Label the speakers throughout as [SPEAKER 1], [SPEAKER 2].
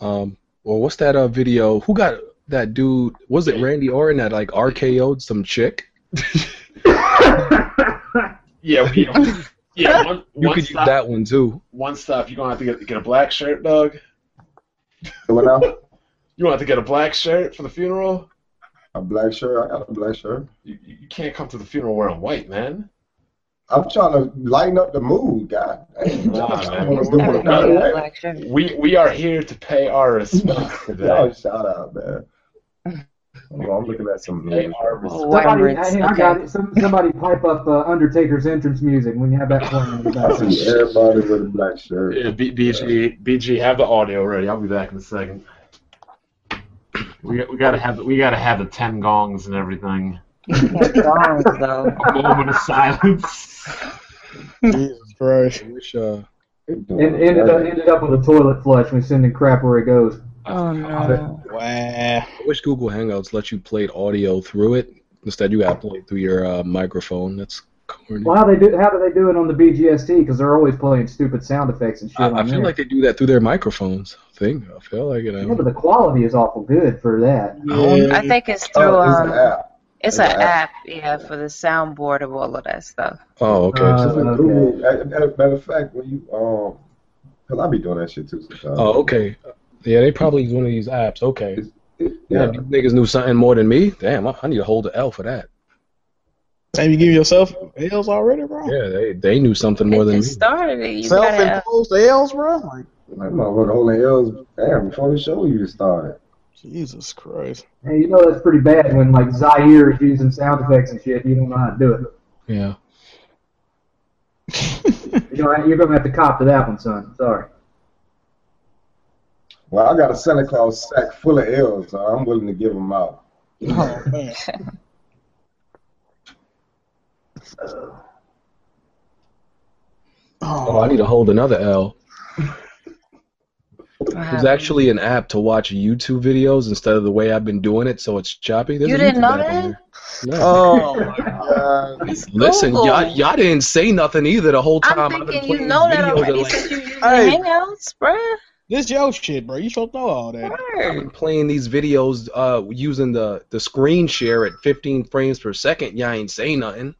[SPEAKER 1] Um, well, what's that uh, video? Who got that dude? Was it Randy Orton that like RKO'd some chick?
[SPEAKER 2] yeah, we, yeah. One,
[SPEAKER 1] You
[SPEAKER 2] one
[SPEAKER 1] could
[SPEAKER 2] stop.
[SPEAKER 1] use that one too.
[SPEAKER 2] One stop. You're gonna have to get, get a black shirt, Doug.
[SPEAKER 3] What now?
[SPEAKER 2] You gonna have to get a black shirt for the funeral.
[SPEAKER 3] A black shirt. I got a black shirt.
[SPEAKER 2] You, you you can't come to the funeral wearing white, man.
[SPEAKER 3] I'm trying to lighten up the mood, God. Damn,
[SPEAKER 2] Nah,
[SPEAKER 3] Josh,
[SPEAKER 2] man.
[SPEAKER 3] I wanna do it.
[SPEAKER 2] Nah,
[SPEAKER 4] Another black shirt.
[SPEAKER 2] We we are here to pay our respects to
[SPEAKER 3] Y'all
[SPEAKER 2] that.
[SPEAKER 3] shout out, man. Hold on, I'm looking at some
[SPEAKER 2] Pay
[SPEAKER 3] news.
[SPEAKER 2] our respects.
[SPEAKER 5] Somebody,
[SPEAKER 4] Remembrance,
[SPEAKER 5] hey, I
[SPEAKER 4] okay.
[SPEAKER 5] got it. Some, somebody pipe up uh, Undertaker's entrance music when you have that playing in the
[SPEAKER 3] I
[SPEAKER 5] background.
[SPEAKER 3] see everybody with a black shirt.
[SPEAKER 2] Yeah, B- BG, BG, have the audio ready. I'll be back in a second. We, we gotta have the, we gotta have the ten gongs and everything.
[SPEAKER 4] Songs, though.
[SPEAKER 2] A moment of silence.
[SPEAKER 6] Jesus Christ.
[SPEAKER 1] I wish uh,
[SPEAKER 5] And ended up, ended up with a toilet flush. We sending crap where it goes.
[SPEAKER 4] Oh no.
[SPEAKER 6] Wow.
[SPEAKER 1] I wish Google Hangouts let you play audio through it. Instead, you got to play it through your uh, microphone. That's corny.
[SPEAKER 5] Well, how they do? How do they do it on the BGST? Because they're always playing stupid sound effects and shit
[SPEAKER 1] I,
[SPEAKER 5] on
[SPEAKER 1] I feel
[SPEAKER 5] there.
[SPEAKER 1] like they do that through their microphones. I think I feel like it. uh, I
[SPEAKER 5] yeah,
[SPEAKER 1] don't
[SPEAKER 5] but the quality is awful good for that.
[SPEAKER 6] Yeah.
[SPEAKER 4] I think it's through
[SPEAKER 3] Oh, it's an
[SPEAKER 4] um,
[SPEAKER 3] app. It's
[SPEAKER 4] it's
[SPEAKER 3] an
[SPEAKER 4] an
[SPEAKER 3] app.
[SPEAKER 4] app, yeah, for the soundboard of all of that stuff.
[SPEAKER 1] Oh, okay.
[SPEAKER 5] Uh,
[SPEAKER 3] It's a
[SPEAKER 5] okay.
[SPEAKER 3] Google. As a matter of fact, when you um, cause I be doing that shit too sometimes.
[SPEAKER 1] oh, okay. Yeah, they probably use one of these apps. Okay. Yeah,
[SPEAKER 3] Yeah.
[SPEAKER 1] these niggas knew something more than me. Damn, I, I need to hold the L for that.
[SPEAKER 6] Damn, you give yourself L's already, bro?
[SPEAKER 1] Yeah, they they knew something more
[SPEAKER 4] It
[SPEAKER 1] than me.
[SPEAKER 4] just started it. You
[SPEAKER 6] Self
[SPEAKER 4] gotta,
[SPEAKER 6] imposed L's, bro? Like,
[SPEAKER 3] Like, motherfucker, holding L's. Damn, before the show you started.
[SPEAKER 6] Jesus Christ.
[SPEAKER 5] Hey, you know that's pretty bad when like Zaire is using sound effects and shit. You don't know how to do it.
[SPEAKER 1] Yeah.
[SPEAKER 6] Oh,
[SPEAKER 5] You know, you're gonna have to cop to that one, son. Sorry.
[SPEAKER 3] Well, I got a Santa Claus sack full of L's, so I'm willing to give them out.
[SPEAKER 6] Oh, man.
[SPEAKER 1] Oh, I
[SPEAKER 6] Oh,
[SPEAKER 1] need to hold another L. There's
[SPEAKER 4] wow.
[SPEAKER 1] actually an app to watch YouTube videos instead of the way I've been doing it, so it's choppy. There's
[SPEAKER 4] You
[SPEAKER 1] a YouTube
[SPEAKER 4] didn't know
[SPEAKER 1] app on
[SPEAKER 4] that?
[SPEAKER 1] there. No.
[SPEAKER 6] oh my God.
[SPEAKER 4] It's
[SPEAKER 1] Listen,
[SPEAKER 4] Google.
[SPEAKER 1] y'all, y'all didn't say nothing either the whole time.
[SPEAKER 4] I'm
[SPEAKER 1] I've been
[SPEAKER 4] thinking you
[SPEAKER 1] playing
[SPEAKER 4] know that
[SPEAKER 1] videos
[SPEAKER 4] already
[SPEAKER 1] of, like-
[SPEAKER 4] since you using
[SPEAKER 6] Hey.
[SPEAKER 4] Hangouts, bruh.
[SPEAKER 6] This yo shit, bro. You should know all that.
[SPEAKER 1] I've
[SPEAKER 4] Word.
[SPEAKER 1] been playing these videos uh, using the, the screen share at 15 frames per second. Y'all ain't say nothing.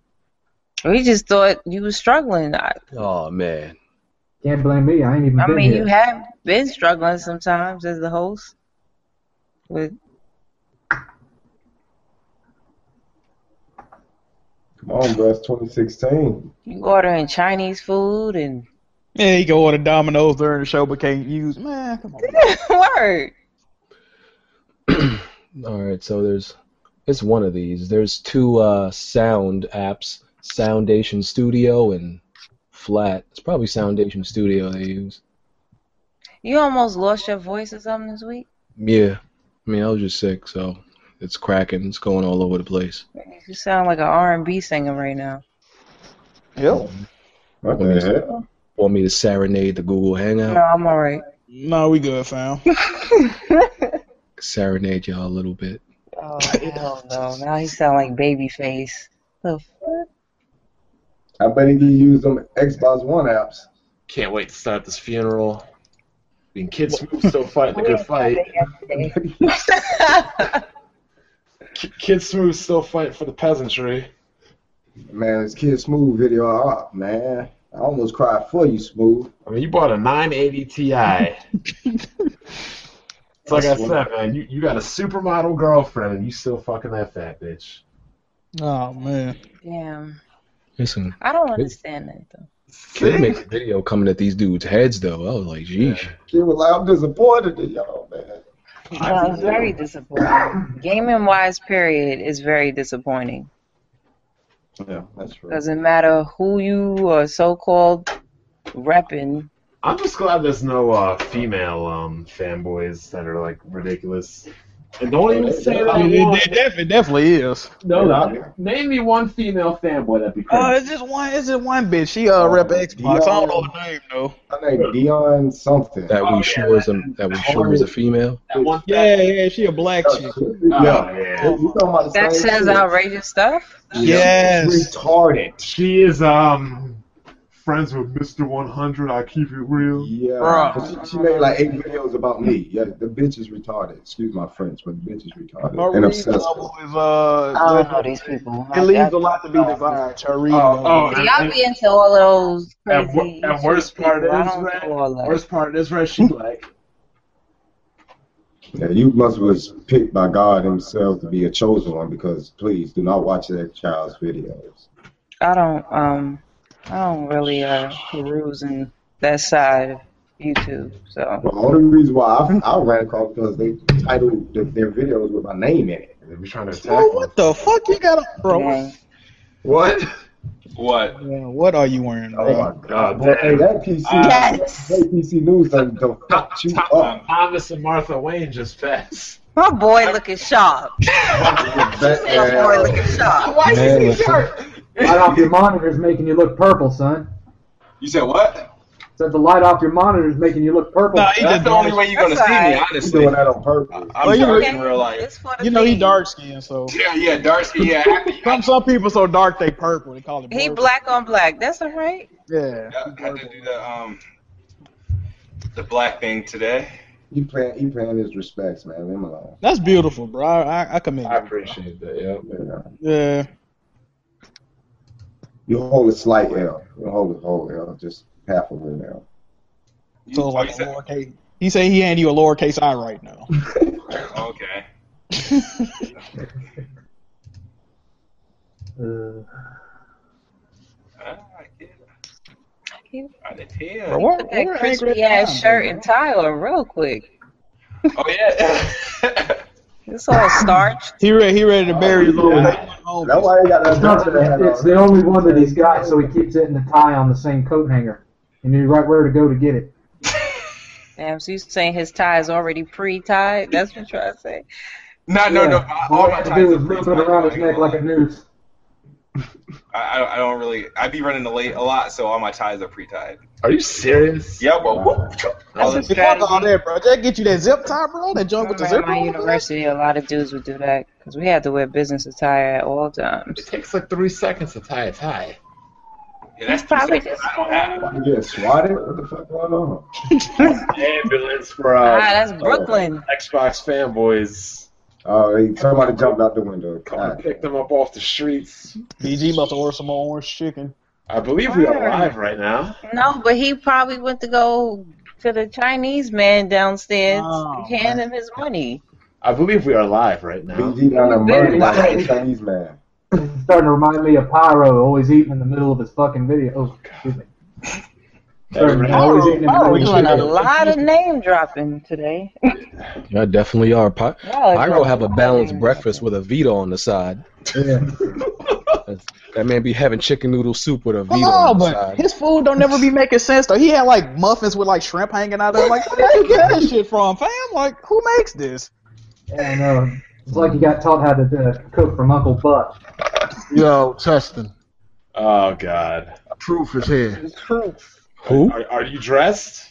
[SPEAKER 4] We just thought you was struggling. I,
[SPEAKER 1] Oh, man.
[SPEAKER 5] Can't blame me. I ain't even
[SPEAKER 4] I
[SPEAKER 5] been
[SPEAKER 4] mean,
[SPEAKER 5] here.
[SPEAKER 4] you have been struggling sometimes as the host. With
[SPEAKER 3] Come on, bro. It's 2016.
[SPEAKER 4] you ordering Chinese food and
[SPEAKER 6] Yeah, you go order Domino's during the show, but can't use. Man, come on.
[SPEAKER 4] word.
[SPEAKER 1] All right, so there's it's one of these. There's two uh, sound apps, Soundation Studio and Flat. It's probably Soundation Studio they use.
[SPEAKER 4] You almost lost your voice or something this week.
[SPEAKER 1] Yeah, I mean I was just sick, so it's cracking. It's going all over the place.
[SPEAKER 4] You sound like an R&B singer right now.
[SPEAKER 6] Yep.
[SPEAKER 3] What the hell?
[SPEAKER 1] Want me to serenade the Google Hangout?
[SPEAKER 4] No, I'm alright.
[SPEAKER 6] No, we good, fam.
[SPEAKER 1] Serenade y'all a little bit.
[SPEAKER 4] Oh hell no! Now he sound like Babyface. The fuck?
[SPEAKER 3] I bet he used them Xbox One apps.
[SPEAKER 2] Can't wait to start this funeral. Being kids move so fight the good fight. K- Kids smooth still fight for the peasantry.
[SPEAKER 3] Man, this Kid Smooth video, ah, man. I almost cried for you, Smooth.
[SPEAKER 2] I mean, you bought a 980 Ti. it's like I said, man. You, you got a supermodel girlfriend, and you still fucking that fat bitch.
[SPEAKER 6] Oh, man.
[SPEAKER 4] Damn,
[SPEAKER 1] Listen,
[SPEAKER 4] I don't understand that though.
[SPEAKER 1] They
[SPEAKER 2] See?
[SPEAKER 1] make a video coming at these dudes' heads though. I was like, geez.
[SPEAKER 3] She was like, I'm disappointed in y'all, man.
[SPEAKER 4] No, I'm very disappointed. Gaming wise, period, is very disappointing.
[SPEAKER 3] Yeah, that's true.
[SPEAKER 4] Doesn't matter who you are so called repping.
[SPEAKER 2] I'm just glad there's no uh, female um, fanboys that are like ridiculous. And don't even say that.
[SPEAKER 6] I mean,
[SPEAKER 2] you want-
[SPEAKER 6] it, it, def- it definitely is.
[SPEAKER 2] No, no. Name me one female fanboy that'd be
[SPEAKER 6] Uh,
[SPEAKER 2] crazy.
[SPEAKER 6] it's just one. It's just one bitch. She uh
[SPEAKER 3] Oh,
[SPEAKER 6] rep Xbox. I don't know
[SPEAKER 3] yeah.
[SPEAKER 6] her name though.
[SPEAKER 3] Her name Dion something.
[SPEAKER 1] That
[SPEAKER 2] Oh,
[SPEAKER 1] we
[SPEAKER 2] yeah,
[SPEAKER 1] sure is a that we sure is a female.
[SPEAKER 2] That one
[SPEAKER 6] Yeah, yeah. She a black chick.
[SPEAKER 2] Oh,
[SPEAKER 3] yeah.
[SPEAKER 2] yeah.
[SPEAKER 3] You talking about the
[SPEAKER 4] That
[SPEAKER 3] same
[SPEAKER 4] says
[SPEAKER 3] shit.
[SPEAKER 2] Uh,
[SPEAKER 4] outrageous stuff.
[SPEAKER 6] Yes.
[SPEAKER 3] Retarded.
[SPEAKER 2] She is um friends with Mr. 100. I keep it real.
[SPEAKER 3] Yeah,
[SPEAKER 6] Bruh.
[SPEAKER 3] but she, she made like eight videos about me. Yeah, the bitch is retarded. Excuse my French, but the bitch is retarded and
[SPEAKER 6] Maurice
[SPEAKER 3] obsessed.
[SPEAKER 6] Noble is uh.
[SPEAKER 4] I don't know these people.
[SPEAKER 6] It leaves a lot to be desired. Charisse.
[SPEAKER 2] Oh, oh,
[SPEAKER 4] See, Y'all be into all of those
[SPEAKER 2] And wor-
[SPEAKER 4] crazy.
[SPEAKER 2] and worst part
[SPEAKER 4] people. I
[SPEAKER 2] is,
[SPEAKER 4] don't
[SPEAKER 2] right?
[SPEAKER 4] know all that.
[SPEAKER 2] Worst part is right. She like,
[SPEAKER 3] Yeah, you must was picked by God Himself to be a chosen one because please do not watch that child's videos.
[SPEAKER 4] I don't um I don't really uh peruse in that side of YouTube. So
[SPEAKER 3] Well, all the reason why I, I ran across because they titled the, their videos with my name in it.
[SPEAKER 2] they be trying to
[SPEAKER 6] Bro,
[SPEAKER 2] attack me.
[SPEAKER 6] what the fuck you got on, bro?
[SPEAKER 4] yeah.
[SPEAKER 3] What?
[SPEAKER 7] What?
[SPEAKER 6] Man, What are you wearing,
[SPEAKER 3] Oh
[SPEAKER 6] bro?
[SPEAKER 3] my
[SPEAKER 2] God,
[SPEAKER 3] God! Boy, hey,
[SPEAKER 2] damn.
[SPEAKER 3] that PC,
[SPEAKER 4] Yes.
[SPEAKER 3] that PC news done done fucked you
[SPEAKER 7] Top
[SPEAKER 3] up.
[SPEAKER 7] man.
[SPEAKER 2] Thomas and Martha Wayne just passed.
[SPEAKER 4] My boy looking sharp. My boy looking sharp.
[SPEAKER 1] Why is he shirt?
[SPEAKER 5] Light off your monitor's making you look purple, son.
[SPEAKER 7] You said what?
[SPEAKER 5] Said the light off your monitor's making you look purple.
[SPEAKER 7] Nah, he
[SPEAKER 6] That's
[SPEAKER 7] that's the only way you're gonna
[SPEAKER 4] That's
[SPEAKER 7] see me,
[SPEAKER 4] alright.
[SPEAKER 3] He's
[SPEAKER 7] honestly.
[SPEAKER 3] doing that on purpose.
[SPEAKER 7] I'm
[SPEAKER 6] Oh, you
[SPEAKER 7] dark
[SPEAKER 6] really-
[SPEAKER 7] in real life.
[SPEAKER 4] It's for the
[SPEAKER 6] You know he
[SPEAKER 4] team.
[SPEAKER 6] dark skinned, so
[SPEAKER 7] Yeah, yeah, dark skin. Yeah, happy.
[SPEAKER 6] some some people so dark they purple. They call it.
[SPEAKER 4] He
[SPEAKER 6] purple.
[SPEAKER 4] black on black. That's all right.
[SPEAKER 6] Yeah.
[SPEAKER 7] I had to do the um the black thing today.
[SPEAKER 3] He playing, he paying his respects, man. Leave him alone.
[SPEAKER 6] That's beautiful, bro. I I, I commend.
[SPEAKER 2] I
[SPEAKER 6] you.
[SPEAKER 2] appreciate that. Yeah.
[SPEAKER 3] Yeah.
[SPEAKER 6] Yeah.
[SPEAKER 3] You hold a slight L. You hold a whole L, just half of an L.
[SPEAKER 7] You-
[SPEAKER 6] So
[SPEAKER 7] oh,
[SPEAKER 6] it's like
[SPEAKER 7] you
[SPEAKER 6] a
[SPEAKER 7] said-
[SPEAKER 6] lowercase. He say he hand you a lowercase i right now.
[SPEAKER 7] okay. Ah, I get it. I did hear.
[SPEAKER 6] Bro,
[SPEAKER 7] Oh
[SPEAKER 6] what-
[SPEAKER 4] Put that
[SPEAKER 6] what angry
[SPEAKER 4] crispy
[SPEAKER 6] at
[SPEAKER 4] ass
[SPEAKER 6] time,
[SPEAKER 4] shirt
[SPEAKER 6] bro?
[SPEAKER 4] and tie on real quick.
[SPEAKER 2] Oh,
[SPEAKER 7] yeah.
[SPEAKER 4] It's all starched.
[SPEAKER 6] He ready. He ready to bury his
[SPEAKER 3] Yeah.
[SPEAKER 6] own.
[SPEAKER 3] That's why he got that
[SPEAKER 5] It's, not that- it's the only one that he's got, so he keeps it in the tie on the same coat hanger. He knew right where to go to get it.
[SPEAKER 4] Damn, so you saying his tie is already pre-tied? That's what you're trying to say.
[SPEAKER 7] No, no, no.
[SPEAKER 5] Yeah.
[SPEAKER 7] I-
[SPEAKER 5] All
[SPEAKER 7] All
[SPEAKER 5] he
[SPEAKER 7] my
[SPEAKER 5] had to do was
[SPEAKER 7] times are
[SPEAKER 5] loop it around his neck like a noose.
[SPEAKER 7] I, I I don't really. I be running late a lot, so all my ties are pre-tied.
[SPEAKER 2] Are you serious?
[SPEAKER 7] Yeah, but whoop, all
[SPEAKER 4] That's
[SPEAKER 7] this-
[SPEAKER 4] a
[SPEAKER 6] Fuck all that, bro. That get you that zip tie, bro. That joint with the
[SPEAKER 4] Remember at
[SPEAKER 6] zip.
[SPEAKER 4] my university, a lot of dudes would do that because we had to wear business attire at all times.
[SPEAKER 2] It takes like three seconds to tie a tie.
[SPEAKER 7] yeah, that's two
[SPEAKER 4] Probably
[SPEAKER 7] seconds
[SPEAKER 4] just-
[SPEAKER 7] I don't have.
[SPEAKER 3] You getting swatted? What the fuck going on?
[SPEAKER 2] Ambulance for uh,
[SPEAKER 4] Ah, that's
[SPEAKER 8] oh.
[SPEAKER 4] Brooklyn.
[SPEAKER 2] Xbox fanboys.
[SPEAKER 3] Oh, he, somebody jumped out the window.
[SPEAKER 2] Come and
[SPEAKER 3] God.
[SPEAKER 2] pick them up off the streets.
[SPEAKER 6] BG must order some more orange chicken.
[SPEAKER 2] I believe we are live right now.
[SPEAKER 4] No, but he probably went to go to the Chinese man downstairs
[SPEAKER 6] Oh,
[SPEAKER 4] to hand him his money.
[SPEAKER 2] I believe we are live right now.
[SPEAKER 3] BG down a murder like a
[SPEAKER 4] Big
[SPEAKER 3] Chinese man.
[SPEAKER 5] It's starting to remind me of Pyro, always eating in the middle of his fucking video. Oh, excuse me. Starting to- always eating in the
[SPEAKER 6] Pyro,
[SPEAKER 5] middle
[SPEAKER 4] We're
[SPEAKER 5] of his
[SPEAKER 4] doing a
[SPEAKER 5] video.
[SPEAKER 4] lot of name dropping today.
[SPEAKER 1] Yeah, definitely are. Pi-
[SPEAKER 4] Y'all are
[SPEAKER 1] Pyro
[SPEAKER 4] dropping
[SPEAKER 1] have a
[SPEAKER 4] lot of
[SPEAKER 1] balanced
[SPEAKER 4] name
[SPEAKER 1] breakfast
[SPEAKER 4] dropping.
[SPEAKER 1] with a Vita on the side.
[SPEAKER 5] Yeah.
[SPEAKER 1] That man be having chicken noodle soup with a Vita
[SPEAKER 6] Come
[SPEAKER 1] on
[SPEAKER 6] on,
[SPEAKER 1] the
[SPEAKER 6] Oh, but
[SPEAKER 1] side.
[SPEAKER 6] his food don't never be making sense though. He had like muffins with like shrimp hanging out of it. Like, where did you get that shit from, fam? Like, who makes this?
[SPEAKER 5] And, uh, it's like he got taught how to uh, cook from Uncle Buck.
[SPEAKER 8] Yo, Teston,
[SPEAKER 2] Oh God.
[SPEAKER 8] truth is here.
[SPEAKER 4] The truth.
[SPEAKER 1] Who?
[SPEAKER 2] Are, are you dressed?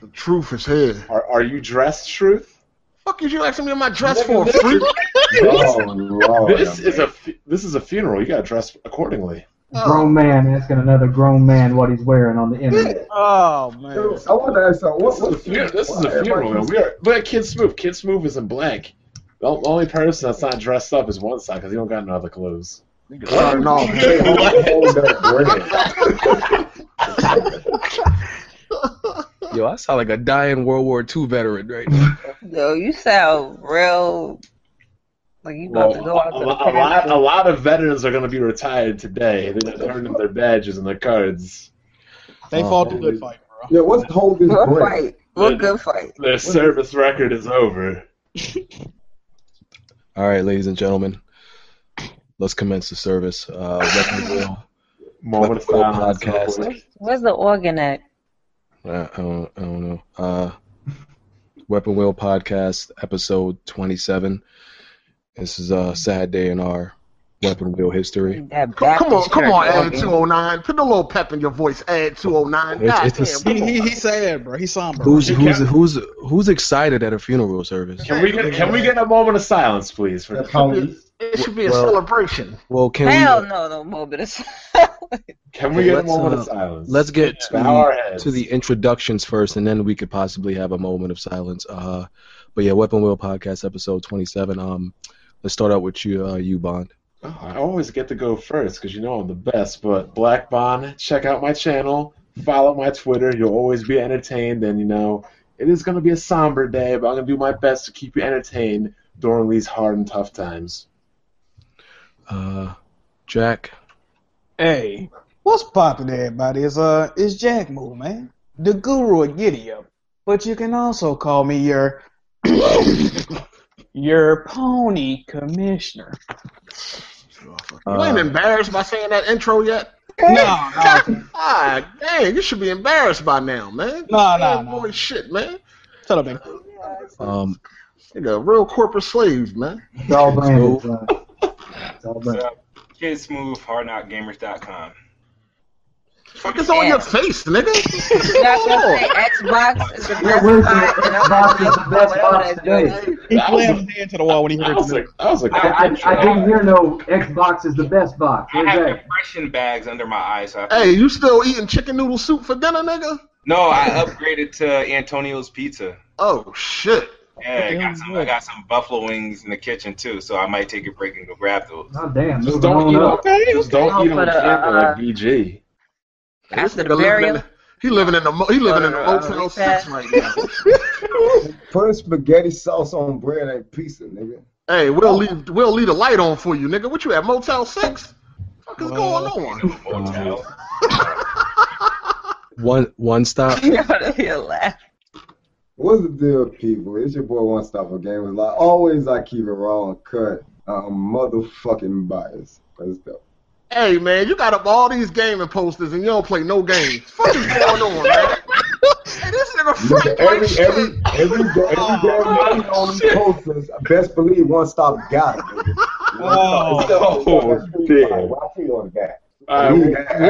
[SPEAKER 8] The truth is here.
[SPEAKER 2] Are, are you dressed, Truth?
[SPEAKER 8] Fuck is you asking me am I dressed for, freak?
[SPEAKER 3] Oh, Lord.
[SPEAKER 2] this is a fu- this is a funeral. You gotta dress accordingly.
[SPEAKER 5] Grown man asking another grown man what he's wearing on the internet.
[SPEAKER 6] Oh man.
[SPEAKER 3] I want to ask something. What,
[SPEAKER 2] This is a,
[SPEAKER 3] what,
[SPEAKER 2] fu- this is
[SPEAKER 3] why-
[SPEAKER 2] a funeral. Man. We are look at Kid Smooth. Kid Smooth is in blank. The the only person that's not dressed up is one side because he don't got no other clothes.
[SPEAKER 8] Starting off.
[SPEAKER 3] They hold that
[SPEAKER 1] Yo, I sound like a dying World War II veteran right now.
[SPEAKER 4] Yo, you sound real like you about to go out
[SPEAKER 2] a,
[SPEAKER 4] to
[SPEAKER 2] a
[SPEAKER 4] the
[SPEAKER 2] lot, a
[SPEAKER 4] pasture.
[SPEAKER 2] lot of veterans are going to be retired today. They're not turning their badges and their cards.
[SPEAKER 6] They fought the
[SPEAKER 8] Oh,
[SPEAKER 6] good fight, bro.
[SPEAKER 3] Yeah, what's hold this
[SPEAKER 4] Good
[SPEAKER 3] bread?
[SPEAKER 4] fight. What good fight.
[SPEAKER 2] Their service record is over.
[SPEAKER 1] All right, ladies and gentlemen, let's commence the service. Uh, Wrecking Ball.
[SPEAKER 2] Moment of
[SPEAKER 1] Cool
[SPEAKER 2] silence.
[SPEAKER 1] podcast.
[SPEAKER 2] Real
[SPEAKER 4] Where's the organ at?
[SPEAKER 1] Uh, I don't, I don't know. Uh, Weapon Wheel Podcast, episode 27. This is a sad day in our Weapon Wheel history.
[SPEAKER 4] That
[SPEAKER 8] Come, come on,
[SPEAKER 4] Baptist
[SPEAKER 8] come on,
[SPEAKER 4] church
[SPEAKER 8] Ad
[SPEAKER 4] organ.
[SPEAKER 8] 209. Put a little pep in your voice, oh Ad 209.
[SPEAKER 1] It's-
[SPEAKER 8] God
[SPEAKER 1] it's a
[SPEAKER 8] damn,
[SPEAKER 6] He,
[SPEAKER 8] come
[SPEAKER 6] he,
[SPEAKER 8] on.
[SPEAKER 6] he sad, bro. He's somber.
[SPEAKER 1] Who's
[SPEAKER 2] Hey,
[SPEAKER 1] who's
[SPEAKER 2] Cap-
[SPEAKER 1] who's who's excited at a funeral service?
[SPEAKER 2] Can we get can we get a moment of silence, please? For
[SPEAKER 8] It should be a
[SPEAKER 1] Well-
[SPEAKER 8] celebration.
[SPEAKER 1] Well, can
[SPEAKER 4] Hell
[SPEAKER 1] we,
[SPEAKER 4] no, no more bit of
[SPEAKER 2] can we get a
[SPEAKER 1] Let's,
[SPEAKER 2] moment
[SPEAKER 1] uh,
[SPEAKER 2] of silence?
[SPEAKER 1] let's get
[SPEAKER 2] bow our
[SPEAKER 1] to,
[SPEAKER 2] heads.
[SPEAKER 1] to the introductions first, and then we could possibly have a moment of silence. Uh, but yeah, Weapon Wheel podcast episode twenty seven. Um, let's start out with you, uh, you Bond.
[SPEAKER 2] Oh, I always get to go first because you know I'm the best. But Black Bond, check out my channel, follow my Twitter. You'll always be entertained, and you know it is going to be a somber day, but I'm going to do my best to keep you entertained during these hard and tough times.
[SPEAKER 1] Uh, Jack.
[SPEAKER 6] Hey, what's poppin', everybody? Is uh, is Jack Moo, man, the guru of Giddy Up. But you can also call me your your pony commissioner.
[SPEAKER 8] you ain't embarrassed by saying that intro yet?
[SPEAKER 6] No, no,
[SPEAKER 8] Ah, dang, you should be embarrassed by now, man.
[SPEAKER 6] No, no,
[SPEAKER 8] Damn,
[SPEAKER 6] no.
[SPEAKER 8] Boy, shit, man.
[SPEAKER 6] shut up, man.
[SPEAKER 1] Um,
[SPEAKER 8] You know, real corporate slaves, man.
[SPEAKER 5] It's all branded. son. It's all branded.
[SPEAKER 7] So, kids move hardknockgamers.com.
[SPEAKER 8] Fuck is on
[SPEAKER 4] Yeah.
[SPEAKER 8] your face, nigga.
[SPEAKER 4] Not gonna say Xbox is the
[SPEAKER 5] Yeah,
[SPEAKER 4] best
[SPEAKER 5] where's the
[SPEAKER 4] part, and I'm
[SPEAKER 5] Xbox is the
[SPEAKER 4] like,
[SPEAKER 5] best
[SPEAKER 4] whatever
[SPEAKER 5] box
[SPEAKER 4] that's doing.
[SPEAKER 5] today?
[SPEAKER 6] He
[SPEAKER 2] That was
[SPEAKER 6] slammed
[SPEAKER 2] a-
[SPEAKER 6] his hand to the wall when he
[SPEAKER 2] That
[SPEAKER 6] heard
[SPEAKER 2] was
[SPEAKER 6] the
[SPEAKER 2] a, that was a
[SPEAKER 5] I, I, I didn't hear no Xbox is the best box.
[SPEAKER 7] I
[SPEAKER 5] Where's
[SPEAKER 7] have
[SPEAKER 5] that?
[SPEAKER 7] compression bags under my eyes. So I
[SPEAKER 8] hey, you still eating chicken noodle soup for dinner, nigga?
[SPEAKER 7] No, I upgraded to Antonio's Pizza.
[SPEAKER 8] Oh shit.
[SPEAKER 7] Yeah, I
[SPEAKER 6] Damn
[SPEAKER 7] got, some, I
[SPEAKER 6] good.
[SPEAKER 7] got some buffalo wings in the kitchen too, so I might take a break and go grab those.
[SPEAKER 5] Oh damn!
[SPEAKER 2] Just
[SPEAKER 5] Moving
[SPEAKER 2] don't
[SPEAKER 5] on
[SPEAKER 2] eat on,
[SPEAKER 5] up.
[SPEAKER 2] just don't eat
[SPEAKER 4] I'll
[SPEAKER 2] on
[SPEAKER 4] put a,
[SPEAKER 2] camera
[SPEAKER 4] uh,
[SPEAKER 2] like BG.
[SPEAKER 4] After the
[SPEAKER 8] Nigga living in
[SPEAKER 4] burial,
[SPEAKER 8] the- he living in the mo- he living in the
[SPEAKER 4] Uh,
[SPEAKER 8] Motel
[SPEAKER 4] uh,
[SPEAKER 8] Six right now.
[SPEAKER 3] Put spaghetti sauce on bread and pizza, nigga.
[SPEAKER 8] hey, we'll leave we'll leave the light on for you, nigga. What you at Motel Six? Fuck is
[SPEAKER 6] Well,
[SPEAKER 8] going on?
[SPEAKER 7] Motel.
[SPEAKER 1] one one stop.
[SPEAKER 4] you're gonna hear laugh.
[SPEAKER 3] What's the deal, people? It's your boy One Stop for Gamers. Like always, I keep it raw and cut. I'm motherfucking biased. Let's go.
[SPEAKER 8] Hey man, you got up all these gaming posters and you don't play no games. Fuck is going on, man? Hey, this nigga Frank
[SPEAKER 3] Every
[SPEAKER 8] like
[SPEAKER 3] every
[SPEAKER 8] shit.
[SPEAKER 3] every every
[SPEAKER 8] Oh,
[SPEAKER 3] damn thing on these posters. Best believe One Stop got it. Nigga.
[SPEAKER 6] Oh,
[SPEAKER 2] Oh, damn.
[SPEAKER 3] Why cheat on that?
[SPEAKER 2] Uh,
[SPEAKER 3] I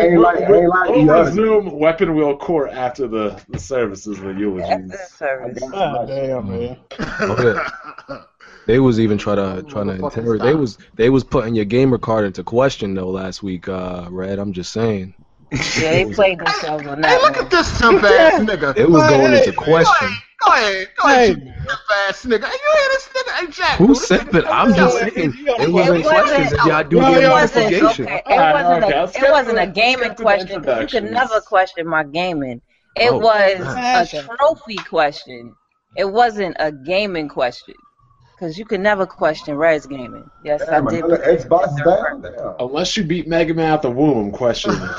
[SPEAKER 3] ain't like- I ain't like
[SPEAKER 2] we'll
[SPEAKER 3] the others.
[SPEAKER 2] resume Weapon Wheel Court after the, the services and the eulogies.
[SPEAKER 4] After the
[SPEAKER 3] I
[SPEAKER 4] service.
[SPEAKER 3] got
[SPEAKER 6] God
[SPEAKER 3] my
[SPEAKER 6] damn, man.
[SPEAKER 1] Oh, They was even trying to trying to interrogate. They was they was putting your gamer card into question though last week. Uh, Red. I'm just saying
[SPEAKER 4] Yeah, they played themselves on
[SPEAKER 8] Hey, look
[SPEAKER 4] that
[SPEAKER 8] at this simp ass nigga.
[SPEAKER 1] it was going into
[SPEAKER 8] Go
[SPEAKER 1] question.
[SPEAKER 8] ahead, go ahead, go ahead,
[SPEAKER 6] Hey.
[SPEAKER 8] you fast nigga. Hey, you hear this nigga? Hey, Jack.
[SPEAKER 1] Who
[SPEAKER 8] dude, this
[SPEAKER 1] said
[SPEAKER 8] nigga
[SPEAKER 1] that? I'm
[SPEAKER 8] fucking
[SPEAKER 1] just
[SPEAKER 8] out.
[SPEAKER 1] saying
[SPEAKER 6] It
[SPEAKER 1] it wasn't
[SPEAKER 4] wasn't-
[SPEAKER 1] questions if y'all do
[SPEAKER 6] No,
[SPEAKER 1] the
[SPEAKER 6] it
[SPEAKER 4] It
[SPEAKER 6] wasn't.
[SPEAKER 4] wasn't,
[SPEAKER 1] investigation.
[SPEAKER 4] okay,
[SPEAKER 2] Alright,
[SPEAKER 4] it wasn't,
[SPEAKER 2] okay, let's
[SPEAKER 4] a,
[SPEAKER 2] get
[SPEAKER 4] it wasn't a
[SPEAKER 2] to-
[SPEAKER 4] gaming
[SPEAKER 2] let's get to the
[SPEAKER 4] question. 'cause You could
[SPEAKER 2] introductions.
[SPEAKER 4] never question my gaming. It
[SPEAKER 1] Oh.
[SPEAKER 4] was
[SPEAKER 6] Sasha.
[SPEAKER 4] a trophy question. It wasn't a gaming question. Because you could never question Red's gaming. Yes,
[SPEAKER 3] Damn,
[SPEAKER 4] I did.
[SPEAKER 3] another
[SPEAKER 4] play
[SPEAKER 3] Xbox
[SPEAKER 4] the third
[SPEAKER 3] down. Damn.
[SPEAKER 2] Unless you beat Mega Man out the womb, I'm questioning the game.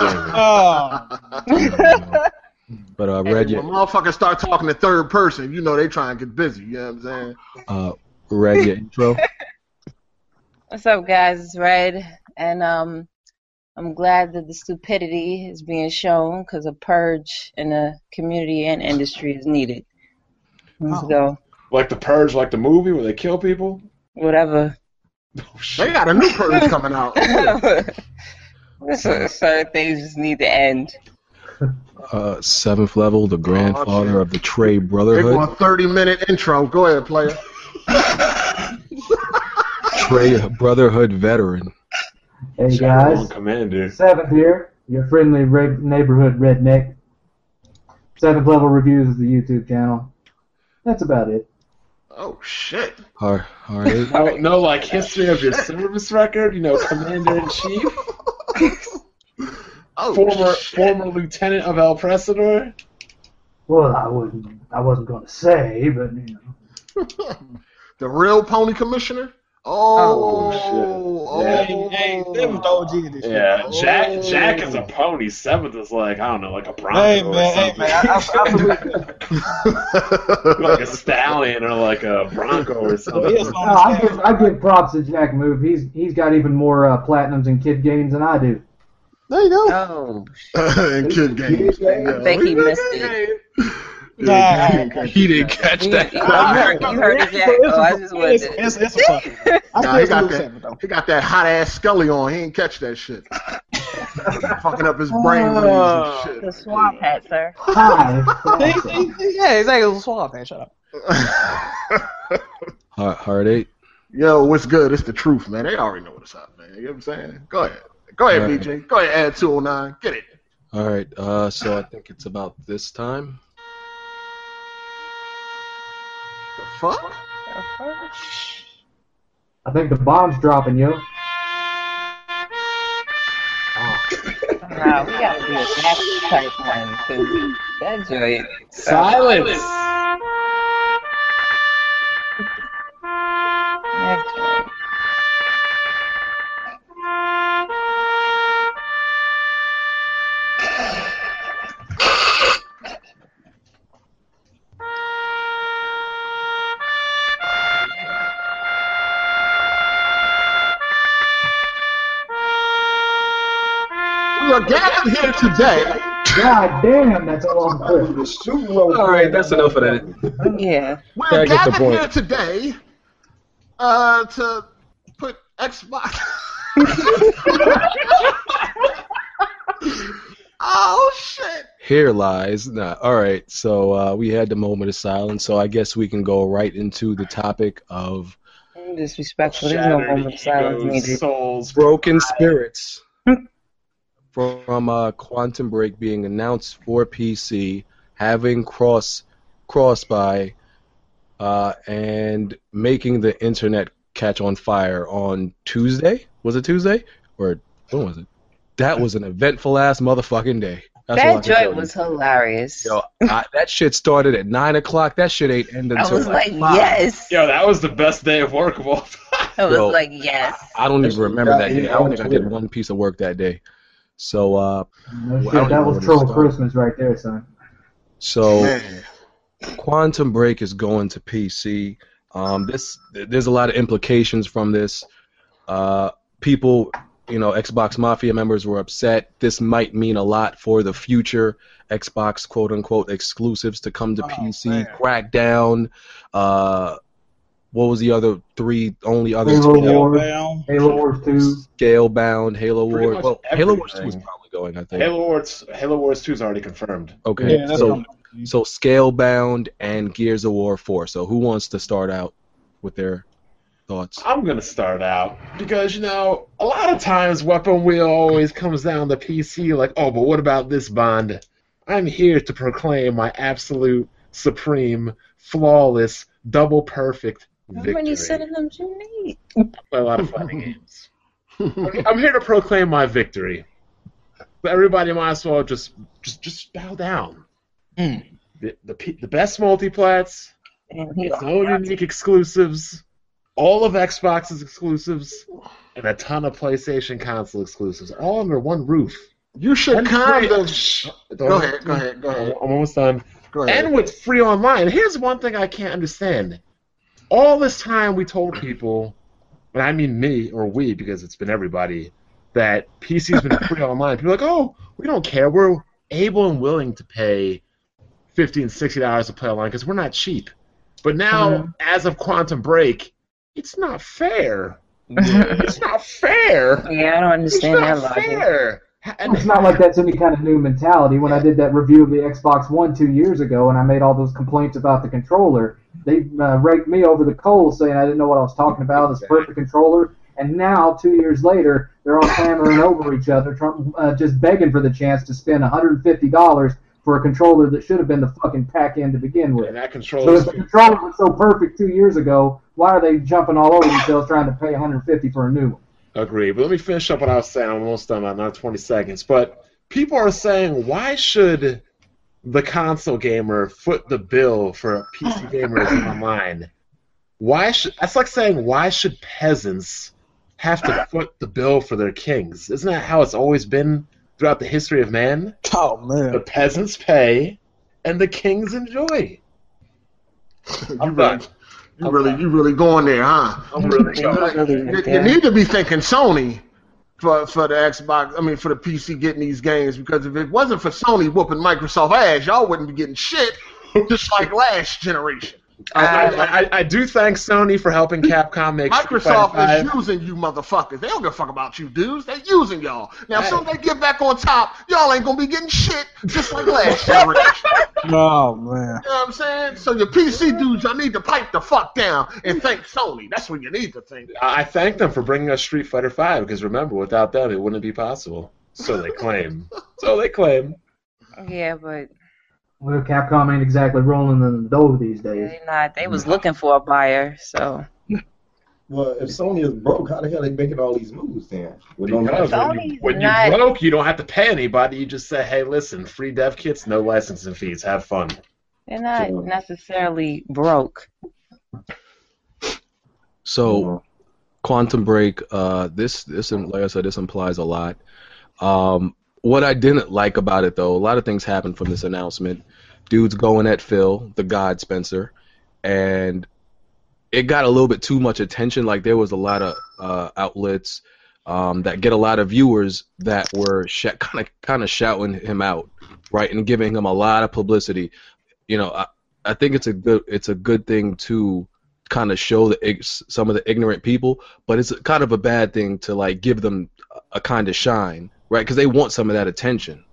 [SPEAKER 6] Oh,
[SPEAKER 1] But uh,
[SPEAKER 4] Hey,
[SPEAKER 1] Red,
[SPEAKER 8] When
[SPEAKER 1] you,
[SPEAKER 8] motherfuckers start talking to third person, you know they trying to get busy. You know what I'm saying?
[SPEAKER 1] uh, Red, your intro.
[SPEAKER 4] What's up, guys? It's Red, and um, I'm glad that the stupidity is being shown because a purge in the community and industry is needed. Let's
[SPEAKER 6] Oh.
[SPEAKER 4] go.
[SPEAKER 2] Like the Purge, like the movie where they kill people.
[SPEAKER 4] Whatever.
[SPEAKER 2] Oh,
[SPEAKER 8] They
[SPEAKER 2] shit.
[SPEAKER 8] got a new person coming out.
[SPEAKER 4] This is- certain things just need to end.
[SPEAKER 1] Uh, seventh level, the grandfather of the Trey
[SPEAKER 8] They
[SPEAKER 1] Brotherhood.
[SPEAKER 8] going 30 minute intro. Go ahead, player.
[SPEAKER 1] Trey Brotherhood veteran.
[SPEAKER 5] Hey
[SPEAKER 2] Shadow
[SPEAKER 5] guys,
[SPEAKER 2] Commander.
[SPEAKER 5] Seventh here, your friendly red neighborhood redneck. Seventh level reviews is the YouTube channel. That's about it.
[SPEAKER 8] Oh shit.
[SPEAKER 1] All right.
[SPEAKER 2] No, no, like history of your service record. You know, Commander in Chief,
[SPEAKER 8] Oh
[SPEAKER 2] former
[SPEAKER 8] shit.
[SPEAKER 2] former Lieutenant of El Presador.
[SPEAKER 5] Well, I wouldn't. I wasn't going to say, but you know.
[SPEAKER 8] the real pony commissioner. Oh,
[SPEAKER 2] Oh,
[SPEAKER 8] oh,
[SPEAKER 2] shit.
[SPEAKER 6] hey, hey, seventh OG in this shit.
[SPEAKER 2] Yeah, Jack. Jack is a pony. Seventh is like I don't know, like a bronco
[SPEAKER 6] Oh. Hey
[SPEAKER 2] or
[SPEAKER 6] man, hey
[SPEAKER 2] something.
[SPEAKER 6] man, I, I, I believe that.
[SPEAKER 2] like a stallion or like a bronco or something.
[SPEAKER 6] Yes,
[SPEAKER 5] No, I give I give props to Jack Move. He's he's got even more uh, platinums and kid games than I do.
[SPEAKER 6] There you go.
[SPEAKER 4] Oh,
[SPEAKER 8] and kid games.
[SPEAKER 3] Yeah.
[SPEAKER 4] I think he missed it.
[SPEAKER 8] He didn't catch
[SPEAKER 4] You, you, heard, you heard it, Jack. Oh, I just wanted to.
[SPEAKER 6] It's, it's a fucking. I
[SPEAKER 8] Nah, he
[SPEAKER 6] still salute
[SPEAKER 8] got that.
[SPEAKER 6] Seven, though.
[SPEAKER 8] He got that hot ass Scully on. He ain't catch that shit. Fucking up his brain waves and shit.
[SPEAKER 4] The swamp hat, sir.
[SPEAKER 5] Hi.
[SPEAKER 6] See, see, see, yeah, exactly. It was a swab man. Shut up.
[SPEAKER 1] Heart, heartache.
[SPEAKER 8] Yo, what's good? It's the truth, man. They already know what's up, man. You know what I'm saying? Go ahead. Go ahead,
[SPEAKER 1] Alright.
[SPEAKER 8] BJ. Go ahead, add 209. Get it.
[SPEAKER 1] All right. Uh, so I think it's about this time.
[SPEAKER 8] The fuck?
[SPEAKER 5] I think the bomb's dropping, yo.
[SPEAKER 4] Wow, we gotta do a back type one because that joint.
[SPEAKER 7] Silence.
[SPEAKER 4] That joint.
[SPEAKER 8] We are gathered here today.
[SPEAKER 5] God damn, that's a long clip.
[SPEAKER 3] oh
[SPEAKER 1] All right, that's enough of that.
[SPEAKER 4] Yeah.
[SPEAKER 8] We
[SPEAKER 1] Yeah,
[SPEAKER 8] are
[SPEAKER 1] I get the
[SPEAKER 8] gathered
[SPEAKER 1] point.
[SPEAKER 8] here today uh, to put Xbox. oh, shit.
[SPEAKER 1] Here lies. Nah, all right. So uh, we had the moment of silence. So I guess we can go right into the topic of
[SPEAKER 4] Disrespectful. There's no moment of silence needed.
[SPEAKER 2] souls.
[SPEAKER 1] Broken Spirits
[SPEAKER 4] Hmm.
[SPEAKER 1] from uh, Quantum Break being announced for PC, having cross cross by, uh, and making the internet catch on fire on Tuesday. Was it Tuesday or when was it? That was an eventful ass motherfucking day. That's all I
[SPEAKER 4] That
[SPEAKER 1] can tell
[SPEAKER 4] joint
[SPEAKER 1] you.
[SPEAKER 4] was hilarious.
[SPEAKER 1] Yo, I, that shit started at nine o'clock. That shit ain't ending
[SPEAKER 4] I
[SPEAKER 1] until
[SPEAKER 4] was like,
[SPEAKER 1] five.
[SPEAKER 4] yes.
[SPEAKER 2] Yo, that was the best day of work of all time.
[SPEAKER 4] I was
[SPEAKER 1] Yo.
[SPEAKER 4] like, yes.
[SPEAKER 1] I don't even
[SPEAKER 3] That shit
[SPEAKER 1] remember
[SPEAKER 3] got
[SPEAKER 1] that
[SPEAKER 3] me
[SPEAKER 1] day. I don't
[SPEAKER 3] on
[SPEAKER 1] think I did
[SPEAKER 3] Twitter.
[SPEAKER 1] one piece of work that day. So uh,
[SPEAKER 5] No
[SPEAKER 1] I don't
[SPEAKER 5] shit, that
[SPEAKER 1] know
[SPEAKER 5] was
[SPEAKER 1] what
[SPEAKER 5] troll
[SPEAKER 1] it's about.
[SPEAKER 5] Christmas right there, son.
[SPEAKER 1] so.
[SPEAKER 8] Man.
[SPEAKER 1] Quantum Break is going to PC. Um, this th- there's a lot of implications from this. Uh, people, you know, Xbox Mafia members were upset. This might mean a lot for the future Xbox quote unquote exclusives to come to
[SPEAKER 6] Oh,
[SPEAKER 1] PC.
[SPEAKER 6] man.
[SPEAKER 1] Crackdown. Uh, what was the other three? Only other
[SPEAKER 5] Halo
[SPEAKER 1] two?
[SPEAKER 5] Wars,
[SPEAKER 6] Well,
[SPEAKER 5] Halo Wars 2.
[SPEAKER 1] Scalebound, Halo
[SPEAKER 2] Pretty
[SPEAKER 1] Wars.
[SPEAKER 2] much
[SPEAKER 1] Well, Halo Wars Two is
[SPEAKER 2] everything.
[SPEAKER 1] probably going. I think.
[SPEAKER 2] Halo Wars, Halo Wars 2 is already confirmed.
[SPEAKER 1] okay.
[SPEAKER 6] yeah, that's
[SPEAKER 1] so
[SPEAKER 6] coming.
[SPEAKER 1] so Scalebound and Gears of War 4. So who wants to start out with their thoughts?
[SPEAKER 2] I'm gonna start out because you know a lot of times Weapon Wheel always comes down to PC. Like, oh, but what about this Bond? I'm here to proclaim my absolute, supreme, flawless, double perfect
[SPEAKER 4] How
[SPEAKER 2] victory.
[SPEAKER 4] many synonyms you need?
[SPEAKER 2] Play a lot of fighting games. I'm here to proclaim my victory. But everybody might as well just just just bow down.
[SPEAKER 6] Mm.
[SPEAKER 2] The, the pe- the best multiplats,
[SPEAKER 4] And he
[SPEAKER 2] its own unique exclusives, all of Xbox's exclusives, and a ton of PlayStation console exclusives, all under one roof.
[SPEAKER 8] You should
[SPEAKER 2] And
[SPEAKER 8] kind
[SPEAKER 2] free-
[SPEAKER 8] of. Go ahead, go ahead, go
[SPEAKER 2] Uh, I'm
[SPEAKER 8] ahead,
[SPEAKER 2] almost done.
[SPEAKER 8] go ahead.
[SPEAKER 2] And with free online, here's one thing I can't understand. All this time we told people, and I mean me or we because it's been everybody, that PC's been free online. People are like, oh, we don't care. We're able and willing to pay 15 dollars to play online because we're not cheap. But now,
[SPEAKER 8] Mm-hmm.
[SPEAKER 2] as of Quantum Break, it's not fair. It's not fair.
[SPEAKER 4] Yeah, I don't
[SPEAKER 2] It's
[SPEAKER 4] understand that
[SPEAKER 2] not
[SPEAKER 4] logic.
[SPEAKER 2] fair. And
[SPEAKER 5] It's not like that's any kind of new mentality. When I did that review of the Xbox One two years ago, and I made all those complaints about the controller, they uh, raked me over the coals, saying I didn't know what I was talking about. This perfect controller, and now two years later, they're all clamoring over each other, trying- uh, just begging for the chance to spend 150 dollars for a controller that should have been the fucking pack end to begin with.
[SPEAKER 2] and that
[SPEAKER 5] So
[SPEAKER 2] controls
[SPEAKER 5] if the controller was so perfect two years ago, why are they jumping all over themselves trying to pay 150 for a new one?
[SPEAKER 2] Agree. But let me finish up what I was saying. I'm almost done. I'm not 20 seconds. But people are saying, why should the console gamer foot the bill for PC gamers online? Why should that's like saying why should peasants have to foot the bill for their kings? Isn't that how it's always been throughout the history of man?
[SPEAKER 6] Oh
[SPEAKER 2] The
[SPEAKER 6] man.
[SPEAKER 2] peasants pay, and the kings enjoy.
[SPEAKER 8] you
[SPEAKER 2] I'm
[SPEAKER 8] really,
[SPEAKER 2] done.
[SPEAKER 8] you really, you really going there, huh?
[SPEAKER 2] I'm really
[SPEAKER 8] You,
[SPEAKER 2] done.
[SPEAKER 8] you- you need to be thinking Sony for for the Xbox. I mean, for the PC getting these games because if it wasn't for Sony whooping Microsoft ass, y'all wouldn't be getting shit. just like last generation.
[SPEAKER 2] I, Uh, I, I, I do thank Sony for helping Capcom make Street Fighter
[SPEAKER 8] Microsoft
[SPEAKER 2] Five.
[SPEAKER 8] is using you motherfuckers. They don't give a fuck about you dudes. They're using y'all. Now, as soon as they get back on top, y'all ain't gonna be getting shit just like last generation.
[SPEAKER 6] Oh man.
[SPEAKER 8] You know what I'm saying? So your PC dudes, y'all need to pipe the fuck down and thank Sony. That's what you need to think.
[SPEAKER 2] I I thank them for bringing us Street Fighter Five because remember, without them, it wouldn't be possible. So they claim. so they claim.
[SPEAKER 4] Yeah, but
[SPEAKER 5] Well, Capcom ain't exactly rolling in the dough these days.
[SPEAKER 4] they not. They was looking for a buyer, so
[SPEAKER 3] Well, if Sony is broke, how the hell they making all these moves then? With no
[SPEAKER 2] Because
[SPEAKER 3] license?
[SPEAKER 2] when you,
[SPEAKER 4] Sony's
[SPEAKER 2] when you
[SPEAKER 4] not-
[SPEAKER 2] broke, you don't have to pay anybody. You just say, "Hey, listen, free dev kits, no licensing fees. Have fun."
[SPEAKER 4] they're not
[SPEAKER 3] Sure.
[SPEAKER 4] necessarily broke.
[SPEAKER 1] So Quantum Break. Uh, this this like I said, this implies a lot. Um, what I didn't like about it though, a lot of things happened from this announcement. Dudes going at Phil, the God Spencer, and it got a little bit too much attention. Like there was a lot of uh, outlets um, that get a lot of viewers that were kind of kind of shouting him out, right, and giving him a lot of publicity. You know, I, I think it's a good it's a good thing to kind of show the ig- some of the ignorant people, but it's kind of a bad thing to like give them a kind of shine, right? Because they want some of that attention.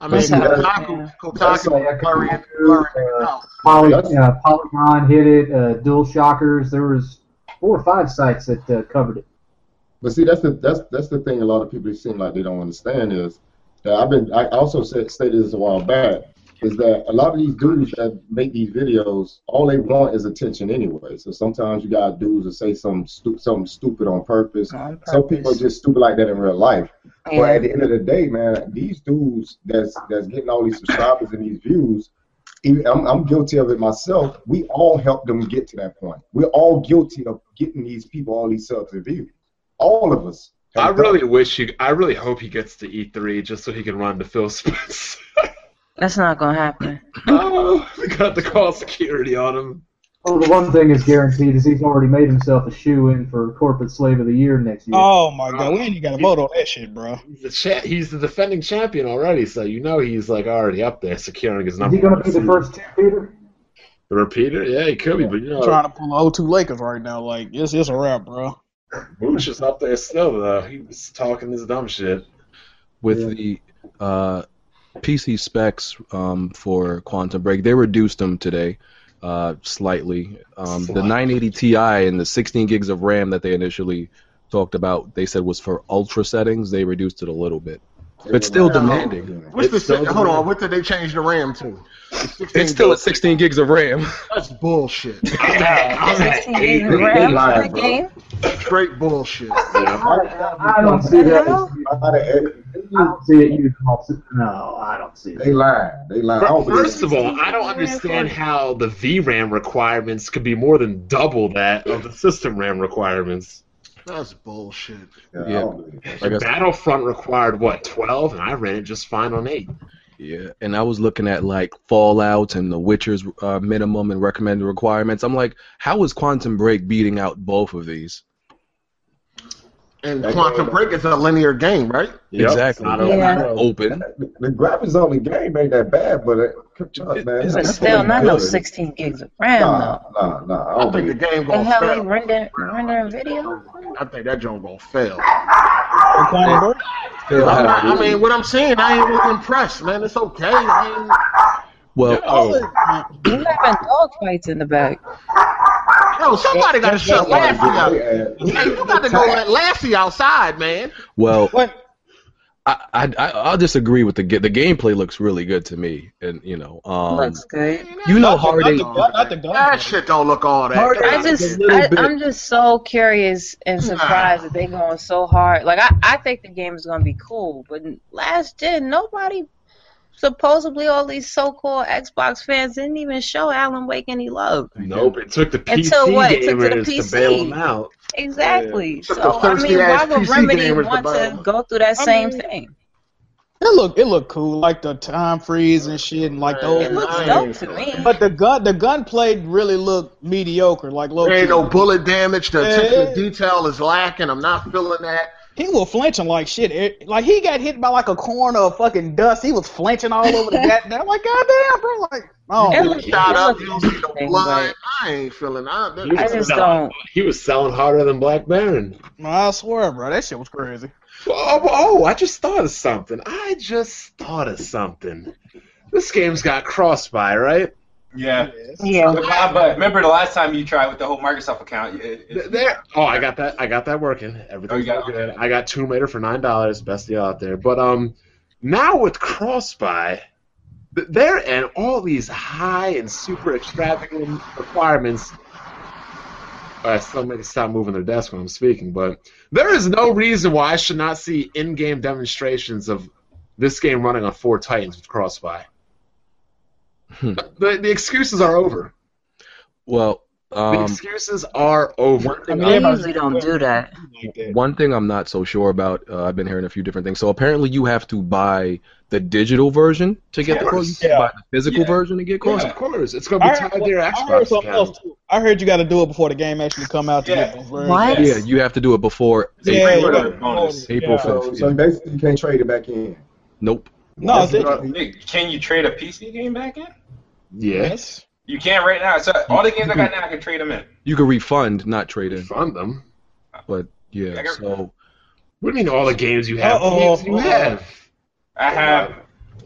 [SPEAKER 8] I mean,
[SPEAKER 3] That's not-
[SPEAKER 8] Kotaku,
[SPEAKER 5] That's
[SPEAKER 8] Kotaku,
[SPEAKER 5] like a
[SPEAKER 8] worrying,
[SPEAKER 5] Kotaku,
[SPEAKER 8] worrying.
[SPEAKER 5] uh,
[SPEAKER 8] No.
[SPEAKER 5] Poly,
[SPEAKER 3] That's-
[SPEAKER 5] uh, Polygon hit it. Uh, Dual Shockers. There was four or five sites that uh, covered it.
[SPEAKER 3] But see, that's the that's that's the thing. A lot of people seem like they don't understand is that I've been. I also said stated this a while back is that a lot of these dudes that make these videos, all they want is attention anyway. So sometimes you got dudes that say some stu- something stupid on purpose.
[SPEAKER 4] On
[SPEAKER 3] Some people are just stupid like that in real life. But
[SPEAKER 4] Yeah.
[SPEAKER 3] at the end of the day, man, these dudes that's that's getting all these subscribers and these views, even, I'm, I'm guilty of it myself. We all helped them get to that point. We're all guilty of getting these people all these subs and views. All of us.
[SPEAKER 2] I really wish he. I really hope he gets to E3 just so he can run to Phil Spencer.
[SPEAKER 4] That's not gonna happen.
[SPEAKER 2] oh, we got to call security on him.
[SPEAKER 5] Well, the one thing is guaranteed is he's already made himself a shoe in for Corporate Slave of the Year next year.
[SPEAKER 6] Oh my god, we ain't even got a vote on that shit, bro.
[SPEAKER 2] He's the cha- He's the defending champion already, so you know he's like already up there securing his
[SPEAKER 5] is
[SPEAKER 2] number.
[SPEAKER 5] he going
[SPEAKER 2] one
[SPEAKER 5] to be the
[SPEAKER 2] seed.
[SPEAKER 5] first two, Peter?
[SPEAKER 2] The repeater? Yeah, he could be, but you know,
[SPEAKER 6] trying to pull O two Lakers right now. Like it's it's a wrap, bro.
[SPEAKER 2] Booch is up there still though. He was talking his dumb shit.
[SPEAKER 1] With
[SPEAKER 3] Yeah.
[SPEAKER 1] the uh, PC specs um, for Quantum Break, they reduced them today uh, slightly. Um, The
[SPEAKER 2] Slightly.
[SPEAKER 1] 980 Ti and the 16 gigs of RAM that they initially talked about, they said was for ultra settings. They reduced it a little bit. It's still demanding.
[SPEAKER 8] What's the
[SPEAKER 1] It's so
[SPEAKER 8] shit? Hold on.
[SPEAKER 1] demanding.
[SPEAKER 8] What did they change the RAM to? It's 16
[SPEAKER 1] It's still at
[SPEAKER 8] gigs.
[SPEAKER 1] 16 gigs of RAM.
[SPEAKER 8] That's bullshit.
[SPEAKER 4] Sixteen
[SPEAKER 3] they
[SPEAKER 4] grams
[SPEAKER 3] lying,
[SPEAKER 4] for the
[SPEAKER 3] bro.
[SPEAKER 4] game.
[SPEAKER 8] Straight bullshit.
[SPEAKER 5] I don't see that. as- I don't see it used. also. No, I don't see
[SPEAKER 3] They
[SPEAKER 5] that.
[SPEAKER 3] lie. They lie. I don't believe
[SPEAKER 2] First of all, I don't understand how the VRAM requirements could be more than double that of the system RAM requirements.
[SPEAKER 8] That's bullshit.
[SPEAKER 3] it.
[SPEAKER 1] Yeah.
[SPEAKER 3] I don't believe it.
[SPEAKER 1] Like I
[SPEAKER 2] Battlefront required what, 12, and I ran it just fine on 8.
[SPEAKER 1] Yeah, and I was looking at like Fallout and The Witcher's uh, minimum and recommended requirements. I'm like, how is Quantum Break beating out both of these?
[SPEAKER 8] And
[SPEAKER 3] That
[SPEAKER 8] Quantum
[SPEAKER 3] game-
[SPEAKER 8] Break is a linear game, right?
[SPEAKER 1] Exactly.
[SPEAKER 2] Not
[SPEAKER 4] Yeah.
[SPEAKER 2] not
[SPEAKER 1] Open.
[SPEAKER 3] The, the graphics on the game ain't that bad, but it, trust, man,
[SPEAKER 1] It's
[SPEAKER 4] But
[SPEAKER 3] that's
[SPEAKER 4] still,
[SPEAKER 3] what
[SPEAKER 4] not
[SPEAKER 3] they
[SPEAKER 4] no
[SPEAKER 3] do.
[SPEAKER 4] 16 gigs of RAM.
[SPEAKER 3] Nah, nah, nah. I
[SPEAKER 8] I
[SPEAKER 3] don't
[SPEAKER 8] think
[SPEAKER 3] believe
[SPEAKER 8] the
[SPEAKER 3] it.
[SPEAKER 8] game
[SPEAKER 4] though. The
[SPEAKER 8] gonna
[SPEAKER 4] hell they
[SPEAKER 8] fail.
[SPEAKER 4] render, rendering video?
[SPEAKER 8] I think that joint gonna fail.
[SPEAKER 6] Quantum Break?
[SPEAKER 1] They'll
[SPEAKER 8] I'm
[SPEAKER 1] have-
[SPEAKER 8] not- I mean, what I'm saying, I ain't really impressed, man. It's okay. I mean,
[SPEAKER 1] Well, oh,
[SPEAKER 4] You having dog fights in the back.
[SPEAKER 8] yo, somebody gotta shut
[SPEAKER 3] Somebody
[SPEAKER 8] Lassie out.
[SPEAKER 3] get their ass-
[SPEAKER 8] Hey, you got to go let Lassie outside, man.
[SPEAKER 1] well,
[SPEAKER 6] What?
[SPEAKER 1] I, I, I I'll disagree with the ga- the gameplay looks really good to me, and you know, um,
[SPEAKER 4] Looks good.
[SPEAKER 1] you know,
[SPEAKER 6] Not the-
[SPEAKER 1] Harding.
[SPEAKER 6] not the gun- not the gun.
[SPEAKER 8] That shit don't look all that.
[SPEAKER 1] Hard-
[SPEAKER 8] bad.
[SPEAKER 4] I just,
[SPEAKER 1] little
[SPEAKER 4] I,
[SPEAKER 1] bit.
[SPEAKER 4] I'm just so curious and surprised that they're going so hard. Like, I, I think the game is going to be cool, but last gen, nobody, supposedly all these so-called Xbox fans didn't even show Alan Wake any love.
[SPEAKER 2] Nope, it took the PC
[SPEAKER 4] Until what? It took to the
[SPEAKER 2] gamers to
[SPEAKER 4] PC.
[SPEAKER 2] bail him out.
[SPEAKER 4] Exactly.
[SPEAKER 8] Took
[SPEAKER 4] So,
[SPEAKER 8] the
[SPEAKER 4] I mean, why
[SPEAKER 8] thirsty-ass
[SPEAKER 4] would
[SPEAKER 8] PC
[SPEAKER 4] Remedy
[SPEAKER 8] gamers to
[SPEAKER 4] want
[SPEAKER 8] buy
[SPEAKER 4] to
[SPEAKER 8] one.
[SPEAKER 4] go through that
[SPEAKER 6] I
[SPEAKER 4] same
[SPEAKER 6] mean,
[SPEAKER 4] thing?
[SPEAKER 6] It look it look cool, like the time freeze and shit, and like the old.
[SPEAKER 4] It looks
[SPEAKER 8] I
[SPEAKER 4] dope
[SPEAKER 8] ain't-
[SPEAKER 4] to me.
[SPEAKER 6] But the gun the gunplay really looked mediocre, like low
[SPEAKER 8] There
[SPEAKER 6] key.
[SPEAKER 8] ain't no bullet damage. The
[SPEAKER 6] Yeah.
[SPEAKER 8] attention to detail is lacking. I'm not feeling that.
[SPEAKER 6] He was flinching like shit. It- like he got hit by like a corner of fucking dust. He was flinching all over the goddamn. I'm like, goddamn, bro. Like,
[SPEAKER 4] It
[SPEAKER 6] oh,
[SPEAKER 4] looked-
[SPEAKER 8] shot
[SPEAKER 4] it
[SPEAKER 8] up,
[SPEAKER 4] looked
[SPEAKER 8] you don't see no
[SPEAKER 4] interesting,
[SPEAKER 8] blood. I ain't feeling. I, that,
[SPEAKER 2] You
[SPEAKER 4] I
[SPEAKER 2] was
[SPEAKER 4] just
[SPEAKER 2] selling-
[SPEAKER 4] don't-
[SPEAKER 2] He was selling harder than Black Baron.
[SPEAKER 6] I swear, bro, that shit was crazy.
[SPEAKER 2] Oh, oh, I just thought of something. I just thought of something. This game's got cross buy, right?
[SPEAKER 7] Yeah.
[SPEAKER 4] Yeah.
[SPEAKER 7] But, but remember the last time you tried with the whole Microsoft account? It,
[SPEAKER 2] Th-
[SPEAKER 7] it,
[SPEAKER 2] There. Oh, I got that. I got that working. Everything's
[SPEAKER 7] Oh, you got it.
[SPEAKER 2] good. I got Tomb Raider for nine dollars, best deal out there. But um, now with cross buy, th- there and all these high and super extravagant requirements. I still make stop moving their desk when I'm speaking, but there is no reason why I should not see in-game demonstrations of this game running on four Titans with cross buy.
[SPEAKER 1] Hmm.
[SPEAKER 2] the, the excuses are over.
[SPEAKER 1] Well,
[SPEAKER 2] The
[SPEAKER 1] um,
[SPEAKER 2] excuses are over.
[SPEAKER 4] I usually don't do that.
[SPEAKER 6] Like that.
[SPEAKER 1] one thing I'm not so sure about. Uh, I've been hearing a few different things. So apparently, you have to buy the digital version to get
[SPEAKER 2] Of
[SPEAKER 1] the cross.
[SPEAKER 2] course.
[SPEAKER 1] You can buy the physical
[SPEAKER 7] Yeah.
[SPEAKER 1] version to get cross.
[SPEAKER 7] Yeah.
[SPEAKER 2] Of course, it's gonna
[SPEAKER 6] I
[SPEAKER 2] be tied
[SPEAKER 6] heard,
[SPEAKER 2] to your
[SPEAKER 6] I heard
[SPEAKER 2] Xbox
[SPEAKER 6] something
[SPEAKER 2] account.
[SPEAKER 6] else too. I heard you got to do it before the game actually come out. To
[SPEAKER 7] Yeah.
[SPEAKER 6] get those versions.
[SPEAKER 4] What?
[SPEAKER 1] Yeah, you have to do it before
[SPEAKER 6] Yeah,
[SPEAKER 1] April.
[SPEAKER 6] you
[SPEAKER 7] April
[SPEAKER 6] got-
[SPEAKER 7] bonus.
[SPEAKER 1] April
[SPEAKER 6] yeah.
[SPEAKER 3] So, so basically, you can't trade it back in.
[SPEAKER 1] Nope.
[SPEAKER 6] No, it's
[SPEAKER 7] it- Nick, can you trade a PC game back in?
[SPEAKER 2] Yeah,
[SPEAKER 6] yes.
[SPEAKER 7] You can right now. So all the games I got now, I can trade them in.
[SPEAKER 1] You can refund, not trade in.
[SPEAKER 2] fund them.
[SPEAKER 1] But yeah,
[SPEAKER 7] I got-
[SPEAKER 1] so
[SPEAKER 2] What do you mean all the games you have?
[SPEAKER 6] Uh-oh.
[SPEAKER 2] Games you have.
[SPEAKER 7] I have.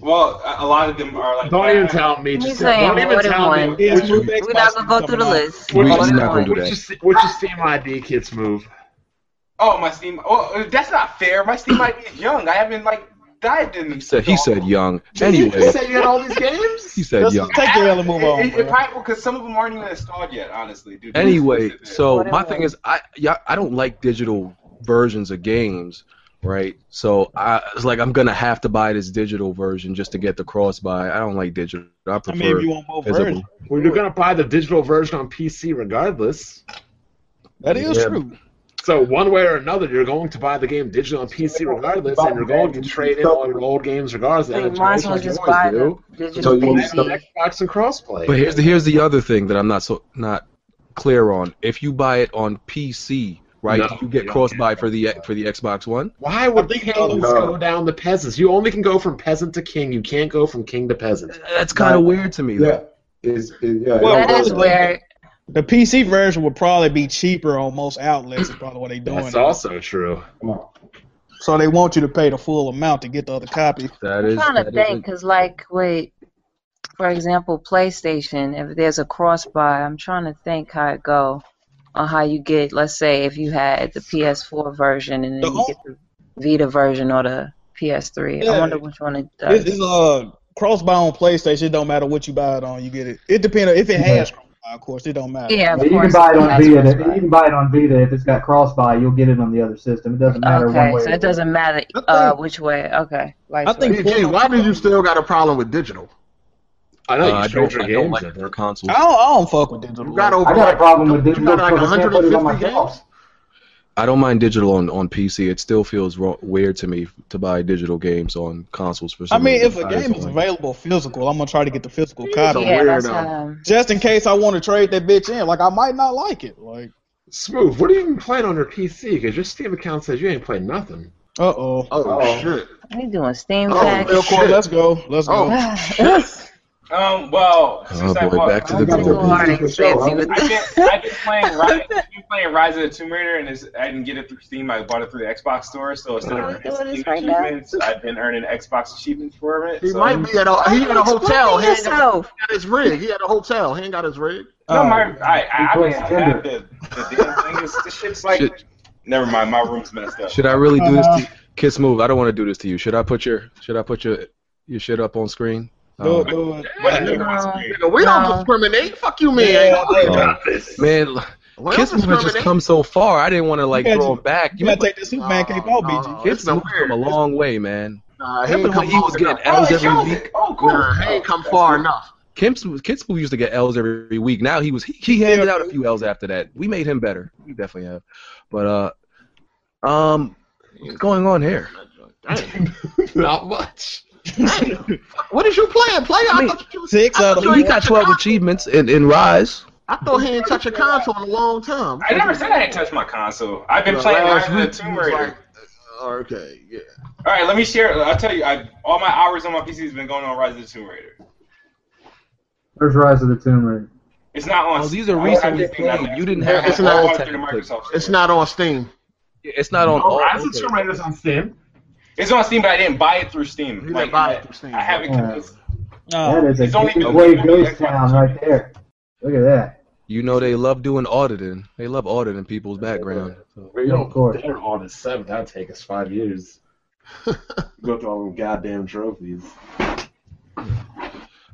[SPEAKER 7] Well, a a lot of them are like.
[SPEAKER 2] Don't even tell me.
[SPEAKER 4] He's
[SPEAKER 2] Just
[SPEAKER 4] saying
[SPEAKER 2] don't even
[SPEAKER 4] what it
[SPEAKER 2] tell me.
[SPEAKER 4] wants.
[SPEAKER 6] Yes, move
[SPEAKER 4] We're not gonna go through the list.
[SPEAKER 1] we,
[SPEAKER 2] We're
[SPEAKER 1] are
[SPEAKER 2] just-
[SPEAKER 4] Hold
[SPEAKER 1] not
[SPEAKER 4] on.
[SPEAKER 1] gonna do
[SPEAKER 2] What's
[SPEAKER 1] that.
[SPEAKER 2] your, what's your Steam ID kids move?
[SPEAKER 7] Oh, my Steam. Oh, that's not fair. My Steam ID is young. I haven't like dived in.
[SPEAKER 1] He said he said young.
[SPEAKER 2] you
[SPEAKER 1] Anyway,
[SPEAKER 2] say you had all these games?
[SPEAKER 1] he said
[SPEAKER 6] Just
[SPEAKER 1] young.
[SPEAKER 6] take the L and move on.
[SPEAKER 7] It, it, it
[SPEAKER 6] bro.
[SPEAKER 7] probably because some of them aren't even installed yet, honestly, dude.
[SPEAKER 1] Anyway, so
[SPEAKER 4] Whatever.
[SPEAKER 1] my thing is, I yeah, I don't like digital versions of games, right? So I it's like I'm gonna have to buy this digital version just to get the cross buy. I don't like digital. I
[SPEAKER 6] I mean,
[SPEAKER 1] prefer
[SPEAKER 6] if you want both
[SPEAKER 1] physical.
[SPEAKER 6] versions,
[SPEAKER 2] Well, you're gonna buy the digital version on PC regardless.
[SPEAKER 6] that is
[SPEAKER 1] Yeah.
[SPEAKER 6] true.
[SPEAKER 2] So one way or another, you're going to buy the game digital on PC regardless, and you're going to trade in all your old games regardless.
[SPEAKER 4] So you
[SPEAKER 2] And
[SPEAKER 4] might as well
[SPEAKER 2] that's what
[SPEAKER 4] just
[SPEAKER 2] you
[SPEAKER 4] buy
[SPEAKER 2] always
[SPEAKER 4] the
[SPEAKER 2] do.
[SPEAKER 3] So
[SPEAKER 4] digital
[SPEAKER 3] you
[SPEAKER 4] thing.
[SPEAKER 3] want
[SPEAKER 2] That's on Xbox and crossplay.
[SPEAKER 1] But here's the here's the other thing that I'm not so not clear on. If you buy it on PC, right,
[SPEAKER 2] No,
[SPEAKER 1] do you
[SPEAKER 2] you
[SPEAKER 1] get
[SPEAKER 2] don't
[SPEAKER 1] cross buy for the for the Xbox One?
[SPEAKER 2] Why would
[SPEAKER 6] think
[SPEAKER 2] kings
[SPEAKER 3] no.
[SPEAKER 2] go down the peasants? You only can go from peasant to king. You can't go from king to peasant.
[SPEAKER 1] That's kind of
[SPEAKER 3] Right.
[SPEAKER 1] weird to me. though.
[SPEAKER 3] Yeah, it's it, yeah.
[SPEAKER 6] Well,
[SPEAKER 4] That
[SPEAKER 3] it's-
[SPEAKER 4] is weird.
[SPEAKER 6] The PC version would probably be cheaper on most outlets. Is probably what they doing.
[SPEAKER 2] That's also true.
[SPEAKER 3] come on.
[SPEAKER 6] So they want you to pay the full amount to get the other copy.
[SPEAKER 1] That
[SPEAKER 4] I'm
[SPEAKER 1] is.
[SPEAKER 4] trying to
[SPEAKER 1] that is-
[SPEAKER 4] think, cause like, wait, for example, PlayStation. If there's a cross buy, I'm trying to think how it go, on how you get. Let's say if you had the PS4 version and then
[SPEAKER 6] The
[SPEAKER 4] you get the Vita version or the PS3. I
[SPEAKER 6] Yeah.
[SPEAKER 4] wonder which one it does.
[SPEAKER 6] It's, it's uh crossbuy on PlayStation. It don't matter what you buy it on, you get it. It depends on if it has crossbuy, of course. It don't matter.
[SPEAKER 4] yeah, of
[SPEAKER 5] you can
[SPEAKER 4] course.
[SPEAKER 5] buy it on
[SPEAKER 4] that's
[SPEAKER 5] Vita.
[SPEAKER 4] cross
[SPEAKER 5] You
[SPEAKER 4] buy.
[SPEAKER 5] can buy it on Vita if it's got cross buy. You'll get it on the other system. It doesn't matter one
[SPEAKER 4] Okay,
[SPEAKER 5] way.
[SPEAKER 4] so
[SPEAKER 5] or
[SPEAKER 4] it doesn't matter
[SPEAKER 6] I
[SPEAKER 4] uh,
[SPEAKER 6] think-
[SPEAKER 4] which way. Okay, like
[SPEAKER 6] I think-
[SPEAKER 8] BG, why do you still got a problem with digital?
[SPEAKER 2] I know
[SPEAKER 1] Uh,
[SPEAKER 2] you
[SPEAKER 1] I
[SPEAKER 2] trade
[SPEAKER 1] don't,
[SPEAKER 2] your
[SPEAKER 1] I don't
[SPEAKER 2] games.
[SPEAKER 1] like their consoles.
[SPEAKER 6] I don't, I don't fuck with digital.
[SPEAKER 8] You got over
[SPEAKER 5] I got
[SPEAKER 8] like,
[SPEAKER 5] a problem with
[SPEAKER 8] you
[SPEAKER 5] digital
[SPEAKER 8] got like
[SPEAKER 5] because I can't put it on my
[SPEAKER 8] 150 games.
[SPEAKER 5] shelf.
[SPEAKER 1] I don't mind digital on, on PC. It still feels wrong, weird to me to buy digital games on consoles for
[SPEAKER 6] I
[SPEAKER 1] some
[SPEAKER 6] mean,
[SPEAKER 1] reason.
[SPEAKER 6] if a
[SPEAKER 1] I
[SPEAKER 6] game
[SPEAKER 1] don't
[SPEAKER 6] is
[SPEAKER 1] like-
[SPEAKER 6] available physical, I'm gonna try to get the physical copy.
[SPEAKER 8] a
[SPEAKER 4] yeah, that's
[SPEAKER 8] weirdo.
[SPEAKER 4] how.
[SPEAKER 6] Just in case I want to trade that bitch in, like I might not like it. Like,
[SPEAKER 2] Smooth. What are you even playing on your PC? Because your Steam account says you ain't playing nothing.
[SPEAKER 6] uh oh.
[SPEAKER 8] Oh,
[SPEAKER 3] Oh.
[SPEAKER 8] shit!
[SPEAKER 4] We doing Steam
[SPEAKER 8] Oh,
[SPEAKER 4] Pack.
[SPEAKER 8] real
[SPEAKER 6] Cool,
[SPEAKER 8] shit.
[SPEAKER 6] let's go. Let's go.
[SPEAKER 8] Oh.
[SPEAKER 7] Um. Well, since I
[SPEAKER 1] Oh, boy,
[SPEAKER 7] bought-
[SPEAKER 1] back to
[SPEAKER 4] I'm
[SPEAKER 1] the
[SPEAKER 4] gonna
[SPEAKER 1] video
[SPEAKER 4] go hard and
[SPEAKER 3] For sure,
[SPEAKER 4] fancy with
[SPEAKER 7] I've been, I've been playing Rise,
[SPEAKER 4] that.
[SPEAKER 7] I've been playing Rise of the Tomb Raider, and it's, I didn't get it through Steam. I bought it through the Xbox store, so instead of
[SPEAKER 4] Are we
[SPEAKER 7] earning
[SPEAKER 4] doing this
[SPEAKER 7] Steam
[SPEAKER 4] right now?
[SPEAKER 7] achievements, I've been earning Xbox achievements for it.
[SPEAKER 8] He
[SPEAKER 7] so-
[SPEAKER 8] might be at a he at a hotel. He ain't got
[SPEAKER 4] yourself.
[SPEAKER 8] he got his rig. He at a hotel. He ain't got his rig.
[SPEAKER 7] No,
[SPEAKER 6] Um,
[SPEAKER 7] my, I, I, I,
[SPEAKER 5] playing
[SPEAKER 7] I
[SPEAKER 5] Tinder.
[SPEAKER 7] have the, the damn thing. Is, this shit's like.
[SPEAKER 1] Shit.
[SPEAKER 7] Never mind, my room's messed up.
[SPEAKER 1] Should I really do this?
[SPEAKER 6] Uh-huh.
[SPEAKER 1] to you? Kiss move. I don't want to do this to you. Should I put your Should I put your your shit up on screen?
[SPEAKER 6] do
[SPEAKER 1] Oh,
[SPEAKER 6] it, do it.
[SPEAKER 7] What if you
[SPEAKER 4] No.
[SPEAKER 7] want to-
[SPEAKER 8] Nigga, we
[SPEAKER 4] No.
[SPEAKER 8] don't discriminate. Fuck you, man.
[SPEAKER 6] Yeah,
[SPEAKER 8] We don't
[SPEAKER 1] yeah. man, l- Kiss move has just
[SPEAKER 8] discriminate.
[SPEAKER 1] come so far. I didn't want to like
[SPEAKER 6] You gotta
[SPEAKER 1] throw
[SPEAKER 6] ju-
[SPEAKER 1] him back.
[SPEAKER 6] You gotta take this Superman cape off,
[SPEAKER 8] No,
[SPEAKER 6] BG.
[SPEAKER 8] no,
[SPEAKER 1] Kiss
[SPEAKER 8] it's been
[SPEAKER 1] move come
[SPEAKER 8] weird.
[SPEAKER 1] a long way, man.
[SPEAKER 8] Nah, he ain't
[SPEAKER 1] Remember
[SPEAKER 8] come
[SPEAKER 1] when he was
[SPEAKER 8] far
[SPEAKER 1] getting
[SPEAKER 8] enough.
[SPEAKER 7] Oh,
[SPEAKER 1] L's
[SPEAKER 7] it
[SPEAKER 1] every
[SPEAKER 7] shows
[SPEAKER 1] week?
[SPEAKER 7] it. Oh, cool.
[SPEAKER 8] Nah, he ain't come
[SPEAKER 7] That's
[SPEAKER 8] far
[SPEAKER 7] cool.
[SPEAKER 8] enough.
[SPEAKER 1] Kids, kids who used to get L's every week. Now he was he, he handed out a few L's after that. We made him better. We definitely have. But uh, um, what's going on here?
[SPEAKER 8] Dang.
[SPEAKER 2] Not much.
[SPEAKER 8] Damn. What is you playing? Play? I,
[SPEAKER 1] mean,
[SPEAKER 8] thought you was,
[SPEAKER 6] Six
[SPEAKER 2] uh,
[SPEAKER 6] out of
[SPEAKER 1] He got 12 achievements in, in Rise.
[SPEAKER 8] I thought he ain't touched a console in a long time.
[SPEAKER 7] I never said I had touched my console. I've been
[SPEAKER 8] Nah,
[SPEAKER 7] playing Rise
[SPEAKER 8] last
[SPEAKER 7] of the
[SPEAKER 8] week,
[SPEAKER 7] Tomb
[SPEAKER 8] he was
[SPEAKER 7] Raider.
[SPEAKER 8] like, uh, Okay, yeah.
[SPEAKER 7] All right, let me share. I'll tell you, I, all my hours on my PC has been going on Rise of the Tomb Raider.
[SPEAKER 5] There's Rise of the Tomb Raider.
[SPEAKER 7] It's not on.
[SPEAKER 1] Oh, these are
[SPEAKER 7] I- I
[SPEAKER 1] recently
[SPEAKER 7] just think I'm
[SPEAKER 1] played. You
[SPEAKER 7] actually-
[SPEAKER 1] didn't have
[SPEAKER 7] I-
[SPEAKER 8] it's
[SPEAKER 7] I
[SPEAKER 8] not-
[SPEAKER 7] bought it through the Microsoft Store.
[SPEAKER 8] It's not on Steam.
[SPEAKER 1] It's not on.
[SPEAKER 2] Oh,
[SPEAKER 1] all-
[SPEAKER 2] Rise of
[SPEAKER 1] okay.
[SPEAKER 2] Tomb Raider's on Steam.
[SPEAKER 7] It's on Steam, but I didn't buy it through
[SPEAKER 8] You
[SPEAKER 7] Steam.
[SPEAKER 8] didn't
[SPEAKER 7] Like,
[SPEAKER 8] buy it through Steam.
[SPEAKER 7] I haven't.
[SPEAKER 5] Yeah.
[SPEAKER 6] Oh,
[SPEAKER 5] that is
[SPEAKER 7] It's
[SPEAKER 5] a
[SPEAKER 7] only
[SPEAKER 5] big
[SPEAKER 7] been-
[SPEAKER 5] way ghost town right there. Look at that.
[SPEAKER 1] You know they love doing auditing. They love auditing people's background. So.
[SPEAKER 2] We
[SPEAKER 5] Of course.
[SPEAKER 2] don't dare on a seven. That'd take us five years. Go through all them goddamn trophies.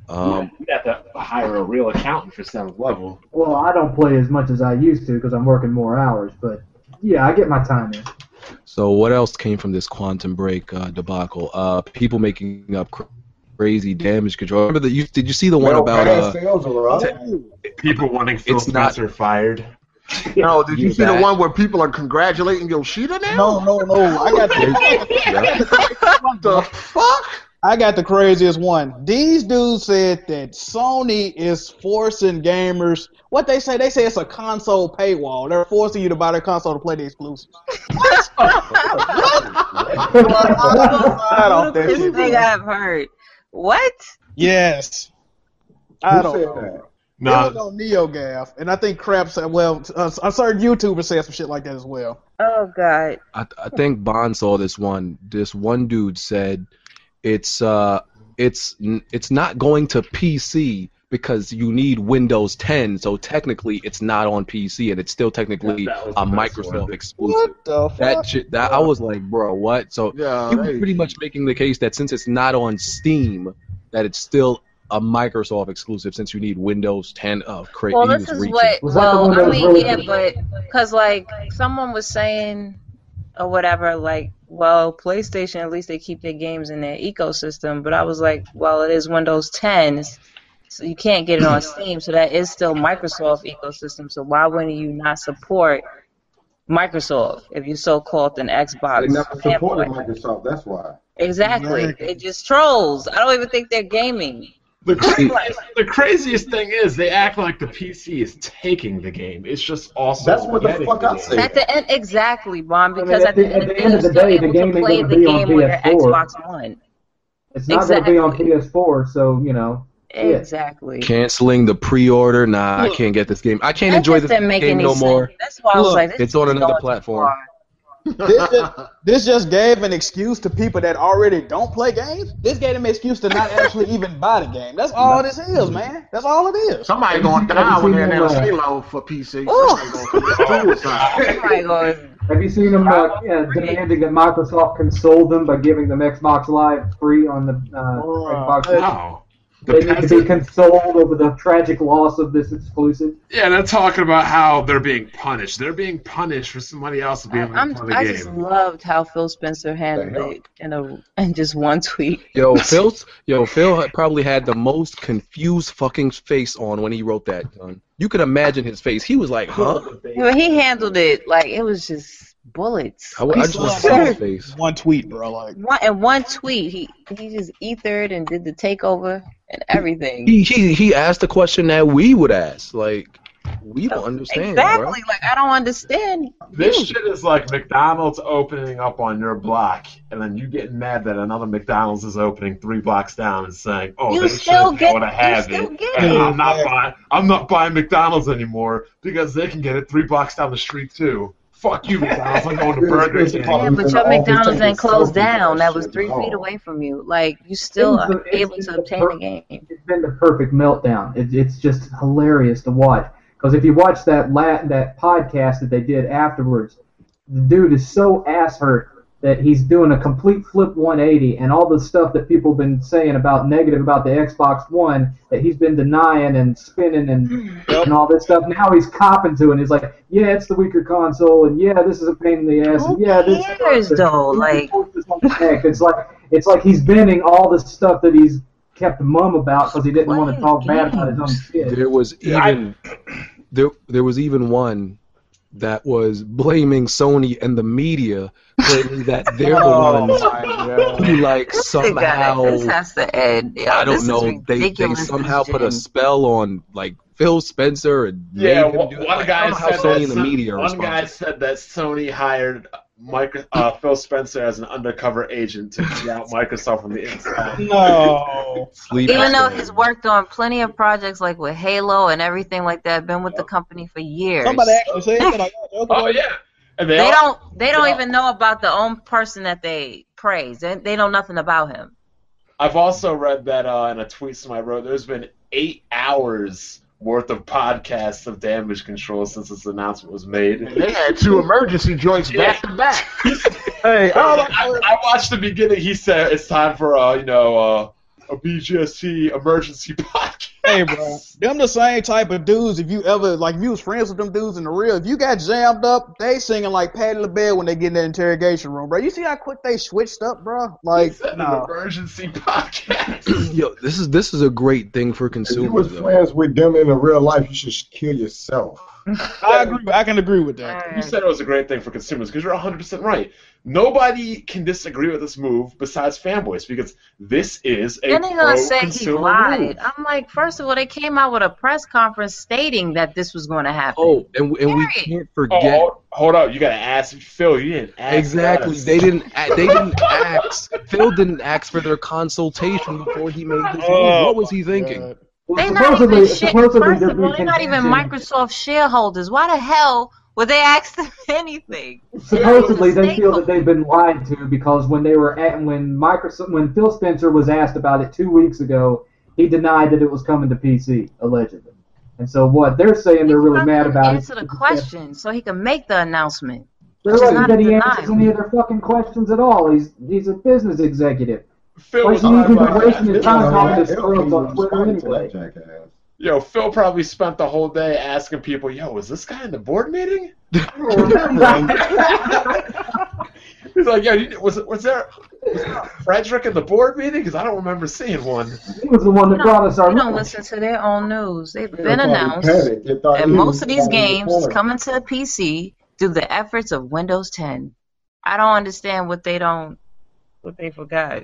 [SPEAKER 1] Um,
[SPEAKER 2] You'd have to hire a real accountant for seventh level.
[SPEAKER 5] Well, I don't play as much as I used to because I'm working more hours, but yeah, I get my time in.
[SPEAKER 1] So what else came from this quantum break uh, debacle? Uh, people making up cr- crazy damage control. Remember that you did you see the one about uh,
[SPEAKER 3] sales are up.
[SPEAKER 2] People wanting Phil
[SPEAKER 1] It's not-
[SPEAKER 2] Spencer fired.
[SPEAKER 8] No, did you,
[SPEAKER 1] You
[SPEAKER 8] see the
[SPEAKER 1] back.
[SPEAKER 8] one where people are congratulating Yoshida now?
[SPEAKER 6] no, no, no. I got the,
[SPEAKER 8] What the fuck?
[SPEAKER 6] I got the craziest one. These dudes said that Sony is forcing gamers. What they say? They say it's a console paywall. They're forcing you to buy their console to play the exclusives. I don't think
[SPEAKER 4] This thing I've heard. What?
[SPEAKER 6] Yes. I
[SPEAKER 3] Who
[SPEAKER 6] don't
[SPEAKER 3] said
[SPEAKER 6] know.
[SPEAKER 3] that?
[SPEAKER 6] It was on NeoGAF, and I think Crap said, well, uh, a certain YouTuber said some shit like that as well.
[SPEAKER 4] Oh God.
[SPEAKER 1] I, I think Bond saw this one. This one dude said, "It's uh, it's n- it's not going to PC because you need Windows 10. So technically, it's not on PC, and it's still technically
[SPEAKER 2] Yeah, that was
[SPEAKER 1] a
[SPEAKER 2] the best
[SPEAKER 1] Microsoft
[SPEAKER 2] one.
[SPEAKER 1] exclusive."
[SPEAKER 6] What the fuck?
[SPEAKER 1] That shit. That I was like, bro, what? So
[SPEAKER 8] Yeah,
[SPEAKER 1] he was
[SPEAKER 8] they-
[SPEAKER 1] pretty much making the case that since it's not on Steam, that it's still a Microsoft exclusive. Since you need Windows 10, oh, crazy.
[SPEAKER 4] Well, this is what.
[SPEAKER 5] Was that the
[SPEAKER 4] Well,
[SPEAKER 5] one that
[SPEAKER 4] I
[SPEAKER 5] was
[SPEAKER 4] mean,
[SPEAKER 5] really
[SPEAKER 4] yeah,
[SPEAKER 5] good?
[SPEAKER 4] but because like someone was saying or whatever, like, well, PlayStation at least they keep their games in their ecosystem. But I was like, well, it is Windows 10, so you can't get it on Steam. So that is still Microsoft ecosystem. So why wouldn't you not support Microsoft if you're so called an
[SPEAKER 3] They
[SPEAKER 4] Xbox?
[SPEAKER 3] never supported
[SPEAKER 4] fanboy?
[SPEAKER 3] Microsoft. That's why.
[SPEAKER 4] Exactly. It just trolls. I don't even think they're gaming.
[SPEAKER 2] The,
[SPEAKER 1] See-
[SPEAKER 2] craziest, the craziest thing is they act like the PC is taking the game. It's just also
[SPEAKER 3] That's what the
[SPEAKER 2] getting
[SPEAKER 3] fuck I
[SPEAKER 2] game.
[SPEAKER 3] say.
[SPEAKER 4] At the end, exactly, Ron.
[SPEAKER 5] mean,
[SPEAKER 4] Because
[SPEAKER 5] at
[SPEAKER 4] at, the,
[SPEAKER 5] the-
[SPEAKER 4] end of the day, you're still
[SPEAKER 5] the
[SPEAKER 4] able
[SPEAKER 5] game
[SPEAKER 4] to
[SPEAKER 5] ain't
[SPEAKER 4] play
[SPEAKER 5] gonna
[SPEAKER 4] the
[SPEAKER 5] be on
[SPEAKER 4] game on your
[SPEAKER 5] PS4.
[SPEAKER 4] Xbox One.
[SPEAKER 5] It's not going to
[SPEAKER 4] Exactly.
[SPEAKER 5] be on PS4, so you know. Yeah.
[SPEAKER 4] Exactly.
[SPEAKER 1] Canceling the pre-order? Nah, I can't get this game. I can't
[SPEAKER 4] That
[SPEAKER 1] enjoy
[SPEAKER 4] just
[SPEAKER 1] this
[SPEAKER 4] didn't
[SPEAKER 1] game
[SPEAKER 4] make any
[SPEAKER 1] no
[SPEAKER 4] sense.
[SPEAKER 1] more.
[SPEAKER 4] That's why I was
[SPEAKER 6] Look,
[SPEAKER 4] like, this
[SPEAKER 1] it's on
[SPEAKER 4] is
[SPEAKER 1] another
[SPEAKER 4] going too
[SPEAKER 1] platform.
[SPEAKER 4] far.
[SPEAKER 6] This just, this just gave an excuse to people that already don't play games. This gave them an excuse to not actually even buy the game. That's all this is, man. That's all it is.
[SPEAKER 8] Somebody going to die when they're in Halo for PC. Somebody gonna commit suicide.
[SPEAKER 4] Oh my God.
[SPEAKER 5] Have you seen them uh, yeah, demanding that Microsoft console them by giving them Xbox Live free on the uh,
[SPEAKER 6] Wow.
[SPEAKER 5] Xbox?
[SPEAKER 2] Wow. The
[SPEAKER 5] They need to be
[SPEAKER 2] peasant-
[SPEAKER 5] consoled over the tragic loss of this exclusive.
[SPEAKER 2] yeah, they're talking about how they're being punished. They're being punished for somebody else being able to
[SPEAKER 4] I'm,
[SPEAKER 2] play the
[SPEAKER 4] I
[SPEAKER 2] game.
[SPEAKER 4] just loved how Phil Spencer handled it in a in just one tweet.
[SPEAKER 1] Yo, Phil, yo, Phil had- probably had the most confused fucking face on when he wrote that. Son. You could imagine his face. He was like, huh?
[SPEAKER 4] But he handled it like it was just bullets.
[SPEAKER 1] I, w- I just want to see his face.
[SPEAKER 6] One tweet, bro. Like,
[SPEAKER 4] One in one tweet, he he just ethered and did the takeover and everything.
[SPEAKER 1] He, he he asked the question that we would ask. Like, we don't understand,
[SPEAKER 4] exactly.
[SPEAKER 1] bro.
[SPEAKER 4] Like I don't understand.
[SPEAKER 2] This shit is like McDonald's opening up on your block, and then you getting mad that another McDonald's is opening three blocks down and saying, "Oh,
[SPEAKER 4] You
[SPEAKER 2] they
[SPEAKER 4] still
[SPEAKER 2] should
[SPEAKER 4] get-
[SPEAKER 2] go to
[SPEAKER 4] you
[SPEAKER 2] have
[SPEAKER 4] still
[SPEAKER 2] it."
[SPEAKER 4] get
[SPEAKER 2] and
[SPEAKER 6] it.
[SPEAKER 2] I'm not buying. I'm not buying McDonald's anymore because they can get it three blocks down the street too. Fuck you, McDonald's! I'm going to Burger King.
[SPEAKER 3] Yeah,
[SPEAKER 4] Yeah, but
[SPEAKER 3] Even
[SPEAKER 4] your
[SPEAKER 3] all
[SPEAKER 4] McDonald's
[SPEAKER 3] the taking
[SPEAKER 4] then closed
[SPEAKER 3] selfies
[SPEAKER 4] down.
[SPEAKER 3] and
[SPEAKER 4] That was
[SPEAKER 3] shit
[SPEAKER 4] three
[SPEAKER 3] and all.
[SPEAKER 4] feet away from you. Like you still
[SPEAKER 5] It's the-
[SPEAKER 4] are able
[SPEAKER 5] it's
[SPEAKER 4] to
[SPEAKER 5] the
[SPEAKER 4] obtain the
[SPEAKER 5] per-
[SPEAKER 4] game.
[SPEAKER 5] it's been the perfect meltdown. It, it's just hilarious to watch. Because if you watch that la- that podcast that they did afterwards, the dude is so ass hurt that he's doing a complete flip 180, and all the stuff that people have been saying about negative about the Xbox One that he's been denying and spinning and and all this stuff. Now he's copping to it. And he's like, yeah, it's the weaker console, and yeah, this is a pain in the ass, and
[SPEAKER 4] Who
[SPEAKER 5] yeah, this.
[SPEAKER 4] cares though? Like
[SPEAKER 5] it's like it's like he's venting all the stuff that he's kept mum about because he didn't want to talk bad about his own kid.
[SPEAKER 1] There was even there there was even one that was blaming Sony and the media, claiming that they're the ones who like
[SPEAKER 4] Oh. They got
[SPEAKER 1] somehow
[SPEAKER 4] it. this has to end. Yo,
[SPEAKER 1] I
[SPEAKER 4] this
[SPEAKER 1] don't
[SPEAKER 4] is
[SPEAKER 1] know they they
[SPEAKER 4] ridiculous
[SPEAKER 1] somehow put a
[SPEAKER 4] decision.
[SPEAKER 1] spell on like Phil Spencer and
[SPEAKER 2] Yeah,
[SPEAKER 1] made him
[SPEAKER 2] one,
[SPEAKER 1] do it.
[SPEAKER 2] one
[SPEAKER 1] Like, I
[SPEAKER 2] guy
[SPEAKER 1] don't know how
[SPEAKER 2] said
[SPEAKER 1] Sony
[SPEAKER 2] that
[SPEAKER 1] and the
[SPEAKER 2] Son-
[SPEAKER 1] media are
[SPEAKER 2] One guy
[SPEAKER 1] responsible.
[SPEAKER 2] said that Sony hired Mike, uh, Phil Spencer as an undercover agent to get out Microsoft from the inside.
[SPEAKER 6] No.
[SPEAKER 1] Sleep
[SPEAKER 4] Even though
[SPEAKER 1] Town.
[SPEAKER 4] he's worked on plenty of projects like with Halo and everything like that, been with the company for years.
[SPEAKER 6] Somebody actually said that. Like, oh,
[SPEAKER 2] Oh yeah, and they, all,
[SPEAKER 4] they don't they don't even know about the own person that they praise. They, they know nothing about him.
[SPEAKER 2] I've also read that uh, in a tweet somebody wrote. There's been eight hours worth of podcasts of damage control since this announcement was made.
[SPEAKER 8] They had two emergency joints back to back.
[SPEAKER 6] Hey, all I
[SPEAKER 2] I,
[SPEAKER 6] heard-
[SPEAKER 2] I watched the beginning. He said it's time for uh, you know uh, a BGST emergency podcast.
[SPEAKER 6] hey, bro. Them the same type of dudes. If you ever like, if you was friends with them dudes in the real, if you got jammed up, they singing like Patty LaBelle when they get in that interrogation room, bro. You see how quick they switched up, bro? Like,
[SPEAKER 2] It's an
[SPEAKER 6] no.
[SPEAKER 2] emergency podcast.
[SPEAKER 1] Yo, this is this is a great thing for
[SPEAKER 3] If you was
[SPEAKER 1] consumers. though.
[SPEAKER 3] friends with them in the real life, you should kill yourself.
[SPEAKER 6] I agree. I can agree with that.
[SPEAKER 2] You said it was a great thing for consumers because you're 100% right. Nobody can disagree with this move besides fanboys because this is a
[SPEAKER 4] Then they're gonna say he
[SPEAKER 2] pro-consumer
[SPEAKER 4] lied.
[SPEAKER 2] move.
[SPEAKER 4] I'm like, first of all, they came out with a press conference stating that this was going to happen.
[SPEAKER 1] Oh, and and we
[SPEAKER 4] Period.
[SPEAKER 1] can't
[SPEAKER 2] Oh,
[SPEAKER 1] forget
[SPEAKER 2] hold, hold up, you gotta ask Phil. You didn't ask
[SPEAKER 1] exactly.
[SPEAKER 2] us.
[SPEAKER 1] They didn't a- they didn't ask. Phil didn't ask for their consultation before he made this move. What was he thinking?
[SPEAKER 6] Uh,
[SPEAKER 4] They
[SPEAKER 5] Well,
[SPEAKER 4] not even
[SPEAKER 5] supposedly,
[SPEAKER 4] shit.
[SPEAKER 5] supposedly
[SPEAKER 4] First
[SPEAKER 5] they're
[SPEAKER 4] of all,
[SPEAKER 5] being
[SPEAKER 4] they're not even
[SPEAKER 5] contingent-
[SPEAKER 4] Microsoft shareholders. Why the hell would they ask them anything?
[SPEAKER 5] Supposedly they feel
[SPEAKER 4] Stakeholders.
[SPEAKER 5] that they've been lied to because when they were at when Microsoft when Phil Spencer was asked about it two weeks ago, he denied that it was coming to PC allegedly. And so what they're saying they're really
[SPEAKER 4] He's
[SPEAKER 5] mad
[SPEAKER 4] not
[SPEAKER 5] about
[SPEAKER 4] Answer
[SPEAKER 5] it.
[SPEAKER 4] the question so he can make the announcement.
[SPEAKER 5] They're
[SPEAKER 4] It's
[SPEAKER 5] right
[SPEAKER 4] not
[SPEAKER 5] that he
[SPEAKER 4] denied.
[SPEAKER 5] answers any of their fucking questions at all. He's he's a business executive.
[SPEAKER 2] Phil
[SPEAKER 5] Why
[SPEAKER 2] was
[SPEAKER 5] you need
[SPEAKER 2] probably
[SPEAKER 5] to
[SPEAKER 2] like,
[SPEAKER 5] waste your
[SPEAKER 2] "This
[SPEAKER 5] time
[SPEAKER 2] is
[SPEAKER 5] talking
[SPEAKER 2] right."
[SPEAKER 5] to squirrels on Twitter
[SPEAKER 3] Responding to
[SPEAKER 5] anyway.
[SPEAKER 3] that jackass.
[SPEAKER 2] Yo, Phil probably spent the whole day asking people, "Yo, was this guy in the board meeting?" I don't remember. He's like, "Yo, you- was was there, was there Frederick in the board meeting? Because I don't remember seeing one."
[SPEAKER 5] He was the one that
[SPEAKER 4] No,
[SPEAKER 5] brought us our
[SPEAKER 4] They don't
[SPEAKER 5] lunch.
[SPEAKER 4] listen to their own news. They've
[SPEAKER 3] They
[SPEAKER 4] been
[SPEAKER 3] probably
[SPEAKER 4] announced.
[SPEAKER 3] panicked. They thought
[SPEAKER 4] And
[SPEAKER 3] he
[SPEAKER 4] most
[SPEAKER 3] was
[SPEAKER 4] of these
[SPEAKER 3] somebody in the
[SPEAKER 4] games is
[SPEAKER 3] corner.
[SPEAKER 4] coming to the PC through the efforts of Windows 10. I don't understand what they don't, what they forgot.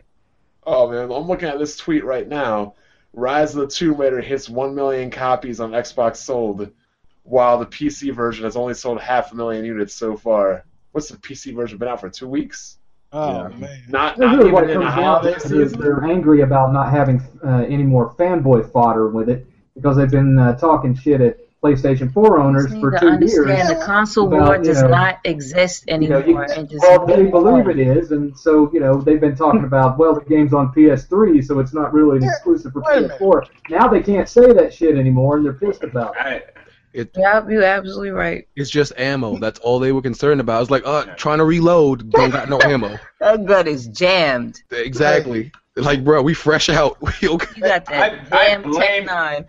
[SPEAKER 2] Oh man, I'm looking at this tweet right now. Rise of the Tomb Raider hits 1 million copies on Xbox sold, while the PC version has only sold half a million units so far. What's the PC version been out for two weeks?
[SPEAKER 6] Oh man.
[SPEAKER 2] Not,
[SPEAKER 5] That's
[SPEAKER 2] not
[SPEAKER 5] really what
[SPEAKER 2] even in
[SPEAKER 5] it
[SPEAKER 2] the
[SPEAKER 5] comes down
[SPEAKER 2] holiday
[SPEAKER 5] to. Is
[SPEAKER 2] season.
[SPEAKER 5] they're angry about not having uh, any more fanboy fodder with it because they've been uh, talking shit at PlayStation 4 owners
[SPEAKER 4] Just need
[SPEAKER 5] for
[SPEAKER 4] to
[SPEAKER 5] two years.
[SPEAKER 4] understand the console
[SPEAKER 5] about,
[SPEAKER 4] war
[SPEAKER 5] you
[SPEAKER 4] does
[SPEAKER 5] know,
[SPEAKER 4] not exist
[SPEAKER 5] you know,
[SPEAKER 4] anymore.
[SPEAKER 5] you,
[SPEAKER 4] It just-
[SPEAKER 5] well, they believe it is, and so you know they've been talking about well, the game's on PS3, so it's not really an
[SPEAKER 6] Yeah,
[SPEAKER 5] exclusive for
[SPEAKER 6] wait a minute.
[SPEAKER 5] PS4. Now they can't say that shit anymore, and they're pissed about it.
[SPEAKER 7] Alright.
[SPEAKER 4] Yep, you're absolutely right.
[SPEAKER 1] It's just ammo. That's all they were concerned about. It's like, uh, trying to reload, don't got no ammo.
[SPEAKER 4] That gut is jammed.
[SPEAKER 1] Exactly. Like, bro, we fresh out. We okay.
[SPEAKER 4] You got that
[SPEAKER 7] I- I
[SPEAKER 4] damn
[SPEAKER 7] blame-
[SPEAKER 4] Tech 9.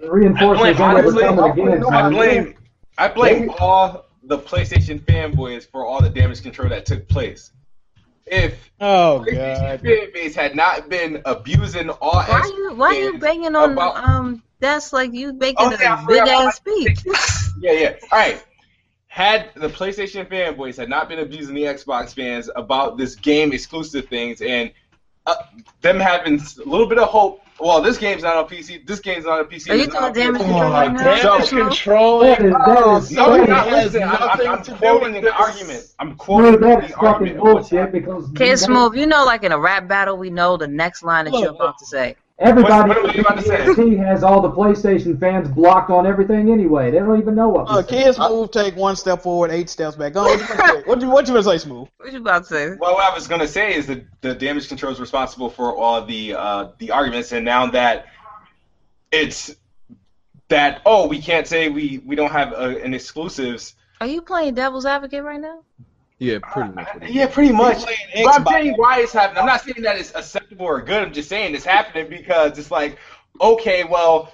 [SPEAKER 5] The reinforcements
[SPEAKER 7] I
[SPEAKER 5] are never
[SPEAKER 7] blame-
[SPEAKER 5] coming again.
[SPEAKER 7] I
[SPEAKER 5] son.
[SPEAKER 7] blame, I blame all the PlayStation fanboys for all the damage control that took place. If
[SPEAKER 6] Oh
[SPEAKER 7] PlayStation
[SPEAKER 6] god.
[SPEAKER 7] fan base had not been abusing all
[SPEAKER 4] Why you why you
[SPEAKER 7] and
[SPEAKER 4] banging on
[SPEAKER 7] about-
[SPEAKER 4] um that's like you making
[SPEAKER 7] Oh, yeah, I
[SPEAKER 4] a
[SPEAKER 7] forgot
[SPEAKER 4] big
[SPEAKER 7] about
[SPEAKER 4] ass speech.
[SPEAKER 7] Yeah, yeah. All right. Had the PlayStation fanboys had not been abusing the Xbox fans about this game exclusive things and uh, them having s- a little bit of hope. Well, this game's not on PC. This game's not on PC.
[SPEAKER 4] Are you
[SPEAKER 7] it's
[SPEAKER 4] doing
[SPEAKER 7] not on
[SPEAKER 4] damage
[SPEAKER 7] PS4.
[SPEAKER 4] control right now?
[SPEAKER 2] Damage
[SPEAKER 4] So-
[SPEAKER 2] controlling.
[SPEAKER 5] That is, that is
[SPEAKER 7] No,
[SPEAKER 5] so
[SPEAKER 7] you're not
[SPEAKER 2] It has
[SPEAKER 7] listening. I'm, I'm,
[SPEAKER 2] nothing
[SPEAKER 7] I'm
[SPEAKER 2] to do
[SPEAKER 7] quoting
[SPEAKER 2] with
[SPEAKER 7] an
[SPEAKER 2] this.
[SPEAKER 7] argument. I'm
[SPEAKER 5] No, that's
[SPEAKER 7] quoting the
[SPEAKER 5] fucking
[SPEAKER 7] argument. of what's
[SPEAKER 5] bullshit
[SPEAKER 7] happening.
[SPEAKER 5] because
[SPEAKER 4] Kids
[SPEAKER 5] you know,
[SPEAKER 4] move, you know like in a rap battle we know the next line that
[SPEAKER 6] Look,
[SPEAKER 4] you're about to say.
[SPEAKER 5] everybody
[SPEAKER 7] What- what are you about to say?
[SPEAKER 5] PSP has all the PlayStation fans blocked on everything anyway. They don't even know what.
[SPEAKER 6] Uh,
[SPEAKER 5] we said.
[SPEAKER 6] kids move, take one step forward, eight steps back. Go. on, What you gonna say? What you what you gonna say, Smooth?
[SPEAKER 4] What you about to say?
[SPEAKER 7] Well, what I was gonna say is that the damage control is responsible for all the uh, the arguments, and now that it's that oh we can't say we we don't have uh an exclusives.
[SPEAKER 4] Are you playing devil's advocate right now?
[SPEAKER 1] Yeah, pretty much. What it is.
[SPEAKER 7] Yeah, pretty much.
[SPEAKER 6] Playing
[SPEAKER 7] But I'm
[SPEAKER 6] Xbox.
[SPEAKER 7] telling you why it's happening. I'm not saying that it's acceptable or good. I'm just saying it's happening because it's like okay, well.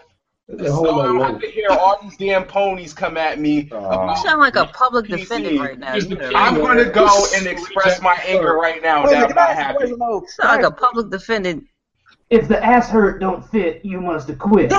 [SPEAKER 3] There's a whole
[SPEAKER 7] So
[SPEAKER 3] nother
[SPEAKER 7] I'm gonna
[SPEAKER 3] level.
[SPEAKER 7] hear all these damn ponies come at me.
[SPEAKER 2] Aw.
[SPEAKER 7] about
[SPEAKER 4] You sound like a public
[SPEAKER 7] PC.
[SPEAKER 4] defendant right now.
[SPEAKER 2] Just
[SPEAKER 4] You
[SPEAKER 2] the
[SPEAKER 4] know.
[SPEAKER 7] I'm
[SPEAKER 4] You
[SPEAKER 2] camera.
[SPEAKER 7] gonna go and express my anger right now
[SPEAKER 6] Wait a
[SPEAKER 7] that
[SPEAKER 6] minute,
[SPEAKER 7] I'm
[SPEAKER 6] can I
[SPEAKER 7] not
[SPEAKER 6] ask a
[SPEAKER 7] happy.
[SPEAKER 6] question though?
[SPEAKER 4] sound like a public defendant
[SPEAKER 9] If the ass hurt don't fit, you must have quit.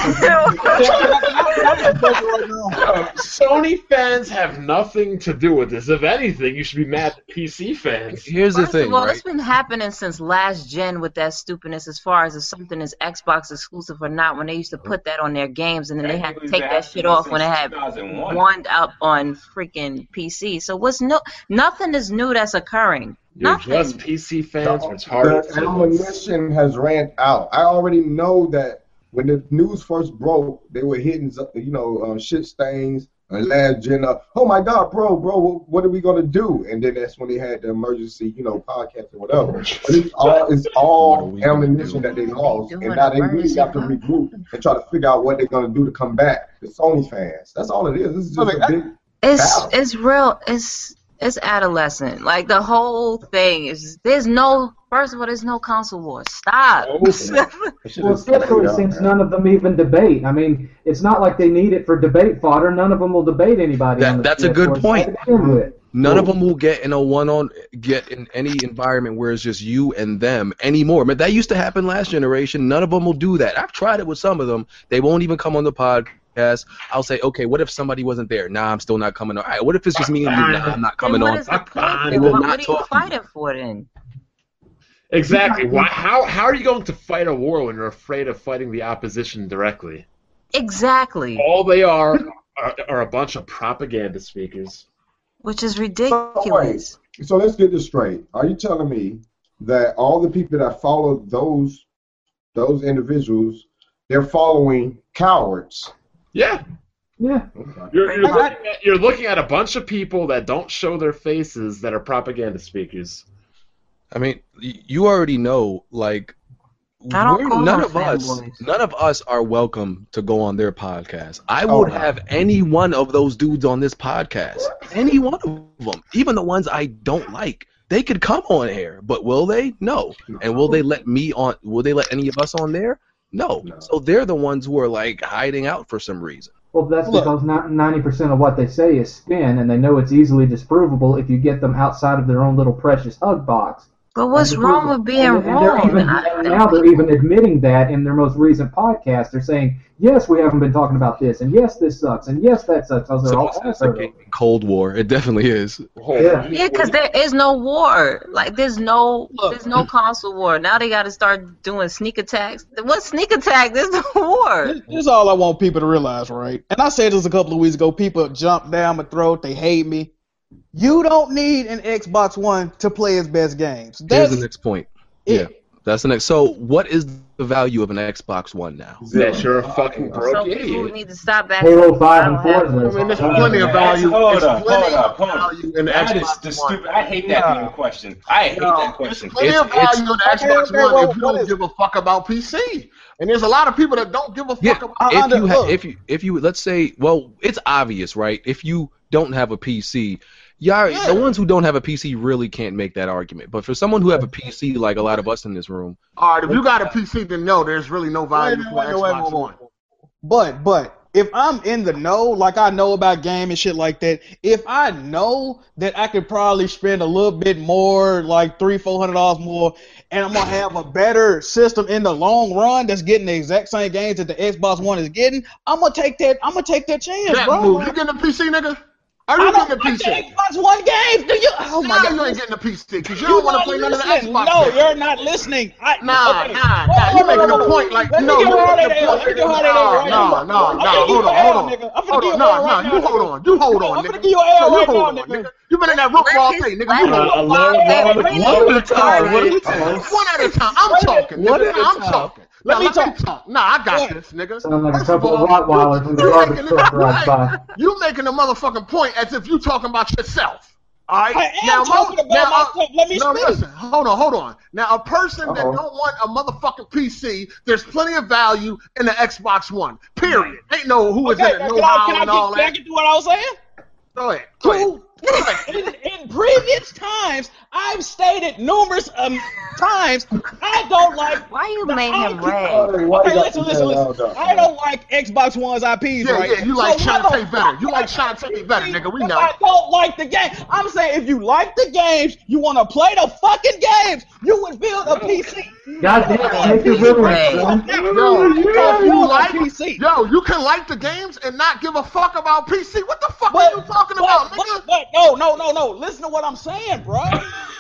[SPEAKER 2] Uh, Sony fans have nothing to do with this. If anything, you should be mad at PC fans.
[SPEAKER 1] Here's the
[SPEAKER 4] First
[SPEAKER 1] thing,
[SPEAKER 4] of all,
[SPEAKER 1] right?
[SPEAKER 4] it's been happening since last gen with that stupidness as far as if something is Xbox exclusive or not. When they used to put that on their games and then they had to take that shit off when it had wound up on freaking PC. So what's new? Nothing is new that's occurring.
[SPEAKER 2] You're
[SPEAKER 4] Nothing.
[SPEAKER 2] just PC fans,
[SPEAKER 3] The
[SPEAKER 2] retarded.
[SPEAKER 3] ammunition has ran out. I already know that when the news first broke, they were hitting, you know, um, shit stains and last gen up. Oh my God, bro, bro, what, what are we gonna do? And then that's when they had the emergency, you know, podcast or whatever. But it's all, it's
[SPEAKER 1] What are we
[SPEAKER 3] all
[SPEAKER 1] gonna
[SPEAKER 3] ammunition
[SPEAKER 4] do?
[SPEAKER 3] that they lost,
[SPEAKER 4] Doing
[SPEAKER 3] and now they really
[SPEAKER 4] emergency
[SPEAKER 3] have to regroup and try to figure out what they're gonna do to come back. The Sony fans. That's all it is. This is just a big.
[SPEAKER 4] It's
[SPEAKER 3] Wow.
[SPEAKER 4] it's real. It's it's adolescent. Like the whole thing is. There's no. First of all, there's no console war. Stop.
[SPEAKER 2] Oh, snap.
[SPEAKER 5] Well, especially since none of them even debate. I mean, it's not like they need it for debate fodder. None of them will debate anybody.
[SPEAKER 1] That-
[SPEAKER 5] on the
[SPEAKER 1] that's a good
[SPEAKER 5] PS4 side to begin with.
[SPEAKER 1] None of them will get in a one-on get in any environment where it's just you and them anymore. Man, that used to happen last generation. None of them will do that. I've tried it with some of them. They won't even come on the podcast. I'll say, okay, what if somebody wasn't there? Nah, I'm still not coming on. All right, what if it's just me and you? Nah, I'm not coming
[SPEAKER 4] Then
[SPEAKER 1] on.
[SPEAKER 4] What is the point?
[SPEAKER 2] I
[SPEAKER 4] then?
[SPEAKER 1] will
[SPEAKER 4] What-
[SPEAKER 1] not
[SPEAKER 4] what are you
[SPEAKER 1] talk to you.
[SPEAKER 4] fighting for then?
[SPEAKER 2] Exactly. Why? How? How are you going to fight a war when you're afraid of fighting the opposition directly?
[SPEAKER 4] Exactly.
[SPEAKER 2] All they are are, are a bunch of propaganda speakers.
[SPEAKER 4] Which is ridiculous.
[SPEAKER 3] So let's get this straight. Are you telling me that all the people that follow those those individuals, they're following cowards?
[SPEAKER 2] Yeah.
[SPEAKER 5] Yeah.
[SPEAKER 2] You're, you're,
[SPEAKER 4] I-
[SPEAKER 2] looking at, you're looking at a bunch of people that don't show their faces that are propaganda speakers.
[SPEAKER 1] I mean, y- you already know, like,
[SPEAKER 4] I don't
[SPEAKER 1] we're,
[SPEAKER 4] call
[SPEAKER 1] none
[SPEAKER 4] them
[SPEAKER 1] of us,
[SPEAKER 4] fanboys.
[SPEAKER 1] none of us are welcome to go on their podcast. I
[SPEAKER 3] Oh,
[SPEAKER 1] would
[SPEAKER 3] no.
[SPEAKER 1] have any one of those dudes on this podcast, any one of them, even the ones I don't like. They could come on here, but will they? No. And will they let me on? Will they let any of us on there? No.
[SPEAKER 3] No.
[SPEAKER 1] So they're the ones who are like hiding out for some reason.
[SPEAKER 5] Well, that's
[SPEAKER 6] Look.
[SPEAKER 5] because because ninety percent of what they say is spin, and they know it's easily disprovable if you get them outside of their own little precious hug box.
[SPEAKER 4] But what's
[SPEAKER 5] And
[SPEAKER 4] wrong
[SPEAKER 5] they're-
[SPEAKER 4] with being
[SPEAKER 5] and, and they're
[SPEAKER 4] wrong?
[SPEAKER 5] even-
[SPEAKER 4] I-
[SPEAKER 5] and now they're even admitting that in their most recent podcast. They're saying, "Yes, we haven't been talking about this, and yes, this sucks, and yes, that sucks." Because they're
[SPEAKER 1] So
[SPEAKER 5] all
[SPEAKER 1] it's- it's
[SPEAKER 5] awesome.
[SPEAKER 1] like a Cold War. It definitely is.
[SPEAKER 5] Yeah.
[SPEAKER 4] yeah, because there is no war. Like there's no
[SPEAKER 6] Look.
[SPEAKER 4] there's no console war. Now they got to start doing sneak attacks. What sneak attack? There's no war.
[SPEAKER 6] This, this is all I want people to realize, right? And I said this a couple of weeks ago. People jump down my throat. They hate me. You don't need an Xbox One to play its best games.
[SPEAKER 1] Here's
[SPEAKER 6] That's
[SPEAKER 1] the next point.
[SPEAKER 6] it.
[SPEAKER 1] That's the next. So, what is the value of an Xbox One now?
[SPEAKER 2] That you're a fucking
[SPEAKER 4] So
[SPEAKER 2] broke
[SPEAKER 4] people
[SPEAKER 2] idiot.
[SPEAKER 4] need to stop back.
[SPEAKER 5] Halo Five and
[SPEAKER 4] I don't have-
[SPEAKER 5] Forza. is
[SPEAKER 8] I mean, there's
[SPEAKER 5] awesome.
[SPEAKER 8] plenty of value.
[SPEAKER 7] Hold
[SPEAKER 8] there's
[SPEAKER 7] up,
[SPEAKER 8] plenty
[SPEAKER 7] hold up, hold
[SPEAKER 8] of
[SPEAKER 7] up.
[SPEAKER 8] value in
[SPEAKER 7] That is
[SPEAKER 8] Xbox
[SPEAKER 7] the
[SPEAKER 8] One.
[SPEAKER 7] stupid. I hate that damn question. I hate that question.
[SPEAKER 8] Plenty
[SPEAKER 1] It's-
[SPEAKER 8] of value in
[SPEAKER 6] it's-
[SPEAKER 8] Xbox
[SPEAKER 6] okay, okay,
[SPEAKER 8] One
[SPEAKER 6] what-
[SPEAKER 8] if you
[SPEAKER 6] what
[SPEAKER 8] don't
[SPEAKER 6] is-
[SPEAKER 8] give a fuck about PC. And there's a lot of people that don't give a fuck
[SPEAKER 1] Yeah.
[SPEAKER 8] about
[SPEAKER 6] I
[SPEAKER 1] if
[SPEAKER 6] under-
[SPEAKER 1] you ha-
[SPEAKER 6] look,
[SPEAKER 1] if you if you let's say well it's obvious right if you don't have a PC y'all
[SPEAKER 8] Yeah.
[SPEAKER 1] the ones who don't have a PC really can't make that argument but for someone who have a PC like a lot of us in this room
[SPEAKER 8] All right, if you got a PC, then no, there's really no value
[SPEAKER 6] Wait,
[SPEAKER 8] for
[SPEAKER 6] wait, wait, wait,
[SPEAKER 8] Xbox
[SPEAKER 6] wait,
[SPEAKER 8] One.
[SPEAKER 6] But but if I'm in the know, like I know about game and shit like that, if I know that I could probably spend a little bit more, like three, four hundred dollars more, and I'm gonna have a better system in the long run that's getting the exact same games that the Xbox One is getting, I'm gonna take that I'm gonna take that chance,
[SPEAKER 8] That
[SPEAKER 6] bro.
[SPEAKER 8] move.
[SPEAKER 6] Like,
[SPEAKER 8] You getting a PC, nigga? Are
[SPEAKER 6] I
[SPEAKER 8] you
[SPEAKER 6] don't
[SPEAKER 8] getting a
[SPEAKER 6] like the
[SPEAKER 8] PC?
[SPEAKER 6] Xbox One games. Do you oh my
[SPEAKER 8] Nah,
[SPEAKER 6] god.
[SPEAKER 8] you ain't getting a PC because you
[SPEAKER 6] You're
[SPEAKER 8] don't want to
[SPEAKER 6] not
[SPEAKER 8] play none of the
[SPEAKER 6] listening.
[SPEAKER 8] Xbox.
[SPEAKER 6] No,
[SPEAKER 8] games.
[SPEAKER 6] you're not listening. I,
[SPEAKER 8] Nah,
[SPEAKER 6] okay.
[SPEAKER 8] nah,
[SPEAKER 6] Hold
[SPEAKER 8] nah.
[SPEAKER 6] on,
[SPEAKER 8] You're making
[SPEAKER 6] hold
[SPEAKER 8] a
[SPEAKER 6] on.
[SPEAKER 8] point like
[SPEAKER 6] Let me
[SPEAKER 8] no.
[SPEAKER 6] get
[SPEAKER 8] you're
[SPEAKER 6] hard
[SPEAKER 8] making
[SPEAKER 6] at it.
[SPEAKER 8] a point
[SPEAKER 6] Let me get hard at it right
[SPEAKER 8] Nah,
[SPEAKER 6] now. I'm
[SPEAKER 8] nah, nah.
[SPEAKER 6] gonna give
[SPEAKER 8] Hold
[SPEAKER 6] you
[SPEAKER 8] on,
[SPEAKER 6] an
[SPEAKER 8] hold
[SPEAKER 6] L,
[SPEAKER 8] on.
[SPEAKER 6] nigga. I'm gonna give
[SPEAKER 8] Hold
[SPEAKER 6] you
[SPEAKER 8] on,
[SPEAKER 6] an L
[SPEAKER 8] nah,
[SPEAKER 6] right
[SPEAKER 8] nah.
[SPEAKER 6] now,
[SPEAKER 8] You hold
[SPEAKER 6] nigga.
[SPEAKER 8] on. You hold
[SPEAKER 6] I'm
[SPEAKER 8] on,
[SPEAKER 6] gonna
[SPEAKER 8] nigga.
[SPEAKER 6] give you an L
[SPEAKER 8] You
[SPEAKER 6] right
[SPEAKER 8] hold
[SPEAKER 6] now,
[SPEAKER 8] on,
[SPEAKER 6] nigga.
[SPEAKER 8] nigga. You've been in that rook
[SPEAKER 4] Let
[SPEAKER 8] wall
[SPEAKER 4] his-
[SPEAKER 8] thing, nigga.
[SPEAKER 4] let
[SPEAKER 8] You
[SPEAKER 4] his-
[SPEAKER 8] hold
[SPEAKER 4] Uh,
[SPEAKER 8] on.
[SPEAKER 1] what are you
[SPEAKER 8] One at a time. I'm talking,
[SPEAKER 1] One
[SPEAKER 8] nigga.
[SPEAKER 1] at a
[SPEAKER 8] I'm
[SPEAKER 1] time.
[SPEAKER 8] talking. Now,
[SPEAKER 6] Let
[SPEAKER 8] let
[SPEAKER 6] me
[SPEAKER 8] me talk. Nah, I got this, nigga.
[SPEAKER 5] Sound like a
[SPEAKER 8] First of
[SPEAKER 5] couple of
[SPEAKER 8] all,
[SPEAKER 5] Rottweilers
[SPEAKER 8] you-
[SPEAKER 5] in the
[SPEAKER 8] you
[SPEAKER 5] garbage
[SPEAKER 8] making-
[SPEAKER 5] truck drives by.
[SPEAKER 8] You making a motherfucking point as if you talking about yourself. All right.
[SPEAKER 6] I am
[SPEAKER 8] now, mo-
[SPEAKER 6] talking about
[SPEAKER 8] now, uh,
[SPEAKER 6] myself. Let me
[SPEAKER 8] no,
[SPEAKER 6] speak.
[SPEAKER 8] listen. Hold on, hold on. Now, a person that
[SPEAKER 3] Uh-oh.
[SPEAKER 8] don't want a motherfucking PC, there's plenty of value in the Xbox One. Period. Ain't no who is
[SPEAKER 6] Okay,
[SPEAKER 8] in
[SPEAKER 6] can I,
[SPEAKER 8] it, no
[SPEAKER 6] can I
[SPEAKER 8] how and all
[SPEAKER 6] get, can I
[SPEAKER 8] that.
[SPEAKER 6] get to what I was saying?
[SPEAKER 8] Go ahead. Go ahead.
[SPEAKER 6] Cool. it, it in previous times, I've stated numerous um, times I don't like.
[SPEAKER 4] Why you made him red?
[SPEAKER 3] Hey, why you
[SPEAKER 6] Okay,
[SPEAKER 3] got
[SPEAKER 6] listen,
[SPEAKER 3] to
[SPEAKER 6] listen,
[SPEAKER 3] say
[SPEAKER 6] listen.
[SPEAKER 3] that?
[SPEAKER 6] I don't like Xbox One's IPs,
[SPEAKER 8] Yeah,
[SPEAKER 6] right?
[SPEAKER 8] yeah, you like
[SPEAKER 6] So
[SPEAKER 8] Sean
[SPEAKER 6] I don't-
[SPEAKER 8] Tate better. You like Sean Tate better, nigga. We
[SPEAKER 6] If
[SPEAKER 8] know.
[SPEAKER 6] I don't like the game. I'm saying if you like the games, you want to play the fucking games, you would build a PC.
[SPEAKER 9] God damn, make your
[SPEAKER 4] Red.
[SPEAKER 9] villain.
[SPEAKER 8] Yo, if you like,
[SPEAKER 6] PC.
[SPEAKER 8] yo, you can like the games and not give a fuck about PC. What the fuck
[SPEAKER 6] But-
[SPEAKER 8] are you talking
[SPEAKER 6] But,
[SPEAKER 8] about,
[SPEAKER 6] but,
[SPEAKER 8] nigga?
[SPEAKER 6] but no, no, no, no. Listen to what I'm saying, bro.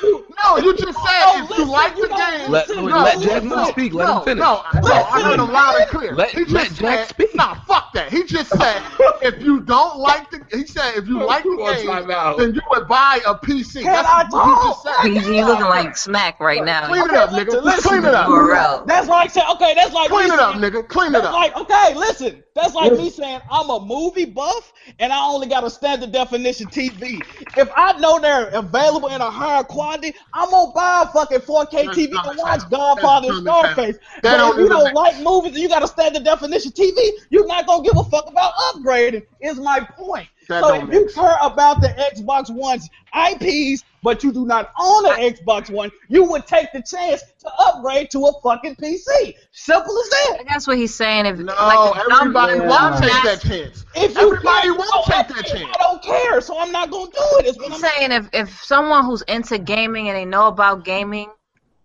[SPEAKER 6] You-
[SPEAKER 8] No, you just said
[SPEAKER 6] Oh,
[SPEAKER 8] if
[SPEAKER 6] listen,
[SPEAKER 8] you like
[SPEAKER 6] you
[SPEAKER 8] the
[SPEAKER 6] don't
[SPEAKER 8] games.
[SPEAKER 1] Let-
[SPEAKER 8] no,
[SPEAKER 6] listen,
[SPEAKER 1] let
[SPEAKER 6] no,
[SPEAKER 1] Jack
[SPEAKER 6] no,
[SPEAKER 1] Moore speak. Let
[SPEAKER 8] no,
[SPEAKER 1] him finish.
[SPEAKER 8] No, no, I heard him loud and clear.
[SPEAKER 1] Let-
[SPEAKER 8] he just
[SPEAKER 1] let Jack
[SPEAKER 8] said,
[SPEAKER 1] speak.
[SPEAKER 8] Nah, fuck that. He just said if you don't like the, he said if you like the
[SPEAKER 7] One
[SPEAKER 8] games,
[SPEAKER 7] time out.
[SPEAKER 8] then you would buy a PC.
[SPEAKER 6] Can
[SPEAKER 8] That's
[SPEAKER 6] I
[SPEAKER 8] what you just
[SPEAKER 6] talk?
[SPEAKER 8] said.
[SPEAKER 4] PG you looking like smack right now.
[SPEAKER 8] Clean it up, nigga.
[SPEAKER 6] Listen,
[SPEAKER 8] Clean it up.
[SPEAKER 4] URL.
[SPEAKER 6] That's like saying, okay, that's like
[SPEAKER 8] Clean
[SPEAKER 6] me
[SPEAKER 8] it up,
[SPEAKER 6] saying-
[SPEAKER 8] nigga. Clean it
[SPEAKER 6] That's
[SPEAKER 8] up.
[SPEAKER 6] like, okay, listen. That's like me saying I'm a movie buff and I only got a standard definition TV. If I know they're available in a higher quality, I'm gonna buy a fucking 4K
[SPEAKER 8] That's
[SPEAKER 6] TV
[SPEAKER 8] not
[SPEAKER 6] and
[SPEAKER 8] the
[SPEAKER 6] watch
[SPEAKER 8] same.
[SPEAKER 6] Godfather
[SPEAKER 8] That's
[SPEAKER 6] and
[SPEAKER 8] not the same.
[SPEAKER 6] Scarface.
[SPEAKER 8] They
[SPEAKER 6] But
[SPEAKER 8] don't
[SPEAKER 6] if you
[SPEAKER 8] do the
[SPEAKER 6] don't
[SPEAKER 8] same.
[SPEAKER 6] like movies and you got a standard definition TV, you're not gonna give a fuck about upgrading. Is my point.
[SPEAKER 8] That
[SPEAKER 6] so
[SPEAKER 8] don't
[SPEAKER 6] if
[SPEAKER 8] make
[SPEAKER 6] you care about the Xbox One's IPs, but you do not own an Xbox One, you would take the chance to upgrade to a fucking PC. Simple as that.
[SPEAKER 4] That's what he's saying. If
[SPEAKER 8] No,
[SPEAKER 4] like, if some-
[SPEAKER 8] everybody
[SPEAKER 4] if
[SPEAKER 8] won't
[SPEAKER 4] some
[SPEAKER 8] take that
[SPEAKER 4] guys-
[SPEAKER 8] chance.
[SPEAKER 6] If you
[SPEAKER 8] Everybody
[SPEAKER 6] can't
[SPEAKER 8] won't
[SPEAKER 6] go
[SPEAKER 8] take
[SPEAKER 6] up
[SPEAKER 8] that
[SPEAKER 6] there,
[SPEAKER 8] chance.
[SPEAKER 6] I don't care, so I'm not gonna do it. It's what
[SPEAKER 4] He's
[SPEAKER 6] I'm
[SPEAKER 4] saying if, if someone who's into gaming and they know about gaming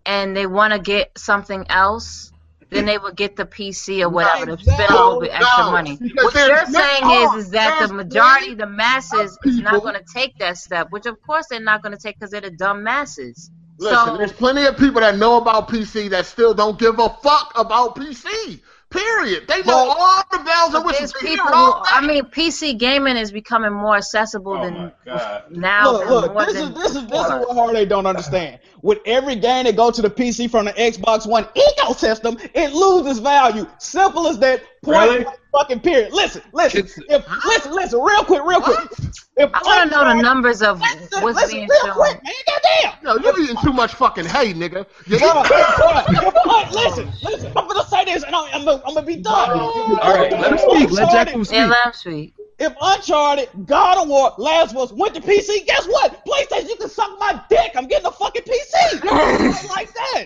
[SPEAKER 4] and they want to get something else, then they would get the PC or whatever to spend a little bit extra
[SPEAKER 8] No,
[SPEAKER 4] money.
[SPEAKER 8] because
[SPEAKER 4] What you're
[SPEAKER 8] there's-
[SPEAKER 4] saying
[SPEAKER 8] no,
[SPEAKER 4] is, is that the
[SPEAKER 8] there's
[SPEAKER 4] majority, the masses, is not
[SPEAKER 8] people-
[SPEAKER 4] going to take that step, which of course they're not going to take because they're the dumb masses.
[SPEAKER 8] Listen,
[SPEAKER 4] so
[SPEAKER 8] there's plenty of people that know about PC that still don't give a fuck about PC. Period. They know
[SPEAKER 6] Well,
[SPEAKER 8] all the bells and
[SPEAKER 4] but
[SPEAKER 8] whistles.
[SPEAKER 4] there's
[SPEAKER 8] They hear
[SPEAKER 4] people
[SPEAKER 8] it
[SPEAKER 4] who,
[SPEAKER 8] all
[SPEAKER 4] I
[SPEAKER 8] day.
[SPEAKER 4] mean, PC gaming is becoming more accessible
[SPEAKER 7] Oh my
[SPEAKER 4] than
[SPEAKER 7] god.
[SPEAKER 4] now.
[SPEAKER 6] look,
[SPEAKER 4] than
[SPEAKER 6] look,
[SPEAKER 4] more
[SPEAKER 6] this
[SPEAKER 4] than
[SPEAKER 6] is this is this is
[SPEAKER 4] before.
[SPEAKER 6] what Harley don't understand. With every game that go to the PC from the Xbox One ecosystem, it loses value. Simple as that. Point
[SPEAKER 7] Really?
[SPEAKER 6] blank fucking period. Listen, listen,
[SPEAKER 1] It's-
[SPEAKER 6] if listen, listen, real quick, real quick. If
[SPEAKER 4] I want to know the
[SPEAKER 6] Uncharted-
[SPEAKER 4] numbers of
[SPEAKER 6] Listen,
[SPEAKER 4] what's
[SPEAKER 6] listen,
[SPEAKER 4] being
[SPEAKER 6] real
[SPEAKER 4] shown.
[SPEAKER 6] quick, man. Goddamn.
[SPEAKER 8] No, you're eating too much fucking hay, nigga. You eat-
[SPEAKER 6] Bruh, bruh, if I- listen, listen. I'm gonna say this, and I'm, I'm, gonna, I'm gonna be done.
[SPEAKER 1] All right, let him speak. Let Jack Moore
[SPEAKER 4] Yeah,
[SPEAKER 1] speak.
[SPEAKER 4] lamb sweet.
[SPEAKER 6] If Uncharted, God of War, Last of Us went to PC, guess what? PlayStation, you can suck my dick. I'm getting a fucking PC. I like that.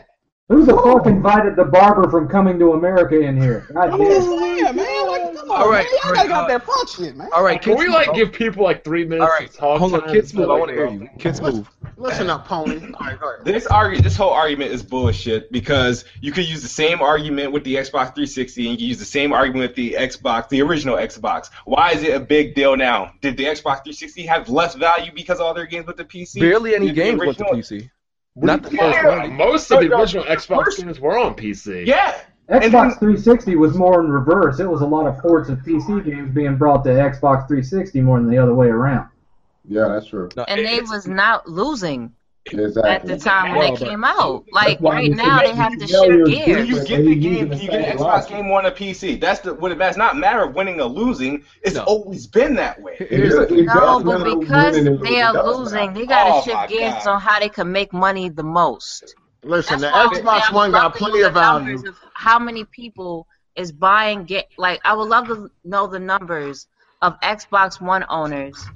[SPEAKER 5] Who the fuck invited the barber from coming to America in here? God
[SPEAKER 6] I'm
[SPEAKER 5] damn.
[SPEAKER 6] just saying, man. Like, come on,
[SPEAKER 1] All right,
[SPEAKER 6] man. Y'all
[SPEAKER 1] all
[SPEAKER 6] gotta
[SPEAKER 1] right,
[SPEAKER 6] get out
[SPEAKER 1] uh,
[SPEAKER 6] there function, man.
[SPEAKER 1] All right,
[SPEAKER 2] Can
[SPEAKER 1] kids
[SPEAKER 2] we
[SPEAKER 1] move.
[SPEAKER 2] like give people like three minutes
[SPEAKER 1] All right,
[SPEAKER 2] to talk?
[SPEAKER 1] hold on,
[SPEAKER 2] time
[SPEAKER 1] kids
[SPEAKER 2] so
[SPEAKER 1] move. I
[SPEAKER 2] they
[SPEAKER 1] want to
[SPEAKER 2] can-
[SPEAKER 1] hear you. Kids move.
[SPEAKER 8] Listen up, pony. All right, go ahead.
[SPEAKER 7] This argu- this whole argument is bullshit because you could use the same argument with the Xbox 360 and you can use the same argument with the Xbox, the original Xbox. Why is it a big deal now? Did the Xbox 360 have less value because all their games with the PC?
[SPEAKER 1] Barely any
[SPEAKER 7] Did the
[SPEAKER 1] games went to
[SPEAKER 7] original-
[SPEAKER 1] PC. Not the first
[SPEAKER 2] Yeah,
[SPEAKER 1] one.
[SPEAKER 2] Most of the
[SPEAKER 7] No, no,
[SPEAKER 2] original Xbox
[SPEAKER 7] first-
[SPEAKER 2] games were on PC.
[SPEAKER 7] Yeah,
[SPEAKER 5] Xbox 360 was more in reverse. It was a lot of ports of PC games being brought to Xbox 360 more than the other way around.
[SPEAKER 3] Yeah, that's true.
[SPEAKER 1] No,
[SPEAKER 4] And
[SPEAKER 1] it-
[SPEAKER 4] they
[SPEAKER 1] it's-
[SPEAKER 4] was not losing at the
[SPEAKER 3] Exactly.
[SPEAKER 4] time when
[SPEAKER 1] Well,
[SPEAKER 4] they
[SPEAKER 1] but-
[SPEAKER 4] came out. Like
[SPEAKER 3] That's why
[SPEAKER 4] right
[SPEAKER 3] you
[SPEAKER 4] now,
[SPEAKER 3] should
[SPEAKER 4] they have to
[SPEAKER 3] know your
[SPEAKER 4] shift
[SPEAKER 7] When
[SPEAKER 4] gears.
[SPEAKER 7] you
[SPEAKER 3] But
[SPEAKER 7] get
[SPEAKER 3] they
[SPEAKER 7] the
[SPEAKER 3] use
[SPEAKER 7] game,
[SPEAKER 3] the
[SPEAKER 7] you get an
[SPEAKER 3] same
[SPEAKER 7] Xbox
[SPEAKER 3] logic.
[SPEAKER 7] game on a PC. That's the what it matters. Not matter of winning or losing. It's
[SPEAKER 1] No.
[SPEAKER 7] always been that way.
[SPEAKER 1] here's the thing.
[SPEAKER 4] No,
[SPEAKER 3] It does matter
[SPEAKER 4] but
[SPEAKER 3] who's
[SPEAKER 4] because
[SPEAKER 3] winning and
[SPEAKER 4] they
[SPEAKER 3] it
[SPEAKER 4] are
[SPEAKER 3] does
[SPEAKER 4] losing,
[SPEAKER 3] matter.
[SPEAKER 4] they gotta
[SPEAKER 7] Oh, my
[SPEAKER 4] shift gears
[SPEAKER 7] God.
[SPEAKER 4] on how they can make money the most.
[SPEAKER 8] Listen,
[SPEAKER 4] That's
[SPEAKER 8] the
[SPEAKER 4] why I'm saying
[SPEAKER 8] Xbox
[SPEAKER 4] I would
[SPEAKER 8] One
[SPEAKER 4] love
[SPEAKER 8] got
[SPEAKER 4] to
[SPEAKER 8] plenty
[SPEAKER 4] know
[SPEAKER 8] of
[SPEAKER 4] the
[SPEAKER 8] value.
[SPEAKER 4] numbers of how many people is buying? Get like I would love to know the numbers of Xbox One owners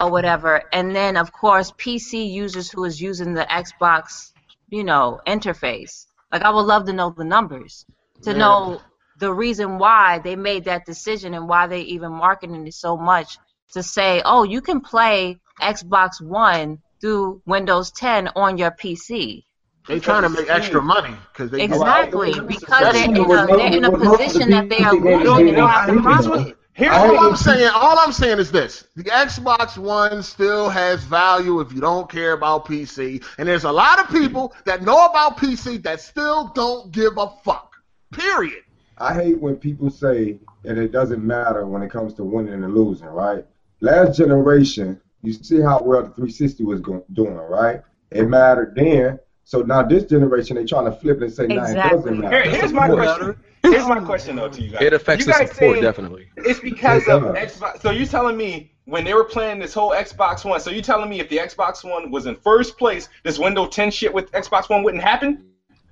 [SPEAKER 4] or whatever, and then of course PC users who is using the Xbox, you know, interface. Like I would love to know the numbers to
[SPEAKER 8] Yeah.
[SPEAKER 4] know the reason why they made that decision and why they even marketing it so much to say, oh, you can play Xbox One through Windows 10 on your PC.
[SPEAKER 8] They trying to make extra money because they
[SPEAKER 4] Exactly, because
[SPEAKER 8] That's
[SPEAKER 4] they're in
[SPEAKER 5] what we're
[SPEAKER 4] a, they're in a
[SPEAKER 5] doing. We're doing
[SPEAKER 4] position
[SPEAKER 5] the
[SPEAKER 4] that they are
[SPEAKER 5] PC games
[SPEAKER 4] losing.
[SPEAKER 5] being
[SPEAKER 4] They are
[SPEAKER 5] included.
[SPEAKER 4] profit.
[SPEAKER 7] Here's
[SPEAKER 8] All
[SPEAKER 7] what
[SPEAKER 8] I'm saying, all I'm saying is this: the Xbox One still has value if you don't care about PC, and there's a lot of people that know about PC that still don't give a fuck. Period.
[SPEAKER 3] I hate when people say that it doesn't matter when it comes to winning and losing, right? Last generation, you see how well the 360 was go- doing, right? It mattered then. So now this generation, they're trying to flip it and say, nah, it
[SPEAKER 4] Exactly.
[SPEAKER 3] doesn't matter.
[SPEAKER 7] Here, here's my
[SPEAKER 1] Support.
[SPEAKER 7] question. Here's my question though to you guys.
[SPEAKER 1] It affects
[SPEAKER 7] you
[SPEAKER 1] the
[SPEAKER 7] guys
[SPEAKER 1] support
[SPEAKER 7] saying
[SPEAKER 1] definitely.
[SPEAKER 7] It's because
[SPEAKER 3] It
[SPEAKER 7] of
[SPEAKER 3] does.
[SPEAKER 7] Xbox. So you're telling me when they were playing this whole Xbox One. So you're telling me if the Xbox One was in first place, this Windows 10 shit with Xbox One wouldn't happen?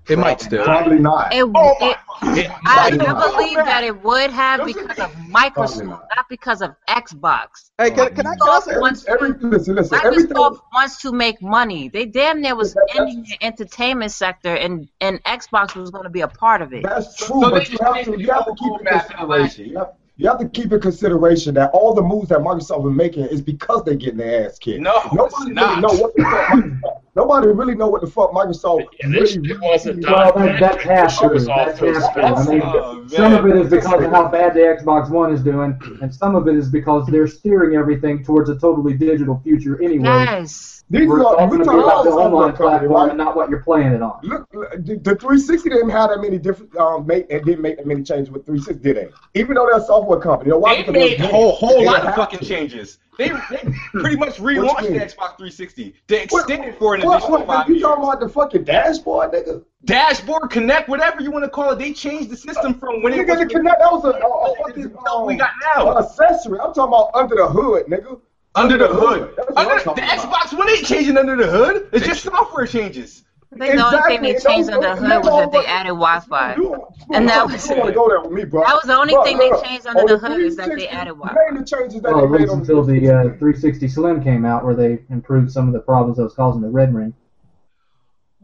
[SPEAKER 1] It might still.
[SPEAKER 3] Probably not.
[SPEAKER 4] It,
[SPEAKER 8] Oh my
[SPEAKER 4] it,
[SPEAKER 1] It
[SPEAKER 4] I, I
[SPEAKER 1] might not.
[SPEAKER 4] believe that it would have
[SPEAKER 8] Those are-
[SPEAKER 4] because of
[SPEAKER 3] Probably
[SPEAKER 4] Microsoft,
[SPEAKER 3] not.
[SPEAKER 4] not because of Xbox.
[SPEAKER 6] Hey, can, can I can I say
[SPEAKER 4] Microsoft wants,
[SPEAKER 3] Every, listen, listen, everything.
[SPEAKER 4] Microsoft wants to make money. They damn near was
[SPEAKER 3] That- that's-
[SPEAKER 4] ending the entertainment sector, and, and Xbox was going to be a part of it.
[SPEAKER 3] That's true,
[SPEAKER 7] So
[SPEAKER 3] but
[SPEAKER 7] they
[SPEAKER 3] you have
[SPEAKER 7] changed
[SPEAKER 3] to
[SPEAKER 7] the
[SPEAKER 3] you have to keep
[SPEAKER 7] whole
[SPEAKER 3] in
[SPEAKER 7] map.
[SPEAKER 3] consideration. You have, you have to keep in consideration that all the moves that Microsoft is making is because they're getting their ass kicked.
[SPEAKER 7] No, it's
[SPEAKER 3] nobody
[SPEAKER 7] not.
[SPEAKER 3] really know what the fuck. Microsoft, nobody really know what the fuck Microsoft.
[SPEAKER 10] Yeah, this
[SPEAKER 3] really,
[SPEAKER 10] shit wasn't
[SPEAKER 3] really-
[SPEAKER 10] done.
[SPEAKER 5] Well, that, that's half of it. That's half of it. I mean,
[SPEAKER 7] Oh,
[SPEAKER 5] some
[SPEAKER 7] man.
[SPEAKER 5] of it is because of how bad the Xbox One is doing, and some of it is because they're steering everything towards a totally digital future anyway.
[SPEAKER 4] Yes.
[SPEAKER 3] These
[SPEAKER 5] We're
[SPEAKER 3] are
[SPEAKER 5] talking
[SPEAKER 3] we're talking
[SPEAKER 5] about
[SPEAKER 3] about
[SPEAKER 5] the
[SPEAKER 3] software
[SPEAKER 5] online
[SPEAKER 3] company,
[SPEAKER 5] platform and
[SPEAKER 3] right?
[SPEAKER 5] not what you're playing it on.
[SPEAKER 3] Look, look, the the 360 didn't have that many different um, make and didn't make that many changes with 360, did they? Even though they're a software company, you know why?
[SPEAKER 7] They
[SPEAKER 3] Because
[SPEAKER 7] made a
[SPEAKER 3] they're-
[SPEAKER 7] whole whole
[SPEAKER 3] they
[SPEAKER 7] lot of
[SPEAKER 3] have
[SPEAKER 7] fucking
[SPEAKER 3] to.
[SPEAKER 7] changes. They, they pretty much relaunched the
[SPEAKER 3] mean?
[SPEAKER 7] Xbox 360. They
[SPEAKER 3] What-
[SPEAKER 7] extended for an
[SPEAKER 3] what-
[SPEAKER 7] additional
[SPEAKER 3] what-
[SPEAKER 7] five
[SPEAKER 3] You
[SPEAKER 7] years.
[SPEAKER 3] talking about the fucking dashboard, nigga?
[SPEAKER 7] Dashboard, Connect, whatever you want to call it. They changed the system from when it
[SPEAKER 3] Nigga,
[SPEAKER 7] was.
[SPEAKER 3] the connect, that was a, a, a
[SPEAKER 7] This is
[SPEAKER 3] fucking
[SPEAKER 7] what we
[SPEAKER 3] um,
[SPEAKER 7] got now.
[SPEAKER 3] accessory. I'm talking about under the hood, nigga.
[SPEAKER 7] Under the hood.
[SPEAKER 3] That's what I'm
[SPEAKER 7] Under, the
[SPEAKER 3] talking about.
[SPEAKER 7] Xbox One ain't changing under the hood. It's just software changes.
[SPEAKER 4] I think the only thing they
[SPEAKER 3] Exactly.
[SPEAKER 4] changed under the hood was that they added Wi-Fi.
[SPEAKER 3] You don't-
[SPEAKER 4] And that
[SPEAKER 3] you
[SPEAKER 4] was-
[SPEAKER 3] don't wanna go there with me, bro.
[SPEAKER 4] That was the only
[SPEAKER 3] Bro,
[SPEAKER 4] thing they
[SPEAKER 3] look,
[SPEAKER 4] changed under
[SPEAKER 3] on
[SPEAKER 4] the hood is that
[SPEAKER 3] 360,
[SPEAKER 4] they added Wi-Fi.
[SPEAKER 3] name the changes that
[SPEAKER 5] Well,
[SPEAKER 3] they
[SPEAKER 5] at
[SPEAKER 3] made
[SPEAKER 5] least
[SPEAKER 3] on
[SPEAKER 5] Oh, until the uh, 360 Slim came out, where they improved some of the problems that was causing the red ring.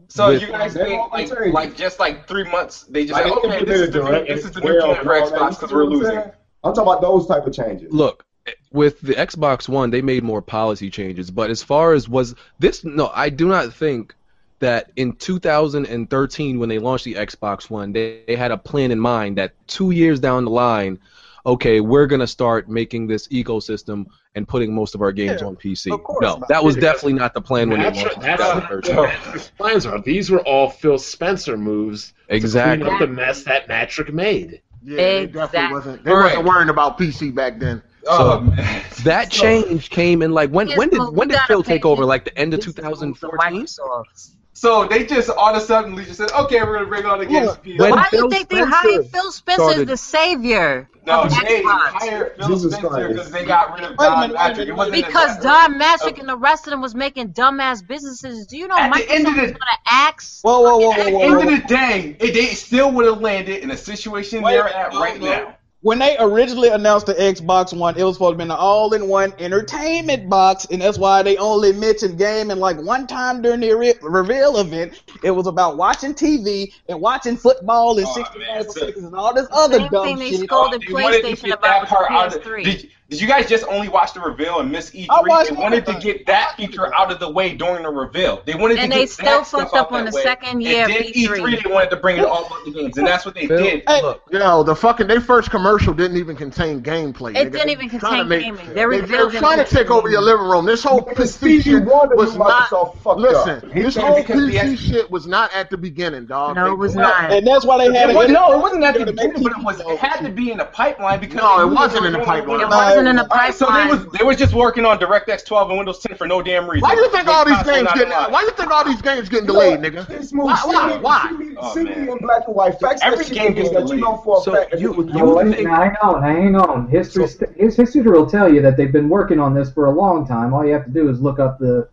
[SPEAKER 7] So
[SPEAKER 1] With-
[SPEAKER 7] you guys
[SPEAKER 3] They
[SPEAKER 7] think
[SPEAKER 3] don't
[SPEAKER 7] like
[SPEAKER 3] change.
[SPEAKER 7] like just like three months they just
[SPEAKER 3] Like,
[SPEAKER 7] said,
[SPEAKER 3] they
[SPEAKER 7] okay this
[SPEAKER 3] implemented
[SPEAKER 7] is the new,
[SPEAKER 3] direct-
[SPEAKER 7] this is the new
[SPEAKER 3] well,
[SPEAKER 7] plan for
[SPEAKER 3] all that,
[SPEAKER 7] Xbox
[SPEAKER 3] you see
[SPEAKER 7] because
[SPEAKER 3] what
[SPEAKER 7] we're
[SPEAKER 3] I'm
[SPEAKER 7] losing.
[SPEAKER 3] saying? I'm talking about those type of changes.
[SPEAKER 1] Look, with the Xbox One, they made more policy changes. But as far as was this, no, I do not think that in 2013, when they launched the Xbox One, they, they had a plan in mind that two years down the line, okay, we're gonna start making this ecosystem and putting most of our games
[SPEAKER 6] Yeah,
[SPEAKER 1] on PC.
[SPEAKER 6] of course
[SPEAKER 1] no,
[SPEAKER 6] not.
[SPEAKER 1] that was
[SPEAKER 8] Because-
[SPEAKER 1] definitely not the plan when they
[SPEAKER 10] That's,
[SPEAKER 1] launched the
[SPEAKER 10] that's not
[SPEAKER 1] 2013.
[SPEAKER 10] what his plans are. These were all Phil Spencer moves to
[SPEAKER 1] Exactly.
[SPEAKER 10] clean up the mess that Matrick made.
[SPEAKER 8] Yeah, they
[SPEAKER 4] Exactly.
[SPEAKER 8] definitely wasn't. They wasn't worrying about PC back then.
[SPEAKER 7] Oh,
[SPEAKER 1] So,
[SPEAKER 7] man.
[SPEAKER 1] That
[SPEAKER 7] So-
[SPEAKER 1] change came in like when
[SPEAKER 4] Yes,
[SPEAKER 1] when did
[SPEAKER 4] but we
[SPEAKER 1] when did
[SPEAKER 4] gotta
[SPEAKER 1] Phil
[SPEAKER 4] pay
[SPEAKER 1] take over?
[SPEAKER 4] attention
[SPEAKER 1] Like the end of
[SPEAKER 4] This is the rules of
[SPEAKER 1] 2014.
[SPEAKER 4] Microsoft.
[SPEAKER 7] So they just all of a sudden just said, okay, we're gonna bring all the games. to PS4."
[SPEAKER 1] when- And
[SPEAKER 4] Why do you
[SPEAKER 1] Phil
[SPEAKER 4] think they
[SPEAKER 1] Spencer
[SPEAKER 4] hired Phil Spencer as
[SPEAKER 1] started-
[SPEAKER 4] the savior?
[SPEAKER 7] no,
[SPEAKER 4] of
[SPEAKER 7] they
[SPEAKER 4] Xbox?
[SPEAKER 7] hired Phil
[SPEAKER 3] Jesus
[SPEAKER 7] Spencer
[SPEAKER 3] Christ.
[SPEAKER 7] because they got rid of
[SPEAKER 6] Wait a
[SPEAKER 7] Don
[SPEAKER 6] minute, wait a
[SPEAKER 7] Patrick. It
[SPEAKER 6] minute,
[SPEAKER 7] wasn't in
[SPEAKER 4] Because
[SPEAKER 7] that-
[SPEAKER 4] Don Matrick and the rest of them was making dumbass businesses. Do you know
[SPEAKER 7] At the end of
[SPEAKER 4] Microsoft
[SPEAKER 7] the-
[SPEAKER 4] is gonna axe?
[SPEAKER 6] Whoa, whoa, whoa,
[SPEAKER 7] At
[SPEAKER 6] whoa,
[SPEAKER 7] the
[SPEAKER 6] whoa,
[SPEAKER 7] end of
[SPEAKER 6] whoa.
[SPEAKER 7] the day, it, they still would have landed in a situation
[SPEAKER 6] Wait,
[SPEAKER 7] they're at right
[SPEAKER 6] hold on.
[SPEAKER 7] now.
[SPEAKER 6] When they originally announced the Xbox One, it was supposed to be an all-in-one entertainment box, and that's why they only mentioned gaming like one time during the re- reveal event. It was about watching TV and watching football and
[SPEAKER 7] Aw,
[SPEAKER 6] 60
[SPEAKER 7] man, so-
[SPEAKER 6] seconds and all this other
[SPEAKER 4] Same
[SPEAKER 6] dumb
[SPEAKER 4] thing they
[SPEAKER 6] shit.
[SPEAKER 4] scored Golden
[SPEAKER 7] They wanted to
[SPEAKER 4] PlayStation
[SPEAKER 7] get
[SPEAKER 4] about
[SPEAKER 7] that part
[SPEAKER 4] the
[SPEAKER 7] out of-
[SPEAKER 4] PS3.
[SPEAKER 7] Did, did you guys just only watch the reveal and miss E3?
[SPEAKER 6] I watched
[SPEAKER 7] They wanted to
[SPEAKER 6] everything.
[SPEAKER 7] get that feature out of the way during the reveal. They wanted
[SPEAKER 4] And
[SPEAKER 7] to
[SPEAKER 4] they
[SPEAKER 7] get
[SPEAKER 4] still
[SPEAKER 7] that stuff
[SPEAKER 4] fucked
[SPEAKER 7] out
[SPEAKER 4] up on
[SPEAKER 7] that
[SPEAKER 4] the
[SPEAKER 7] way.
[SPEAKER 4] second
[SPEAKER 7] And
[SPEAKER 4] year of E
[SPEAKER 7] then E
[SPEAKER 4] E3.
[SPEAKER 7] E3, they wanted to bring in all of the games, and that's what they
[SPEAKER 1] Phil,
[SPEAKER 7] did.
[SPEAKER 6] Hey,
[SPEAKER 1] look,
[SPEAKER 8] Yo, the fucking their first commercial didn't even contain gameplay.
[SPEAKER 4] It
[SPEAKER 8] nigga.
[SPEAKER 4] didn't
[SPEAKER 8] They
[SPEAKER 4] even
[SPEAKER 8] tryna
[SPEAKER 4] contain
[SPEAKER 8] make-
[SPEAKER 4] gaming. They
[SPEAKER 8] They,
[SPEAKER 4] revealed
[SPEAKER 8] they're trying
[SPEAKER 4] it.
[SPEAKER 8] to take over your living room. This whole
[SPEAKER 3] Because Stevie
[SPEAKER 8] PC shit
[SPEAKER 3] Wonder
[SPEAKER 8] was
[SPEAKER 3] knew
[SPEAKER 8] not.
[SPEAKER 3] Microsoft fucked
[SPEAKER 8] Listen,
[SPEAKER 3] up.
[SPEAKER 8] this
[SPEAKER 7] can't
[SPEAKER 8] whole
[SPEAKER 7] because the
[SPEAKER 8] PC
[SPEAKER 7] X-
[SPEAKER 8] shit was not at the beginning, dog.
[SPEAKER 4] No,
[SPEAKER 8] They-
[SPEAKER 4] it was
[SPEAKER 7] No,
[SPEAKER 4] not.
[SPEAKER 6] And that's why they had
[SPEAKER 7] It
[SPEAKER 6] it.
[SPEAKER 7] was- no, it wasn't at the
[SPEAKER 6] They
[SPEAKER 7] beginning, but it was
[SPEAKER 6] keep-
[SPEAKER 7] it had to be in the pipeline because
[SPEAKER 8] No, it
[SPEAKER 7] they knew
[SPEAKER 8] wasn't
[SPEAKER 7] they
[SPEAKER 8] in the
[SPEAKER 7] were doing
[SPEAKER 8] pipeline.
[SPEAKER 4] It
[SPEAKER 7] the
[SPEAKER 4] wasn't in the
[SPEAKER 7] All right, so they
[SPEAKER 4] pipeline.
[SPEAKER 7] was they was just working on DirectX 12 and Windows 10 for no damn reason.
[SPEAKER 8] Why do you think all these
[SPEAKER 7] Xbox
[SPEAKER 8] games
[SPEAKER 7] not
[SPEAKER 8] getting?
[SPEAKER 7] alive.
[SPEAKER 8] Why do you think all these games getting
[SPEAKER 3] You know
[SPEAKER 8] delayed,
[SPEAKER 3] what?
[SPEAKER 8] nigga?
[SPEAKER 3] This move,
[SPEAKER 8] Why-
[SPEAKER 3] see
[SPEAKER 8] why-
[SPEAKER 3] me-
[SPEAKER 8] why?
[SPEAKER 3] see me-
[SPEAKER 7] Oh,
[SPEAKER 3] see
[SPEAKER 7] man.
[SPEAKER 3] me in black and white. Facts
[SPEAKER 7] Every
[SPEAKER 3] that shit
[SPEAKER 7] game gets
[SPEAKER 3] that you know for a
[SPEAKER 1] So
[SPEAKER 3] fact. that
[SPEAKER 1] you-
[SPEAKER 3] it was
[SPEAKER 1] you
[SPEAKER 5] Well,
[SPEAKER 3] delayed.
[SPEAKER 1] think-
[SPEAKER 5] listen, now, hang on, hang on. History, his history will tell you that they've been working on this for a long time. All you have to do is look up the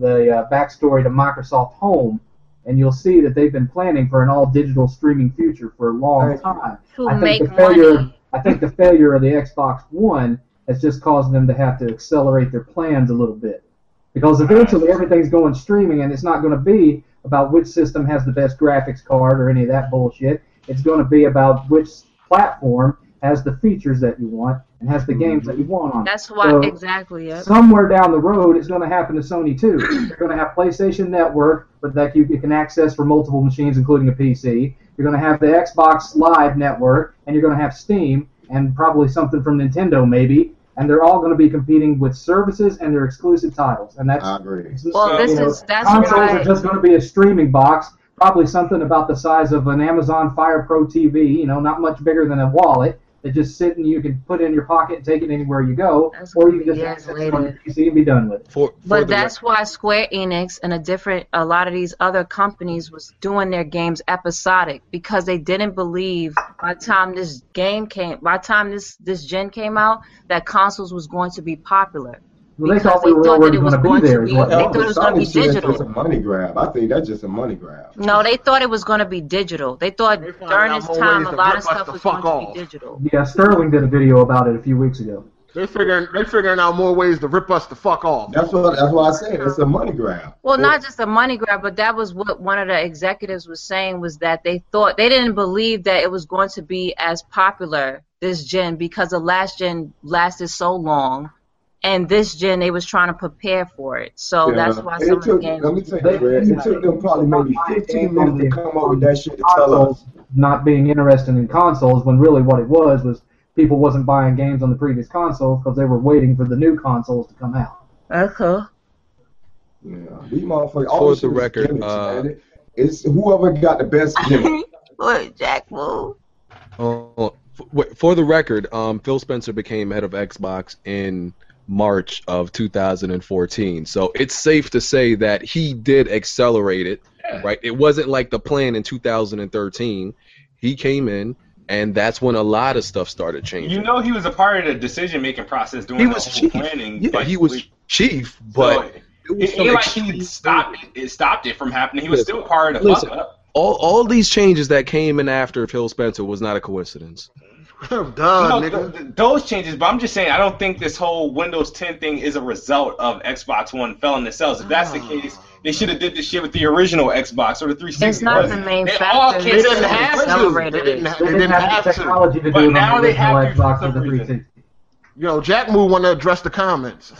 [SPEAKER 5] the uh, backstory to Microsoft Home, and you'll see that they've been planning for an all digital streaming future for a long
[SPEAKER 3] Right.
[SPEAKER 5] time.
[SPEAKER 4] To
[SPEAKER 5] I think
[SPEAKER 4] make
[SPEAKER 5] the failure,
[SPEAKER 4] money.
[SPEAKER 5] I think the failure of the Xbox One has just caused them to have to accelerate their plans a little bit, because eventually everything's going streaming, and it's not going to be about which system has the best graphics card or any of that bullshit. It's going to be about which platform has the features that you want and has the games that you want on. it.
[SPEAKER 4] That's why
[SPEAKER 5] So-
[SPEAKER 4] exactly. Yep.
[SPEAKER 5] Somewhere down the road, it's going to happen to Sony too. You're going to have PlayStation Network, but that you, you can access for multiple machines, including a PC. You're going to have the Xbox Live Network, and you're going to have Steam, and probably something from Nintendo, maybe. And they're all going to be competing with services and their exclusive titles, and that's
[SPEAKER 3] I agree.
[SPEAKER 7] Well,
[SPEAKER 5] you
[SPEAKER 4] This
[SPEAKER 5] know,
[SPEAKER 4] is that's
[SPEAKER 5] consoles
[SPEAKER 4] why.
[SPEAKER 5] are just going to be a streaming box, probably something about the size of an Amazon Fire Pro TV. You know, not much bigger than a wallet. That just sit and you can put it in your pocket and take it anywhere you go,
[SPEAKER 4] That's
[SPEAKER 5] or
[SPEAKER 4] gonna
[SPEAKER 5] you
[SPEAKER 4] be
[SPEAKER 5] can just
[SPEAKER 4] years
[SPEAKER 5] access it on
[SPEAKER 4] later.
[SPEAKER 5] your PC and be done with it.
[SPEAKER 1] for, for the
[SPEAKER 4] But that's why Square Enix and a different a lot of these other companies was doing their games episodic because they didn't believe by the time this game came by the time this this gen came out that consoles was going to be popular.
[SPEAKER 5] Well, they
[SPEAKER 4] Because
[SPEAKER 5] thought
[SPEAKER 4] they
[SPEAKER 5] we were
[SPEAKER 4] thought that
[SPEAKER 5] already
[SPEAKER 4] it was
[SPEAKER 5] going
[SPEAKER 4] going
[SPEAKER 5] to be
[SPEAKER 4] to
[SPEAKER 5] there.
[SPEAKER 4] be-
[SPEAKER 5] is what
[SPEAKER 4] they
[SPEAKER 5] happened.
[SPEAKER 4] thought it was gonna be
[SPEAKER 3] Sony said
[SPEAKER 4] digital.
[SPEAKER 3] That's a money grab. I think that's just a money grab.
[SPEAKER 4] No, they thought it was going to be digital. They thought
[SPEAKER 8] found
[SPEAKER 4] during
[SPEAKER 8] out
[SPEAKER 4] this
[SPEAKER 8] more
[SPEAKER 4] time
[SPEAKER 8] ways
[SPEAKER 4] a
[SPEAKER 8] to
[SPEAKER 4] lot
[SPEAKER 8] rip
[SPEAKER 4] of
[SPEAKER 8] us
[SPEAKER 4] stuff
[SPEAKER 8] the
[SPEAKER 4] was going
[SPEAKER 8] fuck
[SPEAKER 4] to
[SPEAKER 8] off.
[SPEAKER 4] be digital.
[SPEAKER 5] Yeah, Sterling did a video about it a few weeks ago.
[SPEAKER 8] They figuring they figuring out more ways to rip us the fuck off.
[SPEAKER 3] That's what. That's why I said it's a money grab.
[SPEAKER 4] Well, not just a money grab, but that was what one of the executives was saying was that they thought they didn't believe that it was going to be as popular this gen because the last gen lasted so long, and this gen they was trying to prepare for it. So Oh, that's why
[SPEAKER 3] It
[SPEAKER 4] some of the
[SPEAKER 3] took-
[SPEAKER 4] games.
[SPEAKER 3] Let me tell you, Brad, it took them probably maybe 15 minutes to come up with that shit to tell us.
[SPEAKER 5] consoles not being interested in consoles when really what it was was people wasn't buying games on the previous consoles because they were waiting for the new consoles to come out.
[SPEAKER 4] Okay.
[SPEAKER 3] Yeah, these motherfuckers.
[SPEAKER 1] For
[SPEAKER 3] all this
[SPEAKER 1] the
[SPEAKER 3] shit is
[SPEAKER 1] record,
[SPEAKER 3] gimmicks,
[SPEAKER 1] uh,
[SPEAKER 3] man. it's whoever got the best gimmick.
[SPEAKER 4] Look, Jack Wu.
[SPEAKER 1] Oh, f- wait, for the record, um, Phil Spencer became head of Xbox in March of 2014. So it's safe to say that he did accelerate it, right? It wasn't like the plan in 2013. He came in, and that's when a lot of stuff started changing.
[SPEAKER 7] You know he was a part of the decision making process doing
[SPEAKER 1] he
[SPEAKER 7] the
[SPEAKER 1] was
[SPEAKER 7] whole
[SPEAKER 1] chief.
[SPEAKER 7] planning.
[SPEAKER 1] Yeah,
[SPEAKER 7] like,
[SPEAKER 1] he was
[SPEAKER 7] we-
[SPEAKER 1] chief, but
[SPEAKER 7] so
[SPEAKER 1] it was
[SPEAKER 7] it,
[SPEAKER 1] some
[SPEAKER 7] ain't like
[SPEAKER 1] extreme
[SPEAKER 7] he stopped it, it stopped it from happening. He was
[SPEAKER 1] Listen,
[SPEAKER 7] still part of the
[SPEAKER 1] listen.
[SPEAKER 7] fuck up.
[SPEAKER 1] all, all these changes that came in after Phil Spencer was not a coincidence.
[SPEAKER 8] Duh,
[SPEAKER 7] No,
[SPEAKER 8] nigga.
[SPEAKER 7] th- th- those changes, but I'm just saying, I don't think this whole Windows 10 thing is a result of Xbox One failing themselves. If that's the
[SPEAKER 8] Ah.
[SPEAKER 7] case, they should have did this shit with the original Xbox or the 360.
[SPEAKER 4] It's not the
[SPEAKER 7] But
[SPEAKER 4] main
[SPEAKER 7] they all
[SPEAKER 4] factor.
[SPEAKER 7] can't-
[SPEAKER 8] They didn't
[SPEAKER 4] It's
[SPEAKER 8] have to. They
[SPEAKER 4] accelerated
[SPEAKER 8] didn't,
[SPEAKER 4] it.
[SPEAKER 8] ha- they didn't have
[SPEAKER 5] the
[SPEAKER 8] to.
[SPEAKER 5] technology to
[SPEAKER 7] But
[SPEAKER 5] do it
[SPEAKER 7] now
[SPEAKER 5] on the
[SPEAKER 7] they have
[SPEAKER 5] original
[SPEAKER 7] to for
[SPEAKER 5] Xbox
[SPEAKER 7] some
[SPEAKER 5] or the
[SPEAKER 7] reason.
[SPEAKER 5] 360.
[SPEAKER 8] Yo, Jack Moo want to address the comments.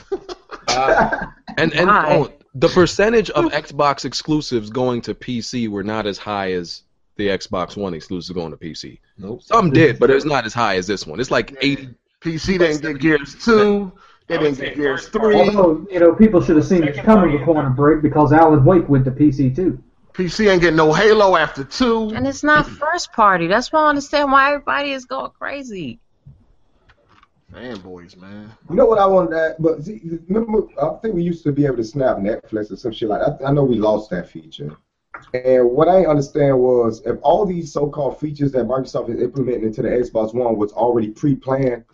[SPEAKER 1] Uh, And and
[SPEAKER 4] Why?
[SPEAKER 1] oh, the percentage of Xbox exclusives going to PC were not as high as the Xbox One exclusives going to PC.
[SPEAKER 3] Nope.
[SPEAKER 1] Some did, but it's not as high as this one. It's like eighty.
[SPEAKER 8] PC didn't get Gears 2. They
[SPEAKER 7] I would
[SPEAKER 8] didn't
[SPEAKER 7] say
[SPEAKER 8] get Gears
[SPEAKER 7] first
[SPEAKER 8] 3.
[SPEAKER 7] party.
[SPEAKER 5] Also, you know, people should have seen it
[SPEAKER 7] Second
[SPEAKER 5] coming
[SPEAKER 7] party
[SPEAKER 5] with Quantum Break because Alan Wake went to PC too.
[SPEAKER 8] PC ain't get no Halo after 2.
[SPEAKER 4] And it's not first party. That's why I understand why everybody is going crazy.
[SPEAKER 8] Fanboys, man.
[SPEAKER 3] You know what I wanted to add? But see, remember, I think we used to be able to snap Netflix or some shit like that. I, I know we lost that feature. And what I didn't understand was if all these so-called features that Microsoft is implementing into the Xbox One was already pre-planned,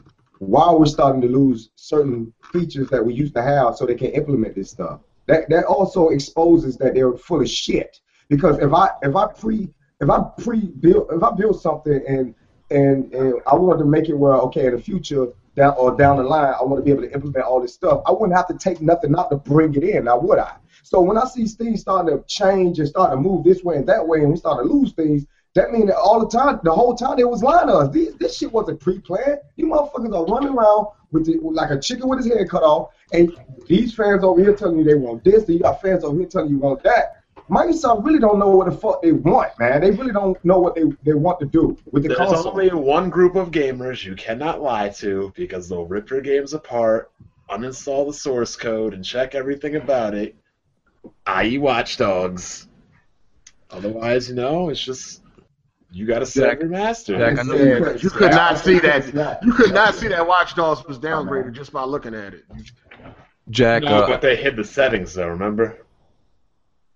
[SPEAKER 3] why we're starting to lose certain features that we used to have so they can implement this stuff. That that also exposes that they're full of shit. Because if I if I pre if I pre build if I build something and and and I wanted to make it where okay in the future down or down the line I want to be able to implement all this stuff, I wouldn't have to take nothing out to bring it in, now would I? So when I see things starting to change and starting to move this way and that way and we start to lose things, that means that all the time, the whole time they was lying to us. These, this shit wasn't pre-planned. You motherfuckers are running around with the, like a chicken with his head cut off, and these fans over here telling you they want this, and you got fans over here telling you want that. Microsoft really don't know what the fuck they want, man. They really don't know what they, they want to do with the
[SPEAKER 2] There's
[SPEAKER 3] console.
[SPEAKER 2] only one group of gamers you cannot lie to because they'll rip your games apart, uninstall the source code, and check everything about it, i.e., watchdogs. Otherwise, you know, it's just you got to
[SPEAKER 1] Zach-
[SPEAKER 2] set your master.
[SPEAKER 1] Zach, I know you-
[SPEAKER 3] Yeah,
[SPEAKER 8] You could not see that.
[SPEAKER 3] yeah.
[SPEAKER 8] You could not see that Watch Dogs was downgraded just by looking at it.
[SPEAKER 1] Jack,
[SPEAKER 2] No,
[SPEAKER 1] uh,
[SPEAKER 2] but they hid the settings though. Remember?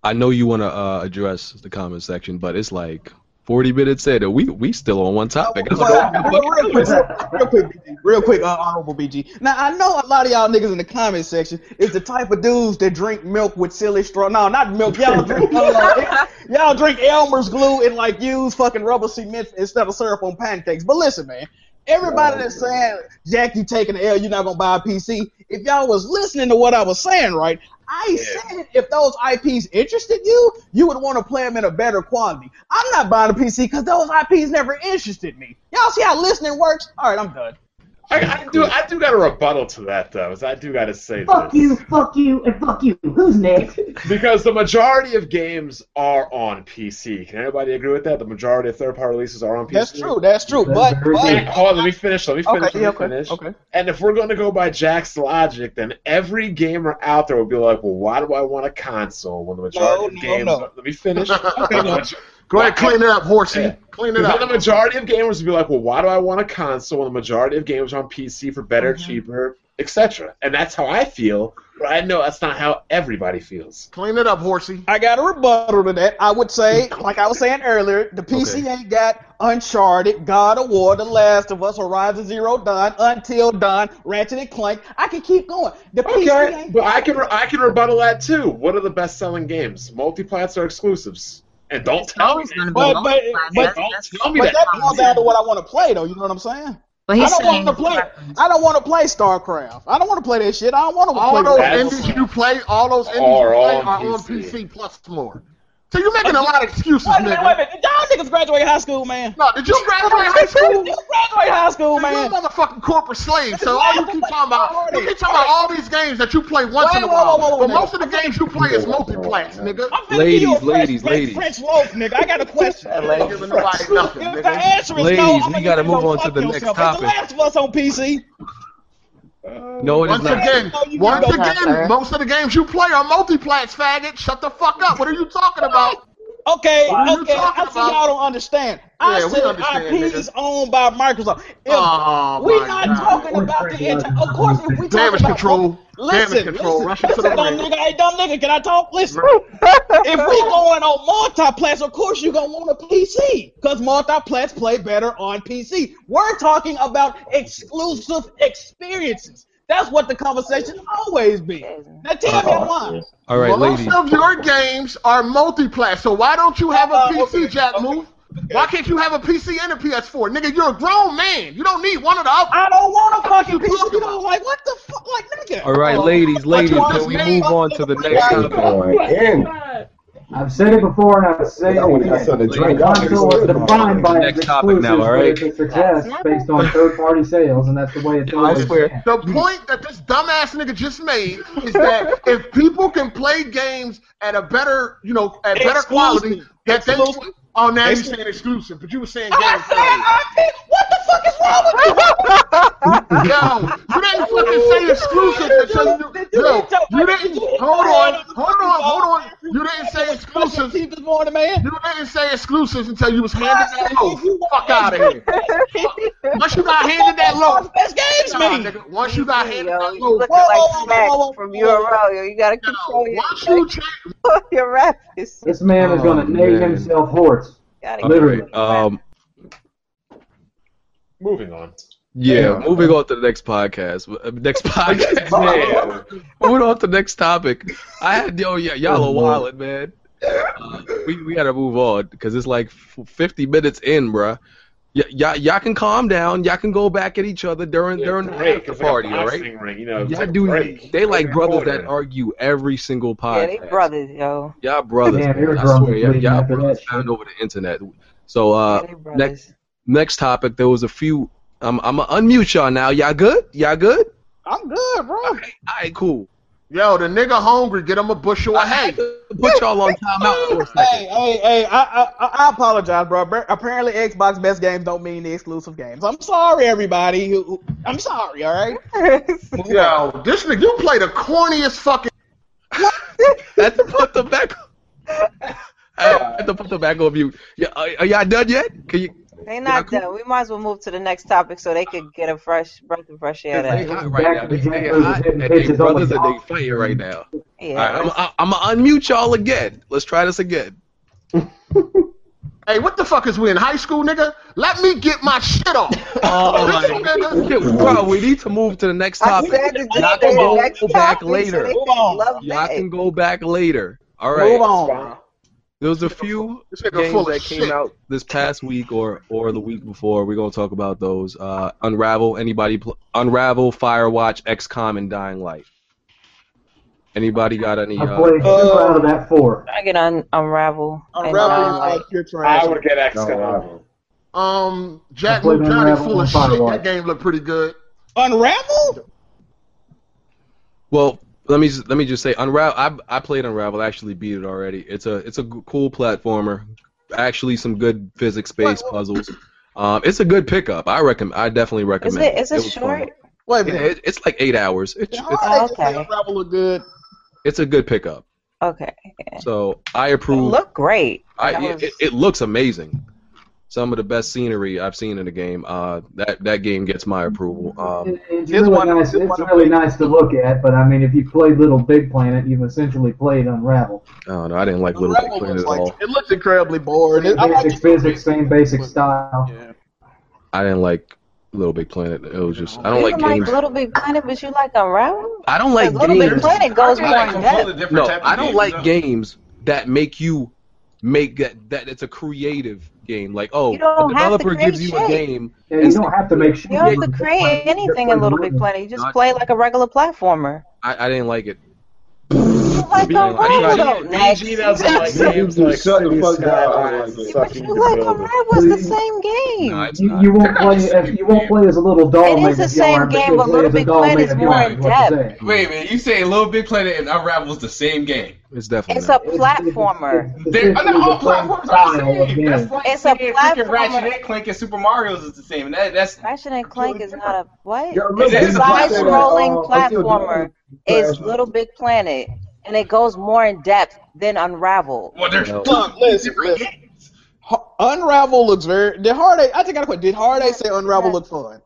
[SPEAKER 1] I know you want to uh, address the comment section, but it's like forty minutes in, and we we still on one topic. That's
[SPEAKER 6] Well,
[SPEAKER 1] what-
[SPEAKER 6] well, real quick, real quick, BG, real quick, uh, honorable BG. Now I know a lot of y'all niggas in the comment section is the type of dudes that drink milk with silly straw. No, not milk. Y'all drink uh, y'all drink Elmer's glue and like use fucking rubber cement instead of syrup on pancakes. But listen, man, everybody that's saying Jack, you taking the L, you're not gonna buy a PC. If y'all was listening to what I was saying, right? I said if those IPs interested you, you would want to play them in a better quality. I'm not buying a PC because those IPs never interested me. Y'all see how listening works? All right, I'm done.
[SPEAKER 2] I, I do. I do got a rebuttal to that though. Is I do got to say
[SPEAKER 11] Fuck
[SPEAKER 2] this.
[SPEAKER 11] you, fuck you, and fuck you. Who's next?
[SPEAKER 2] Because the majority of games are on PC. Can anybody agree with that? The majority of third-party releases are on PC.
[SPEAKER 6] That's true. That's true.
[SPEAKER 5] That's
[SPEAKER 6] But,
[SPEAKER 5] very
[SPEAKER 2] Hey,
[SPEAKER 6] but
[SPEAKER 5] true.
[SPEAKER 2] hold on, let me finish. Let me finish.
[SPEAKER 6] okay, yeah,
[SPEAKER 2] let me
[SPEAKER 6] okay,
[SPEAKER 2] finish.
[SPEAKER 6] okay.
[SPEAKER 2] And if we're going to go by Jack's logic, then every gamer out there will be like, "Well, why do I want a console when the majority
[SPEAKER 6] No,
[SPEAKER 2] of
[SPEAKER 6] no,
[SPEAKER 2] games?"
[SPEAKER 6] no.
[SPEAKER 2] Let me finish. When the major-
[SPEAKER 8] Go ahead, clean it up, horsey. Clean it
[SPEAKER 2] Because then
[SPEAKER 8] up.
[SPEAKER 2] the majority of gamers would be like, well, why do I want a console when the majority of games are on PC for better,
[SPEAKER 6] Mm-hmm.
[SPEAKER 2] cheaper, etc.? And that's how I feel, but I know that's not how everybody feels.
[SPEAKER 8] Clean it up, horsey.
[SPEAKER 6] I got a rebuttal to that. I would say, like I was saying earlier, the PC ain't got Uncharted, God of War, The Last of Us, Horizon Zero Dawn, Until Dawn, Ratchet and Clank. I can keep going. The PC
[SPEAKER 2] Okay,
[SPEAKER 6] ain't
[SPEAKER 2] but I can re- I can rebuttal that too. What are the best-selling games? Multiplats are exclusives, and don't tell me.
[SPEAKER 12] always gonna be
[SPEAKER 6] But-
[SPEAKER 12] long
[SPEAKER 6] but-
[SPEAKER 12] class.
[SPEAKER 6] but-
[SPEAKER 12] That's-
[SPEAKER 2] don't
[SPEAKER 12] that's-
[SPEAKER 2] tell me
[SPEAKER 6] But that boils down to
[SPEAKER 12] conversation.
[SPEAKER 6] what I want to play, though. You know what I'm saying?
[SPEAKER 12] But
[SPEAKER 6] I
[SPEAKER 12] he's
[SPEAKER 6] don't want
[SPEAKER 12] saying
[SPEAKER 6] to play. I don't want to play StarCraft. I don't want to play that shit. I don't want to
[SPEAKER 8] All
[SPEAKER 6] play.
[SPEAKER 8] those
[SPEAKER 6] that.
[SPEAKER 8] indies you play, all those indies
[SPEAKER 2] Are
[SPEAKER 8] you play
[SPEAKER 2] on
[SPEAKER 8] are on
[SPEAKER 2] PC.
[SPEAKER 8] PC plus more. So you're making a lot of excuses,
[SPEAKER 6] Wait a minute, wait a
[SPEAKER 8] nigga.
[SPEAKER 6] minute. Did y'all niggas graduate high school, man?
[SPEAKER 8] No, did you graduate high school?
[SPEAKER 6] You graduate high school, man.
[SPEAKER 8] You're a motherfucking corporate slave. So all you keep talking about, you keep talking about all these games that you play once in a
[SPEAKER 6] Wait, whoa,
[SPEAKER 8] while.
[SPEAKER 6] whoa, whoa,
[SPEAKER 8] but
[SPEAKER 6] whoa,
[SPEAKER 8] most of the games you play is multiplats, nigga.
[SPEAKER 6] I'm finna give you a
[SPEAKER 1] Ladies, ladies,
[SPEAKER 6] French,
[SPEAKER 1] ladies.
[SPEAKER 6] French loaf, nigga. I got a question.
[SPEAKER 8] You ain't giving nobody nothing,
[SPEAKER 6] If the
[SPEAKER 8] nigga.
[SPEAKER 6] answer is
[SPEAKER 1] Ladies,
[SPEAKER 6] no,
[SPEAKER 1] we
[SPEAKER 6] I'm gonna
[SPEAKER 1] gotta
[SPEAKER 6] need you
[SPEAKER 1] move on to
[SPEAKER 6] fuck
[SPEAKER 1] the next
[SPEAKER 6] yourself. Is
[SPEAKER 1] topic.
[SPEAKER 6] The Last of Us on PC.
[SPEAKER 1] No, it is
[SPEAKER 8] Uh, Once
[SPEAKER 1] not.
[SPEAKER 8] again,
[SPEAKER 6] No, you
[SPEAKER 8] once
[SPEAKER 12] don't, sir.
[SPEAKER 8] again, most of the games you play are multiplats, faggot. Shut the fuck up. What are you talking about?
[SPEAKER 6] Okay,
[SPEAKER 8] What are you
[SPEAKER 6] okay. I
[SPEAKER 8] talking
[SPEAKER 6] see y'all
[SPEAKER 8] about?
[SPEAKER 6] don't understand. I
[SPEAKER 8] Yeah, we
[SPEAKER 6] said
[SPEAKER 8] understand,
[SPEAKER 6] IP
[SPEAKER 8] nigga.
[SPEAKER 6] is owned by Microsoft. If
[SPEAKER 8] Oh,
[SPEAKER 6] we're
[SPEAKER 8] my
[SPEAKER 6] not
[SPEAKER 8] God.
[SPEAKER 6] talking about the inter- of course if we
[SPEAKER 8] Damage
[SPEAKER 6] talking about
[SPEAKER 8] control.
[SPEAKER 6] Listen,
[SPEAKER 8] Damage control.
[SPEAKER 6] listen,
[SPEAKER 8] Rush into
[SPEAKER 6] listen,
[SPEAKER 8] the
[SPEAKER 6] dumb
[SPEAKER 8] ring.
[SPEAKER 6] nigga. Hey, dumb nigga, can I talk? Listen, if we going on multiplats, of course you're gonna want a PC because multiplats play better on PC. We're talking about exclusive experiences. That's what the conversation always be. Now tell
[SPEAKER 8] Uh-huh.
[SPEAKER 6] me why.
[SPEAKER 1] All right,
[SPEAKER 8] Most
[SPEAKER 1] ladies.
[SPEAKER 8] of your games are multiplayer, so why don't you have a
[SPEAKER 6] Uh,
[SPEAKER 8] PC,
[SPEAKER 6] okay,
[SPEAKER 8] Jack
[SPEAKER 6] okay,
[SPEAKER 8] Move? Why can't you have a PC and a PS4? Nigga, you're a grown man. You don't need one or the other.
[SPEAKER 6] I don't want a fucking piece of
[SPEAKER 8] talking
[SPEAKER 6] you Uh, know, like what the fuck, like nigga.
[SPEAKER 1] All right, ladies, ladies. Can we move on to the next topic?
[SPEAKER 3] Going in.
[SPEAKER 5] I've said it before and I've said
[SPEAKER 3] I
[SPEAKER 5] it
[SPEAKER 3] went and got
[SPEAKER 5] again.
[SPEAKER 3] something to drink. Y'all niggas
[SPEAKER 5] Console is
[SPEAKER 3] still
[SPEAKER 5] defined by its
[SPEAKER 1] Next topic
[SPEAKER 5] exclusives
[SPEAKER 1] now, all
[SPEAKER 5] with
[SPEAKER 1] right?
[SPEAKER 5] its success based on third-party sales, and that's the way it's always
[SPEAKER 1] swear.
[SPEAKER 5] been.
[SPEAKER 8] The point that this dumbass nigga just made is that if people can play games at a better, you know, at better quality,
[SPEAKER 6] Exclusive.
[SPEAKER 8] that they
[SPEAKER 6] Exclusive.
[SPEAKER 8] oh now you
[SPEAKER 6] Exclusive.
[SPEAKER 8] saying exclusive, but you were saying
[SPEAKER 6] I'm
[SPEAKER 8] game
[SPEAKER 6] not saying IP. What the fuck is wrong with you?
[SPEAKER 8] Yo, you didn't fucking say exclusive because you,
[SPEAKER 6] Did you
[SPEAKER 8] yo,
[SPEAKER 6] hit your-
[SPEAKER 8] you
[SPEAKER 6] did
[SPEAKER 8] didn't.
[SPEAKER 6] you hit
[SPEAKER 8] Hold
[SPEAKER 6] your
[SPEAKER 8] on,
[SPEAKER 6] head on the
[SPEAKER 8] hold on,
[SPEAKER 6] fucking
[SPEAKER 8] hold on.
[SPEAKER 6] wall?
[SPEAKER 8] You didn't say
[SPEAKER 6] Brush your
[SPEAKER 8] exclusive.
[SPEAKER 6] teeth this morning, man.
[SPEAKER 8] You didn't say exclusives until you was
[SPEAKER 6] I
[SPEAKER 8] handed that
[SPEAKER 6] said if you
[SPEAKER 8] loaf.
[SPEAKER 6] want
[SPEAKER 8] Fuck out of here. Once you got handed that loaf,
[SPEAKER 6] Best games,
[SPEAKER 8] nah,
[SPEAKER 6] man.
[SPEAKER 8] nigga. Once you got handed that
[SPEAKER 4] you
[SPEAKER 8] loaf,
[SPEAKER 4] looking
[SPEAKER 6] Whoa,
[SPEAKER 4] like
[SPEAKER 6] whoa, whoa,
[SPEAKER 4] Smack
[SPEAKER 6] whoa, whoa,
[SPEAKER 4] from
[SPEAKER 6] whoa.
[SPEAKER 4] URL. You gotta
[SPEAKER 8] yo,
[SPEAKER 4] control your,
[SPEAKER 8] once you change,
[SPEAKER 4] your rappers. You
[SPEAKER 5] This man is
[SPEAKER 1] Oh,
[SPEAKER 5] going to name
[SPEAKER 1] man.
[SPEAKER 5] himself Horse.
[SPEAKER 4] gotta
[SPEAKER 1] All
[SPEAKER 5] Literally.
[SPEAKER 1] right. Um.
[SPEAKER 2] Moving on.
[SPEAKER 1] Yeah. Moving on to the next podcast. Uh, Next podcast.
[SPEAKER 2] Yeah.
[SPEAKER 1] Moving on to the next topic. I had yo, yeah, y'all are wild, man. Uh, we we gotta move on because it's like f- 50 minutes in, bruh. Y- y'all y'all can calm down. Y'all can go back at each other during during the
[SPEAKER 2] break.
[SPEAKER 1] after
[SPEAKER 2] It's like a
[SPEAKER 1] party, all right?
[SPEAKER 2] boxing ring, you know,
[SPEAKER 1] Y'all
[SPEAKER 2] take a
[SPEAKER 1] do.
[SPEAKER 2] break.
[SPEAKER 1] They like
[SPEAKER 2] Every
[SPEAKER 1] brothers
[SPEAKER 2] quarter.
[SPEAKER 1] that argue every single
[SPEAKER 4] yeah,
[SPEAKER 1] podcast.
[SPEAKER 4] they brothers, yo.
[SPEAKER 1] Y'all brothers.
[SPEAKER 5] Damn,
[SPEAKER 1] man.
[SPEAKER 5] you're
[SPEAKER 1] I
[SPEAKER 5] drunk
[SPEAKER 1] swear,
[SPEAKER 5] and
[SPEAKER 1] y'all,
[SPEAKER 5] bleeding
[SPEAKER 1] y'all
[SPEAKER 5] after that
[SPEAKER 1] brothers
[SPEAKER 5] shit.
[SPEAKER 1] found over the internet. So uh,
[SPEAKER 4] Yeah, they brothers.
[SPEAKER 1] next topic. There was a few. I'm I'm gonna unmute y'all now. Y'all good? Y'all good?
[SPEAKER 6] I'm good, bro.
[SPEAKER 1] All right, all right cool.
[SPEAKER 8] yo, the nigga hungry. Get him a bushel of
[SPEAKER 1] I had
[SPEAKER 8] hay.
[SPEAKER 1] to put y'all on timeout for a
[SPEAKER 6] Hey,
[SPEAKER 1] second.
[SPEAKER 6] hey, hey! I, I, I- I apologize, bro. Appar- Apparently, Xbox best games don't mean the exclusive games. I'm sorry, everybody. who- who- I'm sorry, all right.
[SPEAKER 8] Yo, this nigga, you play the corniest fucking.
[SPEAKER 1] had to put them back. I had to put them back on mute. Yeah, uh, are, are y'all done yet? Can you?
[SPEAKER 4] they
[SPEAKER 1] Yeah,
[SPEAKER 4] not
[SPEAKER 1] cool.
[SPEAKER 4] done. We might as well move to the next topic so they could get a fresh breath of fresh air.
[SPEAKER 1] They
[SPEAKER 4] There.
[SPEAKER 1] hot right now. They, they hot and they brothers and they fighting right now. All
[SPEAKER 4] Yeah.
[SPEAKER 1] right, I'm I'm gonna unmute y'all again. Let's try this again.
[SPEAKER 8] Hey, what the fuck is we in high school, nigga? Let me get my shit off.
[SPEAKER 1] Oh
[SPEAKER 8] This nigga-
[SPEAKER 1] Shit, bro, we need to move to the next
[SPEAKER 4] I
[SPEAKER 1] topic.
[SPEAKER 4] said to just
[SPEAKER 1] Y'all
[SPEAKER 4] stay
[SPEAKER 1] can
[SPEAKER 4] the
[SPEAKER 1] go
[SPEAKER 4] next
[SPEAKER 1] back
[SPEAKER 4] topic so
[SPEAKER 1] later.
[SPEAKER 4] they
[SPEAKER 6] Move
[SPEAKER 4] can
[SPEAKER 6] on.
[SPEAKER 4] love
[SPEAKER 1] Y'all
[SPEAKER 4] that.
[SPEAKER 1] can go back later. All
[SPEAKER 6] Move
[SPEAKER 1] right.
[SPEAKER 6] on. bro.
[SPEAKER 1] There was a few
[SPEAKER 8] This nigga
[SPEAKER 1] games
[SPEAKER 8] full of
[SPEAKER 1] that came
[SPEAKER 8] shit.
[SPEAKER 1] out this past week or or the week before. We're gonna talk about those. Uh, Unravel. Anybody? Pl- Unravel. Firewatch. XCOM. And Dying Light. Anybody got any?
[SPEAKER 5] I
[SPEAKER 1] Uh,
[SPEAKER 5] played two out of that four.
[SPEAKER 4] I get un- unravel.
[SPEAKER 6] Unravel
[SPEAKER 4] And,
[SPEAKER 6] is
[SPEAKER 4] uh,
[SPEAKER 6] like pure trash.
[SPEAKER 2] I would get
[SPEAKER 8] uh,
[SPEAKER 2] XCOM.
[SPEAKER 3] No,
[SPEAKER 8] Um, Jack
[SPEAKER 5] I played
[SPEAKER 8] Move Johnny's
[SPEAKER 5] Unravel
[SPEAKER 8] full
[SPEAKER 5] on
[SPEAKER 8] of shit.
[SPEAKER 5] Firewatch.
[SPEAKER 8] That game looked pretty good.
[SPEAKER 6] Unravel?
[SPEAKER 1] well, let me just, let me just say Unravel. I I played Unravel. I actually beat it already. It's a it's a g- cool platformer. Actually, some good physics based
[SPEAKER 6] Wait, wh-
[SPEAKER 1] puzzles. Um, it's a good pickup. I recommend. I definitely
[SPEAKER 4] is
[SPEAKER 1] recommend.
[SPEAKER 4] it is it
[SPEAKER 1] was fun.
[SPEAKER 4] short? Oh,
[SPEAKER 6] Wait a
[SPEAKER 1] Yeah,
[SPEAKER 6] minute.
[SPEAKER 1] it, it's like eight hours. It,
[SPEAKER 6] How
[SPEAKER 1] it's
[SPEAKER 6] are they just
[SPEAKER 4] Okay.
[SPEAKER 6] saying Unravel look good?
[SPEAKER 1] it's a good pickup.
[SPEAKER 4] Okay.
[SPEAKER 1] So I
[SPEAKER 4] It
[SPEAKER 1] approve.
[SPEAKER 4] look great.
[SPEAKER 1] I,
[SPEAKER 4] That was-
[SPEAKER 1] it, it looks amazing. Some of the best scenery I've seen in the game. Uh, that that game gets my approval. Um,
[SPEAKER 5] It- It's
[SPEAKER 6] Here's
[SPEAKER 5] really
[SPEAKER 6] one-
[SPEAKER 5] nice.
[SPEAKER 6] here's
[SPEAKER 5] It's
[SPEAKER 6] one-
[SPEAKER 5] really nice to look at, but I mean, if you played Little Big Planet, you've essentially played Unravel.
[SPEAKER 1] I don't know. I didn't like Little Big
[SPEAKER 6] Unravel
[SPEAKER 1] Planet
[SPEAKER 6] looks
[SPEAKER 1] at
[SPEAKER 6] like
[SPEAKER 1] all.
[SPEAKER 6] it looks incredibly boring. It-
[SPEAKER 5] Same
[SPEAKER 6] I like
[SPEAKER 5] basic
[SPEAKER 6] it.
[SPEAKER 5] physics, same basic style.
[SPEAKER 6] Yeah.
[SPEAKER 1] I didn't like Little Big Planet. It was just I don't
[SPEAKER 4] you
[SPEAKER 1] like
[SPEAKER 4] like
[SPEAKER 1] games.
[SPEAKER 4] Little Big Planet, but you like Unravel?
[SPEAKER 1] I don't
[SPEAKER 4] 'Cause
[SPEAKER 1] like
[SPEAKER 4] Little Big
[SPEAKER 1] games.
[SPEAKER 4] Planet goes more
[SPEAKER 7] like
[SPEAKER 4] in depth.
[SPEAKER 7] completely different
[SPEAKER 1] No,
[SPEAKER 7] type of
[SPEAKER 1] I don't
[SPEAKER 7] games,
[SPEAKER 1] like
[SPEAKER 7] though.
[SPEAKER 1] games that make you make that that it's a creative game. Like oh,
[SPEAKER 4] You don't
[SPEAKER 1] a
[SPEAKER 4] have to
[SPEAKER 1] developer
[SPEAKER 4] create
[SPEAKER 1] gives you a
[SPEAKER 4] shit.
[SPEAKER 1] game.
[SPEAKER 5] Yeah, you don't have to make sure.
[SPEAKER 4] You don't have to create anything in Little Big Planet. You just play like a regular platformer.
[SPEAKER 1] I, I didn't like it.
[SPEAKER 4] You like oh,
[SPEAKER 1] Yeah, I
[SPEAKER 4] Unravel
[SPEAKER 1] tried-
[SPEAKER 4] though, Nex.
[SPEAKER 2] BG doesn't like
[SPEAKER 4] But
[SPEAKER 2] games like
[SPEAKER 3] Shut the
[SPEAKER 2] City
[SPEAKER 3] fuck up.
[SPEAKER 2] Skylines, sucking
[SPEAKER 4] you like
[SPEAKER 2] the
[SPEAKER 4] Unravel. It's the
[SPEAKER 5] Please.
[SPEAKER 4] same game.
[SPEAKER 1] No, it's
[SPEAKER 5] You,
[SPEAKER 1] not.
[SPEAKER 5] you won't
[SPEAKER 7] They're not
[SPEAKER 5] play
[SPEAKER 7] the
[SPEAKER 5] as
[SPEAKER 7] same
[SPEAKER 5] you won't
[SPEAKER 7] game.
[SPEAKER 5] play as a little doll
[SPEAKER 4] It is
[SPEAKER 5] man.
[SPEAKER 4] the
[SPEAKER 5] if you
[SPEAKER 4] same
[SPEAKER 5] aren't,
[SPEAKER 4] game,
[SPEAKER 5] you'll
[SPEAKER 4] but
[SPEAKER 5] play
[SPEAKER 4] Little
[SPEAKER 5] as a
[SPEAKER 4] Big
[SPEAKER 5] doll
[SPEAKER 4] Planet
[SPEAKER 5] man
[SPEAKER 4] is
[SPEAKER 5] if you
[SPEAKER 4] more
[SPEAKER 5] aren't,
[SPEAKER 4] in
[SPEAKER 5] what to
[SPEAKER 4] depth.
[SPEAKER 5] say.
[SPEAKER 7] Wait a minute, you say Little Big Planet and Unravel's the same game?
[SPEAKER 1] It's definitely
[SPEAKER 4] It's
[SPEAKER 1] not.
[SPEAKER 4] a platformer.
[SPEAKER 5] It's
[SPEAKER 7] They're
[SPEAKER 5] essentially
[SPEAKER 7] not
[SPEAKER 5] the same
[SPEAKER 7] all platforms are
[SPEAKER 5] style
[SPEAKER 7] the
[SPEAKER 5] of
[SPEAKER 7] same.
[SPEAKER 5] game.
[SPEAKER 7] That's like
[SPEAKER 4] It's a
[SPEAKER 7] saying freaking
[SPEAKER 4] platformer.
[SPEAKER 7] Ratchet and Clank and Super Mario's is the same. And that, that's
[SPEAKER 4] Ratchet and Clank is not a what?
[SPEAKER 3] Yeah, remember
[SPEAKER 7] It is a
[SPEAKER 4] Side
[SPEAKER 7] platformer.
[SPEAKER 3] uh,
[SPEAKER 4] scrolling
[SPEAKER 1] Uh,
[SPEAKER 3] Until Dawn
[SPEAKER 4] platformer
[SPEAKER 3] Crash.
[SPEAKER 4] is Little Big Planet, and it goes more in depth than Unravel.
[SPEAKER 7] well, there's
[SPEAKER 1] No.
[SPEAKER 7] two
[SPEAKER 6] Look, listen,
[SPEAKER 7] different
[SPEAKER 6] listen.
[SPEAKER 7] games.
[SPEAKER 6] Har- Unravel looks very. Did Hard Eight? I think I quit. Did Hard Eight say Unravel looked fun?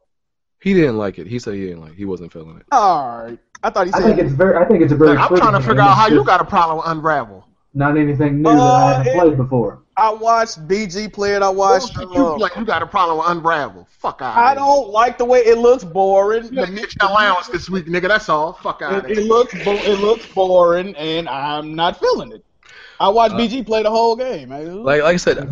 [SPEAKER 1] He didn't like it. He said he didn't like. It. He wasn't feeling it.
[SPEAKER 6] All right. I thought he
[SPEAKER 5] I
[SPEAKER 6] said.
[SPEAKER 5] think it's very. I think it's a very.
[SPEAKER 8] Look, I'm
[SPEAKER 5] pretty
[SPEAKER 8] trying to
[SPEAKER 5] game.
[SPEAKER 8] figure out
[SPEAKER 5] It's
[SPEAKER 8] how you
[SPEAKER 5] just
[SPEAKER 8] got a problem with Unravel.
[SPEAKER 5] not anything new that
[SPEAKER 6] Uh,
[SPEAKER 5] I haven't
[SPEAKER 6] it-
[SPEAKER 5] played before.
[SPEAKER 6] I watched BG play it. I watched.
[SPEAKER 8] Bullshit, you
[SPEAKER 6] uh,
[SPEAKER 8] play. You got a problem with Unravel. Fuck out.
[SPEAKER 6] I don't like the way it looks boring.
[SPEAKER 8] You
[SPEAKER 6] The
[SPEAKER 8] didn't
[SPEAKER 6] mu-
[SPEAKER 8] get your allowance this week, nigga. That's all. Fuck out.
[SPEAKER 6] It, it looks bo- it looks boring, and I'm not feeling it. I watched
[SPEAKER 1] Uh,
[SPEAKER 6] BG play the whole game. I-
[SPEAKER 1] Like like I said,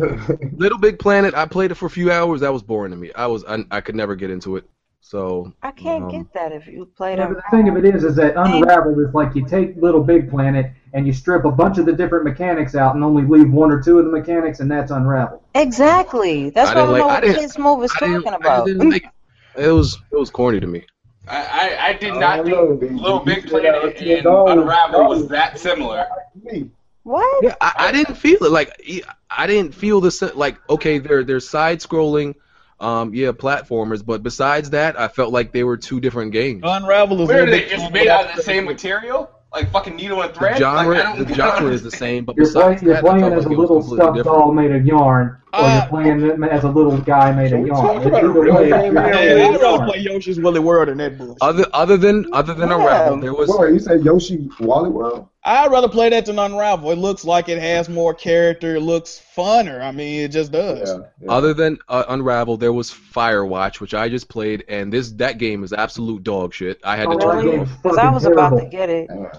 [SPEAKER 1] Little Big Planet. I played it for a few hours. That was boring to me. I was I, I could never get into it. So
[SPEAKER 4] I can't
[SPEAKER 1] um,
[SPEAKER 4] get that if you played
[SPEAKER 5] Yeah,
[SPEAKER 4] Unravel.
[SPEAKER 5] but the thing of it is, is that Unravel is like you take Little Big Planet and you strip a bunch of the different mechanics out and only leave one or two of the mechanics, and that's Unravel.
[SPEAKER 4] Exactly. That's
[SPEAKER 1] I
[SPEAKER 4] why I don't
[SPEAKER 1] didn't
[SPEAKER 4] know
[SPEAKER 1] like- I
[SPEAKER 4] what
[SPEAKER 1] didn't-
[SPEAKER 4] Kids Move is
[SPEAKER 1] I didn't,
[SPEAKER 4] talking
[SPEAKER 1] I
[SPEAKER 4] about.
[SPEAKER 1] didn't like it. It was it was corny to me.
[SPEAKER 7] I, I, I did
[SPEAKER 3] I
[SPEAKER 7] not
[SPEAKER 3] don't know,
[SPEAKER 7] think
[SPEAKER 3] dude.
[SPEAKER 7] Little
[SPEAKER 3] You
[SPEAKER 7] Big
[SPEAKER 3] should have
[SPEAKER 7] Planet
[SPEAKER 3] ten
[SPEAKER 7] and
[SPEAKER 3] dollars.
[SPEAKER 7] Unravel was
[SPEAKER 3] No.
[SPEAKER 7] that similar.
[SPEAKER 3] Me.
[SPEAKER 4] What?
[SPEAKER 1] Yeah, I, I didn't feel it. Like e- I didn't feel the se- like okay, they're they're side scrolling, um, yeah, platformers. But besides that, I felt like they were two different games.
[SPEAKER 7] Uh,
[SPEAKER 6] Unravel is
[SPEAKER 7] Where
[SPEAKER 6] a
[SPEAKER 7] are
[SPEAKER 6] little
[SPEAKER 7] they
[SPEAKER 6] bit
[SPEAKER 7] just
[SPEAKER 6] fun,
[SPEAKER 7] made
[SPEAKER 6] but
[SPEAKER 7] out
[SPEAKER 6] I-
[SPEAKER 7] of the same material? Like fucking needle and
[SPEAKER 1] The
[SPEAKER 7] thread?
[SPEAKER 1] genre
[SPEAKER 7] like, I don't
[SPEAKER 1] the
[SPEAKER 7] get
[SPEAKER 1] genre
[SPEAKER 7] it.
[SPEAKER 1] is the same, but
[SPEAKER 5] You're, play,
[SPEAKER 1] besides
[SPEAKER 5] you're
[SPEAKER 1] that, I
[SPEAKER 5] playing
[SPEAKER 1] felt
[SPEAKER 5] as
[SPEAKER 1] like
[SPEAKER 5] a
[SPEAKER 1] it was
[SPEAKER 5] little
[SPEAKER 1] completely
[SPEAKER 5] stuffed
[SPEAKER 1] different.
[SPEAKER 5] doll made of yarn, or
[SPEAKER 6] Uh,
[SPEAKER 5] you're playing as a little guy made of yarn.
[SPEAKER 2] about a
[SPEAKER 5] Either
[SPEAKER 2] real
[SPEAKER 5] way,
[SPEAKER 2] game
[SPEAKER 5] you're
[SPEAKER 2] now?
[SPEAKER 5] playing
[SPEAKER 6] Yeah, Uh,
[SPEAKER 5] as
[SPEAKER 6] I'd rather
[SPEAKER 5] yarn.
[SPEAKER 6] play Yoshi's Willy World than that bullshit.
[SPEAKER 1] Other other than other than
[SPEAKER 4] Yeah.
[SPEAKER 1] Unravel, there was
[SPEAKER 3] Whoa, you said Yoshi Wally World?
[SPEAKER 6] I'd rather play that than Unravel. It looks like it has more character. It looks funner. I mean, it just does.
[SPEAKER 3] Yeah. yeah.
[SPEAKER 1] Other than uh, Unravel, there was Firewatch, which I just played, and this that game is absolute dog shit. I had to
[SPEAKER 5] Oh,
[SPEAKER 1] turn
[SPEAKER 5] really?
[SPEAKER 1] it off.
[SPEAKER 4] Because I was about to get it.
[SPEAKER 3] Yeah.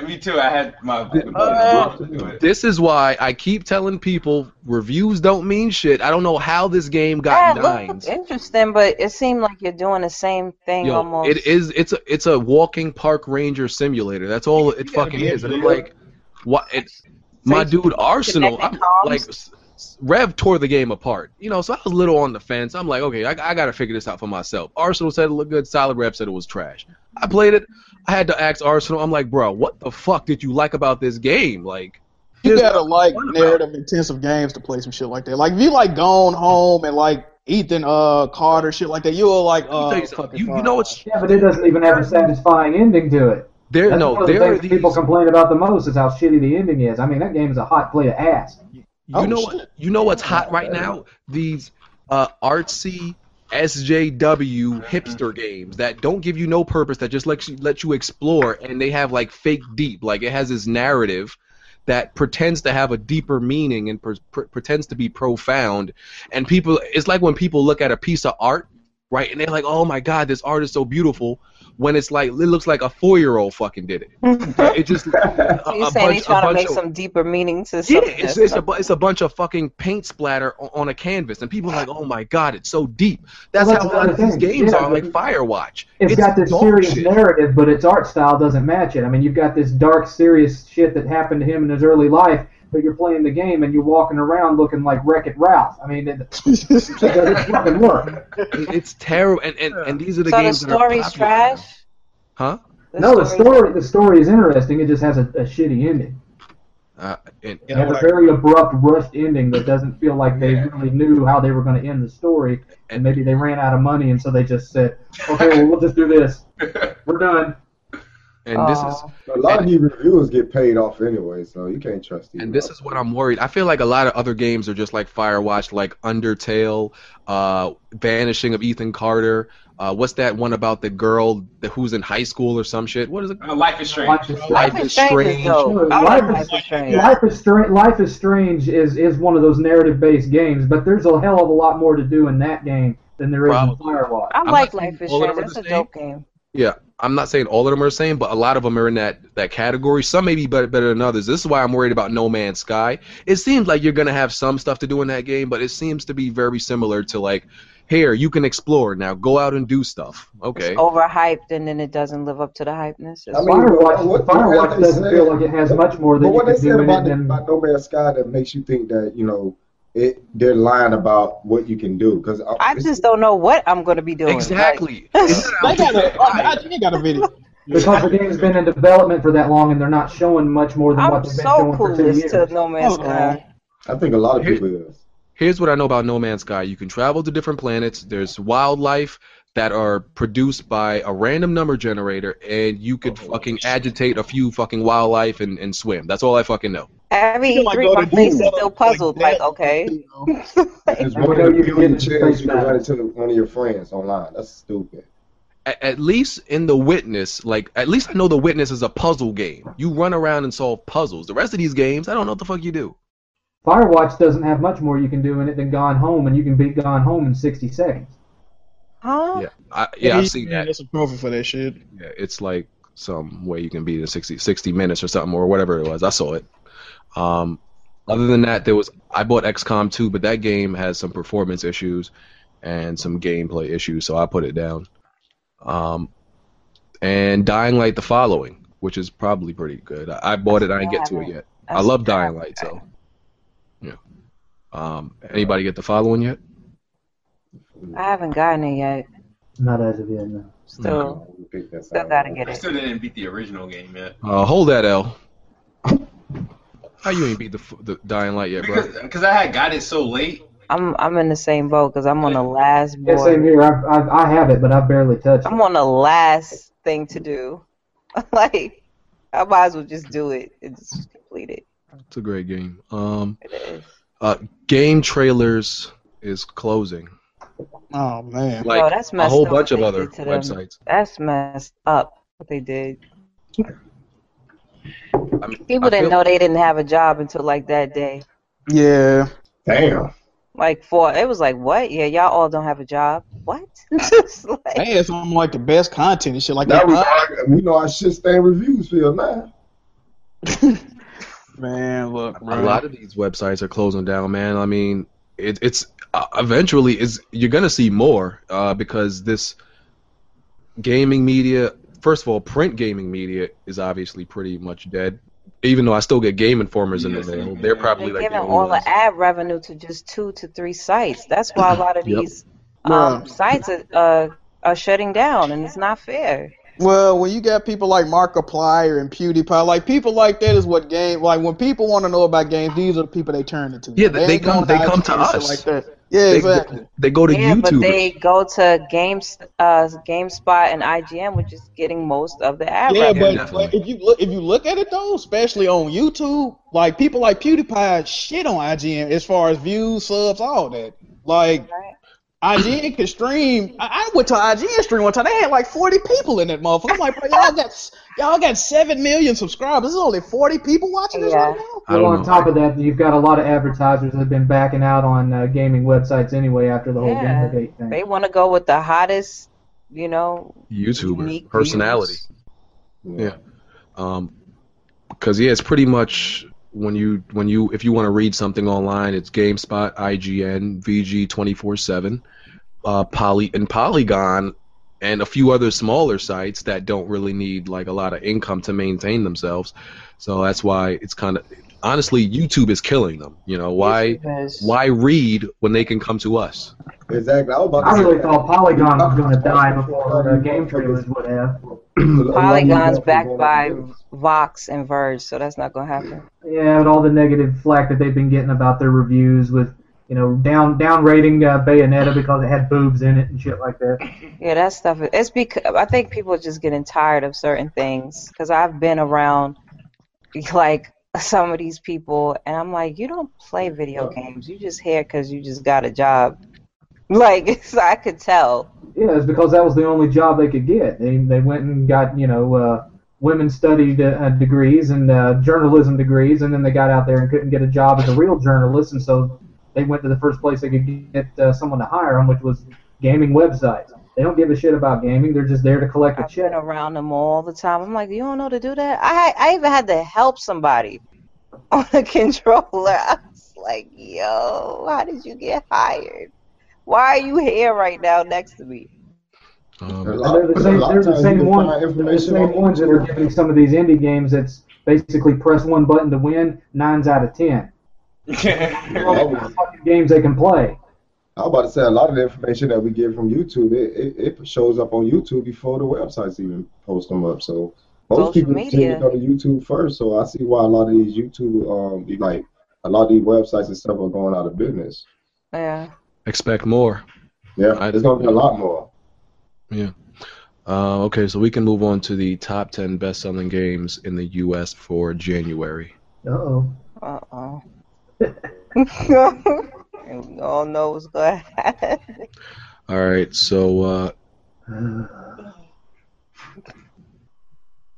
[SPEAKER 7] Yeah, me too. I had my.
[SPEAKER 1] Uh, This is why I keep telling people reviews don't mean shit. I don't know how this game
[SPEAKER 4] Yeah,
[SPEAKER 1] got
[SPEAKER 4] it
[SPEAKER 1] nines.
[SPEAKER 4] looked interesting, but it seemed like you're doing the same thing
[SPEAKER 1] Yo,
[SPEAKER 4] almost.
[SPEAKER 1] it is it's a it's a walking park ranger simulator. That's all it fucking is. And I'm like, what? It, my dude, Arsenal. I'm
[SPEAKER 4] Connected comms.
[SPEAKER 1] like, s- s- Rev tore the game apart. You know, so I was a little on the fence. I'm like, okay, I, I got to figure this out for myself. Arsenal said it looked good. Solid Rev said it was trash. I played it. I had to ask Arsenal. I'm like, bro, what the fuck did you like about this game? Like,
[SPEAKER 6] You
[SPEAKER 1] there's
[SPEAKER 6] gotta like
[SPEAKER 1] fun about it.
[SPEAKER 6] narrative intensive games to play some shit like that. Like if you like Gone Home and like Ethan uh Carter shit like that, you'll like
[SPEAKER 1] let me
[SPEAKER 6] uh
[SPEAKER 1] tell you, something.
[SPEAKER 6] fucking
[SPEAKER 1] you, you know it's
[SPEAKER 5] Yeah, but it doesn't even have a satisfying ending to it.
[SPEAKER 1] there.
[SPEAKER 5] That's one
[SPEAKER 1] No,
[SPEAKER 5] of the
[SPEAKER 1] there are
[SPEAKER 5] things
[SPEAKER 1] these.
[SPEAKER 5] people complain about the most is how shitty the ending is. I mean, that game is a hot play of ass.
[SPEAKER 1] You
[SPEAKER 6] Oh,
[SPEAKER 1] know,
[SPEAKER 6] shit.
[SPEAKER 1] what, you know what's hot right now? These uh, artsy SJW
[SPEAKER 6] Mm-hmm.
[SPEAKER 1] hipster games that don't give you no purpose, that just let you, let you explore, and they have like fake deep, like it has this narrative that pretends to have a deeper meaning and pr- pr- pretends to be profound. And people, it's like when people look at a piece of art, right, and they're like, "Oh my God, this art is so beautiful," when it's like it looks like a four-year-old fucking did it. It just a,
[SPEAKER 4] So you're
[SPEAKER 1] a
[SPEAKER 4] saying
[SPEAKER 1] bunch,
[SPEAKER 4] he's
[SPEAKER 1] a
[SPEAKER 4] trying to
[SPEAKER 1] bunch
[SPEAKER 4] make
[SPEAKER 1] of-
[SPEAKER 4] some deeper meaning to
[SPEAKER 1] yeah,
[SPEAKER 4] something.
[SPEAKER 1] it's, it's, a, bu- it's a bunch of fucking paint splatter on, on a canvas, and people are like, oh my god, it's so deep. That's
[SPEAKER 5] Well, that's
[SPEAKER 1] how a lot of
[SPEAKER 5] another
[SPEAKER 1] these
[SPEAKER 5] thing.
[SPEAKER 1] games
[SPEAKER 5] Yeah.
[SPEAKER 1] are, like Firewatch.
[SPEAKER 5] it's got this
[SPEAKER 1] dog
[SPEAKER 5] serious
[SPEAKER 1] shit.
[SPEAKER 5] narrative, but its art style doesn't match it. I mean, you've got this dark, serious shit that happened to him in his early life, but you're playing the game and you're walking around looking like Wreck It Ralph. I mean, it, it doesn't fucking work.
[SPEAKER 1] It- It's terrible, and, and, and these are the
[SPEAKER 4] so the
[SPEAKER 1] games that are
[SPEAKER 4] story's
[SPEAKER 1] popular
[SPEAKER 4] trash.
[SPEAKER 1] now. Huh?
[SPEAKER 5] No, the story the story is interesting. It just has a, a shitty ending.
[SPEAKER 1] Uh, and,
[SPEAKER 5] It has a very abrupt, rushed ending that doesn't feel like they really knew how they were going to end the story, and maybe they ran out of money, and so they just said, "Okay, well, we'll just do this. We're done."
[SPEAKER 1] and this is
[SPEAKER 5] Oh.
[SPEAKER 3] A lot of these reviewers get paid off anyway, so you can't trust these.
[SPEAKER 1] and this is what I'm worried. I feel like a lot of other games are just like Firewatch, like Undertale, uh, Vanishing of Ethan Carter. Uh, what's that one about the girl that, who's in high school or some shit? What is it?
[SPEAKER 7] Uh, Life is strange.
[SPEAKER 5] Life is
[SPEAKER 1] Life is strange.
[SPEAKER 5] Sure,
[SPEAKER 1] I
[SPEAKER 5] Life
[SPEAKER 1] like
[SPEAKER 5] is- Life is Strange. Life is Strange is is one of those narrative-based games, but there's a hell of a lot more to do in that game than there is
[SPEAKER 1] Probably.
[SPEAKER 5] in Firewatch.
[SPEAKER 4] I
[SPEAKER 1] not
[SPEAKER 4] like
[SPEAKER 1] saying
[SPEAKER 4] Life is
[SPEAKER 1] all of them
[SPEAKER 4] Strange.
[SPEAKER 1] are
[SPEAKER 4] That's
[SPEAKER 1] the
[SPEAKER 4] a dope game.
[SPEAKER 1] Yeah, I'm not saying all of them are the same, but a lot of them are in that, that category. Some may be better, better than others. This is why I'm worried about No Man's Sky. It seems like you're going to have some stuff to do in that game, but it seems to be very similar to like, here, you can explore. Now go out and do stuff. Okay.
[SPEAKER 4] It's overhyped and then it doesn't live up to the hypeness. It's
[SPEAKER 3] I mean,
[SPEAKER 5] Firewatch,
[SPEAKER 3] what- what-
[SPEAKER 5] Firewatch
[SPEAKER 3] what they
[SPEAKER 5] doesn't
[SPEAKER 3] said-
[SPEAKER 5] feel like it has much more
[SPEAKER 3] But
[SPEAKER 5] than you
[SPEAKER 3] what they
[SPEAKER 5] can
[SPEAKER 3] said
[SPEAKER 5] do in
[SPEAKER 3] about,
[SPEAKER 5] it.
[SPEAKER 3] the,
[SPEAKER 5] Than,
[SPEAKER 3] about No Man's Sky that makes you think that you know it, they're lying about what you can do because
[SPEAKER 4] I just don't know what I'm going to be doing.
[SPEAKER 1] Exactly.
[SPEAKER 6] They got a, I, I think they got a video.
[SPEAKER 5] because the game's been in development for that long, and they're not showing much more than
[SPEAKER 4] Like, I'm
[SPEAKER 5] what they've been
[SPEAKER 4] so
[SPEAKER 5] doing for two
[SPEAKER 4] clueless
[SPEAKER 5] years.
[SPEAKER 4] to No Man's
[SPEAKER 6] Hold
[SPEAKER 4] Sky.
[SPEAKER 3] I think a lot of
[SPEAKER 1] Here-
[SPEAKER 3] people is.
[SPEAKER 1] here's what I know about No Man's Sky. You can travel to different planets. There's wildlife that are produced by a random number generator, and you could fucking agitate a few fucking wildlife and, and swim. That's all I fucking know.
[SPEAKER 4] Every
[SPEAKER 6] You like
[SPEAKER 4] E3,
[SPEAKER 6] go to
[SPEAKER 4] my face is
[SPEAKER 6] Google,
[SPEAKER 4] still
[SPEAKER 6] like,
[SPEAKER 4] puzzled. Like,
[SPEAKER 6] that,
[SPEAKER 4] okay.
[SPEAKER 6] you know.
[SPEAKER 3] There's
[SPEAKER 5] And
[SPEAKER 3] one
[SPEAKER 5] we know
[SPEAKER 3] of
[SPEAKER 5] you
[SPEAKER 3] the
[SPEAKER 5] can
[SPEAKER 3] billion
[SPEAKER 5] get into
[SPEAKER 3] chance
[SPEAKER 5] space
[SPEAKER 3] you can
[SPEAKER 5] now.
[SPEAKER 3] run into one of your friends online. That's stupid.
[SPEAKER 1] At, at least in The Witness, like, at least I know The Witness is a puzzle game. You run around and solve puzzles. The rest of these games, I don't know what the fuck you do.
[SPEAKER 5] Firewatch doesn't have much more you can do in it than Gone Home, and you can beat Gone Home in 60 seconds.
[SPEAKER 4] Huh?
[SPEAKER 1] Yeah, I, yeah
[SPEAKER 6] He-
[SPEAKER 1] I've seen that.
[SPEAKER 6] That's a trophy for that shit.
[SPEAKER 1] Yeah, it's like some way you can beat in 60, 60 minutes or something or whatever it was. I saw it. Um, other than that, there was I bought XCOM 2, but that game has some performance issues and some gameplay issues, so I put it down. Um, and Dying Light the following, which is probably pretty good. I, I bought it. I didn't get to it yet. I love Dying Light, so yeah. Um, anybody get the following yet?
[SPEAKER 4] I haven't gotten it yet.
[SPEAKER 5] Not as of yet, no.
[SPEAKER 1] Mm-hmm.
[SPEAKER 4] Still,
[SPEAKER 3] I don't think that's
[SPEAKER 4] still
[SPEAKER 3] how it
[SPEAKER 4] gotta
[SPEAKER 3] works.
[SPEAKER 4] get
[SPEAKER 7] I
[SPEAKER 4] it.
[SPEAKER 7] still didn't beat the original game yet.
[SPEAKER 1] Uh, hold that L. How you ain't beat the, f- the Dying Light yet, bro?
[SPEAKER 7] Because because I had got it so late.
[SPEAKER 4] I'm I'm in the same boat because I'm on the last
[SPEAKER 5] Yeah, same
[SPEAKER 4] board.
[SPEAKER 5] here. I've, I've, I have it, but I've barely touched
[SPEAKER 4] I'm
[SPEAKER 5] it.
[SPEAKER 4] on the last thing to do. like, I might as well just do it and just complete it.
[SPEAKER 1] It's a great game. Um,
[SPEAKER 4] It is.
[SPEAKER 1] game trailers is closing.
[SPEAKER 6] Oh man.
[SPEAKER 1] Like
[SPEAKER 4] no, that's
[SPEAKER 1] a
[SPEAKER 4] messed
[SPEAKER 1] whole
[SPEAKER 4] up
[SPEAKER 1] bunch of
[SPEAKER 4] what they
[SPEAKER 1] other
[SPEAKER 4] did to them.
[SPEAKER 1] websites.
[SPEAKER 4] That's messed up what they did.
[SPEAKER 1] I mean,
[SPEAKER 4] People
[SPEAKER 1] I
[SPEAKER 4] didn't
[SPEAKER 1] feel-
[SPEAKER 4] know they didn't have a job until like that day.
[SPEAKER 6] Yeah.
[SPEAKER 3] Damn.
[SPEAKER 4] Like for it was like what? Yeah, y'all all don't have a job. What? Just like,
[SPEAKER 6] They had some like the best content and shit like
[SPEAKER 3] Now
[SPEAKER 6] that.
[SPEAKER 3] we, we know our shit stand reviews feel now.
[SPEAKER 6] man, look, bro.
[SPEAKER 1] A lot of these websites are closing down, man. I mean, it, it's uh, eventually is you're gonna see more uh, because this gaming media. First of all, print gaming media is obviously pretty much dead. Even though I still get Game Informers in the
[SPEAKER 7] Yes,
[SPEAKER 1] mail,
[SPEAKER 7] yeah.
[SPEAKER 1] they're probably
[SPEAKER 4] they're
[SPEAKER 1] like
[SPEAKER 4] giving
[SPEAKER 1] the only
[SPEAKER 4] all
[SPEAKER 1] ones.
[SPEAKER 4] the ad revenue to just two to three sites. That's why a lot of
[SPEAKER 1] Yep.
[SPEAKER 4] these
[SPEAKER 6] Bruh.
[SPEAKER 4] um, sites are, uh, are shutting down, and it's not fair.
[SPEAKER 6] Well, when you got people like Markiplier and PewDiePie, like people like that is what game. Like when people want to know about games, these are the people they turn to.
[SPEAKER 1] Yeah, they- they
[SPEAKER 6] ain't
[SPEAKER 1] come-
[SPEAKER 6] going
[SPEAKER 1] they
[SPEAKER 6] out
[SPEAKER 1] come to
[SPEAKER 6] and shit
[SPEAKER 1] us.
[SPEAKER 6] Like that. Yeah,
[SPEAKER 1] They,
[SPEAKER 6] exactly.
[SPEAKER 1] they go to
[SPEAKER 4] Yeah,
[SPEAKER 1] YouTube.
[SPEAKER 4] but they go to Games, uh, GameSpot and IGN, which is getting most of the ad
[SPEAKER 6] Yeah,
[SPEAKER 4] revenue.
[SPEAKER 1] Yeah,
[SPEAKER 6] but,
[SPEAKER 1] definitely.
[SPEAKER 6] but if you look if you look at it though, especially on YouTube, like people like PewDiePie shit on IGN as far as views, subs, all that. Like
[SPEAKER 4] Right.
[SPEAKER 6] IGN can stream. I, I went to an IGN stream one time. They had like 40 people in that motherfucker. I'm like, bro, y'all got s- y'all got seven million subscribers. There's only 40 people watching this
[SPEAKER 4] Yeah.
[SPEAKER 6] right now.
[SPEAKER 1] I
[SPEAKER 5] Well,
[SPEAKER 1] don't
[SPEAKER 5] on
[SPEAKER 1] know.
[SPEAKER 5] top of that, you've got a lot of advertisers that have been backing out on uh, gaming websites anyway after the whole
[SPEAKER 4] Yeah.
[SPEAKER 5] Gamergate thing.
[SPEAKER 4] They want to go with the hottest, you know, unique
[SPEAKER 1] YouTuber personality.
[SPEAKER 4] views.
[SPEAKER 1] Yeah. Um, because yeah, it's pretty much when you when you if you want to read something online, it's GameSpot, IGN, VG twenty four seven, uh, Poly and Polygon, and a few other smaller sites that don't really need like a lot of income to maintain themselves. So that's why it's kind of honestly YouTube is killing them. You know why?
[SPEAKER 4] YouTubers.
[SPEAKER 1] Why read when they can come to us?
[SPEAKER 3] Exactly. I was about to
[SPEAKER 5] I
[SPEAKER 3] say
[SPEAKER 5] really
[SPEAKER 3] that.
[SPEAKER 5] thought Polygon was going to die before uh, Game Trailers would have.
[SPEAKER 3] A lot of these
[SPEAKER 4] Polygon's
[SPEAKER 3] motherfuckers
[SPEAKER 4] backed
[SPEAKER 3] going
[SPEAKER 4] by
[SPEAKER 3] out of business.
[SPEAKER 4] Vox and Verge, so that's not gonna happen.
[SPEAKER 5] Yeah, with all the negative flack that they've been getting about their reviews with you know, down downrating uh, Bayonetta because it had boobs in it and shit like that.
[SPEAKER 4] Yeah, that stuff. It's because I think people are just getting tired of certain things. Because I've been around like some of these people, and I'm like, you don't play video games. You just here because you just got a job. Like so I could tell.
[SPEAKER 5] Yeah, it's because that was the only job they could get. They they went and got you know uh, women studied uh, degrees and uh, journalism degrees, and then they got out there and couldn't get a job as a real journalist, and so they went to the first place they could get uh, someone to hire them, which was gaming websites. They don't give a shit about gaming. They're just there to collect a
[SPEAKER 4] I've
[SPEAKER 5] check.
[SPEAKER 4] been around them all the time. I'm like, you don't know to do that. I I even had to help somebody on a controller. I was like, yo, how did you get hired? Why are you here right now next to me?
[SPEAKER 1] Um,
[SPEAKER 5] They're the same, they're the same, one, they're the same ones that are giving some of these indie games that's basically press one button to win, nines out of ten. They're all the fucking games they can play.
[SPEAKER 3] I was about to say a lot of the information that we get from YouTube, it, it, it shows up on YouTube before the websites even post them up. So most
[SPEAKER 4] Social
[SPEAKER 3] people tend
[SPEAKER 4] media.
[SPEAKER 3] to go to YouTube first. So I see why a lot of these YouTube, um, like a lot of these websites and stuff are going out of business.
[SPEAKER 4] Yeah.
[SPEAKER 1] expect more.
[SPEAKER 3] Yeah,
[SPEAKER 1] I-
[SPEAKER 3] there's gonna be a lot more.
[SPEAKER 1] Uh, okay, so we can move on to the top 10 best selling games in the U.S. for January.
[SPEAKER 5] Uh oh.
[SPEAKER 4] Uh oh. we all know what's going to happen.
[SPEAKER 1] All right, so uh,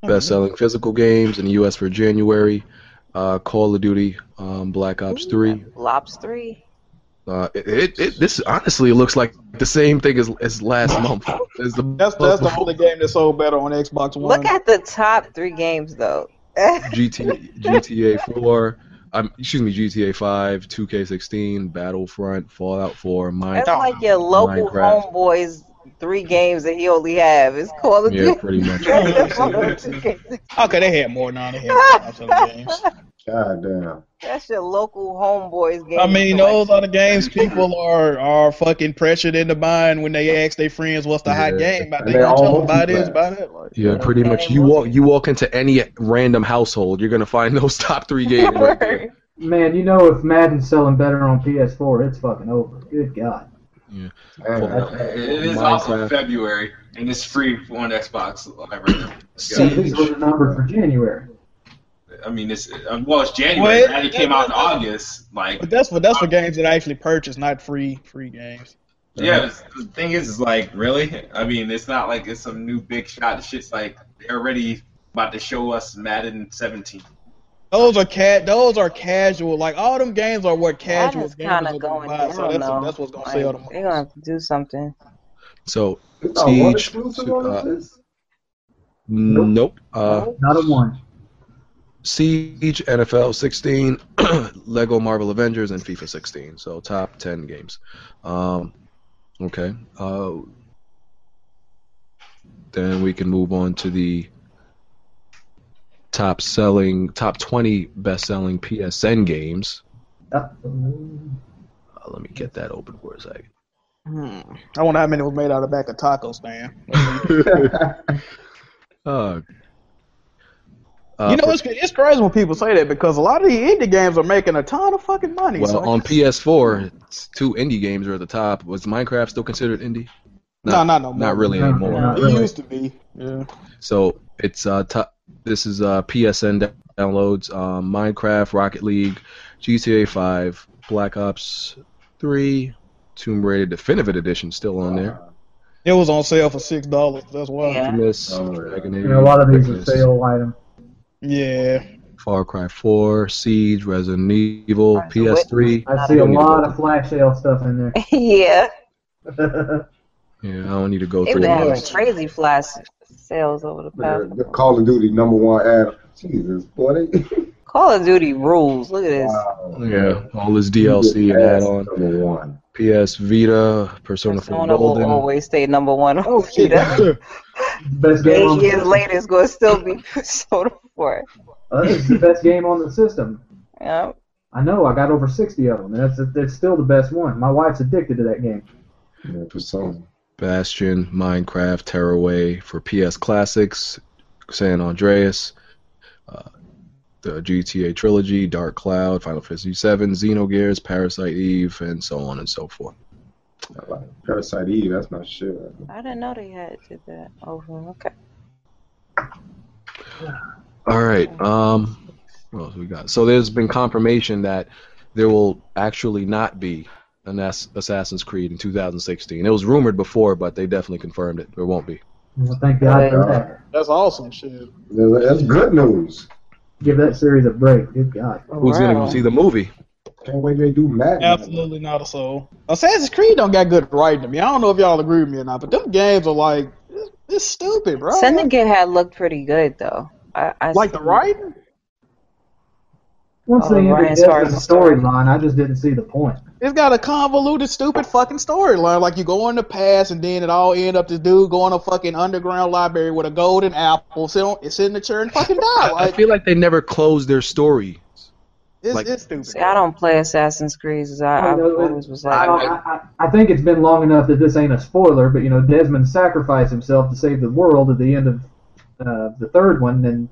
[SPEAKER 1] best selling physical games in the U.S. for January uh, Call of Duty um, Black Ops 3.
[SPEAKER 4] Lops 3.
[SPEAKER 1] Uh, it, it, it, this honestly looks like the same thing as, as last month. As the
[SPEAKER 6] That's that's the only game that sold better on Xbox One.
[SPEAKER 4] Look at the top three games, though.
[SPEAKER 1] GT, GTA 4. Um, excuse me, GTA 5, 2K16, Battlefront, Fallout 4, Minecraft.
[SPEAKER 4] That's like your local
[SPEAKER 1] Minecraft.
[SPEAKER 4] homeboys three games that he only have. It's Call of
[SPEAKER 1] Yeah,
[SPEAKER 4] Duty.
[SPEAKER 1] pretty much.
[SPEAKER 6] Okay, they had more than they had on other games.
[SPEAKER 3] God damn.
[SPEAKER 4] That's your local homeboys game.
[SPEAKER 6] I
[SPEAKER 4] selection.
[SPEAKER 6] mean, those are the games people are are fucking pressured into buying when they ask their friends what's the hot
[SPEAKER 1] Yeah.
[SPEAKER 6] game. Like,
[SPEAKER 3] And
[SPEAKER 6] they
[SPEAKER 3] they're
[SPEAKER 6] gonna tell
[SPEAKER 3] all
[SPEAKER 6] them buy this,
[SPEAKER 3] multiplayer.
[SPEAKER 6] buy that. Like,
[SPEAKER 1] Yeah, pretty
[SPEAKER 4] Okay,
[SPEAKER 1] much. You
[SPEAKER 4] we'll
[SPEAKER 1] walk you walk into any random household, you're gonna find those top three games right there.
[SPEAKER 5] Man, you know if Madden's selling better on PS4, it's fucking over. Good God.
[SPEAKER 3] Man.
[SPEAKER 7] It is also
[SPEAKER 1] Minecraft.
[SPEAKER 7] February, and it's free on Xbox Live right now. Let's
[SPEAKER 5] So
[SPEAKER 7] go.
[SPEAKER 5] these were the numbers for January.
[SPEAKER 7] I mean, it's uh, well, it's January.
[SPEAKER 6] Well,
[SPEAKER 7] but it
[SPEAKER 6] it-
[SPEAKER 7] came out in
[SPEAKER 6] it-
[SPEAKER 7] August. Like,
[SPEAKER 6] but that's for that's for games that I actually purchased, not free free games.
[SPEAKER 7] yeah. it's- The thing is, is like, really? I mean, it's not like it's some new big shot. It's shit's like they're already about to show us Madden 17.
[SPEAKER 6] Those are cat. Those are casual. Like all them games are what
[SPEAKER 4] That
[SPEAKER 6] casual
[SPEAKER 4] is
[SPEAKER 6] games
[SPEAKER 4] kind
[SPEAKER 6] are
[SPEAKER 4] of
[SPEAKER 6] going
[SPEAKER 4] going
[SPEAKER 6] to buy.
[SPEAKER 4] down,
[SPEAKER 6] So that's,
[SPEAKER 4] though.
[SPEAKER 6] that's what's going to
[SPEAKER 4] Like,
[SPEAKER 6] sell the most.
[SPEAKER 4] They're gonna have to do something.
[SPEAKER 1] So
[SPEAKER 3] There's not one
[SPEAKER 1] Siege
[SPEAKER 3] exclusive
[SPEAKER 1] to-
[SPEAKER 3] on this
[SPEAKER 1] uh,
[SPEAKER 3] list?
[SPEAKER 1] nope. Uh,
[SPEAKER 5] Not a one.
[SPEAKER 1] Siege, NFL 16, Lego Marvel Avengers, and FIFA 16. So top 10 games. Um, okay. Uh, then we can move on to the top selling, top 20 best selling PSN games.
[SPEAKER 5] Uh,
[SPEAKER 1] Uh, let me get that open for a second.
[SPEAKER 6] I wonder how many was made out of the back of taco stand.
[SPEAKER 1] Uh,
[SPEAKER 6] you
[SPEAKER 1] uh,
[SPEAKER 6] know, it's, it's crazy when people say that because a lot of the indie games are making a ton of fucking money.
[SPEAKER 1] Well,
[SPEAKER 6] so I
[SPEAKER 1] on
[SPEAKER 6] guess-
[SPEAKER 1] PS4, it's two indie games are at the top. Was Minecraft still considered indie?
[SPEAKER 6] no, not no more.
[SPEAKER 1] Not really
[SPEAKER 5] No,
[SPEAKER 1] anymore.
[SPEAKER 5] no.
[SPEAKER 6] It
[SPEAKER 5] really.
[SPEAKER 6] used to be. Yeah.
[SPEAKER 1] So it's uh, top. This is uh, PSN da- downloads. Um, Minecraft, Rocket League, GTA 5, Black Ops 3, Tomb Raider Definitive Edition still on there.
[SPEAKER 6] It was on sale for six dollars. That's why.
[SPEAKER 4] Yeah.
[SPEAKER 1] Infamous,
[SPEAKER 3] Oh, yeah.
[SPEAKER 1] Dragon Age,
[SPEAKER 5] you know, a lot of these are
[SPEAKER 1] Infamous,
[SPEAKER 5] sale item.
[SPEAKER 6] Yeah.
[SPEAKER 1] Far Cry 4, Siege, Resident Evil,
[SPEAKER 4] Alright, so
[SPEAKER 1] PS3.
[SPEAKER 5] I see a lot of flash sale stuff in there.
[SPEAKER 4] yeah,
[SPEAKER 1] Yeah, I don't need to go
[SPEAKER 4] they've
[SPEAKER 1] through
[SPEAKER 4] been
[SPEAKER 1] the
[SPEAKER 4] having
[SPEAKER 1] list.
[SPEAKER 4] crazy flash sales over the past.
[SPEAKER 3] The Call of Duty number one ad. Jesus, boy. They,
[SPEAKER 4] Call of Duty rules. Look at this.
[SPEAKER 3] wow.
[SPEAKER 1] Yeah, all this DLC and add on.
[SPEAKER 3] Number one.
[SPEAKER 1] PS Vita, Persona 4
[SPEAKER 4] Persona will
[SPEAKER 1] Golden.
[SPEAKER 4] always stay number one on
[SPEAKER 6] Oh shit.
[SPEAKER 4] Vita.
[SPEAKER 5] Best game on
[SPEAKER 4] Eight
[SPEAKER 5] the
[SPEAKER 4] years
[SPEAKER 5] system.
[SPEAKER 4] later, it's gonna still be Persona 4.
[SPEAKER 5] Uh, it's the best game on the system.
[SPEAKER 4] Yep.
[SPEAKER 5] I know. I got over 60 of them. and That's that's still the best one. My wife's addicted to that game.
[SPEAKER 3] Yeah, Persona.
[SPEAKER 1] Bastion, Minecraft, Tearaway for PS Classics, San Andreas, uh, the GTA trilogy, Dark Cloud, Final Fantasy VII, Xenogears, Parasite Eve, and so on and so forth.
[SPEAKER 3] Parasite Eve, that's my shit.
[SPEAKER 4] I didn't know they had did that over. Okay.
[SPEAKER 1] All right. Um, what else we got? So there's been confirmation that there will actually not be an Ass- Assassin's Creed in 2016. It was rumored before, but they definitely confirmed it. There won't be.
[SPEAKER 5] Well, thank God for that.
[SPEAKER 6] That's awesome shit.
[SPEAKER 3] That's good news.
[SPEAKER 5] Give that series a break. Good God.
[SPEAKER 1] Who's gonna go see the movie?
[SPEAKER 3] Can't wait till they do Madden.
[SPEAKER 6] Absolutely not a soul. Assassin's Creed don't got good writing to me. I don't know if y'all agree with me or not, but them games are like it's, it's stupid, bro.
[SPEAKER 4] Syndicate had looked pretty good though. I, I
[SPEAKER 6] like the writing?
[SPEAKER 5] Once
[SPEAKER 4] Oh,
[SPEAKER 5] they
[SPEAKER 4] Ryan
[SPEAKER 5] ended
[SPEAKER 4] started
[SPEAKER 5] the
[SPEAKER 4] the story.
[SPEAKER 5] storyline, I just didn't see the point.
[SPEAKER 6] It's got a convoluted, stupid fucking storyline. Like you go in the past, and then it all end up this dude going to fucking underground library with a golden apple, sit on, sit in the chair and fucking die.
[SPEAKER 1] I
[SPEAKER 6] Like
[SPEAKER 1] feel like they never closed their story.
[SPEAKER 6] it's,
[SPEAKER 1] like-
[SPEAKER 6] it's stupid.
[SPEAKER 4] See, I don't play Assassin's Creed. 'cause I, I
[SPEAKER 6] Oh,
[SPEAKER 5] I know,
[SPEAKER 4] always was
[SPEAKER 5] I,
[SPEAKER 4] like,
[SPEAKER 5] I, I think it's been long enough that this ain't a spoiler, but you know Desmond sacrificed himself to save the world at the end of uh, the third one, and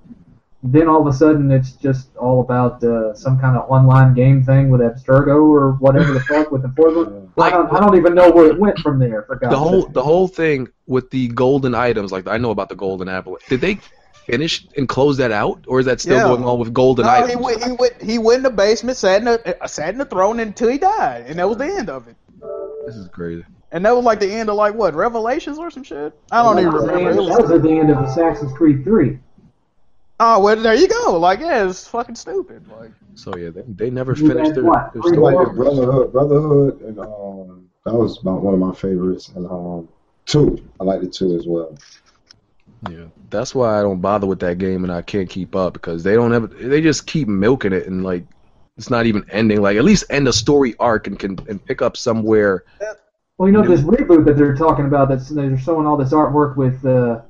[SPEAKER 5] then all of a sudden it's just all about uh, some kind of online game thing with Abstergo or whatever the fuck with the fourth one.
[SPEAKER 1] Like-
[SPEAKER 5] I don't, I don't even know where it went from there. For God's
[SPEAKER 1] The whole
[SPEAKER 5] sake.
[SPEAKER 1] the whole thing with the golden items, like I know about the golden apple. Did they finish and close that out, or is that still
[SPEAKER 6] Yeah.
[SPEAKER 1] going on with golden
[SPEAKER 6] No,
[SPEAKER 1] items?
[SPEAKER 6] he went, he went. He went in the basement, sat in the uh, sat in the throne until he died, and that was the end of it.
[SPEAKER 1] This is crazy.
[SPEAKER 6] And that was like the end of like what Revelations or some shit. I don't even
[SPEAKER 5] That was the
[SPEAKER 6] remember. It
[SPEAKER 5] end-
[SPEAKER 6] was-
[SPEAKER 5] That was at the end of Assassin's Creed Three.
[SPEAKER 6] oh well, there you go. Like yeah, it's fucking stupid. Like
[SPEAKER 1] So yeah, they, they never
[SPEAKER 5] You
[SPEAKER 1] finished
[SPEAKER 5] had
[SPEAKER 1] their,
[SPEAKER 5] what?
[SPEAKER 1] their
[SPEAKER 5] Three
[SPEAKER 3] Like the
[SPEAKER 1] story.
[SPEAKER 3] Brotherhood, Brotherhood, and um, that was my, one of my favorites. And um, two, I like the two as well.
[SPEAKER 1] Yeah, that's why I don't bother with that game, and I can't keep up because they don't ever. They just keep milking it, and like it's not even ending. Like at least end a story arc and can and pick up somewhere.
[SPEAKER 5] Well, you know
[SPEAKER 1] Yeah.
[SPEAKER 5] this reboot that they're talking about. That's they're showing all this artwork with uh,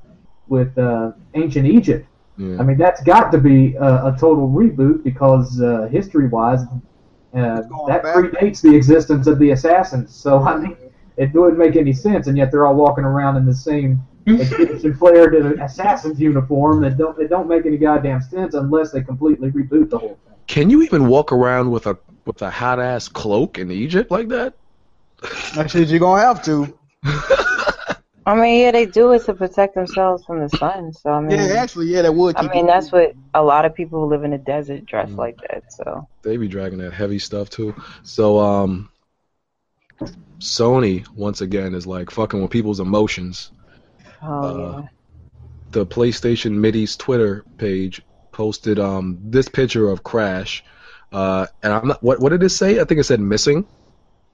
[SPEAKER 5] with uh, ancient Egypt. I
[SPEAKER 1] Yeah.
[SPEAKER 5] mean, that's got to be a, a total reboot because uh, history-wise, uh,
[SPEAKER 6] Going
[SPEAKER 5] that
[SPEAKER 6] back.
[SPEAKER 5] predates the existence of the assassins. So I mean, it wouldn't make any sense, and yet they're all walking around in the same Egyptian flared assassin's uniform. That don't it don't make any goddamn sense unless they completely reboot the whole thing.
[SPEAKER 1] Can you even walk around with a with a hot ass cloak in Egypt like that?
[SPEAKER 6] that shit, you gonna have to.
[SPEAKER 4] I mean, yeah, they do it to protect themselves from the sun. So I mean,
[SPEAKER 6] Yeah, actually, yeah, that would.
[SPEAKER 4] I
[SPEAKER 6] Keep
[SPEAKER 4] mean
[SPEAKER 6] you-
[SPEAKER 4] that's what a lot of people who live in the desert dress
[SPEAKER 1] Mm.
[SPEAKER 4] like that. So
[SPEAKER 1] They be dragging that heavy stuff too. So um, Sony once again is like fucking with people's emotions.
[SPEAKER 4] oh
[SPEAKER 1] Uh, the PlayStation MIDI's Twitter page posted um, this picture of Crash, uh, and I'm not. What, what did it say? I think it said missing.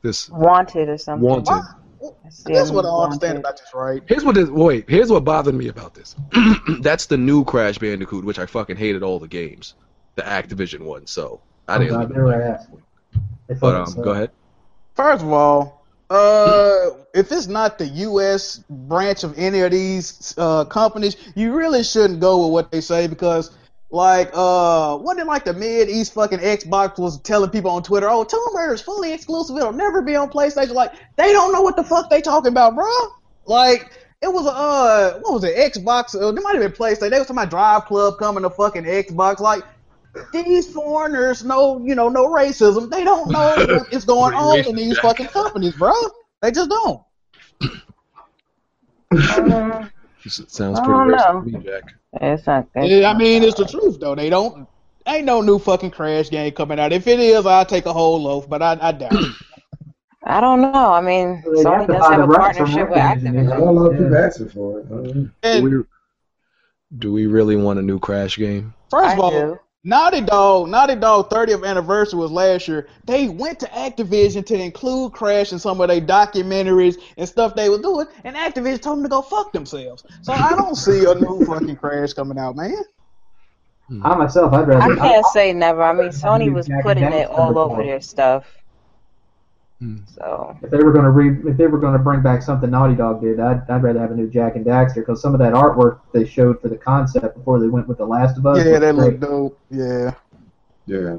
[SPEAKER 1] This
[SPEAKER 4] yeah, wanted or something.
[SPEAKER 1] wanted.
[SPEAKER 4] see
[SPEAKER 6] That's
[SPEAKER 4] him
[SPEAKER 6] what I don't
[SPEAKER 4] wanted.
[SPEAKER 6] understand about this, right?
[SPEAKER 1] Here's what this, wait. Here's what bothered me about this. That's the new Crash Bandicoot, which I fucking hated all the games, the Activision one. So I didn't.
[SPEAKER 5] Oh, God,
[SPEAKER 1] even
[SPEAKER 5] they're
[SPEAKER 1] like it.
[SPEAKER 5] ass. They
[SPEAKER 1] But
[SPEAKER 5] fucking
[SPEAKER 1] um,
[SPEAKER 5] suck.
[SPEAKER 1] go ahead.
[SPEAKER 6] First of all, uh, if it's not the U.S. branch of any of these uh, companies, you really shouldn't go with what they say because, like, uh, wasn't it like the Mid East fucking Xbox was telling people on Twitter, "Oh, Tomb Raider is fully exclusive; it'll never be on PlayStation." Like, they don't know what the fuck they talking about, bro. Like. It was a uh, what was it? Xbox. Uh, they might have been PlayStation. They was talking about Drive Club coming to fucking Xbox. Like these foreigners know, you know, no racism. They don't know what is going on in these fucking companies, bro. They just don't.
[SPEAKER 4] Uh,
[SPEAKER 1] It sounds
[SPEAKER 4] I
[SPEAKER 1] pretty
[SPEAKER 4] don't
[SPEAKER 1] racist
[SPEAKER 4] know.
[SPEAKER 1] to me, Jack.
[SPEAKER 4] it's not. It's
[SPEAKER 6] Yeah, I
[SPEAKER 4] not
[SPEAKER 6] mean,
[SPEAKER 4] that
[SPEAKER 6] it's the
[SPEAKER 4] hard.
[SPEAKER 6] truth though. They don't. Ain't no new fucking crash game coming out. If it is, I'll take a whole loaf, but I, I doubt. it.
[SPEAKER 4] I don't know. I mean,
[SPEAKER 5] Well, they
[SPEAKER 4] Sony
[SPEAKER 5] have to
[SPEAKER 4] does
[SPEAKER 5] buy
[SPEAKER 4] have a
[SPEAKER 5] the rights from
[SPEAKER 4] partnership with
[SPEAKER 5] Activision,
[SPEAKER 3] I
[SPEAKER 5] yeah.
[SPEAKER 4] Activision.
[SPEAKER 3] don't know if
[SPEAKER 5] Yeah.
[SPEAKER 3] people asking for it. I
[SPEAKER 7] Mm-hmm.
[SPEAKER 3] don't know.
[SPEAKER 1] Do
[SPEAKER 6] And
[SPEAKER 1] we, do we really want a new Crash game?
[SPEAKER 6] first
[SPEAKER 4] I
[SPEAKER 6] of all,
[SPEAKER 4] do.
[SPEAKER 6] Naughty Dog, Naughty Dog 30th anniversary was last year. They went to Activision to include Crash in some of their documentaries and stuff they were doing, and Activision told them to go fuck themselves. So I don't see a new fucking Crash coming out, man.
[SPEAKER 5] I myself, I'd rather.
[SPEAKER 4] I can't say never. I mean, Sony was
[SPEAKER 5] Jack and
[SPEAKER 4] putting
[SPEAKER 5] Daxter
[SPEAKER 4] it all over
[SPEAKER 5] before.
[SPEAKER 4] their stuff.
[SPEAKER 1] Hmm.
[SPEAKER 4] So
[SPEAKER 5] If they were going to re- if they were going to bring back something Naughty Dog did, I'd, I'd rather have a new Jack and Daxter because some of that artwork they showed for the concept before they went with The Last of Us.
[SPEAKER 6] Yeah,
[SPEAKER 5] was
[SPEAKER 6] that
[SPEAKER 5] great.
[SPEAKER 6] look dope. Yeah.
[SPEAKER 3] Yeah,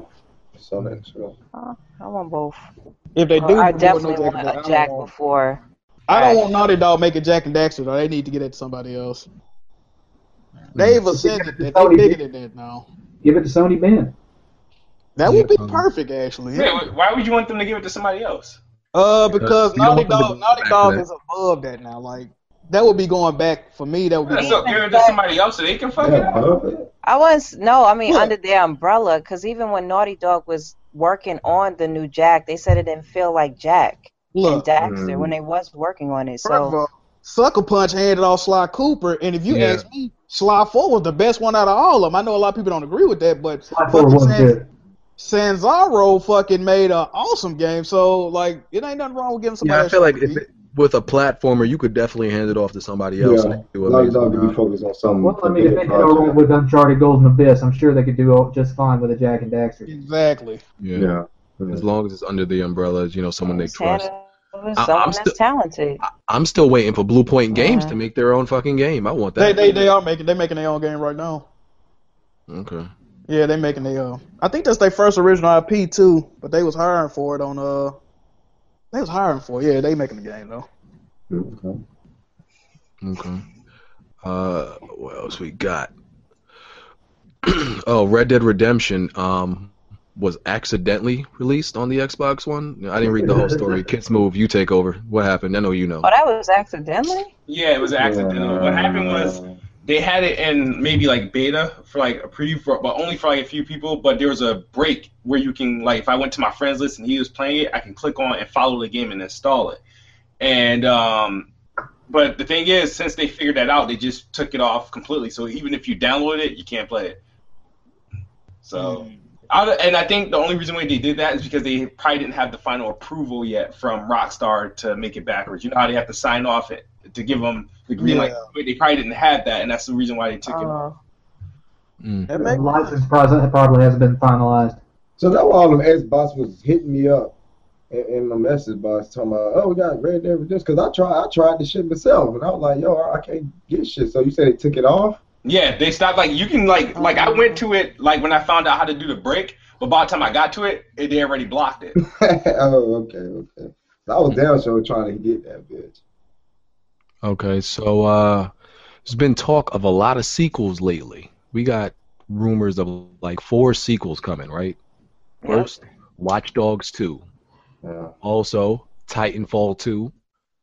[SPEAKER 3] saw that too.
[SPEAKER 4] I want both. Uh,
[SPEAKER 6] If they do,
[SPEAKER 4] Oh, I
[SPEAKER 6] do
[SPEAKER 4] definitely
[SPEAKER 6] no Jack
[SPEAKER 4] want
[SPEAKER 6] and Daxter,
[SPEAKER 4] a Jack
[SPEAKER 6] I don't want,
[SPEAKER 4] before.
[SPEAKER 6] I don't want Naughty Dog making Jack and Daxter though. They Mm. need to get it to somebody else. They've ascended that. They're bigger than that now.
[SPEAKER 5] Give it to Sony Ben.
[SPEAKER 6] That would be perfect, actually.
[SPEAKER 7] Yeah, wh- why would you want them to give it to somebody else?
[SPEAKER 6] Uh, because
[SPEAKER 1] You don't
[SPEAKER 6] Naughty
[SPEAKER 1] want them to
[SPEAKER 6] Dog,
[SPEAKER 1] go
[SPEAKER 6] Naughty
[SPEAKER 1] back to
[SPEAKER 6] Dog
[SPEAKER 1] that.
[SPEAKER 6] is above that now. Like that would be going back for me. That would be
[SPEAKER 7] Yeah, so
[SPEAKER 6] going
[SPEAKER 7] give it to somebody else so they can fuck it
[SPEAKER 3] Yeah,
[SPEAKER 7] up.
[SPEAKER 3] perfect.
[SPEAKER 4] I was no, I mean
[SPEAKER 6] What?
[SPEAKER 4] under their umbrella, because even when Naughty Dog was working on the new Jack, they said it didn't feel like Jack and
[SPEAKER 6] look. Hmm.
[SPEAKER 4] Daxter
[SPEAKER 1] Mm.
[SPEAKER 4] when they was working on it.
[SPEAKER 6] First of
[SPEAKER 4] So
[SPEAKER 6] all, Sucker Punch handed off Sly Cooper, and if you
[SPEAKER 1] Yeah.
[SPEAKER 6] ask me, Sly Four was the best one out of all of them. I know a lot of people don't agree with that, but
[SPEAKER 5] Sly Four
[SPEAKER 6] fucking
[SPEAKER 5] wasn't
[SPEAKER 6] Sans-
[SPEAKER 5] good.
[SPEAKER 6] Sanzaro fucking made an awesome game. So like, it ain't nothing wrong with giving somebody.
[SPEAKER 1] Yeah, I
[SPEAKER 6] else
[SPEAKER 1] feel
[SPEAKER 6] a
[SPEAKER 1] like if
[SPEAKER 6] cookie.
[SPEAKER 1] it, with a platformer, you could definitely hand it off to somebody else.
[SPEAKER 3] Yeah.
[SPEAKER 1] and do
[SPEAKER 3] A lot of
[SPEAKER 1] amazing
[SPEAKER 3] dog to be
[SPEAKER 1] job.
[SPEAKER 3] focused on something.
[SPEAKER 5] Well, I mean, if they did all right with Uncharted Golden Abyss, I'm sure they could do all- just fine with a Jack and Daxter.
[SPEAKER 6] exactly.
[SPEAKER 1] Yeah.
[SPEAKER 3] yeah.
[SPEAKER 1] as long as it's under the umbrella, you know, someone they trust.
[SPEAKER 4] Santa
[SPEAKER 1] I-
[SPEAKER 4] was
[SPEAKER 1] I'm
[SPEAKER 4] someone
[SPEAKER 1] still-
[SPEAKER 4] that's talented.
[SPEAKER 1] I'm still waiting for Blue Point Games
[SPEAKER 4] Uh-huh.
[SPEAKER 1] to make their own fucking game. I want
[SPEAKER 6] They
[SPEAKER 1] that.
[SPEAKER 6] they they are making they making their own game right now.
[SPEAKER 1] okay.
[SPEAKER 6] Yeah, they making their. Uh, I think that's their first original IP too, but they was hiring for it on uh. They was hiring for it. yeah. They making the game though.
[SPEAKER 3] Okay.
[SPEAKER 1] Okay. Uh, what else we got? oh, Red Dead Redemption um was accidentally released on the Xbox One. I didn't read the whole story. Kids move, you take over. What happened? I know you know.
[SPEAKER 4] Oh, that was accidentally.
[SPEAKER 7] Yeah, it was accidental. What happened was they had it in maybe like beta for like a preview, for, but only for like a few people. But there was a break where you can like, if I went to my friends list and he was playing it, I can click on and follow the game and install it. And um, but the thing is, since they figured that out, they just took it off completely. So even if you download it, you can't play it. So. I don't- and I think the only reason why they did that is because they probably didn't have the final approval yet from Rockstar to make it backwards. You know how they have to sign off it to give them the green light.
[SPEAKER 6] Yeah.
[SPEAKER 7] But they probably didn't have that, and that's the reason why they took
[SPEAKER 1] Uh.
[SPEAKER 7] it.
[SPEAKER 4] Oh.
[SPEAKER 1] Mm.
[SPEAKER 6] That
[SPEAKER 5] The
[SPEAKER 6] make-
[SPEAKER 5] license process probably hasn't been finalized.
[SPEAKER 3] So that was all them Xbox was hitting me up in, in my message box talking about, oh, we got Red Dead Redemption. Because I, try, I tried the shit myself, and I was like, yo, I, I can't get shit. So you said they took it off?
[SPEAKER 7] Yeah, they stopped. Like you can like like I went to
[SPEAKER 1] Uh.
[SPEAKER 7] it like when I found out how to do the break, but by the time I got to it, it they already blocked it.
[SPEAKER 3] oh, okay, okay. So I was down show trying to get that bitch.
[SPEAKER 1] Okay, so uh, there's been talk of a lot of sequels lately. We got rumors of like four sequels coming, right? First, Watch Dogs 2.
[SPEAKER 3] Yeah,
[SPEAKER 1] Also, Titanfall 2,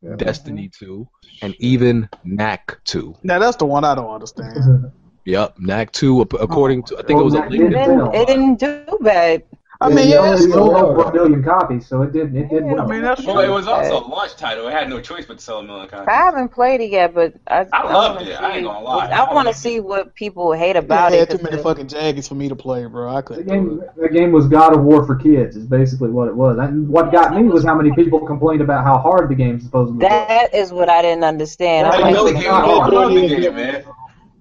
[SPEAKER 3] yeah.
[SPEAKER 1] Destiny 2, and even Knack 2.
[SPEAKER 6] Now that's the one I don't understand.
[SPEAKER 1] Yep, Knack 2, ap- according to, I think it was a
[SPEAKER 5] Well, Knack didn't
[SPEAKER 1] LinkedIn
[SPEAKER 5] sell.
[SPEAKER 1] post.
[SPEAKER 4] It didn't do bad.
[SPEAKER 6] I
[SPEAKER 3] Yeah,
[SPEAKER 6] mean,
[SPEAKER 3] yeah,
[SPEAKER 6] yeah,
[SPEAKER 5] It
[SPEAKER 3] that's
[SPEAKER 5] only
[SPEAKER 3] true.
[SPEAKER 5] sold over a million copies, so it did it did
[SPEAKER 4] Yeah.
[SPEAKER 5] well.
[SPEAKER 6] I mean, that's
[SPEAKER 7] Well, it
[SPEAKER 6] true.
[SPEAKER 7] was also a launch title. It had no choice but to sell a
[SPEAKER 4] I
[SPEAKER 7] million copies.
[SPEAKER 4] haven't played it yet, but I,
[SPEAKER 7] I loved
[SPEAKER 4] wanna
[SPEAKER 7] it. I ain't
[SPEAKER 4] see-
[SPEAKER 7] gonna lie.
[SPEAKER 4] I want
[SPEAKER 7] I
[SPEAKER 4] to
[SPEAKER 7] liked
[SPEAKER 4] see what people hate
[SPEAKER 6] I
[SPEAKER 4] about
[SPEAKER 6] had
[SPEAKER 4] it.
[SPEAKER 6] too
[SPEAKER 4] 'cause
[SPEAKER 6] many
[SPEAKER 4] the-
[SPEAKER 6] fucking jaggets for me to play, bro. I
[SPEAKER 5] The
[SPEAKER 6] couldn't do
[SPEAKER 5] game,
[SPEAKER 6] it.
[SPEAKER 5] the game was God of War for kids, is basically what it was. And what got me was how many people complained about how hard the game supposedly was.
[SPEAKER 4] that is what I didn't understand.
[SPEAKER 5] I
[SPEAKER 4] I'm
[SPEAKER 7] I
[SPEAKER 4] like,
[SPEAKER 5] know
[SPEAKER 7] know the
[SPEAKER 5] it's
[SPEAKER 7] game.
[SPEAKER 5] not
[SPEAKER 7] I
[SPEAKER 5] hard.
[SPEAKER 7] love the
[SPEAKER 6] Yeah.
[SPEAKER 7] game, man.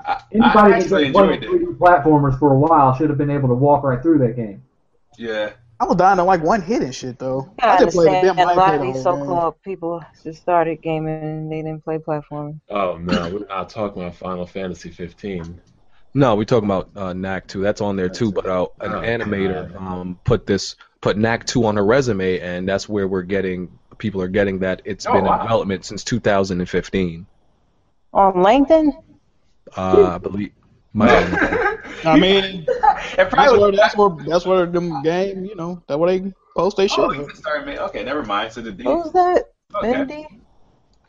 [SPEAKER 7] I, I
[SPEAKER 5] Anybody
[SPEAKER 7] actually
[SPEAKER 5] that's played
[SPEAKER 7] enjoyed it.
[SPEAKER 5] 3D platformers for a while should have been able to walk right through that game.
[SPEAKER 7] Yeah.
[SPEAKER 6] I was dying to like one hit and shit though.
[SPEAKER 4] I
[SPEAKER 6] I just played the
[SPEAKER 4] understand
[SPEAKER 6] damn
[SPEAKER 4] a
[SPEAKER 6] I
[SPEAKER 4] lot
[SPEAKER 6] played
[SPEAKER 4] of
[SPEAKER 6] the
[SPEAKER 4] these
[SPEAKER 6] whole
[SPEAKER 4] so-called people just started gaming and they didn't play platforming.
[SPEAKER 2] Oh no, we're not talking about Final Fantasy 15.
[SPEAKER 1] No, we're talking about uh, Knack 2. That's on there too,
[SPEAKER 2] That's
[SPEAKER 1] but uh, an
[SPEAKER 2] Oh,
[SPEAKER 1] animator
[SPEAKER 2] God.
[SPEAKER 1] um, put this put Knack 2 on her resume, and that's where we're getting people are getting that it's
[SPEAKER 7] Oh,
[SPEAKER 1] been
[SPEAKER 7] wow.
[SPEAKER 1] in development since 2015.
[SPEAKER 4] On LinkedIn?
[SPEAKER 1] Uh, I believe. My,
[SPEAKER 6] game. I mean,
[SPEAKER 7] it
[SPEAKER 6] that's
[SPEAKER 7] probably
[SPEAKER 6] where
[SPEAKER 7] was
[SPEAKER 6] that's where that's where them game, you know, that where they post they shit.
[SPEAKER 7] Oh, you can start ma- Okay, never mind. So the
[SPEAKER 4] Who's
[SPEAKER 7] dates.
[SPEAKER 4] that?
[SPEAKER 7] Okay.
[SPEAKER 4] Mindy?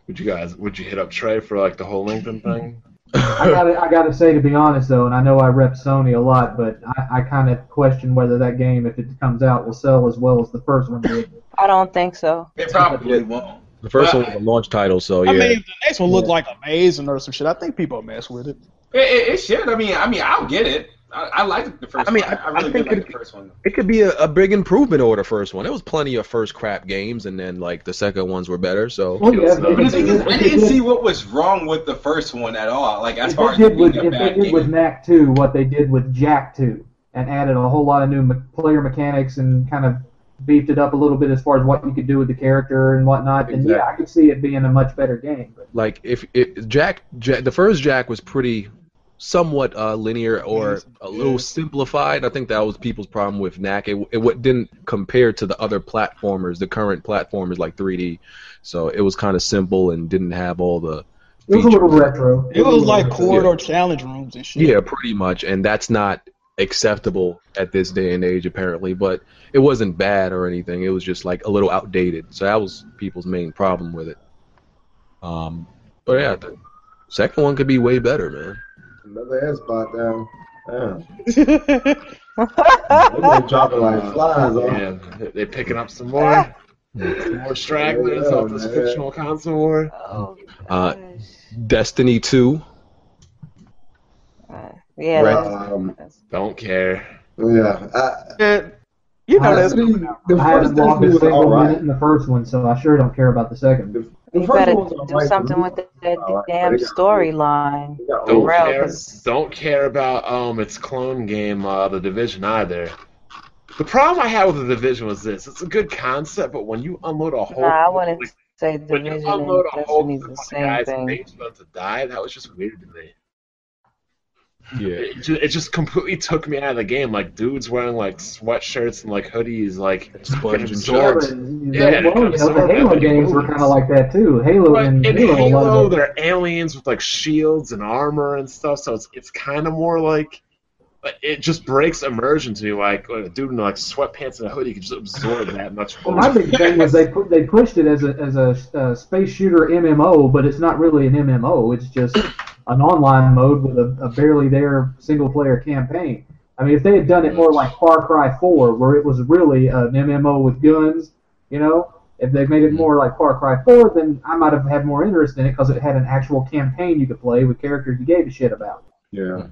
[SPEAKER 2] Would you guys? Would you hit up Trey for like the whole LinkedIn thing?
[SPEAKER 5] I gotta, I gotta say, to be honest though, and I know I rep Sony a lot, but I, I kind of question whether that game, if it comes out, will sell as well as the first one did.
[SPEAKER 4] I don't think so.
[SPEAKER 7] It probably won't.
[SPEAKER 1] the first one was a launch title, so yeah.
[SPEAKER 6] I mean, the next one looked
[SPEAKER 5] Yeah.
[SPEAKER 6] like amazing or some shit. I think people mess with it.
[SPEAKER 7] It, it, it should. I mean, I mean, I'll get it. I, I liked the first.
[SPEAKER 1] I mean,
[SPEAKER 7] one.
[SPEAKER 1] I-
[SPEAKER 7] I really
[SPEAKER 1] I
[SPEAKER 7] did
[SPEAKER 1] think
[SPEAKER 7] like
[SPEAKER 1] it-
[SPEAKER 7] the first one.
[SPEAKER 1] It could be a, a big improvement over the first one. There was plenty of first crap games, and then like the second ones were better. So
[SPEAKER 5] Well, yeah, if
[SPEAKER 7] But the
[SPEAKER 5] they
[SPEAKER 7] thing is,
[SPEAKER 5] did-
[SPEAKER 7] I
[SPEAKER 5] if they
[SPEAKER 7] didn't see
[SPEAKER 5] did-
[SPEAKER 7] what was wrong with the first one at all. Like as
[SPEAKER 5] if
[SPEAKER 7] far
[SPEAKER 5] they
[SPEAKER 7] as
[SPEAKER 5] did with,
[SPEAKER 7] being a
[SPEAKER 5] if they
[SPEAKER 7] bad
[SPEAKER 5] did with
[SPEAKER 7] game.
[SPEAKER 5] Knack 2 what they did with Jack 2 and added a whole lot of new me- player mechanics and kind of beefed it up a little bit as far as what you could do with the character and whatnot, then yeah, I could see it being a much better game. But
[SPEAKER 1] like if it, Jack, Jack, the first Jack was pretty somewhat uh, linear or a little simplified. I think that was people's problem with Knack. It it what didn't compare to the other platformers, the current platformers like 3D. So it was kind of simple and didn't have all the.
[SPEAKER 5] it was a little
[SPEAKER 1] features.
[SPEAKER 5] retro.
[SPEAKER 6] It was like
[SPEAKER 5] cool.
[SPEAKER 6] corridor challenge rooms and shit.
[SPEAKER 1] Yeah, pretty much, and that's not acceptable at this day and age, apparently. But it wasn't bad or anything. It was just like a little outdated. So that was people's main problem with it. Um, but yeah, the second one could be way better, man.
[SPEAKER 3] Another Xbox down. Damn. They're dropping like flies. huh?
[SPEAKER 2] Man, they picking up some
[SPEAKER 1] Ah!
[SPEAKER 2] more, some more stragglers
[SPEAKER 3] Yeah,
[SPEAKER 2] off this
[SPEAKER 1] Oh,
[SPEAKER 3] man.
[SPEAKER 2] fictional console war.
[SPEAKER 4] Oh,
[SPEAKER 1] Uh,
[SPEAKER 4] gosh.
[SPEAKER 1] Destiny 2.
[SPEAKER 4] Uh, yeah.
[SPEAKER 2] Right.
[SPEAKER 4] that's-
[SPEAKER 3] Um,
[SPEAKER 4] that's-
[SPEAKER 2] Don't care.
[SPEAKER 3] Yeah. I,
[SPEAKER 6] Yeah, you know that's
[SPEAKER 3] honestly, the
[SPEAKER 5] I
[SPEAKER 3] first
[SPEAKER 5] haven't logged
[SPEAKER 3] Destiny
[SPEAKER 5] a
[SPEAKER 3] was
[SPEAKER 5] single
[SPEAKER 3] alright.
[SPEAKER 5] minute in the first one, so I sure don't care about the second.
[SPEAKER 3] The
[SPEAKER 4] You
[SPEAKER 3] first
[SPEAKER 4] better
[SPEAKER 3] one was
[SPEAKER 4] do
[SPEAKER 3] alright for
[SPEAKER 4] something
[SPEAKER 3] me.
[SPEAKER 4] with that, that
[SPEAKER 3] Alright, but
[SPEAKER 4] damn
[SPEAKER 3] it got-
[SPEAKER 4] storyline.
[SPEAKER 3] it got
[SPEAKER 4] For
[SPEAKER 2] Don't
[SPEAKER 3] old.
[SPEAKER 4] real,
[SPEAKER 2] care.
[SPEAKER 4] 'cause-
[SPEAKER 2] Don't care about um its clone game, uh, the Division either. The problem I had with the Division was this: it's a good concept, but when you unload a whole,
[SPEAKER 4] Nah, I wouldn't
[SPEAKER 2] like,
[SPEAKER 4] say
[SPEAKER 2] when you
[SPEAKER 4] division and
[SPEAKER 2] unload a whole
[SPEAKER 4] Destiny's
[SPEAKER 2] group
[SPEAKER 4] the
[SPEAKER 2] of
[SPEAKER 4] same
[SPEAKER 2] guys and
[SPEAKER 4] thing.
[SPEAKER 2] they just about to die, that was just weird to me.
[SPEAKER 1] Yeah.
[SPEAKER 2] It just, it just completely took me out of the game. Like dudes wearing like sweatshirts and like hoodies, like
[SPEAKER 1] Sponge and
[SPEAKER 5] Yeah,
[SPEAKER 1] George.
[SPEAKER 5] but,
[SPEAKER 2] George.
[SPEAKER 5] that-
[SPEAKER 2] Yeah,
[SPEAKER 5] well, you know, the
[SPEAKER 2] absorb
[SPEAKER 5] Halo
[SPEAKER 2] that
[SPEAKER 5] games were
[SPEAKER 2] moves.
[SPEAKER 5] kind of like that too. Halo
[SPEAKER 2] But in
[SPEAKER 5] and
[SPEAKER 2] Halo,
[SPEAKER 5] Halo, a lot of them.
[SPEAKER 2] they're aliens with like shields and armor and stuff, so it's it's kind of more like like, it just breaks immersion to me. Like when a dude in like sweatpants and a hoodie can just absorb that much.
[SPEAKER 5] Well, my big thing was they put, they pushed it as a as a uh, space shooter MMO, but it's not really an MMO. It's just an online mode with a, a barely there single player campaign. I mean, if they had done it more like Far Cry 4, where it was really an MMO with guns, you know, if they made it more like Far Cry 4, then I might have had more interest in it because it had an actual campaign you could play with characters you gave a shit about.
[SPEAKER 3] Yeah.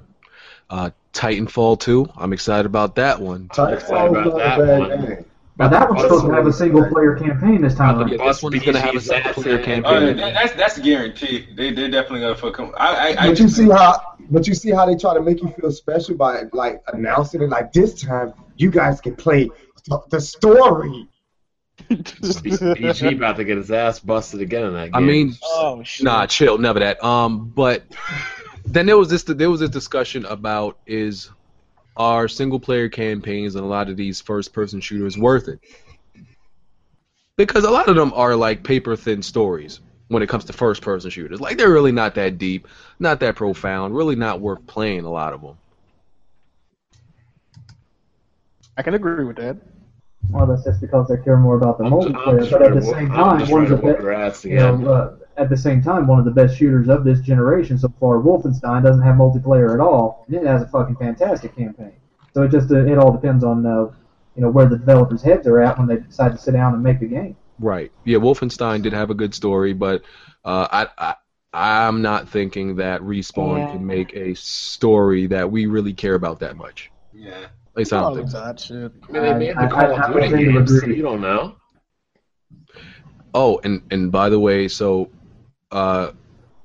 [SPEAKER 1] Uh, Titanfall 2. I'm excited about that one.
[SPEAKER 3] Titanfall
[SPEAKER 2] about
[SPEAKER 3] was not
[SPEAKER 2] that
[SPEAKER 3] a bad
[SPEAKER 2] one.
[SPEAKER 3] game.
[SPEAKER 5] Now that was
[SPEAKER 2] Awesome.
[SPEAKER 5] supposed to have a single player campaign this time.
[SPEAKER 1] Yeah,
[SPEAKER 5] around.
[SPEAKER 1] this one's gonna have a single-player campaign.
[SPEAKER 7] Oh, yeah, that, that's that's guaranteed. They they're definitely gonna fuck. him. I I, I
[SPEAKER 3] But you see how, but you see how they try to make you feel special by like announcing it like this time you guys can play th- the story.
[SPEAKER 2] BG about to get his ass busted again in that game.
[SPEAKER 1] I mean,
[SPEAKER 6] oh shit.
[SPEAKER 1] Nah, chill, never that. Um, but then there was this there was this discussion about is are single player campaigns and a lot of these first person shooters worth it? Because a lot of them are like paper thin stories when it comes to first person shooters. Like they're really not that deep, not that profound, really not worth playing a lot of them.
[SPEAKER 6] I can agree with that.
[SPEAKER 5] Well, that's just because they care more about the
[SPEAKER 2] I'm just, I'm
[SPEAKER 5] multiplayer.
[SPEAKER 2] just
[SPEAKER 5] But
[SPEAKER 2] trying
[SPEAKER 5] at
[SPEAKER 2] to
[SPEAKER 5] the
[SPEAKER 2] whoop-
[SPEAKER 5] same
[SPEAKER 2] I'm
[SPEAKER 5] time,
[SPEAKER 2] just
[SPEAKER 5] one
[SPEAKER 2] trying
[SPEAKER 5] of
[SPEAKER 2] to
[SPEAKER 5] the
[SPEAKER 2] whoop
[SPEAKER 5] best,
[SPEAKER 2] her ass
[SPEAKER 5] you
[SPEAKER 2] again.
[SPEAKER 5] know, uh, at the same time, one of the best shooters of this generation so far, Wolfenstein, doesn't have multiplayer at all, and it has a fucking fantastic campaign. So it just uh, it all depends on uh, you know where the developers' heads are at when they decide to sit down and make the game.
[SPEAKER 1] Right. Yeah, Wolfenstein did have a good story, but uh, I, I I'm not thinking that Respawn
[SPEAKER 4] Yeah.
[SPEAKER 1] can make a story that we really care about that much.
[SPEAKER 7] yeah.
[SPEAKER 1] At least I don't think. so.
[SPEAKER 6] that shit.
[SPEAKER 2] I mean, they made
[SPEAKER 5] I-
[SPEAKER 2] the Call
[SPEAKER 5] I- I
[SPEAKER 2] of Duty
[SPEAKER 5] tend to
[SPEAKER 2] games, so
[SPEAKER 5] agree.
[SPEAKER 2] you don't know.
[SPEAKER 1] Oh, and and by the way, so uh,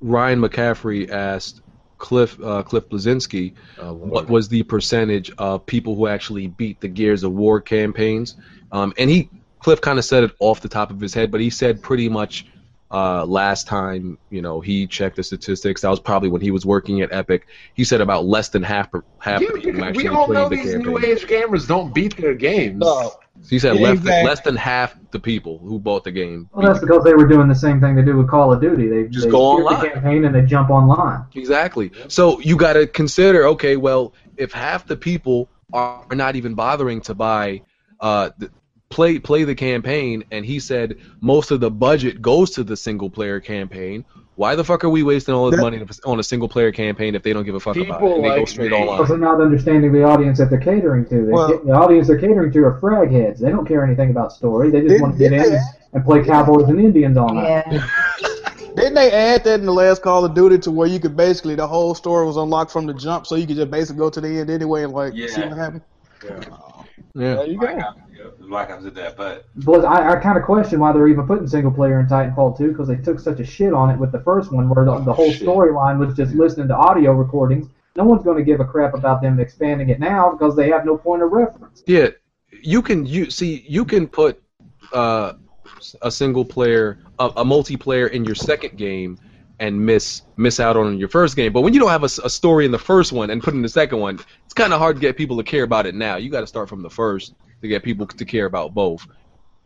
[SPEAKER 1] Ryan McCaffrey asked Cliff uh, Cliff Blazinski
[SPEAKER 2] Oh, Lord.
[SPEAKER 1] Uh, what was the percentage of people who actually beat the Gears of War campaigns, um, and he Cliff kind of said it off the top of his head, but he said pretty much. Uh, last time, you know, he checked the statistics. That was probably when he was working at Epic. He said about less than half per, half
[SPEAKER 2] You-
[SPEAKER 1] the
[SPEAKER 2] you-
[SPEAKER 1] people
[SPEAKER 2] we
[SPEAKER 1] actually
[SPEAKER 2] all know
[SPEAKER 1] played the
[SPEAKER 2] these new
[SPEAKER 1] campaign.
[SPEAKER 2] age gamers don't beat their games.
[SPEAKER 6] No.
[SPEAKER 1] He said less,
[SPEAKER 6] Exactly.
[SPEAKER 1] less than half the people who bought the game.
[SPEAKER 5] Well, that's because they were doing the same thing they do with Call of Duty. They
[SPEAKER 1] Just
[SPEAKER 5] they
[SPEAKER 1] go
[SPEAKER 5] shoot
[SPEAKER 1] online.
[SPEAKER 5] the campaign and they jump online.
[SPEAKER 1] Exactly. So you got to consider, okay, well, if half the people are not even bothering to buy, uh, the, play play the campaign, and he said most of the budget goes to the single player campaign. Why the fuck are we wasting all this
[SPEAKER 6] That-
[SPEAKER 1] money on a single player campaign if they don't give a fuck about it?
[SPEAKER 2] People
[SPEAKER 1] And they go
[SPEAKER 2] like
[SPEAKER 1] straight
[SPEAKER 2] me.
[SPEAKER 5] Because they're
[SPEAKER 1] online.
[SPEAKER 5] not understanding the audience that they're catering to. They're
[SPEAKER 6] Well-
[SPEAKER 5] ca- the audience they're catering to are frag heads. They don't care anything about story. They just
[SPEAKER 6] It-
[SPEAKER 5] want to get in
[SPEAKER 6] yeah.
[SPEAKER 5] and, and play cowboys and Indians all night.
[SPEAKER 4] Yeah.
[SPEAKER 6] Didn't they add that in the last Call of Duty to where you could basically the whole story was unlocked from the jump, so you could just basically go to the end anyway and like see
[SPEAKER 7] Yeah.
[SPEAKER 6] what happened.
[SPEAKER 1] Yeah.
[SPEAKER 6] There you
[SPEAKER 7] Black
[SPEAKER 6] go.
[SPEAKER 7] Ops, yep, Black Ops did that, but
[SPEAKER 5] But I, I kind of question why they're even putting single player in Titanfall 2 because they took such a shit on it with the first one where the, the whole
[SPEAKER 2] Oh, Shit.
[SPEAKER 5] storyline was just listening to audio recordings. No one's going to give a crap about them expanding it now because they have no point of reference.
[SPEAKER 1] Yeah. You can you see you can put uh, a single player a, a multiplayer in your second game and miss miss out on your first game. But when you don't have a, s- a story in the first one and put in the second one, it's kind of hard to get people to care about it now. You got to start from the first to get people to care about both.
[SPEAKER 3] I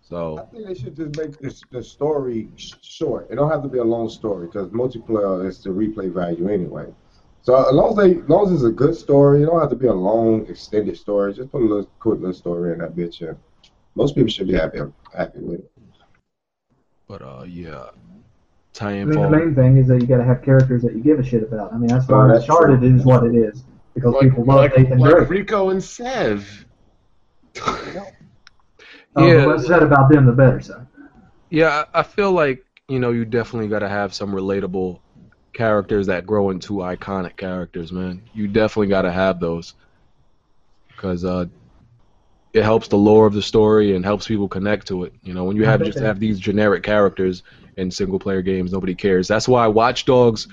[SPEAKER 1] So
[SPEAKER 3] think they should just make this, the story sh- short. It don't have to be a long story because multiplayer is the replay value anyway. So as long as they, as long as it's a good story, it don't have to be a long, extended story. Just put a little quick little story in that bitch, and most people should be happy happy with it.
[SPEAKER 1] But uh, yeah, tie-in
[SPEAKER 5] I mean, the
[SPEAKER 1] phone.
[SPEAKER 5] main thing is that you got to have characters that you give a shit about. I mean, that's
[SPEAKER 3] Oh,
[SPEAKER 5] why
[SPEAKER 3] that's
[SPEAKER 5] Uncharted is what it is because
[SPEAKER 2] Like,
[SPEAKER 5] people love
[SPEAKER 2] like,
[SPEAKER 5] Nathan
[SPEAKER 2] like
[SPEAKER 5] Drake.
[SPEAKER 2] Rico and Sev.
[SPEAKER 5] Oh,
[SPEAKER 1] Yeah.
[SPEAKER 5] the less said about them, the better. So
[SPEAKER 1] Yeah, I I feel like you know you definitely got to have some relatable characters that grow into iconic characters, man. You definitely got to have those because uh, it helps the lore of the story and helps people connect to it. You know, when you have just have these generic characters in single player games, nobody cares. That's why Watch Dogs.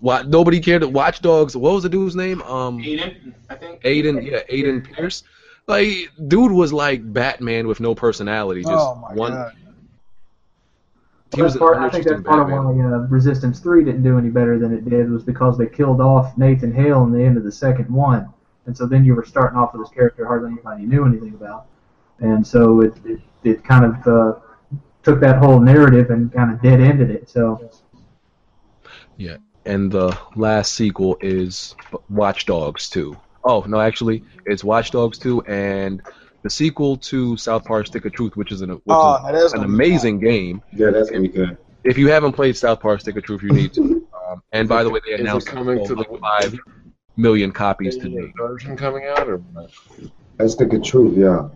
[SPEAKER 1] Why, nobody cared. that Watch Dogs. What was the dude's name? Um,
[SPEAKER 7] Aiden, I think.
[SPEAKER 1] Aiden, yeah, Aiden Pierce. Like, dude was like Batman with no personality. Just
[SPEAKER 6] Oh my
[SPEAKER 1] one.
[SPEAKER 6] god.
[SPEAKER 1] He was
[SPEAKER 5] that's
[SPEAKER 1] an
[SPEAKER 5] part, I think that's
[SPEAKER 1] uninteresting
[SPEAKER 5] part of
[SPEAKER 1] Batman.
[SPEAKER 5] why uh, Resistance Three didn't do any better than it did was because they killed off Nathan Hale in the end of the second one, and so then you were starting off with this character hardly anybody knew anything about, and so it it, it kind of uh, took that whole narrative and kind of dead ended it. So
[SPEAKER 1] and the last sequel is Watch Dogs 2. Oh, no, actually, it's Watch Dogs 2 and the sequel to South Park Stick of Truth, which is an, which
[SPEAKER 6] Oh,
[SPEAKER 1] is
[SPEAKER 6] now that's
[SPEAKER 1] an
[SPEAKER 6] gonna be
[SPEAKER 1] amazing game.
[SPEAKER 3] Yeah, that's gonna be good.
[SPEAKER 1] If you haven't played South Park Stick of Truth, you need to. Um, and by the way, they
[SPEAKER 2] Is it
[SPEAKER 1] announced
[SPEAKER 2] coming to the-
[SPEAKER 1] 5 million copies today.
[SPEAKER 2] Version coming out or
[SPEAKER 3] That's the good truth, yeah.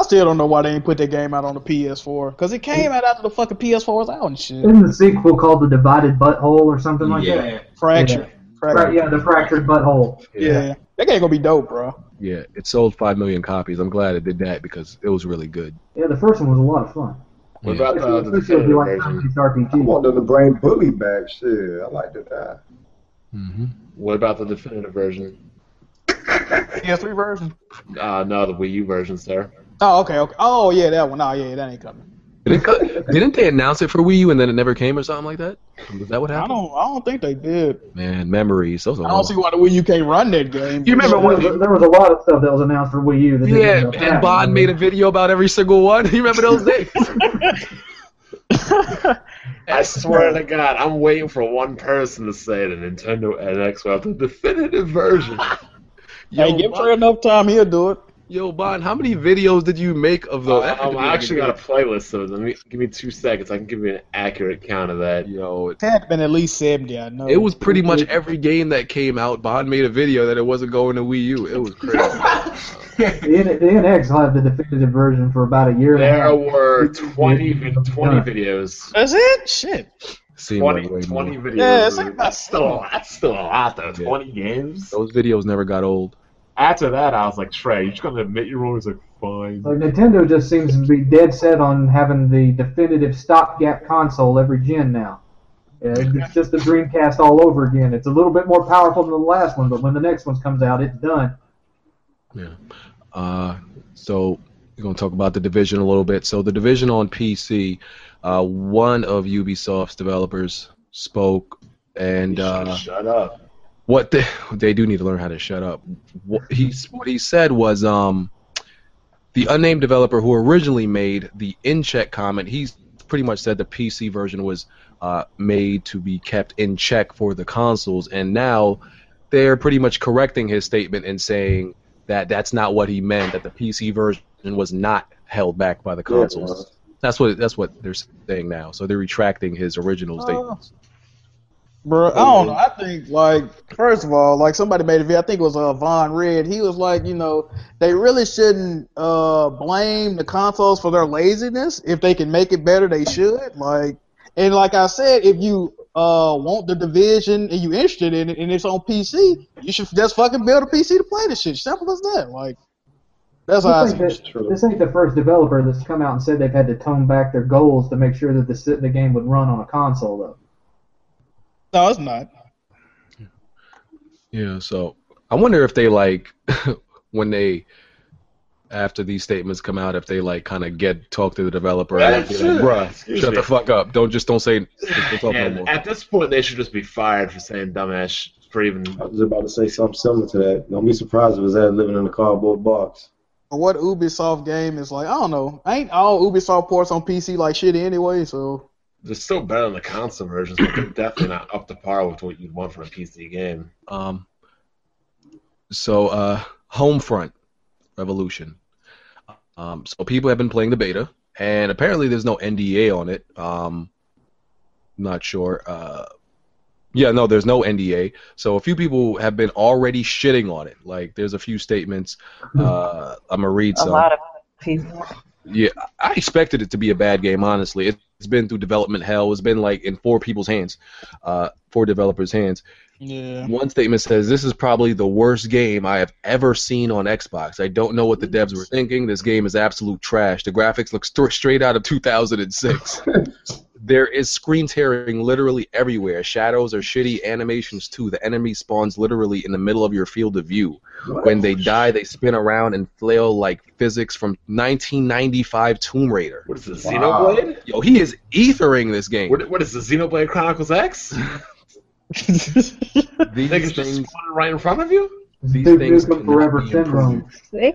[SPEAKER 6] I still don't know why they didn't put that game out on the PS4 because it came out after the fucking PS4 was out and shit.
[SPEAKER 5] isn't the sequel called the Divided Butthole or something like that?
[SPEAKER 7] Yeah.
[SPEAKER 6] Fracture.
[SPEAKER 5] Right,
[SPEAKER 6] Fracture.
[SPEAKER 5] yeah, the fractured butthole.
[SPEAKER 6] Yeah. That game gonna be dope, bro.
[SPEAKER 1] Yeah, it sold 5 million copies. I'm glad it did that because it was really good.
[SPEAKER 5] Yeah, the first one was a lot of fun.
[SPEAKER 2] What
[SPEAKER 1] Yeah.
[SPEAKER 2] about the, the
[SPEAKER 5] Especially if
[SPEAKER 2] definitive
[SPEAKER 5] you like
[SPEAKER 2] version?
[SPEAKER 5] time-based RPG.
[SPEAKER 3] I want them to bring Bully back. Shit, I like to die.
[SPEAKER 1] Mm-hmm.
[SPEAKER 2] What about the definitive version?
[SPEAKER 6] PS3 version.
[SPEAKER 2] Uh, no, the Wii U version's there.
[SPEAKER 6] Oh, okay, okay. Oh yeah, that one. Oh yeah, that ain't coming.
[SPEAKER 1] Did it co- didn't they announce it for Wii U and then it never came or something like that? Was that what
[SPEAKER 6] I
[SPEAKER 1] happened?
[SPEAKER 6] don't. I don't think they did.
[SPEAKER 1] Man, memories. Those are
[SPEAKER 6] I don't see why the Wii U can't run that game.
[SPEAKER 1] You remember
[SPEAKER 5] there,
[SPEAKER 1] when
[SPEAKER 5] was, there was a lot of stuff that was announced for Wii U that didn't
[SPEAKER 1] Yeah,
[SPEAKER 5] end up
[SPEAKER 1] and
[SPEAKER 5] happening.
[SPEAKER 1] Bond made a video about every single one. You remember those days?
[SPEAKER 2] I swear to God, I'm waiting for one person to say the Nintendo NX will have the definitive version.
[SPEAKER 6] Hey, give Trey enough time, he'll do it.
[SPEAKER 1] Yo, Bond, how many videos did you make of those? That had to
[SPEAKER 2] Um,
[SPEAKER 1] be
[SPEAKER 2] I
[SPEAKER 1] like
[SPEAKER 2] actually got a playlist of them. Let me- Give me two seconds. I can give you an accurate count of that.
[SPEAKER 1] Yo, it,
[SPEAKER 6] Had been at least seventy, I know.
[SPEAKER 1] it was pretty much every game that came out. Bond made a video that it wasn't going to Wii U. It was crazy.
[SPEAKER 5] The, N- the NX will have the definitive version for about a year and a
[SPEAKER 2] There
[SPEAKER 5] half.
[SPEAKER 2] were 20, vid- 20 videos.
[SPEAKER 6] That's it. Shit.
[SPEAKER 1] Seemed like
[SPEAKER 2] 20,
[SPEAKER 1] way
[SPEAKER 2] 20
[SPEAKER 1] more.
[SPEAKER 2] videos.
[SPEAKER 6] Yeah, it's like-
[SPEAKER 2] that's, still, that's still a lot, though.
[SPEAKER 1] Yeah.
[SPEAKER 2] 20 games?
[SPEAKER 1] Those videos never got old.
[SPEAKER 2] After that, I was like, Trey, you're just going to admit you're wrong? He's like, fine.
[SPEAKER 5] Like Nintendo just seems to be dead set on having the definitive stopgap console every gen now. Yeah, It's just the Dreamcast all over again. It's a little bit more powerful than the last one, but when the next one comes out, it's done.
[SPEAKER 1] Uh, so we're going to talk about the division a little bit. So the division on PC, uh, one of Ubisoft's developers spoke and uh,
[SPEAKER 2] Shut up.
[SPEAKER 1] what they they do need to learn how to shut up. What he what he said was um the unnamed developer who originally made the in check comment. He's pretty much said the PC version was uh, made to be kept in check for the consoles, and now they're pretty much correcting his statement and saying that that's not what he meant. That the PC version was not held back by the consoles. that's what that's what they're saying now. So they're retracting his original
[SPEAKER 6] Oh.
[SPEAKER 1] statement.
[SPEAKER 6] Bro, I don't know. I think like first of all, like somebody made a video. I think it was uh, Von Red. He was like, you know, they really shouldn't uh, blame the consoles for their laziness. If they can make it better, they should. Like, and like I said, if you uh, want the division and you interested in it, and it's on PC, you should just fucking build a PC to play this shit. Simple as that. Like, that's how I
[SPEAKER 5] This
[SPEAKER 6] see
[SPEAKER 5] ain't,
[SPEAKER 6] it.
[SPEAKER 5] the, this ain't the first developer that's come out and said they've had to tone back their goals to make sure that the, si- the game would run on a console, though.
[SPEAKER 6] No, it's not.
[SPEAKER 1] Yeah, so I wonder if they like when they after these statements come out, if they like kind of get talk to the developer and like, be like, bruh,
[SPEAKER 2] Excuse
[SPEAKER 1] shut
[SPEAKER 2] me.
[SPEAKER 1] the fuck up. Don't just don't say don't talk no
[SPEAKER 2] And
[SPEAKER 1] more.
[SPEAKER 2] at this point, they should just be fired for saying dumbass sh- for even.
[SPEAKER 3] I was about to say something similar to that. Don't be surprised if it's that living in a cardboard box.
[SPEAKER 6] But what Ubisoft game is like, I don't know. Ain't all Ubisoft ports on PC like shitty anyway, so
[SPEAKER 2] They're still better than the console versions, but they're definitely not up to par with what you'd want from a PC game.
[SPEAKER 1] Um, so, uh, Homefront Revolution. Um, so people have been playing the beta, and apparently there's no NDA on it. Um, not sure. Uh, yeah, no, there's no NDA. So a few people have been already shitting on it. Like there's a few statements. Uh, I'm gonna read
[SPEAKER 4] A
[SPEAKER 1] some.
[SPEAKER 4] lot of people.
[SPEAKER 1] Yeah, I expected it to be a bad game. Honestly, It- it's been through development hell. It's been like in four people's hands, uh, four developers' hands.
[SPEAKER 6] Yeah.
[SPEAKER 1] One statement says this is probably the worst game I have ever seen on Xbox. I don't know what the devs were thinking. This game is absolute trash. The graphics look st- straight out of 2006. there is screen tearing literally everywhere. Shadows are shitty animations too. The enemy spawns literally in the middle of your field of view. When they die, they spin around and flail like physics from 1995 Tomb Raider.
[SPEAKER 2] What is this,
[SPEAKER 3] Wow.
[SPEAKER 2] Xenoblade?
[SPEAKER 1] Yo, he is ethering this game.
[SPEAKER 2] What, what is this, Xenoblade Chronicles X?
[SPEAKER 1] These
[SPEAKER 2] Niggas just
[SPEAKER 1] things,
[SPEAKER 2] spawning right in front of you?
[SPEAKER 1] these
[SPEAKER 5] Duke
[SPEAKER 1] things
[SPEAKER 5] Nukem
[SPEAKER 1] cannot
[SPEAKER 5] Forever
[SPEAKER 1] be improved.
[SPEAKER 5] syndrome.
[SPEAKER 4] They,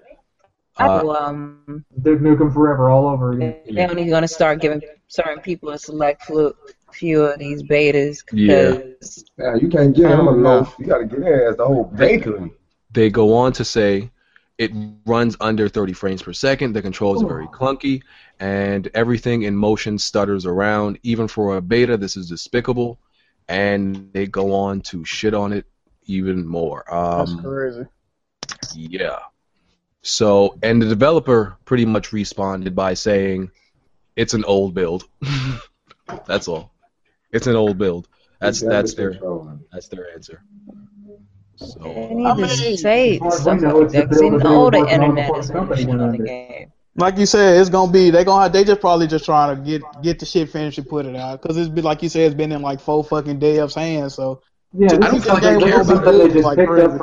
[SPEAKER 1] Uh,
[SPEAKER 4] well, um,
[SPEAKER 5] Duke Nukem Forever all over again.
[SPEAKER 4] they're only going to start giving certain people a select flu- few of these betas
[SPEAKER 1] Yeah.
[SPEAKER 4] because
[SPEAKER 3] Yeah, you can't give him a
[SPEAKER 4] Oh, no.
[SPEAKER 3] loaf. You gotta get there as the whole bakery.
[SPEAKER 1] They go on to say it runs under 30 frames per second. The controls are very clunky, and everything in motion stutters around. Even for a beta, this is despicable. And they go on to shit on it even more.
[SPEAKER 13] That's
[SPEAKER 1] Um,
[SPEAKER 13] crazy.
[SPEAKER 1] yeah. So, and the developer pretty much responded by saying, "It's an old build." that's all. It's an old build. That's
[SPEAKER 3] You gotta
[SPEAKER 1] that's
[SPEAKER 3] get
[SPEAKER 1] their
[SPEAKER 3] control.
[SPEAKER 1] that's their answer. So.
[SPEAKER 4] they need
[SPEAKER 8] I
[SPEAKER 4] to
[SPEAKER 8] mean-
[SPEAKER 4] say
[SPEAKER 5] Well, we
[SPEAKER 4] something
[SPEAKER 5] know
[SPEAKER 4] like
[SPEAKER 5] it's the
[SPEAKER 4] that. 'cause
[SPEAKER 5] build
[SPEAKER 4] even the
[SPEAKER 5] that they were
[SPEAKER 4] older
[SPEAKER 5] working on
[SPEAKER 4] internet
[SPEAKER 5] before
[SPEAKER 4] is
[SPEAKER 5] the
[SPEAKER 4] going to
[SPEAKER 5] company
[SPEAKER 4] shit
[SPEAKER 5] went
[SPEAKER 4] on the
[SPEAKER 5] under.
[SPEAKER 4] game.
[SPEAKER 6] Like you said, it's gonna be they gonna they just probably just trying to get get the shit finished and put it out because it's been like you said it's been in like four fucking devs' hands. So
[SPEAKER 5] Yeah,
[SPEAKER 6] I
[SPEAKER 5] this
[SPEAKER 6] don't
[SPEAKER 5] is
[SPEAKER 6] think
[SPEAKER 5] something,
[SPEAKER 6] they
[SPEAKER 5] this
[SPEAKER 6] care
[SPEAKER 5] is
[SPEAKER 6] about
[SPEAKER 5] something they
[SPEAKER 6] it,
[SPEAKER 5] just
[SPEAKER 6] like,
[SPEAKER 5] picked
[SPEAKER 6] crazy.
[SPEAKER 5] up.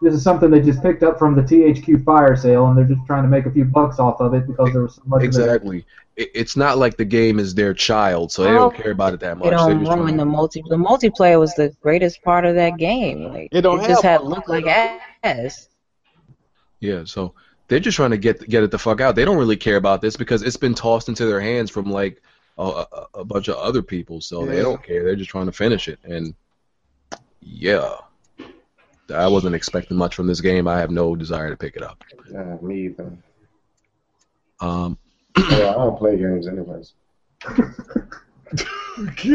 [SPEAKER 5] This is something they just picked up from the THQ fire sale, and they're just trying to make a few bucks off of it because there was so much. Of it.
[SPEAKER 1] Exactly. It, it's not like the game is their child, so they don't
[SPEAKER 4] Oh,
[SPEAKER 1] care about it that much.
[SPEAKER 4] It
[SPEAKER 1] They're
[SPEAKER 4] don't
[SPEAKER 1] just trying
[SPEAKER 4] ruin the
[SPEAKER 1] to-
[SPEAKER 4] multi. The multiplayer was the greatest part of that game. Like
[SPEAKER 6] It don't
[SPEAKER 4] just had
[SPEAKER 6] have one.
[SPEAKER 4] looked like ass.
[SPEAKER 1] yeah, so they're just trying to get get it the fuck out. They don't really care about this because it's been tossed into their hands from like a, a, a bunch of other people, so they
[SPEAKER 6] Yeah.
[SPEAKER 1] don't care. They're just trying to finish it, and yeah, I wasn't expecting much from this game. I have no desire to pick it up.
[SPEAKER 3] Yeah, me either.
[SPEAKER 1] Um,
[SPEAKER 3] Yeah, I don't play games anyways.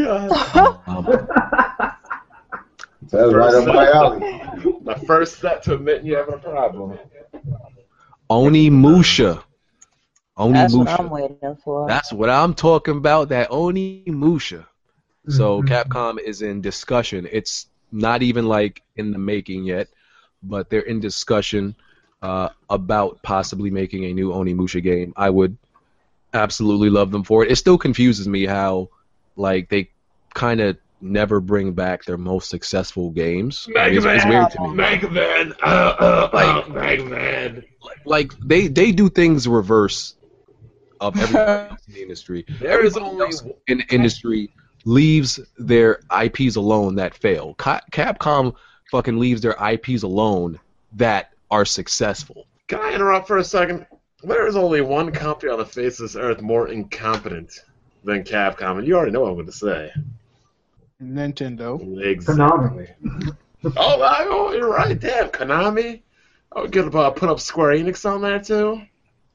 [SPEAKER 1] um,
[SPEAKER 3] That's right up my alley.
[SPEAKER 2] The first step to admitting you having a problem.
[SPEAKER 1] Oni Musha. Oni
[SPEAKER 4] That's what
[SPEAKER 1] Musha.
[SPEAKER 4] I'm waiting for.
[SPEAKER 1] That's what I'm talking about. That Oni Musha. So
[SPEAKER 5] Mhm.
[SPEAKER 1] Capcom is in discussion. It's not even like in the making yet, but they're in discussion uh, about possibly making a new Onimusha game. I would absolutely love them for it. It still confuses me how like they kind of never bring back their most successful games. Like, it's, it's weird to me.
[SPEAKER 2] Mega Man! Uh, uh, like, Mega Man!
[SPEAKER 1] Like they they do things reverse of everything else in the industry.
[SPEAKER 2] There is
[SPEAKER 1] Everybody
[SPEAKER 2] only
[SPEAKER 1] else in the industry leaves their IPs alone that fail. Ca- Capcom fucking leaves their IPs alone that are successful.
[SPEAKER 2] Can I interrupt for a second? There is only one company on the face of this earth more incompetent than Capcom, and you already know what I'm going to say.
[SPEAKER 6] Nintendo.
[SPEAKER 2] Exactly. oh, I, oh, you're right. Damn, Konami. I would get uh, put up Square Enix on there too.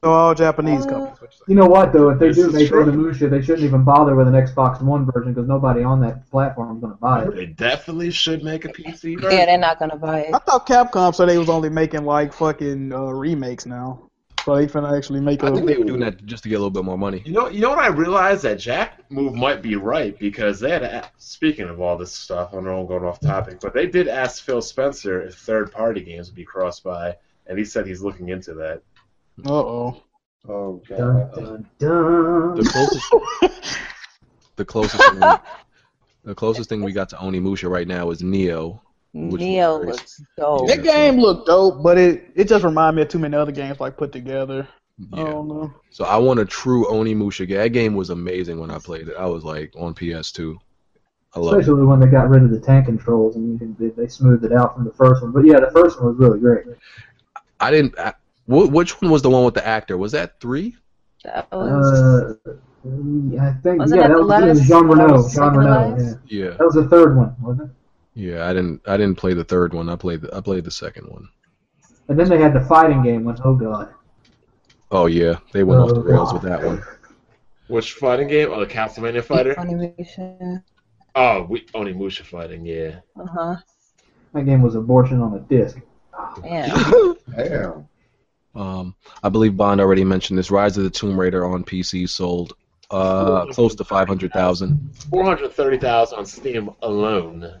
[SPEAKER 6] So all Japanese companies.
[SPEAKER 5] You know what though? If they
[SPEAKER 2] This
[SPEAKER 5] do
[SPEAKER 2] is
[SPEAKER 5] make
[SPEAKER 2] true.
[SPEAKER 5] Onimusha, they shouldn't even bother with an Xbox One version because nobody on that platform is going to buy it.
[SPEAKER 2] They definitely should make a PC version.
[SPEAKER 4] Yeah, they're not gonna buy it.
[SPEAKER 6] I thought Capcom said they was only making like fucking uh, remakes now, so they finna actually make
[SPEAKER 1] I think they
[SPEAKER 6] a.
[SPEAKER 1] were doing that just to get a little bit more money.
[SPEAKER 2] You know, you know what I realized that Jack move might be right because they had. a- Speaking of all this stuff, I know I'm going off topic, but they did ask Phil Spencer if third-party games would be crossed by, and he said he's looking into that.
[SPEAKER 6] Uh oh.
[SPEAKER 3] Oh
[SPEAKER 5] Dun
[SPEAKER 3] god.
[SPEAKER 5] dun dun.
[SPEAKER 1] The closest, the closest, thing we, the closest thing we got to Onimusha right now is Neo. Which
[SPEAKER 4] Neo
[SPEAKER 1] was-
[SPEAKER 4] looks dope.
[SPEAKER 1] Yeah,
[SPEAKER 6] That game looked dope, but it it just reminded me of too many other games like put together.
[SPEAKER 1] Yeah.
[SPEAKER 6] I don't know.
[SPEAKER 1] So I want a true Onimusha game. That game was amazing when I played it. I was like on PS2. I love it.
[SPEAKER 5] Especially when they got rid of the tank controls and you can, they, they smoothed it out from the first one. But yeah, the first one was really great.
[SPEAKER 1] I didn't. I, wh- which one was the one with the actor? Was that three?
[SPEAKER 4] That was
[SPEAKER 5] Uh, Mm, Uh, I think
[SPEAKER 4] Wasn't
[SPEAKER 5] yeah,
[SPEAKER 4] that
[SPEAKER 5] that
[SPEAKER 4] the
[SPEAKER 5] was, it was
[SPEAKER 4] last-
[SPEAKER 5] Jean
[SPEAKER 4] that was
[SPEAKER 5] Renault.
[SPEAKER 4] the
[SPEAKER 5] Jean
[SPEAKER 4] second to
[SPEAKER 5] Renault.
[SPEAKER 4] last?
[SPEAKER 5] Yeah.
[SPEAKER 1] Yeah,
[SPEAKER 5] That was the third one, wasn't it?
[SPEAKER 1] yeah. I didn't I didn't play the third one. I played the, I played the second one.
[SPEAKER 5] And then they had the fighting game one. Oh god.
[SPEAKER 1] Oh yeah, they went off the
[SPEAKER 5] Oh,
[SPEAKER 1] rails with
[SPEAKER 5] God.
[SPEAKER 1] that one.
[SPEAKER 2] Which fighting game? Oh, the Castlevania fighter.
[SPEAKER 4] Funimation.
[SPEAKER 2] Oh, we Onimusha fighting. Yeah.
[SPEAKER 4] Uh huh.
[SPEAKER 5] That game was abortion on a disc.
[SPEAKER 4] Yeah.
[SPEAKER 3] Damn.
[SPEAKER 1] Um, I believe Bond already mentioned this. Rise of the Tomb Raider on PC sold uh, close to five hundred thousand.
[SPEAKER 2] Four hundred thirty thousand on Steam alone.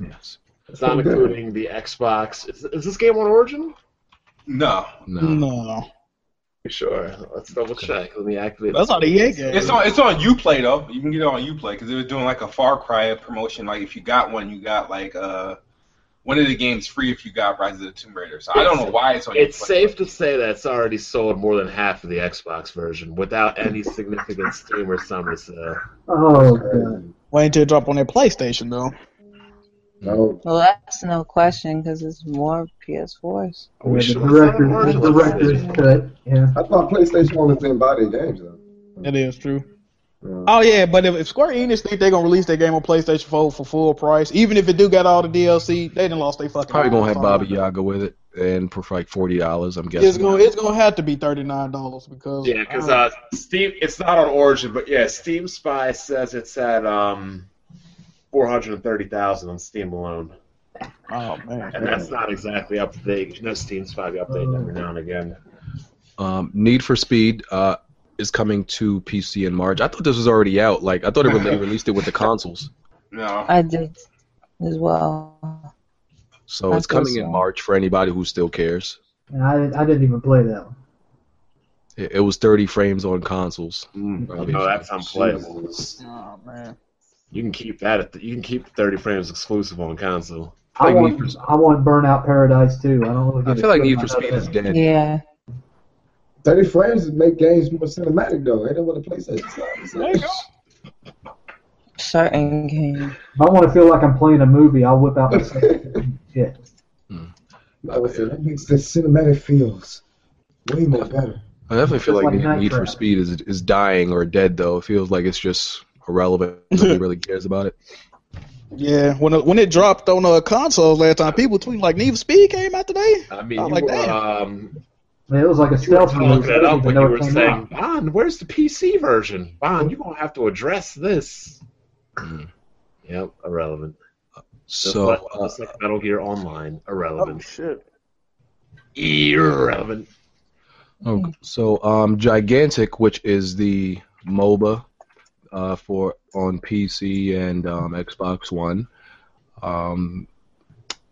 [SPEAKER 1] Yes.
[SPEAKER 2] It's not including the Xbox. Is, is this game on Origin?
[SPEAKER 7] No,
[SPEAKER 1] No.
[SPEAKER 6] No,
[SPEAKER 2] You sure. Let's double check. Let me activate.
[SPEAKER 6] that's not a EA game.
[SPEAKER 7] it's on it's on UPlay though. You can get it on UPlay because it was doing like a Far Cry promotion. Like if you got one, you got like uh one of the games free if you got Rise of the Tomb Raider. So I don't know why it's on.
[SPEAKER 2] It's
[SPEAKER 7] Uplay.
[SPEAKER 2] safe to say that it's already sold more than half of the Xbox version without any significant Steam or summer sale.
[SPEAKER 5] Oh god.
[SPEAKER 3] Crazy.
[SPEAKER 6] Waiting to drop on their PlayStation though.
[SPEAKER 3] No,
[SPEAKER 4] Well, that's no question because it's more PS4s.
[SPEAKER 2] Are we
[SPEAKER 5] Yeah,
[SPEAKER 2] sure it's not
[SPEAKER 5] the
[SPEAKER 2] on
[SPEAKER 5] director,
[SPEAKER 2] Origin?
[SPEAKER 5] the director's cut. Yeah.
[SPEAKER 3] I thought PlayStation only been by their games though.
[SPEAKER 6] That is true.
[SPEAKER 3] Yeah.
[SPEAKER 6] Oh yeah, but if, if Square Enix think they're gonna release their game on PlayStation 4 for full price, even if it do got all the DLC, they done lost their fucking.
[SPEAKER 1] Probably gonna
[SPEAKER 6] mind.
[SPEAKER 1] have Bobby Yaga with it, and for like forty dollars, I'm guessing.
[SPEAKER 6] It's gonna it's gonna have to be thirty nine dollars because
[SPEAKER 2] Yeah, because uh, Steam, it's not on Origin, but yeah, Steam Spy says it's at um, four hundred thirty thousand on Steam alone,
[SPEAKER 6] oh man,
[SPEAKER 2] and that's not exactly up to date. You know, Steam Spy be
[SPEAKER 1] Oh.
[SPEAKER 2] updated every now and again.
[SPEAKER 1] Um, Need for Speed uh, is coming to PC in March. I thought this was already out. Like I thought it re- they released it with the consoles.
[SPEAKER 7] No,
[SPEAKER 4] I did as well.
[SPEAKER 1] So
[SPEAKER 4] I
[SPEAKER 1] it's
[SPEAKER 4] thought
[SPEAKER 1] coming
[SPEAKER 4] so.
[SPEAKER 1] in March for anybody who still cares.
[SPEAKER 5] And I I didn't even play that one.
[SPEAKER 1] It, it was 30 frames on consoles.
[SPEAKER 2] Mm, no, that's unplayable.
[SPEAKER 6] oh man,
[SPEAKER 2] You can keep that. At the, you can keep the thirty frames exclusive on console.
[SPEAKER 5] I
[SPEAKER 1] Like Need
[SPEAKER 5] want
[SPEAKER 1] for
[SPEAKER 5] I want Burnout Paradise too. I don't really.
[SPEAKER 1] I
[SPEAKER 5] give a
[SPEAKER 1] feel like
[SPEAKER 5] shit
[SPEAKER 1] Need for
[SPEAKER 5] about
[SPEAKER 1] Speed
[SPEAKER 5] that.
[SPEAKER 1] is dead.
[SPEAKER 4] Yeah.
[SPEAKER 3] Thirty frames make games more cinematic though. Ain't that what the PlayStation is?
[SPEAKER 4] Certain game.
[SPEAKER 5] If I want to feel like I'm playing a movie, I'll whip out my Yeah.
[SPEAKER 3] I would say that makes the cinematic feels way more better.
[SPEAKER 1] I definitely feel
[SPEAKER 5] Just
[SPEAKER 1] like,
[SPEAKER 5] like Night
[SPEAKER 1] Need, Need for
[SPEAKER 5] Trap.
[SPEAKER 1] Speed is is dying or dead though. It feels like it's just irrelevant. Nobody really cares about it.
[SPEAKER 6] yeah. When it- when it dropped on uh, consoles last time, people tweeting like Need for Speed came out today.
[SPEAKER 2] I mean,
[SPEAKER 6] Oh,
[SPEAKER 2] you
[SPEAKER 6] like
[SPEAKER 2] were,
[SPEAKER 6] that.
[SPEAKER 2] um,
[SPEAKER 5] I mean, it was like a
[SPEAKER 2] you were
[SPEAKER 5] stealth
[SPEAKER 2] talking
[SPEAKER 5] release. I
[SPEAKER 2] that
[SPEAKER 5] didn't
[SPEAKER 2] up
[SPEAKER 5] even
[SPEAKER 2] when you
[SPEAKER 5] know
[SPEAKER 2] were
[SPEAKER 5] it came out.
[SPEAKER 2] saying, Bond, where's the PC version? Bond, you're gonna have to address this.
[SPEAKER 1] Mm.
[SPEAKER 2] Yep, irrelevant. Just
[SPEAKER 1] So
[SPEAKER 2] like,
[SPEAKER 1] uh, Oh,
[SPEAKER 2] just like Metal Gear Online, irrelevant.
[SPEAKER 6] shit!
[SPEAKER 2] irrelevant.
[SPEAKER 1] Okay. So, um, Gigantic, which is the MOBA uh, for on PC and um, Xbox One, um,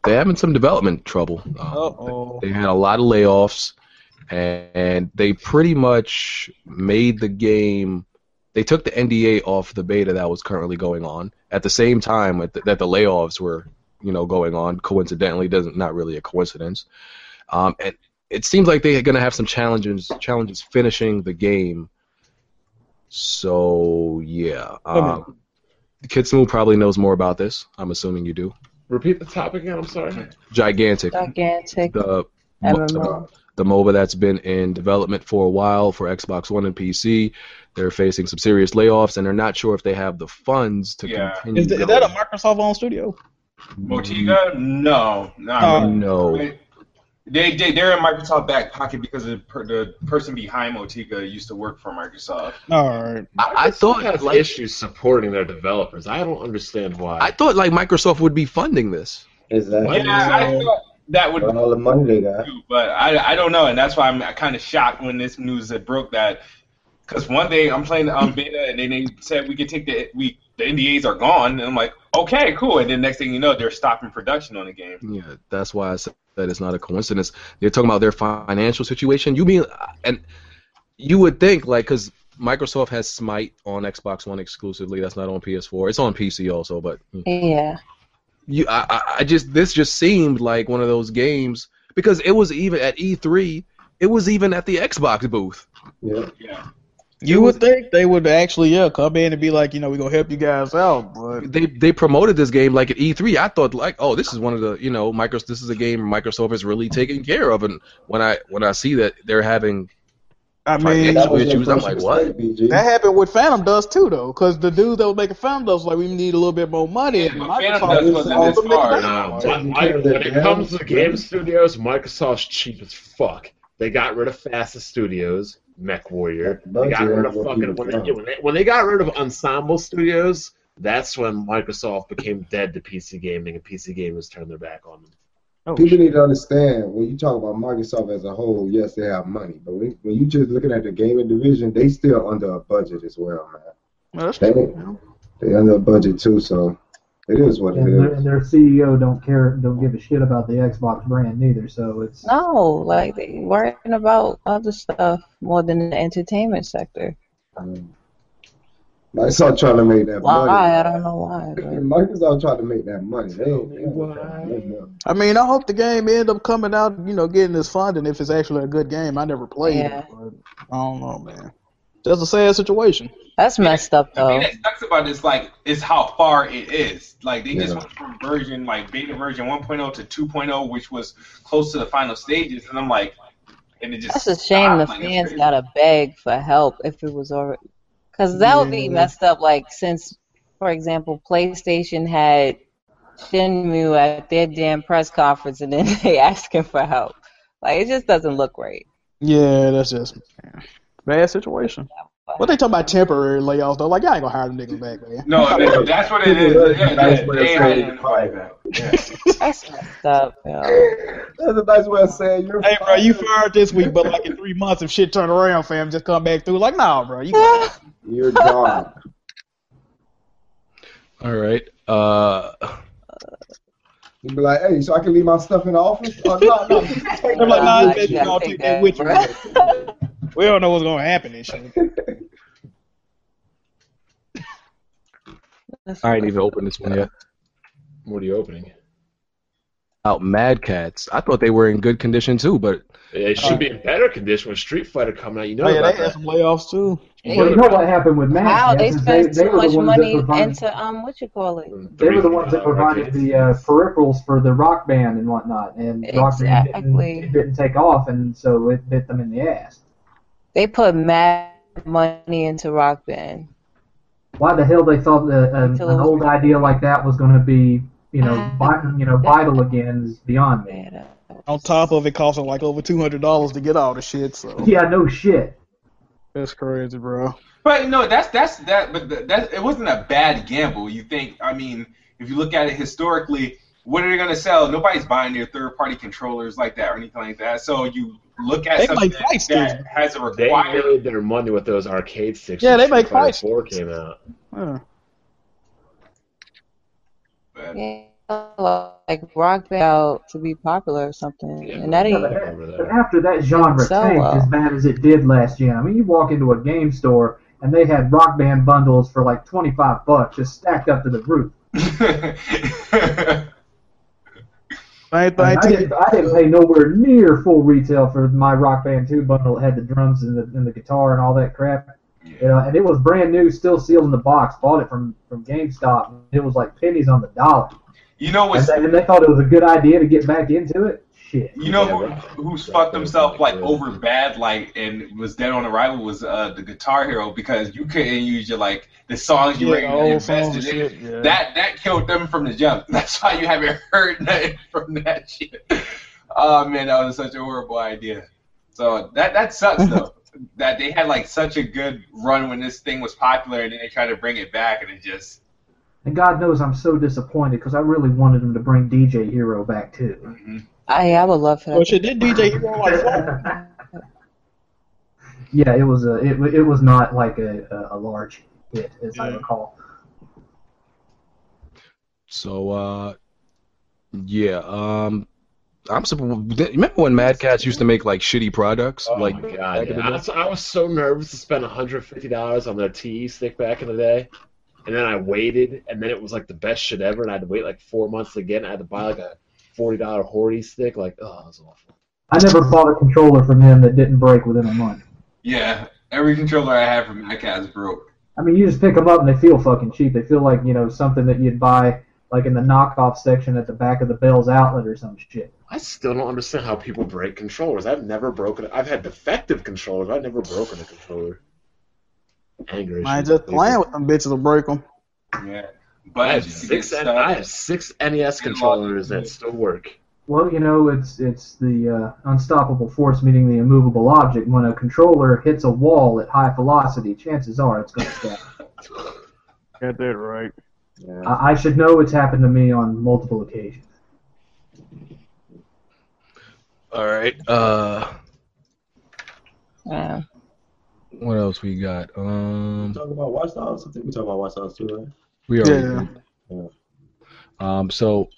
[SPEAKER 1] they're having some development trouble. Um,
[SPEAKER 6] Uh oh.
[SPEAKER 1] They had a lot of layoffs, and, and they pretty much made the game. They took the NDA off the beta that was currently going on at the same time at the, that the layoffs were, you know, going on. Coincidentally, doesn't not really a coincidence. Um, and it seems like they're going to have some challenges challenges finishing the game. So yeah, um, Kitsune probably knows more about this. I'm assuming you do.
[SPEAKER 2] Repeat the topic again. I'm sorry.
[SPEAKER 1] Gigantic,
[SPEAKER 4] Gigantic
[SPEAKER 1] the
[SPEAKER 4] MMO.
[SPEAKER 1] the MOBA that's been in development for a while for Xbox One and PC. They're facing some serious layoffs, and they're not sure if they have the funds to
[SPEAKER 7] Yeah.
[SPEAKER 1] continue.
[SPEAKER 6] Is, th- is that a Microsoft owned studio?
[SPEAKER 7] Motiga? No, not
[SPEAKER 6] Uh,
[SPEAKER 7] really.
[SPEAKER 1] no?
[SPEAKER 7] They, they they- they're in Microsoft back pocket because the, per, the person behind Motiga used to work for Microsoft.
[SPEAKER 6] All right.
[SPEAKER 1] I, I thought
[SPEAKER 2] Thought has
[SPEAKER 1] like
[SPEAKER 2] issues supporting their developers. I don't understand why.
[SPEAKER 1] I thought like Microsoft would be funding this.
[SPEAKER 3] Exactly.
[SPEAKER 7] Yeah, I thought that would
[SPEAKER 3] With all the money they got.
[SPEAKER 7] do, but I I don't know, and that's why I'm kind of shocked when this news that broke that. Because one day I'm playing um, beta, and then they said we could take the we the NDAs are gone, and I'm like, okay, cool. And then next thing you know, they're stopping production on the game.
[SPEAKER 1] Yeah, that's why I said that it's not a coincidence. They're talking about their financial situation. You mean and you would think like because Microsoft has Smite on Xbox One exclusively. That's not on PS4. It's on PC also, but
[SPEAKER 4] Yeah.
[SPEAKER 1] you I, I- I just this just seemed like one of those games because it was even at E3 it was even at the Xbox booth
[SPEAKER 3] Yeah.
[SPEAKER 7] Yeah,
[SPEAKER 6] You would think they would actually yeah come in and be like you know we're gonna help you guys out, but
[SPEAKER 1] they they promoted this game like at E3 I thought like oh this is one of the you know Microsoft this is a game Microsoft is really taking care of and when I when I see that they're having
[SPEAKER 6] I
[SPEAKER 1] Trying to
[SPEAKER 6] mean,
[SPEAKER 1] get
[SPEAKER 6] that,
[SPEAKER 1] you issues. I'm like, what?
[SPEAKER 6] happened with Phantom Dust too, though, because the dude that was making Phantom Dust was like, we need a little bit more money. and
[SPEAKER 7] but
[SPEAKER 6] Microsoft
[SPEAKER 7] Phantom Dust
[SPEAKER 6] was
[SPEAKER 7] wasn't
[SPEAKER 6] also
[SPEAKER 7] this
[SPEAKER 6] making
[SPEAKER 2] No,
[SPEAKER 6] Phantom
[SPEAKER 7] far.
[SPEAKER 6] Dust.
[SPEAKER 2] Mi-
[SPEAKER 3] Taking
[SPEAKER 2] Mi-
[SPEAKER 3] care of that
[SPEAKER 2] when it
[SPEAKER 3] damn
[SPEAKER 2] comes to game
[SPEAKER 3] script.
[SPEAKER 2] studios, Microsoft's cheap as fuck. They got rid of Fastest Studios, Mech Warrior. They got
[SPEAKER 3] Bungie
[SPEAKER 2] rid
[SPEAKER 3] is
[SPEAKER 2] of
[SPEAKER 3] what
[SPEAKER 2] fucking
[SPEAKER 3] people
[SPEAKER 2] when they,
[SPEAKER 3] want.
[SPEAKER 2] when, they, when they got rid of Ensemble Studios. That's when Microsoft became dead to PC gaming, and PC gamers turned their back on them.
[SPEAKER 6] Oh,
[SPEAKER 3] People need to understand when you talk about Microsoft as a whole, yes, they have money, but when, when you just looking at the gaming division, they still under a budget as well, man.
[SPEAKER 6] No, that's
[SPEAKER 3] They-
[SPEAKER 6] true, man.
[SPEAKER 3] They under a budget too, so it is what it
[SPEAKER 5] And their,
[SPEAKER 3] is.
[SPEAKER 5] and their CEO don't care, don't give a shit about the Xbox brand neither. So it's
[SPEAKER 4] No, like they worrying about other stuff more than the entertainment sector.
[SPEAKER 3] Um, Microsoft trying to make that
[SPEAKER 4] Why?
[SPEAKER 3] money.
[SPEAKER 4] I don't know why. but-
[SPEAKER 3] Microsoft trying to make that money. They ain't, they ain't
[SPEAKER 2] Why?
[SPEAKER 3] trying to make nothing.
[SPEAKER 6] I mean, I hope the game end up coming out, you know, getting this funding if it's actually a good game. I never played
[SPEAKER 4] Yeah.
[SPEAKER 6] it, but I don't know, man. That's a sad situation.
[SPEAKER 4] That's messed up
[SPEAKER 7] The thing
[SPEAKER 4] though.
[SPEAKER 7] that sucks about this, like, is how far it is. Like, they just
[SPEAKER 3] Yeah.
[SPEAKER 7] went from version, like, beta version 1.0 to 2.0, which was close to the final stages, and I'm like, and it just.
[SPEAKER 4] That's a shame. The
[SPEAKER 7] stopped, like, it's
[SPEAKER 4] fans
[SPEAKER 7] crazy.
[SPEAKER 4] gotta beg for help if it was already, because that would be
[SPEAKER 6] Yeah.
[SPEAKER 4] messed up. Like since, for example, PlayStation had Shinmu at their damn press conference, and then they asking for help. Like it just doesn't look right.
[SPEAKER 6] Yeah, that's just bad situation. What they talking about temporary layoffs though? Like y'all ain't gonna hire them niggas back, man.
[SPEAKER 7] No, that- that's what it is. Yeah,
[SPEAKER 3] Nice
[SPEAKER 7] yeah,
[SPEAKER 3] way
[SPEAKER 7] they
[SPEAKER 3] of
[SPEAKER 7] hired
[SPEAKER 3] saying
[SPEAKER 7] him to fight back. Yeah.
[SPEAKER 4] That's messed up. Yo.
[SPEAKER 3] That's a nice way of saying you're.
[SPEAKER 6] Hey, bro, you fired this week, but like in three months, if shit turn around, fam, just come back through. Like, nah, bro, you gone.
[SPEAKER 3] You're gone.
[SPEAKER 1] All right. Uh,
[SPEAKER 3] You'd be like, hey, so I can leave my stuff in the office? Oh, no, no, just take
[SPEAKER 6] I'm like,
[SPEAKER 3] it.
[SPEAKER 6] nah,
[SPEAKER 4] Uh,
[SPEAKER 6] you bet you
[SPEAKER 4] gotta
[SPEAKER 6] gonna
[SPEAKER 4] take
[SPEAKER 6] take
[SPEAKER 4] that,
[SPEAKER 6] that with you.
[SPEAKER 4] bruh.
[SPEAKER 6] We don't know what's gonna happen and shit.
[SPEAKER 1] I ain't even opened this one yet.
[SPEAKER 2] What are you opening?
[SPEAKER 1] Out Mad Cats. I thought they were in good condition too, but
[SPEAKER 2] It should be in better condition with Street Fighter coming out. You know
[SPEAKER 6] Oh, yeah,
[SPEAKER 2] about
[SPEAKER 6] they had
[SPEAKER 2] that.
[SPEAKER 6] some layoffs too.
[SPEAKER 2] You
[SPEAKER 5] Well,
[SPEAKER 2] know
[SPEAKER 5] you know
[SPEAKER 2] about
[SPEAKER 5] what happened with Matt.
[SPEAKER 4] Wow, they
[SPEAKER 5] Yes, is they,
[SPEAKER 4] spent so
[SPEAKER 5] they were the
[SPEAKER 4] much
[SPEAKER 5] ones
[SPEAKER 4] money
[SPEAKER 5] that provided,
[SPEAKER 4] into um, what you call it?
[SPEAKER 5] they were the
[SPEAKER 2] three-
[SPEAKER 5] ones that
[SPEAKER 2] uh,
[SPEAKER 5] provided the uh, peripherals for the rock band and whatnot, and rock band didn't,
[SPEAKER 4] Exactly.
[SPEAKER 5] it didn't take off, and so it bit them in the ass.
[SPEAKER 4] They put mad money into Rock Band.
[SPEAKER 5] Why the hell they thought that uh,
[SPEAKER 4] Until it
[SPEAKER 5] an
[SPEAKER 4] was-
[SPEAKER 5] old idea like that was going to be, you know,
[SPEAKER 4] Ah.
[SPEAKER 5] vi- you know, vital again is beyond me.
[SPEAKER 4] Man, uh,
[SPEAKER 6] On top of it costing like over two hundred dollars to get all the shit, so
[SPEAKER 5] Yeah, no shit.
[SPEAKER 6] that's crazy, bro.
[SPEAKER 7] But no, that's that's that. But th- that it wasn't a bad gamble. You think? I mean, if you look at it historically, what are they gonna sell? Nobody's buying their third-party controllers like that or anything like that. So you look at
[SPEAKER 6] They
[SPEAKER 7] something
[SPEAKER 6] make fight
[SPEAKER 7] that, that
[SPEAKER 6] sticks.
[SPEAKER 7] has a
[SPEAKER 2] They
[SPEAKER 7] requirement.
[SPEAKER 2] made their money with those arcade sticks.
[SPEAKER 6] Yeah,
[SPEAKER 2] when
[SPEAKER 6] they make
[SPEAKER 2] Street Fighter
[SPEAKER 6] fights.
[SPEAKER 2] Four came out.
[SPEAKER 6] Yeah.
[SPEAKER 4] yeah, like Rock Band out to be popular or something,
[SPEAKER 2] Yeah,
[SPEAKER 4] and that
[SPEAKER 5] Yeah,
[SPEAKER 4] ain't.
[SPEAKER 5] but,
[SPEAKER 2] I
[SPEAKER 5] that,
[SPEAKER 2] remember that.
[SPEAKER 5] but after that genre
[SPEAKER 4] So,
[SPEAKER 5] tanked
[SPEAKER 4] uh,
[SPEAKER 5] as bad as it did last year, I mean, you walk into a game store and they had rock band bundles for like 25 bucks just stacked up to the roof.
[SPEAKER 6] Same
[SPEAKER 5] I, mean,
[SPEAKER 6] thing
[SPEAKER 5] I,
[SPEAKER 6] too.
[SPEAKER 5] didn't, I didn't pay nowhere near full retail for my Rock Band 2 bundle. It had the drums and the, and the guitar and all that crap. You know, and it was brand new, still sealed in the box. Bought it from, from GameStop. and It was like pennies on the dollar.
[SPEAKER 7] you know
[SPEAKER 5] And
[SPEAKER 7] what's
[SPEAKER 5] they, and they thought it was a good idea to get back into it? Shit.
[SPEAKER 7] you know who,
[SPEAKER 2] Yeah, right.
[SPEAKER 7] who's
[SPEAKER 2] Right
[SPEAKER 7] fucked
[SPEAKER 2] there,
[SPEAKER 7] himself
[SPEAKER 2] right
[SPEAKER 7] like
[SPEAKER 2] there.
[SPEAKER 7] over bad like and was dead on arrival was uh, the Guitar Hero because you couldn't use your like the songs you
[SPEAKER 6] Yeah,
[SPEAKER 7] were
[SPEAKER 6] old songs
[SPEAKER 7] invested
[SPEAKER 6] and
[SPEAKER 7] in.
[SPEAKER 6] shit. Yeah.
[SPEAKER 7] That that killed them from the jump. That's why you haven't heard nothing from that shit. Oh man, that was such a horrible idea. So that that sucks though. that they had like such a good run when this thing was popular, and then they tried to bring it back, and it just
[SPEAKER 5] And God knows I'm so disappointed because I really wanted them to bring DJ Hero back too.
[SPEAKER 7] mhm.
[SPEAKER 4] I I would love for that.
[SPEAKER 6] But shit, did DJ Hero like flop?
[SPEAKER 5] yeah, it was a it, wa- it was not like a, a, a large hit as I
[SPEAKER 6] Yeah.
[SPEAKER 5] recall.
[SPEAKER 1] so uh, yeah. Um, I'm supposed. Remember when Mad Cats used to make like shitty products?
[SPEAKER 2] Oh
[SPEAKER 1] like
[SPEAKER 2] my
[SPEAKER 1] back
[SPEAKER 2] god,
[SPEAKER 1] in
[SPEAKER 2] yeah.
[SPEAKER 1] the
[SPEAKER 2] I,
[SPEAKER 1] day?
[SPEAKER 2] was, I was so nervous to spend $150 on their TE stick back in the day. And then I waited, and then it was like the best shit ever, and I had to wait like four months again. I had to buy like a $40 Hori stick. Like, oh, that was awful.
[SPEAKER 5] I never bought a controller from them that didn't break within a month.
[SPEAKER 7] yeah. Every controller I had from Madcat's broke.
[SPEAKER 5] I mean, you just pick them up and they feel fucking cheap. They feel like you know something that you'd buy like in the knockoff section at the back of the Bell's outlet or some shit.
[SPEAKER 2] I still don't understand how people break controllers. I've never broken. I've had defective controllers. I've never broken a controller. Anger issues.
[SPEAKER 6] Man, just playing with them bitches will break them.
[SPEAKER 7] Yeah.
[SPEAKER 2] I
[SPEAKER 7] But
[SPEAKER 2] have six. N- I have six NES controllers that still work.
[SPEAKER 5] Well, you know, it's it's the uh, unstoppable force meeting the immovable object. When a controller hits a wall at high velocity, chances are it's going to stab.
[SPEAKER 13] Got that right.
[SPEAKER 5] I, I should know it's happened to me on multiple occasions.
[SPEAKER 1] All right. Uh,
[SPEAKER 4] Yeah.
[SPEAKER 1] what else we got? Um,
[SPEAKER 3] Talk about Watch Dogs. I think we talk about Watch Dogs too, right?
[SPEAKER 1] we are.
[SPEAKER 6] Yeah.
[SPEAKER 1] Um, so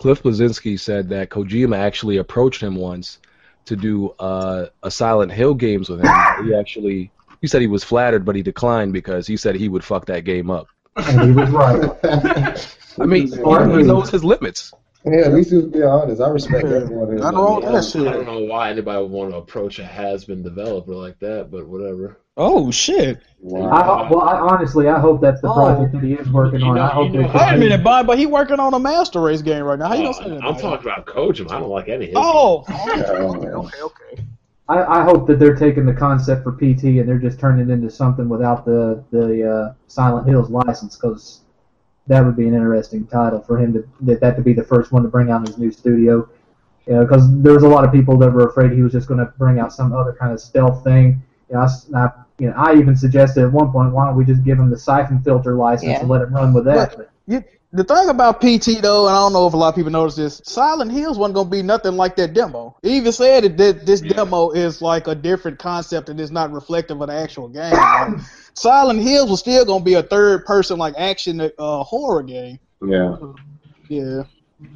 [SPEAKER 1] Cliff Blazinski said that Kojima actually approached him once to do uh, a Silent Hill games with him. he actually he said he was flattered, but he declined because he said he would fuck that game up.
[SPEAKER 5] And he was right.
[SPEAKER 1] I mean, he, he knows his limits.
[SPEAKER 3] Yeah, at least he was being honest. I respect that more than
[SPEAKER 6] Nothing wrong with that
[SPEAKER 2] I don't
[SPEAKER 6] shit.
[SPEAKER 2] know why anybody would want to approach a has-been developer like that, but whatever.
[SPEAKER 6] Oh shit!
[SPEAKER 5] I, ho- well, I, honestly, I hope that's the project that he is working
[SPEAKER 2] You
[SPEAKER 5] on.
[SPEAKER 2] know-
[SPEAKER 5] I hope
[SPEAKER 2] you know-
[SPEAKER 5] they
[SPEAKER 6] Oh. Wait a
[SPEAKER 5] continue.
[SPEAKER 6] minute, Bob, but he working on a Master Race game right now. How you gonna say
[SPEAKER 2] Uh,
[SPEAKER 6] that?
[SPEAKER 2] I'm talking about Kojima. I don't like any of his
[SPEAKER 6] Oh,
[SPEAKER 3] Okay,
[SPEAKER 6] okay, okay.
[SPEAKER 5] I, I hope that they're taking the concept for PT and they're just turning it into something without the the uh, Silent Hills license because that would be an interesting title for him to that, that to be the first one to bring out in his new studio. You know, because there was a lot of people that were afraid he was just going to bring out some other kind of stealth thing. You know, I, s- I- you know, I even suggested at one point, why don't we just give him the siphon filter license
[SPEAKER 4] Yeah.
[SPEAKER 5] and let him run with that? But
[SPEAKER 6] The thing about PT though, and I don't know if a lot of people notice this, Silent Hills wasn't gonna be nothing like that demo. He even said it, that this
[SPEAKER 7] Yeah.
[SPEAKER 6] demo is like a different concept and it's not reflective of the actual game. Like, Silent Hills was still gonna be a third person like action uh, horror game.
[SPEAKER 3] Yeah,
[SPEAKER 6] Yeah,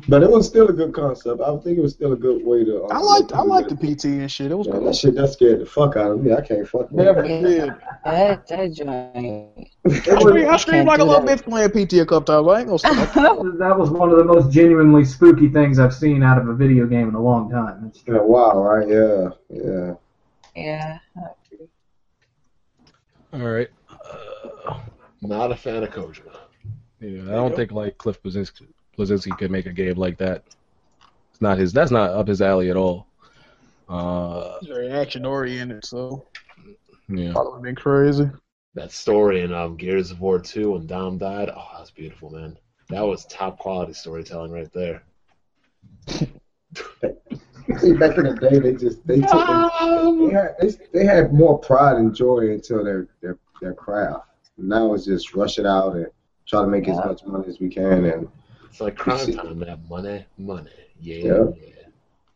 [SPEAKER 3] but it was still a good concept. I think it was still a good way to. uh,
[SPEAKER 6] I liked I liked
[SPEAKER 3] do
[SPEAKER 6] the
[SPEAKER 3] that.
[SPEAKER 6] PT and shit. It was
[SPEAKER 3] Yeah,
[SPEAKER 6] cool.
[SPEAKER 3] that shit that scared the fuck out of me. I can't fuck with
[SPEAKER 6] Never
[SPEAKER 3] it.
[SPEAKER 6] did.
[SPEAKER 4] That, that joint.
[SPEAKER 6] I screamed, I
[SPEAKER 4] Can't
[SPEAKER 6] screamed like a
[SPEAKER 4] do
[SPEAKER 6] little
[SPEAKER 4] that.
[SPEAKER 6] bitch playing PT a couple times. I ain't gonna stop.
[SPEAKER 5] that was one of the most genuinely spooky things I've seen out of a video game in a long time. It's-
[SPEAKER 3] Yeah, wow, right? Yeah, yeah.
[SPEAKER 4] Yeah.
[SPEAKER 1] All right. Uh,
[SPEAKER 2] Not a fan of Kojima.
[SPEAKER 1] yeah, I don't think like Cliff Blazinski, Blazinski could make a game like that. It's not his. That's not up his alley at all. Uh,
[SPEAKER 6] He's very action oriented, so
[SPEAKER 1] yeah.
[SPEAKER 6] probably would've been crazy.
[SPEAKER 2] That story in um, Gears of War 2 when Dom died, oh, that's beautiful, man. That was top quality storytelling right there.
[SPEAKER 3] See, back in the day, they just they took they, they, had, they, they had more pride and joy until their their their craft. Now it's just rush it out and try to make as much money as we can. And
[SPEAKER 2] It's like crime time, that money, money. Yeah,
[SPEAKER 3] Yeah.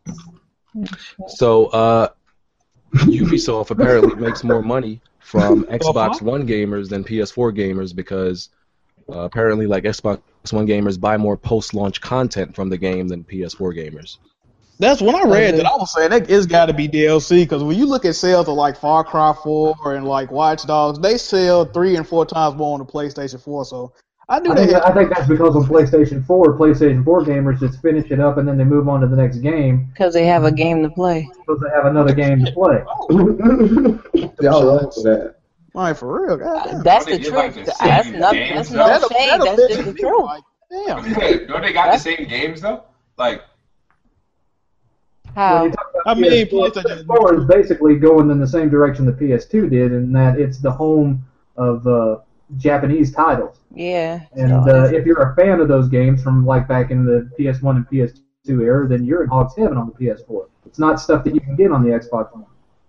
[SPEAKER 2] yeah.
[SPEAKER 1] So uh, Ubisoft apparently makes more money from Xbox One gamers than PS4 gamers because uh, apparently, like Xbox One gamers buy more post-launch content from the game than PS4 gamers.
[SPEAKER 6] That's when I read
[SPEAKER 4] Mhm.
[SPEAKER 6] that. I was saying that it's got to be DLC because when you look at sales of like Far Cry 4 and like Watch Dogs, they sell three and four times more on the PlayStation 4. So I knew
[SPEAKER 5] I
[SPEAKER 6] they
[SPEAKER 5] think,
[SPEAKER 6] had.
[SPEAKER 5] I think that's because on PlayStation 4, PlayStation 4 gamers just finish it up and then they move on to the next game
[SPEAKER 4] Because they have a game to play.
[SPEAKER 5] because they have another game to play.
[SPEAKER 3] Oh. y'all wrong for that.
[SPEAKER 6] Like for real,
[SPEAKER 4] Uh,
[SPEAKER 6] God,
[SPEAKER 4] That's the
[SPEAKER 7] They get, like,
[SPEAKER 4] truth.
[SPEAKER 7] the
[SPEAKER 4] That's
[SPEAKER 7] same
[SPEAKER 4] nothing. That's
[SPEAKER 7] games, though.
[SPEAKER 4] no shade. That's just the truth.
[SPEAKER 6] Damn.
[SPEAKER 7] Don't they got the same games though? Like,
[SPEAKER 5] When you
[SPEAKER 4] How?
[SPEAKER 5] talk about
[SPEAKER 6] I mean,
[SPEAKER 5] PS4,
[SPEAKER 6] PlayStation-
[SPEAKER 5] PS4 is basically going in the same direction the PS2 did in that it's the home of uh, Japanese titles.
[SPEAKER 4] Yeah.
[SPEAKER 5] And
[SPEAKER 4] So
[SPEAKER 5] uh,
[SPEAKER 4] it's-
[SPEAKER 5] if you're a fan of those games from like back in the PS1 and PS2 era, then you're in Hog's Heaven on the PS4. It's not stuff that you can get on the Xbox One.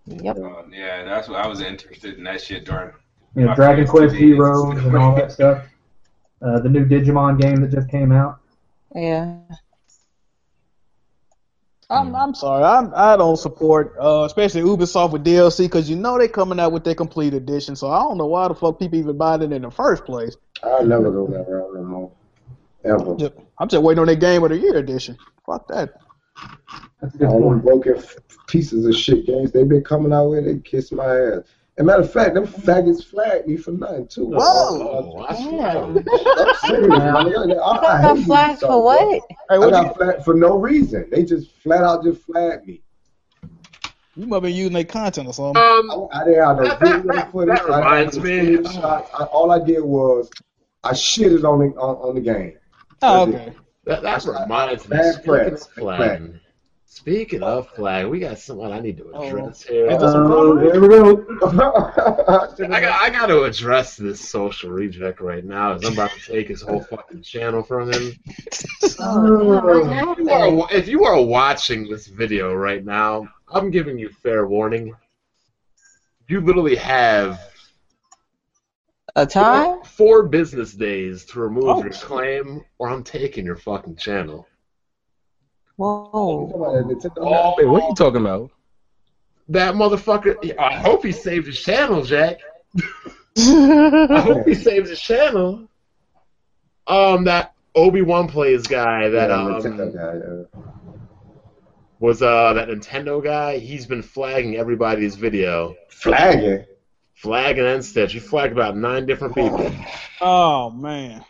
[SPEAKER 4] Yep.
[SPEAKER 7] uh, yeah, that's what I was interested in that shit during.
[SPEAKER 5] You know,
[SPEAKER 7] Not
[SPEAKER 5] Dragon
[SPEAKER 7] PS2
[SPEAKER 5] Quest
[SPEAKER 7] games.
[SPEAKER 5] Heroes and all that stuff. Uh, the new Digimon game that just came out.
[SPEAKER 4] Yeah.
[SPEAKER 6] I'm, I'm sorry. I'm, I don't support, uh, especially Ubisoft with DLC because you know they coming out with their complete edition. So I don't know why the fuck people even buying it in the first place.
[SPEAKER 3] I'll never go that route no more. Ever.
[SPEAKER 6] Just- I'm just waiting on their game of the year edition. Fuck that.
[SPEAKER 5] That's a good
[SPEAKER 3] All them
[SPEAKER 5] point.
[SPEAKER 3] broken f- pieces of shit games they've been coming out with, they kiss my ass. And matter of fact, them faggots flagged me for nothing too.
[SPEAKER 6] Whoa.
[SPEAKER 2] Oh, that's
[SPEAKER 4] Yeah.
[SPEAKER 3] I'm serious, man.
[SPEAKER 4] I
[SPEAKER 3] "Oh, I, I
[SPEAKER 4] got
[SPEAKER 3] hate
[SPEAKER 4] flagged
[SPEAKER 3] Ubisoft,
[SPEAKER 4] for
[SPEAKER 3] bro.
[SPEAKER 4] what?
[SPEAKER 6] Hey,
[SPEAKER 3] I
[SPEAKER 6] what you,
[SPEAKER 3] got flagged for no reason. They just flat out just flagged me.
[SPEAKER 6] you must be using their content or something.
[SPEAKER 3] I,
[SPEAKER 8] Um,
[SPEAKER 3] I didn't have no
[SPEAKER 8] That- that-
[SPEAKER 3] video
[SPEAKER 8] that-
[SPEAKER 3] footage.
[SPEAKER 8] that
[SPEAKER 3] I didn't have
[SPEAKER 8] reminds
[SPEAKER 3] no
[SPEAKER 8] me.
[SPEAKER 3] screenshots. I, all I did was I shitted on the on, on the game.
[SPEAKER 6] Oh,
[SPEAKER 3] That's it.
[SPEAKER 6] okay.
[SPEAKER 2] That, that reminds me.
[SPEAKER 3] Bad
[SPEAKER 2] Speaking of
[SPEAKER 3] press.
[SPEAKER 2] flag, speaking of flag, we got someone I need to address here.
[SPEAKER 5] Uh,
[SPEAKER 3] Oh, there we go.
[SPEAKER 2] I got, I got to address this social reject right now. 'cause I'm about to take his whole fucking channel from him. If you are- if you are watching this video right now, I'm giving you fair warning. You literally have
[SPEAKER 4] A time?
[SPEAKER 2] four business days to remove
[SPEAKER 6] Oh.
[SPEAKER 2] your claim, or I'm taking your fucking channel.
[SPEAKER 4] Whoa.
[SPEAKER 2] Oh,
[SPEAKER 1] Wait, what are you talking about?
[SPEAKER 2] that motherfucker! I hope he saved his channel, Jack. I hope he saves his channel. Um, that Obi Wan plays guy that
[SPEAKER 3] Yeah,
[SPEAKER 2] um
[SPEAKER 3] Nintendo guy, uh, yeah.
[SPEAKER 2] was uh that Nintendo guy. He's been flagging everybody's video,
[SPEAKER 3] Flagging.
[SPEAKER 2] flagging and Stitch. He flagged about nine different people
[SPEAKER 6] Oh man.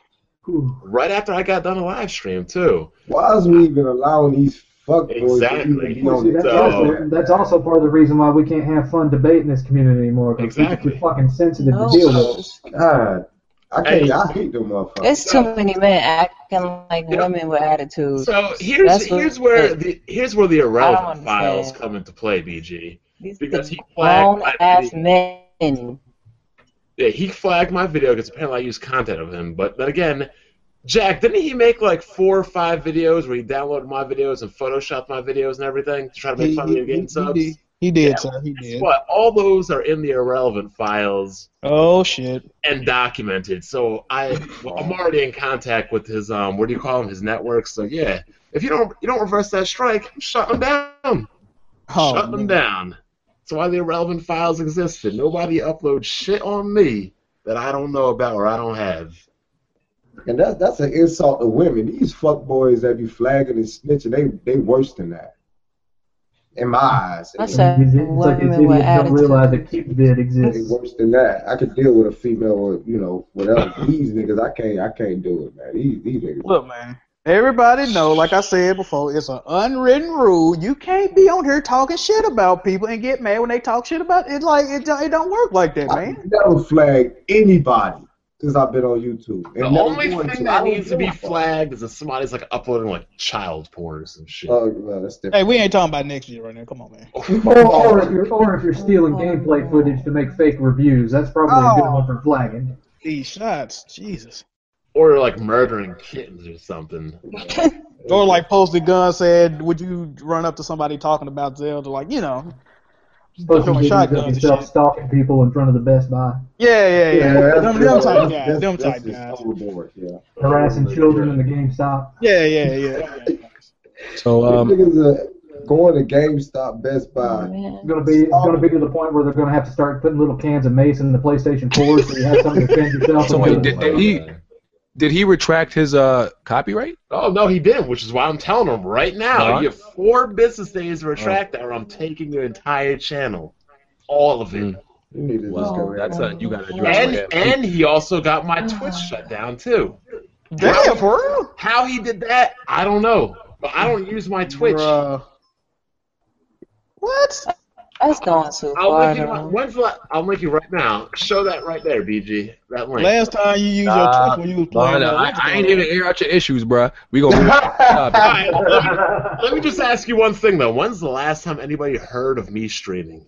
[SPEAKER 2] right after I got done a live stream too.
[SPEAKER 3] Why is we even allowing these fuckboys to
[SPEAKER 2] Exactly.
[SPEAKER 3] even be on
[SPEAKER 5] See,
[SPEAKER 3] the
[SPEAKER 5] that's,
[SPEAKER 2] So-
[SPEAKER 5] also, that's also part of the reason why we can't have fun debate in this community anymore. 'cause people
[SPEAKER 2] Exactly.
[SPEAKER 5] too fucking sensitive
[SPEAKER 4] No.
[SPEAKER 5] to deal with.
[SPEAKER 3] God, I can't.
[SPEAKER 2] Hey.
[SPEAKER 3] I hate them motherfuckers.
[SPEAKER 4] It's too many men acting like women with attitudes.
[SPEAKER 2] So here's
[SPEAKER 4] That's what-
[SPEAKER 2] here's where the here's where the irrelevant
[SPEAKER 4] understand.
[SPEAKER 2] files come into play, BG.
[SPEAKER 4] These
[SPEAKER 2] Because he flagged
[SPEAKER 4] grown
[SPEAKER 2] my
[SPEAKER 4] ass
[SPEAKER 2] video.
[SPEAKER 4] men.
[SPEAKER 2] Yeah, he flagged my video because apparently I used content of him. But then again, Jack, didn't he make like four or five videos where he downloaded my videos and photoshopped my videos and everything to try to make
[SPEAKER 6] He,
[SPEAKER 2] fun of me and
[SPEAKER 6] he-
[SPEAKER 2] getting subs?
[SPEAKER 6] he did, he did
[SPEAKER 2] Yeah,
[SPEAKER 6] sir. He
[SPEAKER 2] Guess
[SPEAKER 6] did.
[SPEAKER 2] what? All those are in the irrelevant files
[SPEAKER 6] Oh shit.
[SPEAKER 2] and documented. So I, well, I'm already in contact with his um, what do you call him? His network. So yeah, if you don't you don't reverse that strike, I'm shutting down.
[SPEAKER 6] Oh,
[SPEAKER 2] Shut them
[SPEAKER 6] man.
[SPEAKER 2] down. That's why the irrelevant files existed. Nobody uploads shit on me that I don't know about or I don't have.
[SPEAKER 3] And that's that's an insult to women. These fuckboys that be flagging and snitching, they they worse than that. In my eyes,
[SPEAKER 4] I
[SPEAKER 3] anyway.
[SPEAKER 4] said
[SPEAKER 5] It's, it's like these
[SPEAKER 4] women with
[SPEAKER 5] idiots don't realize that
[SPEAKER 4] attitudes.
[SPEAKER 5] KeepVid
[SPEAKER 3] they
[SPEAKER 5] exists.
[SPEAKER 3] worse than that. I could deal with a female, or, you know, whatever. These niggas, I can't, I can't do it, man. These these niggas.
[SPEAKER 6] Look, man. Everybody know, like I said before, it's an unwritten rule. You can't be on here talking shit about people and get mad when they talk shit about it. Like it, don't- it don't work like that,
[SPEAKER 3] I
[SPEAKER 6] man.
[SPEAKER 3] never flagged anybody since I've been on YouTube. And
[SPEAKER 2] The
[SPEAKER 3] never
[SPEAKER 2] only
[SPEAKER 3] going
[SPEAKER 2] thing
[SPEAKER 3] to. I
[SPEAKER 2] that
[SPEAKER 3] don't
[SPEAKER 2] needs to
[SPEAKER 3] give
[SPEAKER 2] be
[SPEAKER 3] a fuck.
[SPEAKER 2] flagged is if somebody's like uploading like child porn or some shit.
[SPEAKER 3] Oh, no, that's different.
[SPEAKER 6] Hey, we ain't talking about next year right now. Come on, man.
[SPEAKER 5] Or, or, if you're, or if you're stealing gameplay footage to make fake reviews, that's probably a
[SPEAKER 6] Oh.
[SPEAKER 5] good one for flagging.
[SPEAKER 6] These shots, Jesus.
[SPEAKER 2] or like murdering kittens or something.
[SPEAKER 6] Or like posted gun said, would you run up to somebody talking about Zelda? Like you know,
[SPEAKER 5] Supposed to
[SPEAKER 6] Throwing
[SPEAKER 5] be
[SPEAKER 6] shotguns and
[SPEAKER 5] yourself
[SPEAKER 6] shit. Oh,
[SPEAKER 5] stalking people in front of the Best Buy,
[SPEAKER 6] yeah, yeah, yeah. them, them
[SPEAKER 3] that's-
[SPEAKER 6] type
[SPEAKER 3] that's-
[SPEAKER 6] guys. Them
[SPEAKER 3] that's
[SPEAKER 6] type
[SPEAKER 3] just
[SPEAKER 6] guys.
[SPEAKER 3] overboard, yeah.
[SPEAKER 5] harassing children in the GameStop.
[SPEAKER 6] Yeah, yeah, yeah. yeah.
[SPEAKER 1] So um,
[SPEAKER 3] These niggas are going to GameStop, Best
[SPEAKER 4] Oh,
[SPEAKER 3] Buy.
[SPEAKER 5] It's gonna be it's gonna be to the point where they're gonna have to start putting little cans of mace in the PlayStation 4 so you have something to defend yourself.
[SPEAKER 1] So wait, did-
[SPEAKER 5] against.
[SPEAKER 1] did he- did he retract his uh copyright?
[SPEAKER 2] Oh no, he didn't, which is why I'm telling him right now.
[SPEAKER 1] Huh?
[SPEAKER 2] You have four business days to retract that, or I'm taking your entire channel, all of it.
[SPEAKER 1] Mm.
[SPEAKER 3] You need to just
[SPEAKER 4] Well,
[SPEAKER 3] go
[SPEAKER 1] That's
[SPEAKER 3] in.
[SPEAKER 1] a you got to address
[SPEAKER 2] And
[SPEAKER 1] that.
[SPEAKER 2] and he also got my Twitch shut down too.
[SPEAKER 6] Damn, for real.
[SPEAKER 2] How he did that, I don't know. But I don't use my Twitch.
[SPEAKER 6] Bruh. What?
[SPEAKER 4] That's going too
[SPEAKER 2] I'll
[SPEAKER 4] far.
[SPEAKER 2] link you.
[SPEAKER 4] though.
[SPEAKER 2] When's the, I'll link you right now. Show that right there, BG. That link.
[SPEAKER 6] Last time you used your
[SPEAKER 1] Nah,
[SPEAKER 6] Twitch when you was
[SPEAKER 1] Nah,
[SPEAKER 6] playing.
[SPEAKER 1] nah,
[SPEAKER 6] uh,
[SPEAKER 1] I,
[SPEAKER 6] what's it
[SPEAKER 1] I ain't
[SPEAKER 6] called?
[SPEAKER 1] here to air out your issues, bruh. We gonna.
[SPEAKER 2] All right, let, me, let me just ask you one thing though. When's the last time anybody heard of me streaming?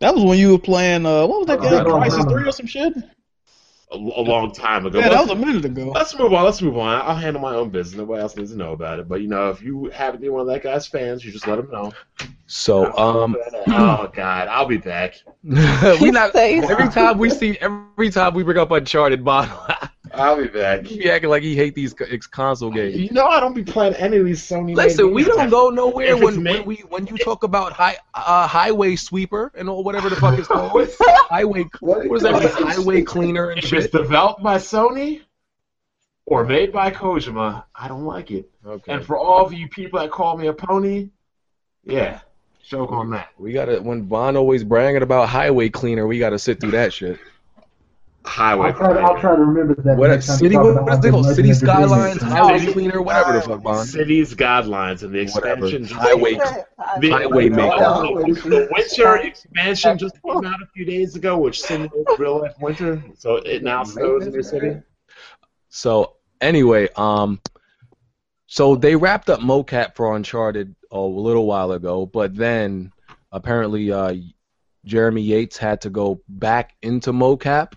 [SPEAKER 6] That was when you were playing. Uh, what was that game? Crisis Three or some shit.
[SPEAKER 2] A, a long time ago.
[SPEAKER 6] Yeah, that was
[SPEAKER 2] let's,
[SPEAKER 6] a minute ago.
[SPEAKER 2] let's move on. Let's move on. I'll handle my own business. Nobody else needs to know about it. But you know, if you happen to be one of that guy's fans, you just let him know.
[SPEAKER 1] So um,
[SPEAKER 2] oh God, I'll be back.
[SPEAKER 1] we not.
[SPEAKER 4] Say
[SPEAKER 1] Every time we see, every time we bring up Uncharted, bottle,
[SPEAKER 2] I'll be back.
[SPEAKER 1] he be acting like he hate these co- ex- console games.
[SPEAKER 2] You know I don't be playing any of these Sony.
[SPEAKER 1] Listen,
[SPEAKER 2] made
[SPEAKER 1] we
[SPEAKER 2] games.
[SPEAKER 1] don't go nowhere
[SPEAKER 2] If it's
[SPEAKER 1] when,
[SPEAKER 2] me-
[SPEAKER 1] when we when you talk about high uh, highway sweeper and all whatever the fuck it's called. highway
[SPEAKER 3] What
[SPEAKER 1] what was that? highway cleaner and
[SPEAKER 2] If it's
[SPEAKER 1] shit.
[SPEAKER 2] developed by Sony or made by Kojima, I don't like it.
[SPEAKER 1] Okay.
[SPEAKER 2] And for all of you people that call me a pony, yeah, joke on that.
[SPEAKER 1] We gotta when Bond always bragging about highway cleaner, we gotta sit through that shit.
[SPEAKER 2] Highway.
[SPEAKER 5] I'll try, to, I'll try to remember that.
[SPEAKER 1] What a
[SPEAKER 5] next time we
[SPEAKER 1] city
[SPEAKER 5] talk
[SPEAKER 1] what,
[SPEAKER 5] about
[SPEAKER 1] what is it called?
[SPEAKER 5] Legend
[SPEAKER 1] City
[SPEAKER 5] of the Dreamers.
[SPEAKER 1] Skylines, Highway
[SPEAKER 2] City
[SPEAKER 1] Cleaner, whatever the fuck Bond.
[SPEAKER 2] Cities guidelines and the
[SPEAKER 1] Whatever.
[SPEAKER 2] expansion. just-
[SPEAKER 1] Highway
[SPEAKER 2] the,
[SPEAKER 1] highway
[SPEAKER 2] the-
[SPEAKER 6] Oh,
[SPEAKER 1] maker.
[SPEAKER 2] The winter expansion just came out a few days ago, which simulates real life winter. So it now snows in your city.
[SPEAKER 1] So anyway, um, so they wrapped up mocap for Uncharted a little while ago, but then apparently uh, Jeremy Yates had to go back into mocap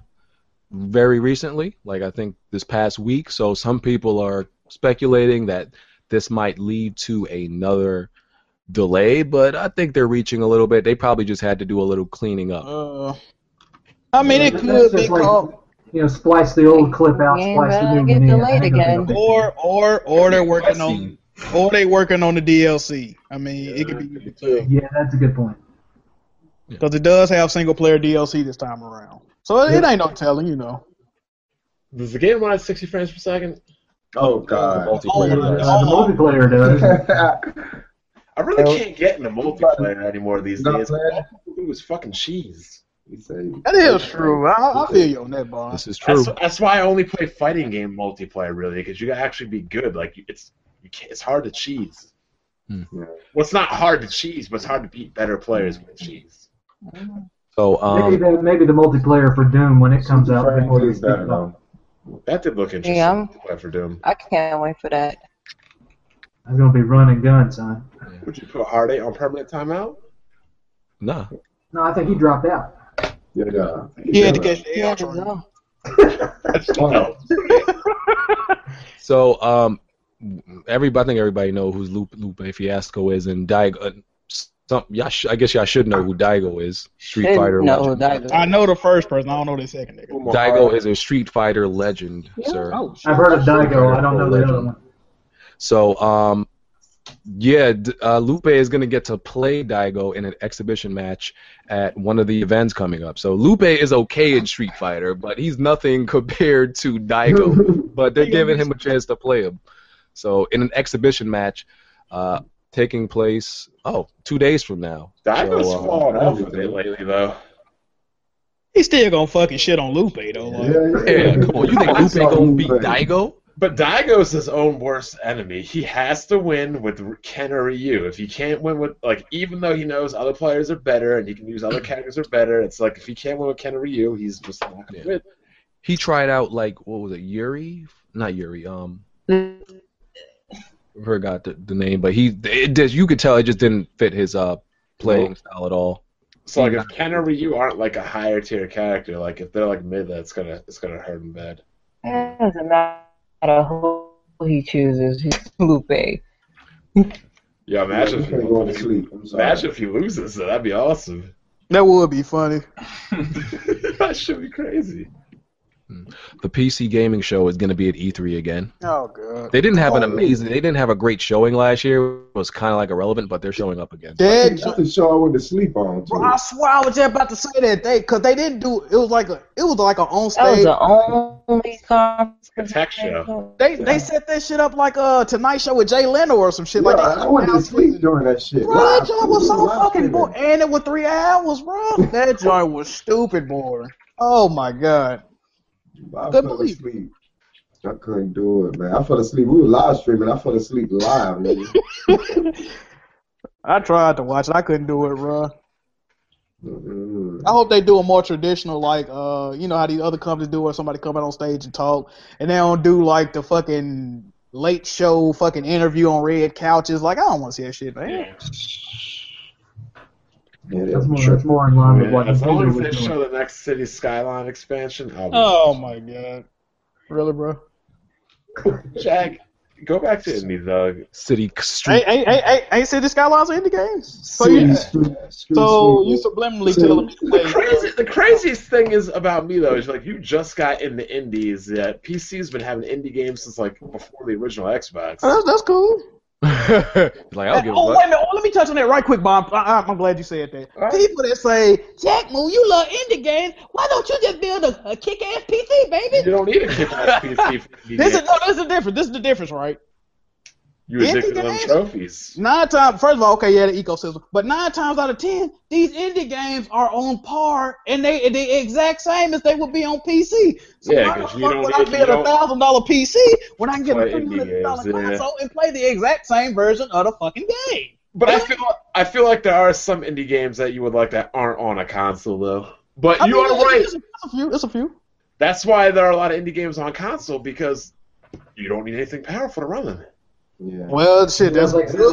[SPEAKER 1] very recently, like I think this past week. So some people are speculating that this might lead to another delay, but I think they're reaching a little bit. They probably just had to do a little cleaning up.
[SPEAKER 6] Uh, I mean, it
[SPEAKER 5] That's
[SPEAKER 6] could be
[SPEAKER 5] just like-
[SPEAKER 6] called
[SPEAKER 5] You know, splice the old clip out,
[SPEAKER 4] Yeah,
[SPEAKER 5] splice the
[SPEAKER 4] well,
[SPEAKER 5] new
[SPEAKER 4] get
[SPEAKER 5] one in. I
[SPEAKER 4] delayed
[SPEAKER 5] think it'll
[SPEAKER 4] again.
[SPEAKER 5] be-
[SPEAKER 6] or or or they're working on or they working on the DLC. I mean, it could be too
[SPEAKER 5] Yeah, that's a good point.
[SPEAKER 6] because it does have single player DLC this time around. So it, it ain't no telling, you know.
[SPEAKER 2] Does the game run at 60 frames per second?
[SPEAKER 3] Oh God.
[SPEAKER 1] Multiplayer.
[SPEAKER 6] Oh,
[SPEAKER 5] Uh, the multiplayer
[SPEAKER 3] Oh,
[SPEAKER 5] does.
[SPEAKER 2] I really can't get into multiplayer anymore these
[SPEAKER 3] Not
[SPEAKER 2] days.
[SPEAKER 3] bad.
[SPEAKER 2] All people do is fucking cheese.
[SPEAKER 3] He say-
[SPEAKER 6] That is true. I, I feel you on that, Bond.
[SPEAKER 1] This is true.
[SPEAKER 2] That's, that's why I only play fighting game multiplayer really, because you gotta actually be good. Like it's you can't, it's hard to cheese.
[SPEAKER 1] Hmm.
[SPEAKER 3] Yeah.
[SPEAKER 2] Well, it's not hard to cheese, but it's hard to beat better players with cheese.
[SPEAKER 1] So
[SPEAKER 5] maybe,
[SPEAKER 1] um,
[SPEAKER 5] the, maybe the multiplayer for Doom when it comes out.
[SPEAKER 3] Frank
[SPEAKER 5] people will
[SPEAKER 3] is
[SPEAKER 5] speak
[SPEAKER 3] better
[SPEAKER 5] about
[SPEAKER 3] though.
[SPEAKER 2] That did look interesting.
[SPEAKER 4] Yeah, I'm-
[SPEAKER 2] Play for Doom.
[SPEAKER 4] I can't wait for that.
[SPEAKER 5] it. It's gonna be run and gun, son.
[SPEAKER 2] Would you put Hard Eight on permanent timeout?
[SPEAKER 1] nah.
[SPEAKER 5] No, I think he dropped out.
[SPEAKER 3] Yeah, yeah.
[SPEAKER 6] Yeah, to catch the
[SPEAKER 4] Yeah,
[SPEAKER 6] AR train.
[SPEAKER 4] no.
[SPEAKER 3] Wow.
[SPEAKER 1] So um, everybody, I think everybody know who Lupe, Lupe Fiasco is, and Daigo. Uh, some, y'all sh- I guess y'all should know who Daigo is. Street
[SPEAKER 4] Didn't
[SPEAKER 1] Fighter
[SPEAKER 4] know
[SPEAKER 1] legend.
[SPEAKER 4] that.
[SPEAKER 6] I know the first person. I don't know the second nigga.
[SPEAKER 1] Daigo is a Street Fighter legend, sir.
[SPEAKER 6] Oh, shit.
[SPEAKER 5] I've heard of Daigo. I don't know the other one.
[SPEAKER 1] So, um, yeah, D- uh, Lupe is going to get to play Daigo in an exhibition match at one of the events coming up. So Lupe is okay in Street Fighter, but he's nothing compared to Daigo. but they're giving him a chance to play him. So in an exhibition match, uh, taking place oh two days from now.
[SPEAKER 2] Daigo's
[SPEAKER 1] So, uh,
[SPEAKER 2] falling off a bit lately though.
[SPEAKER 6] He still gonna fucking shit on Lupe though.
[SPEAKER 3] Yeah,
[SPEAKER 6] Like,
[SPEAKER 1] Yeah, come on. You think
[SPEAKER 3] I
[SPEAKER 1] Lupe
[SPEAKER 3] saw
[SPEAKER 1] gonna
[SPEAKER 3] him
[SPEAKER 1] beat
[SPEAKER 3] play.
[SPEAKER 1] Daigo?
[SPEAKER 2] But Daigo's his own worst enemy. He has to win with Ken or Ryu. If he can't win with like, even though he knows other players are better and he can use other characters are better, it's like if he can't win with Ken or Ryu, he's just not gonna
[SPEAKER 1] Yeah.
[SPEAKER 2] win.
[SPEAKER 1] He tried out like what was it, Yuri? Not Yuri. Um, forgot the, the name, but he it just you could tell it just didn't fit his uh playing style at all.
[SPEAKER 2] So like, if Ken or Ryu aren't like a higher tier character, like if they're like mid, that's gonna it's gonna hurt him bad.
[SPEAKER 4] It doesn't matter who he chooses. He's Lupe.
[SPEAKER 2] Yeah, imagine
[SPEAKER 3] I'm
[SPEAKER 2] if he,
[SPEAKER 3] gonna go to
[SPEAKER 2] loses.
[SPEAKER 3] sleep. I'm sorry.
[SPEAKER 2] imagine if he loses, though, that'd be awesome.
[SPEAKER 6] that would be funny.
[SPEAKER 2] that should be crazy.
[SPEAKER 1] The PC gaming show is going to be at E3 again.
[SPEAKER 6] Oh god.
[SPEAKER 1] They didn't have an
[SPEAKER 3] Oh, really?
[SPEAKER 1] amazing, they didn't have a great showing last year. It was kind of like irrelevant, but they're showing up again.
[SPEAKER 6] Dead.
[SPEAKER 3] That's the show I went to sleep on. Too.
[SPEAKER 6] Bro, I swear I was just about to say that they, cause they didn't do. It was like a, it was like an on
[SPEAKER 4] That was
[SPEAKER 6] stage.
[SPEAKER 4] the only conference.
[SPEAKER 2] Tech show.
[SPEAKER 6] They they set that shit up like a Tonight Show with Jay Leno or some shit like
[SPEAKER 3] Yeah,
[SPEAKER 6] that.
[SPEAKER 3] I went to sleep during that shit.
[SPEAKER 6] Bro,
[SPEAKER 3] Wow.
[SPEAKER 6] that joint was so
[SPEAKER 3] Wow.
[SPEAKER 6] fucking boring, and it was three hours, bro. That joint was stupid boring. Oh my god.
[SPEAKER 3] I
[SPEAKER 6] Good
[SPEAKER 3] fell
[SPEAKER 6] belief.
[SPEAKER 3] asleep. I couldn't do it, man. I fell asleep. We were live streaming. I fell asleep live, nigga.
[SPEAKER 6] I tried to watch it. I couldn't do it, bro.
[SPEAKER 3] Mm-mm.
[SPEAKER 6] I hope they do a more traditional, like, uh, you know how these other companies do, where somebody come out on stage and talk, and they don't do like the fucking late show fucking interview on red couches. Like, I don't want to see that shit, man.
[SPEAKER 3] Yeah,
[SPEAKER 5] That's
[SPEAKER 3] that's
[SPEAKER 5] more,
[SPEAKER 3] true.
[SPEAKER 5] that's more in line with
[SPEAKER 2] Yeah,
[SPEAKER 5] what
[SPEAKER 2] as long
[SPEAKER 5] Nintendo
[SPEAKER 2] as they
[SPEAKER 5] was doing.
[SPEAKER 2] show the next city skyline expansion, I'll be
[SPEAKER 6] Oh my god. Really, bro?
[SPEAKER 2] Jack, go back to Indie Thug.
[SPEAKER 1] City Street.
[SPEAKER 6] Ain't, ain't, ain't, ain't, ain't City Skylines in the game? So,
[SPEAKER 3] Street,
[SPEAKER 6] you,
[SPEAKER 3] street, street
[SPEAKER 6] so
[SPEAKER 3] sweeper.
[SPEAKER 6] you subliminally telling me to
[SPEAKER 2] The,
[SPEAKER 6] play.
[SPEAKER 2] crazy, the craziest thing is about me though is like you just got in the indies. That PC's been having indie games since like before the original Xbox.
[SPEAKER 6] Oh, that's, that's cool.
[SPEAKER 1] like I'll
[SPEAKER 6] And-
[SPEAKER 1] give
[SPEAKER 6] oh,
[SPEAKER 1] a
[SPEAKER 6] wait a minute. Oh, let me touch on that right quick, Bob. I, I, am glad you said that. People that say, Jack Moon, you love indie games. Why don't you just build a, a kick ass PC, baby?
[SPEAKER 2] You don't need a kick-ass PC for indie
[SPEAKER 6] This is
[SPEAKER 2] games.
[SPEAKER 6] no, this is the difference. This is the difference, right?
[SPEAKER 2] You addicted to
[SPEAKER 6] indie
[SPEAKER 2] them
[SPEAKER 6] games?
[SPEAKER 2] trophies.
[SPEAKER 6] Nine times, first of all, okay, yeah, the ecosystem, but nine times out of ten, these indie games are on par, and they the exact same as they would be on PC. So
[SPEAKER 2] Yeah,
[SPEAKER 6] why the
[SPEAKER 2] 'cause you
[SPEAKER 6] fuck
[SPEAKER 2] don't
[SPEAKER 6] would I
[SPEAKER 2] need-
[SPEAKER 6] build
[SPEAKER 2] you
[SPEAKER 6] a
[SPEAKER 2] don't-
[SPEAKER 6] thousand dollar PC when I can get a
[SPEAKER 2] Play
[SPEAKER 6] three hundred
[SPEAKER 2] indie
[SPEAKER 6] dollar
[SPEAKER 2] games, yeah.
[SPEAKER 6] console and play the exact same version of the fucking game?
[SPEAKER 2] But I feel I feel like there are some indie games that you would like that aren't on a console though. But
[SPEAKER 6] I
[SPEAKER 2] you
[SPEAKER 6] mean,
[SPEAKER 2] are
[SPEAKER 6] it's-
[SPEAKER 2] right.
[SPEAKER 6] It's a, it's a few. It's a few.
[SPEAKER 2] That's why there are a lot of indie games on console because you don't need anything powerful to run them.
[SPEAKER 3] Yeah.
[SPEAKER 6] Well, shit, that's
[SPEAKER 5] like, saying,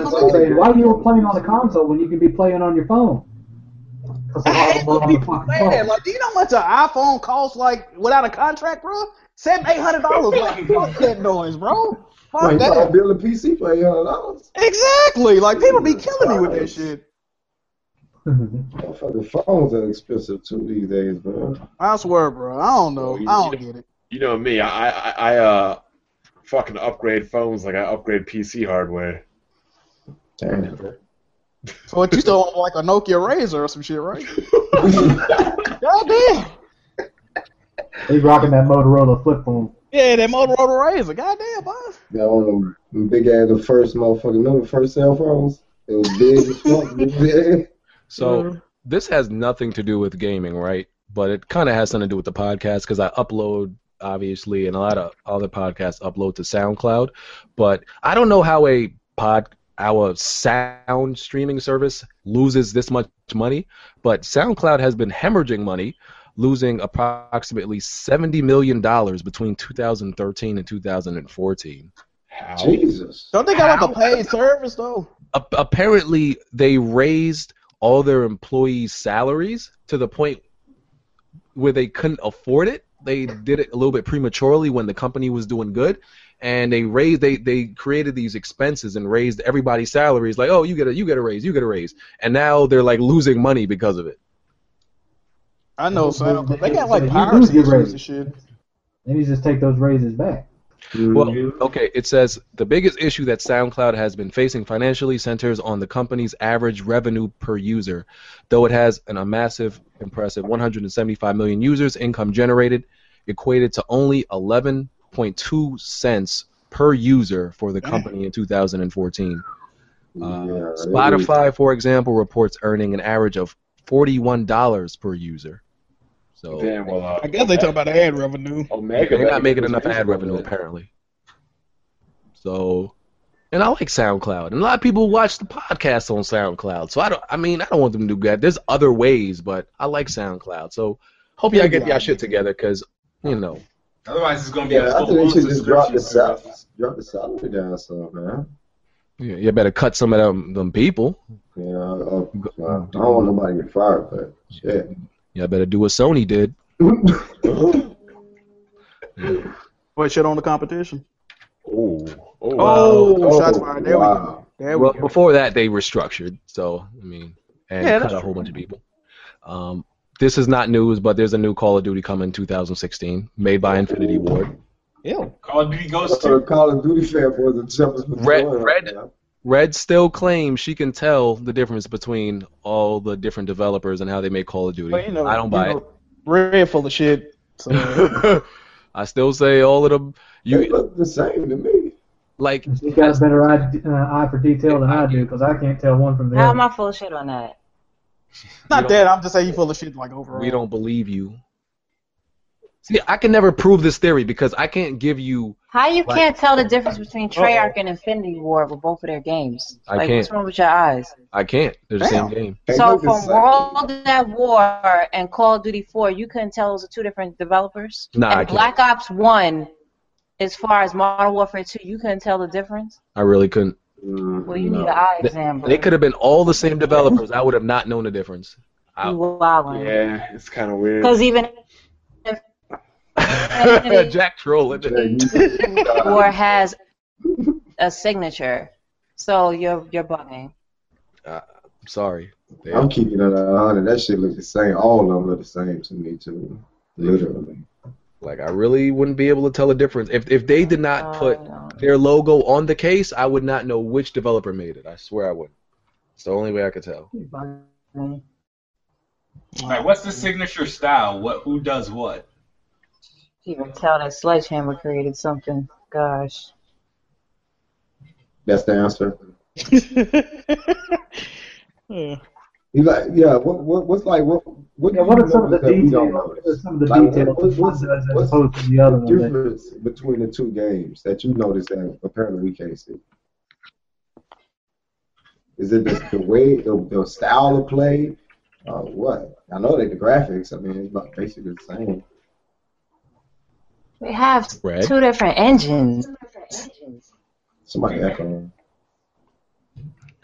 [SPEAKER 5] why are you playing on the console when you could be playing on your phone? 'Cause a lot of them are on the fucking
[SPEAKER 6] Man,
[SPEAKER 5] phone.
[SPEAKER 6] like, do you know how much an iPhone costs, like, without a contract, bro? Seven, eight hundred dollars. Like, fuck that noise, bro. Fuck
[SPEAKER 3] Well, you
[SPEAKER 6] that.
[SPEAKER 3] gotta build a PC for eight hundred dollars.
[SPEAKER 6] Exactly. Like, people be killing me with that shit.
[SPEAKER 3] Motherfucking phones are expensive too these days, bro.
[SPEAKER 6] I swear, bro. I don't
[SPEAKER 1] Oh,
[SPEAKER 6] know. I don't get it.
[SPEAKER 2] You know me, I I, I uh fucking upgrade phones like I upgrade PC hardware.
[SPEAKER 3] Damn.
[SPEAKER 6] So, what you still want, like, a Nokia Razor or some shit, right? Goddamn.
[SPEAKER 5] They rocking that Motorola flip phone.
[SPEAKER 6] Yeah, that Motorola Razor. Goddamn, boss.
[SPEAKER 3] Got one of them big ass the first motherfucking remember the first cell phones? It was big as fuck. big.
[SPEAKER 1] So this has nothing to do with gaming, right? But it kind of has something to do with the podcast because I upload obviously, and a lot of other podcasts upload to SoundCloud. But I don't know how a pod our sound streaming service loses this much money, but SoundCloud has been hemorrhaging money, losing approximately seventy million dollars between 2013 and 2014.
[SPEAKER 3] Jesus.
[SPEAKER 6] Don't they got, like, a paid service, though?
[SPEAKER 1] A- apparently they raised all their employees' salaries to the point where they couldn't afford it. They did it a little bit prematurely when the company was doing good, and they raised they they created these expenses and raised everybody's salaries. Like, oh, you get a you get a raise, you get a raise, and now they're like losing money because of it.
[SPEAKER 6] I know, Sam. They got,
[SPEAKER 5] So
[SPEAKER 6] like,
[SPEAKER 5] you
[SPEAKER 6] piracy
[SPEAKER 5] lose your
[SPEAKER 6] issues
[SPEAKER 5] razor.
[SPEAKER 6] and shit.
[SPEAKER 5] They need to just take those raises back.
[SPEAKER 1] Well, okay, it says the biggest issue that SoundCloud has been facing financially centers on the company's average revenue per user. Though it has an, a massive, impressive 175 million users, income generated equated to only 11.2 cents per user for the company in 2014. Uh, Spotify, for example, reports earning an average of $41 per user. So
[SPEAKER 2] Damn, well, uh,
[SPEAKER 6] I guess they talk about ad revenue.
[SPEAKER 2] Omega.
[SPEAKER 1] they're not making
[SPEAKER 2] was
[SPEAKER 1] enough ad
[SPEAKER 2] reasonable
[SPEAKER 1] revenue
[SPEAKER 2] there.
[SPEAKER 1] apparently. So, and I like SoundCloud, and a lot of people watch the podcast on SoundCloud. So I don't. I mean, I don't want them to do that. There's other ways, but I like SoundCloud. So hope y'all get y'all shit together, cause you know.
[SPEAKER 7] Otherwise, it's gonna be
[SPEAKER 3] Yeah,
[SPEAKER 7] a
[SPEAKER 3] I
[SPEAKER 7] full
[SPEAKER 3] think they
[SPEAKER 7] blown
[SPEAKER 3] should just drop
[SPEAKER 7] subscription.
[SPEAKER 3] the
[SPEAKER 7] service.
[SPEAKER 3] salary, drop the salary down some, man.
[SPEAKER 1] You you better cut some of them, them people.
[SPEAKER 3] You know, uh, I don't want nobody to get fired, but shit.
[SPEAKER 1] Y'all better do what Sony did.
[SPEAKER 6] Put shit on the competition.
[SPEAKER 2] Ooh. Ooh.
[SPEAKER 6] Oh, shots fired. There
[SPEAKER 3] wow.
[SPEAKER 6] we go. There we
[SPEAKER 1] well,
[SPEAKER 6] go.
[SPEAKER 1] before that, they restructured. So I mean, and
[SPEAKER 6] Yeah,
[SPEAKER 1] cut
[SPEAKER 6] that's
[SPEAKER 1] a whole bunch of people. Um, this is not news, but there's a new Call of Duty coming 2016, made by Infinity Ward.
[SPEAKER 6] Ew.
[SPEAKER 7] Call of Duty Ghost
[SPEAKER 3] So
[SPEAKER 7] 2.
[SPEAKER 3] the Call of Duty fanboys are jumping for
[SPEAKER 1] Red-
[SPEAKER 3] joy right
[SPEAKER 1] red-
[SPEAKER 3] now.
[SPEAKER 1] Red still claims she can tell the difference between all the different developers and how they make Call of Duty.
[SPEAKER 6] But, you know,
[SPEAKER 1] I don't buy
[SPEAKER 6] you know, Red full of shit. So,
[SPEAKER 1] it. I still say all of them.
[SPEAKER 3] They
[SPEAKER 1] You
[SPEAKER 3] look the same to me.
[SPEAKER 1] like
[SPEAKER 5] She got a better eye, uh, eye for detail than I do because I can't tell one from the
[SPEAKER 4] How am
[SPEAKER 5] other.
[SPEAKER 4] I full of shit on that?
[SPEAKER 1] We
[SPEAKER 6] not
[SPEAKER 1] don't-
[SPEAKER 6] that. I'm just saying you full of shit, like, overall.
[SPEAKER 1] we don't believe you. See, I can never prove this theory because I can't give you.
[SPEAKER 4] How you
[SPEAKER 1] Like-
[SPEAKER 4] can't tell the difference between Treyarch and Infinity Ward with both of their games?
[SPEAKER 1] I
[SPEAKER 4] like,
[SPEAKER 1] can't.
[SPEAKER 4] what's wrong with your eyes?
[SPEAKER 1] I can't. They're the same game.
[SPEAKER 3] They
[SPEAKER 4] so
[SPEAKER 3] look the
[SPEAKER 4] from
[SPEAKER 3] same.
[SPEAKER 4] World at War and Call of Duty 4, you couldn't tell those are two different developers?
[SPEAKER 1] Nah, I
[SPEAKER 4] and
[SPEAKER 1] can't.
[SPEAKER 4] Black Ops 1, as far as Modern Warfare 2, you couldn't tell the difference?
[SPEAKER 1] I really couldn't.
[SPEAKER 3] Mm,
[SPEAKER 4] Well, you
[SPEAKER 3] no.
[SPEAKER 4] need an eye exam.
[SPEAKER 1] They could have been all the same developers. I would have not known the difference.
[SPEAKER 4] You wildin'.
[SPEAKER 2] Yeah, it's kind of weird.
[SPEAKER 4] Because even if
[SPEAKER 1] Jack trolling.
[SPEAKER 4] Infinity War has a signature, so you're you're bugging.
[SPEAKER 1] I'm sorry. They
[SPEAKER 3] I'm keeping it a hundred. That shit look the same. All of them look the same to me too. Literally.
[SPEAKER 1] Like I really wouldn't be able to tell the difference if if they did not put
[SPEAKER 4] Oh, no.
[SPEAKER 1] their logo on the case, I would not know which developer made it. I swear I wouldn't. It's the only way I could tell.
[SPEAKER 4] You bugging.
[SPEAKER 7] All right, what's the signature style? What who does what?
[SPEAKER 4] You can tell that Sledgehammer created something. Gosh.
[SPEAKER 3] That's the answer.
[SPEAKER 6] yeah.
[SPEAKER 3] You like, yeah. What, what, what's like, what, what,
[SPEAKER 5] Yeah,
[SPEAKER 3] do
[SPEAKER 5] what
[SPEAKER 3] you
[SPEAKER 5] are some of the
[SPEAKER 3] notice that we don't notice?
[SPEAKER 5] details? What are some of the
[SPEAKER 3] Like, what-
[SPEAKER 5] details
[SPEAKER 3] what's-
[SPEAKER 5] of one does as
[SPEAKER 3] what's-
[SPEAKER 5] opposed to the other one? that-
[SPEAKER 3] difference between the two games that you notice that apparently we can't see? Is it the, the way, the, the style of play, uh, what? I know that the graphics, I mean, it's about basically the same.
[SPEAKER 4] We have
[SPEAKER 1] Red.
[SPEAKER 4] two different engines.
[SPEAKER 3] Somebody echoing.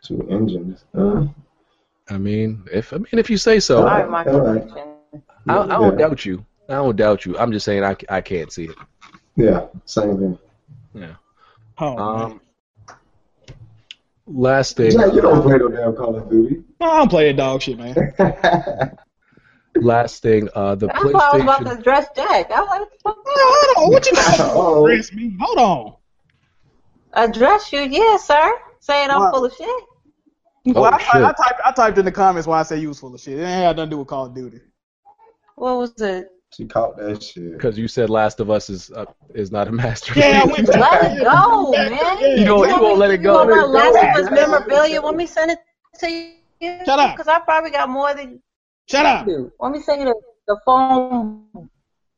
[SPEAKER 3] Two engines. Uh,
[SPEAKER 1] I mean, if I mean if you say so.
[SPEAKER 4] Sorry, my
[SPEAKER 3] all right.
[SPEAKER 4] connection.
[SPEAKER 1] I, I don't
[SPEAKER 3] Yeah.
[SPEAKER 1] doubt you. I don't doubt you. I'm just saying I, c- I can't see it.
[SPEAKER 3] Yeah, same thing.
[SPEAKER 6] Oh,
[SPEAKER 1] Um, last thing,
[SPEAKER 3] Yeah, you don't play no damn Call of Duty.
[SPEAKER 6] man. I don't play that dog shit, man.
[SPEAKER 1] last thing, uh, the
[SPEAKER 4] That's why I was about to
[SPEAKER 1] PlayStation.
[SPEAKER 4] address Jack. I was like,
[SPEAKER 6] Oh, Hold on, what you
[SPEAKER 3] Oh.
[SPEAKER 6] talking about, me? Hold on.
[SPEAKER 4] address you, yeah, sir. Saying I'm
[SPEAKER 6] Why-
[SPEAKER 4] full of shit.
[SPEAKER 1] Oh,
[SPEAKER 6] well, I,
[SPEAKER 1] shit.
[SPEAKER 6] I, I, typed, I typed in the comments why I say you was full of shit. It ain't had nothing to do with Call of Duty.
[SPEAKER 4] What was it?
[SPEAKER 3] She caught that shit.
[SPEAKER 1] Because you said Last of Us is uh, is not a masterpiece.
[SPEAKER 6] Yeah, I went back.
[SPEAKER 4] Let it go,
[SPEAKER 6] Yeah, yeah.
[SPEAKER 4] man.
[SPEAKER 1] You don't- you
[SPEAKER 4] want
[SPEAKER 1] won't
[SPEAKER 4] me-
[SPEAKER 1] let it go.
[SPEAKER 4] You want
[SPEAKER 3] Let
[SPEAKER 4] my
[SPEAKER 3] it
[SPEAKER 4] last
[SPEAKER 3] go.
[SPEAKER 4] of us memorabilia? Want me to send it to you?
[SPEAKER 6] Shut up.
[SPEAKER 4] Because I probably got more than
[SPEAKER 6] Shut up.
[SPEAKER 4] you. do. Want me to send you the, the phone?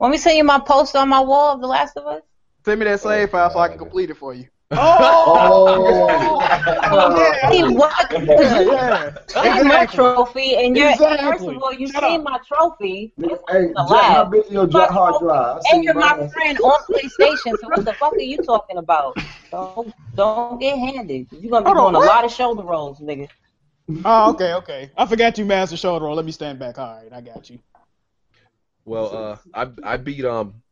[SPEAKER 4] Want me to send you my poster on my wall of The Last of Us?
[SPEAKER 6] Send me that save file so I can
[SPEAKER 3] God.
[SPEAKER 6] complete it for you. Oh!
[SPEAKER 4] Oh! I mean, what?
[SPEAKER 6] Yeah, yeah.
[SPEAKER 4] That's my trophy, and you're first
[SPEAKER 6] Exactly.
[SPEAKER 4] of all, you
[SPEAKER 6] Shut
[SPEAKER 4] see
[SPEAKER 6] up.
[SPEAKER 4] my trophy,
[SPEAKER 3] Hey, Jack, how big is your dr- hard drive? I
[SPEAKER 4] and
[SPEAKER 3] see
[SPEAKER 4] you're my
[SPEAKER 3] mine.
[SPEAKER 4] friend on PlayStation. So what the fuck are you talking about? Don't don't get handed. You're gonna be
[SPEAKER 6] Hold on,
[SPEAKER 4] doing a
[SPEAKER 6] what?
[SPEAKER 4] lot of shoulder rolls, nigga.
[SPEAKER 6] Oh, okay, okay. I forgot you, Master Shoulder Roll. Let me stand back. All right, I got you.
[SPEAKER 1] Well, uh, I I beat um.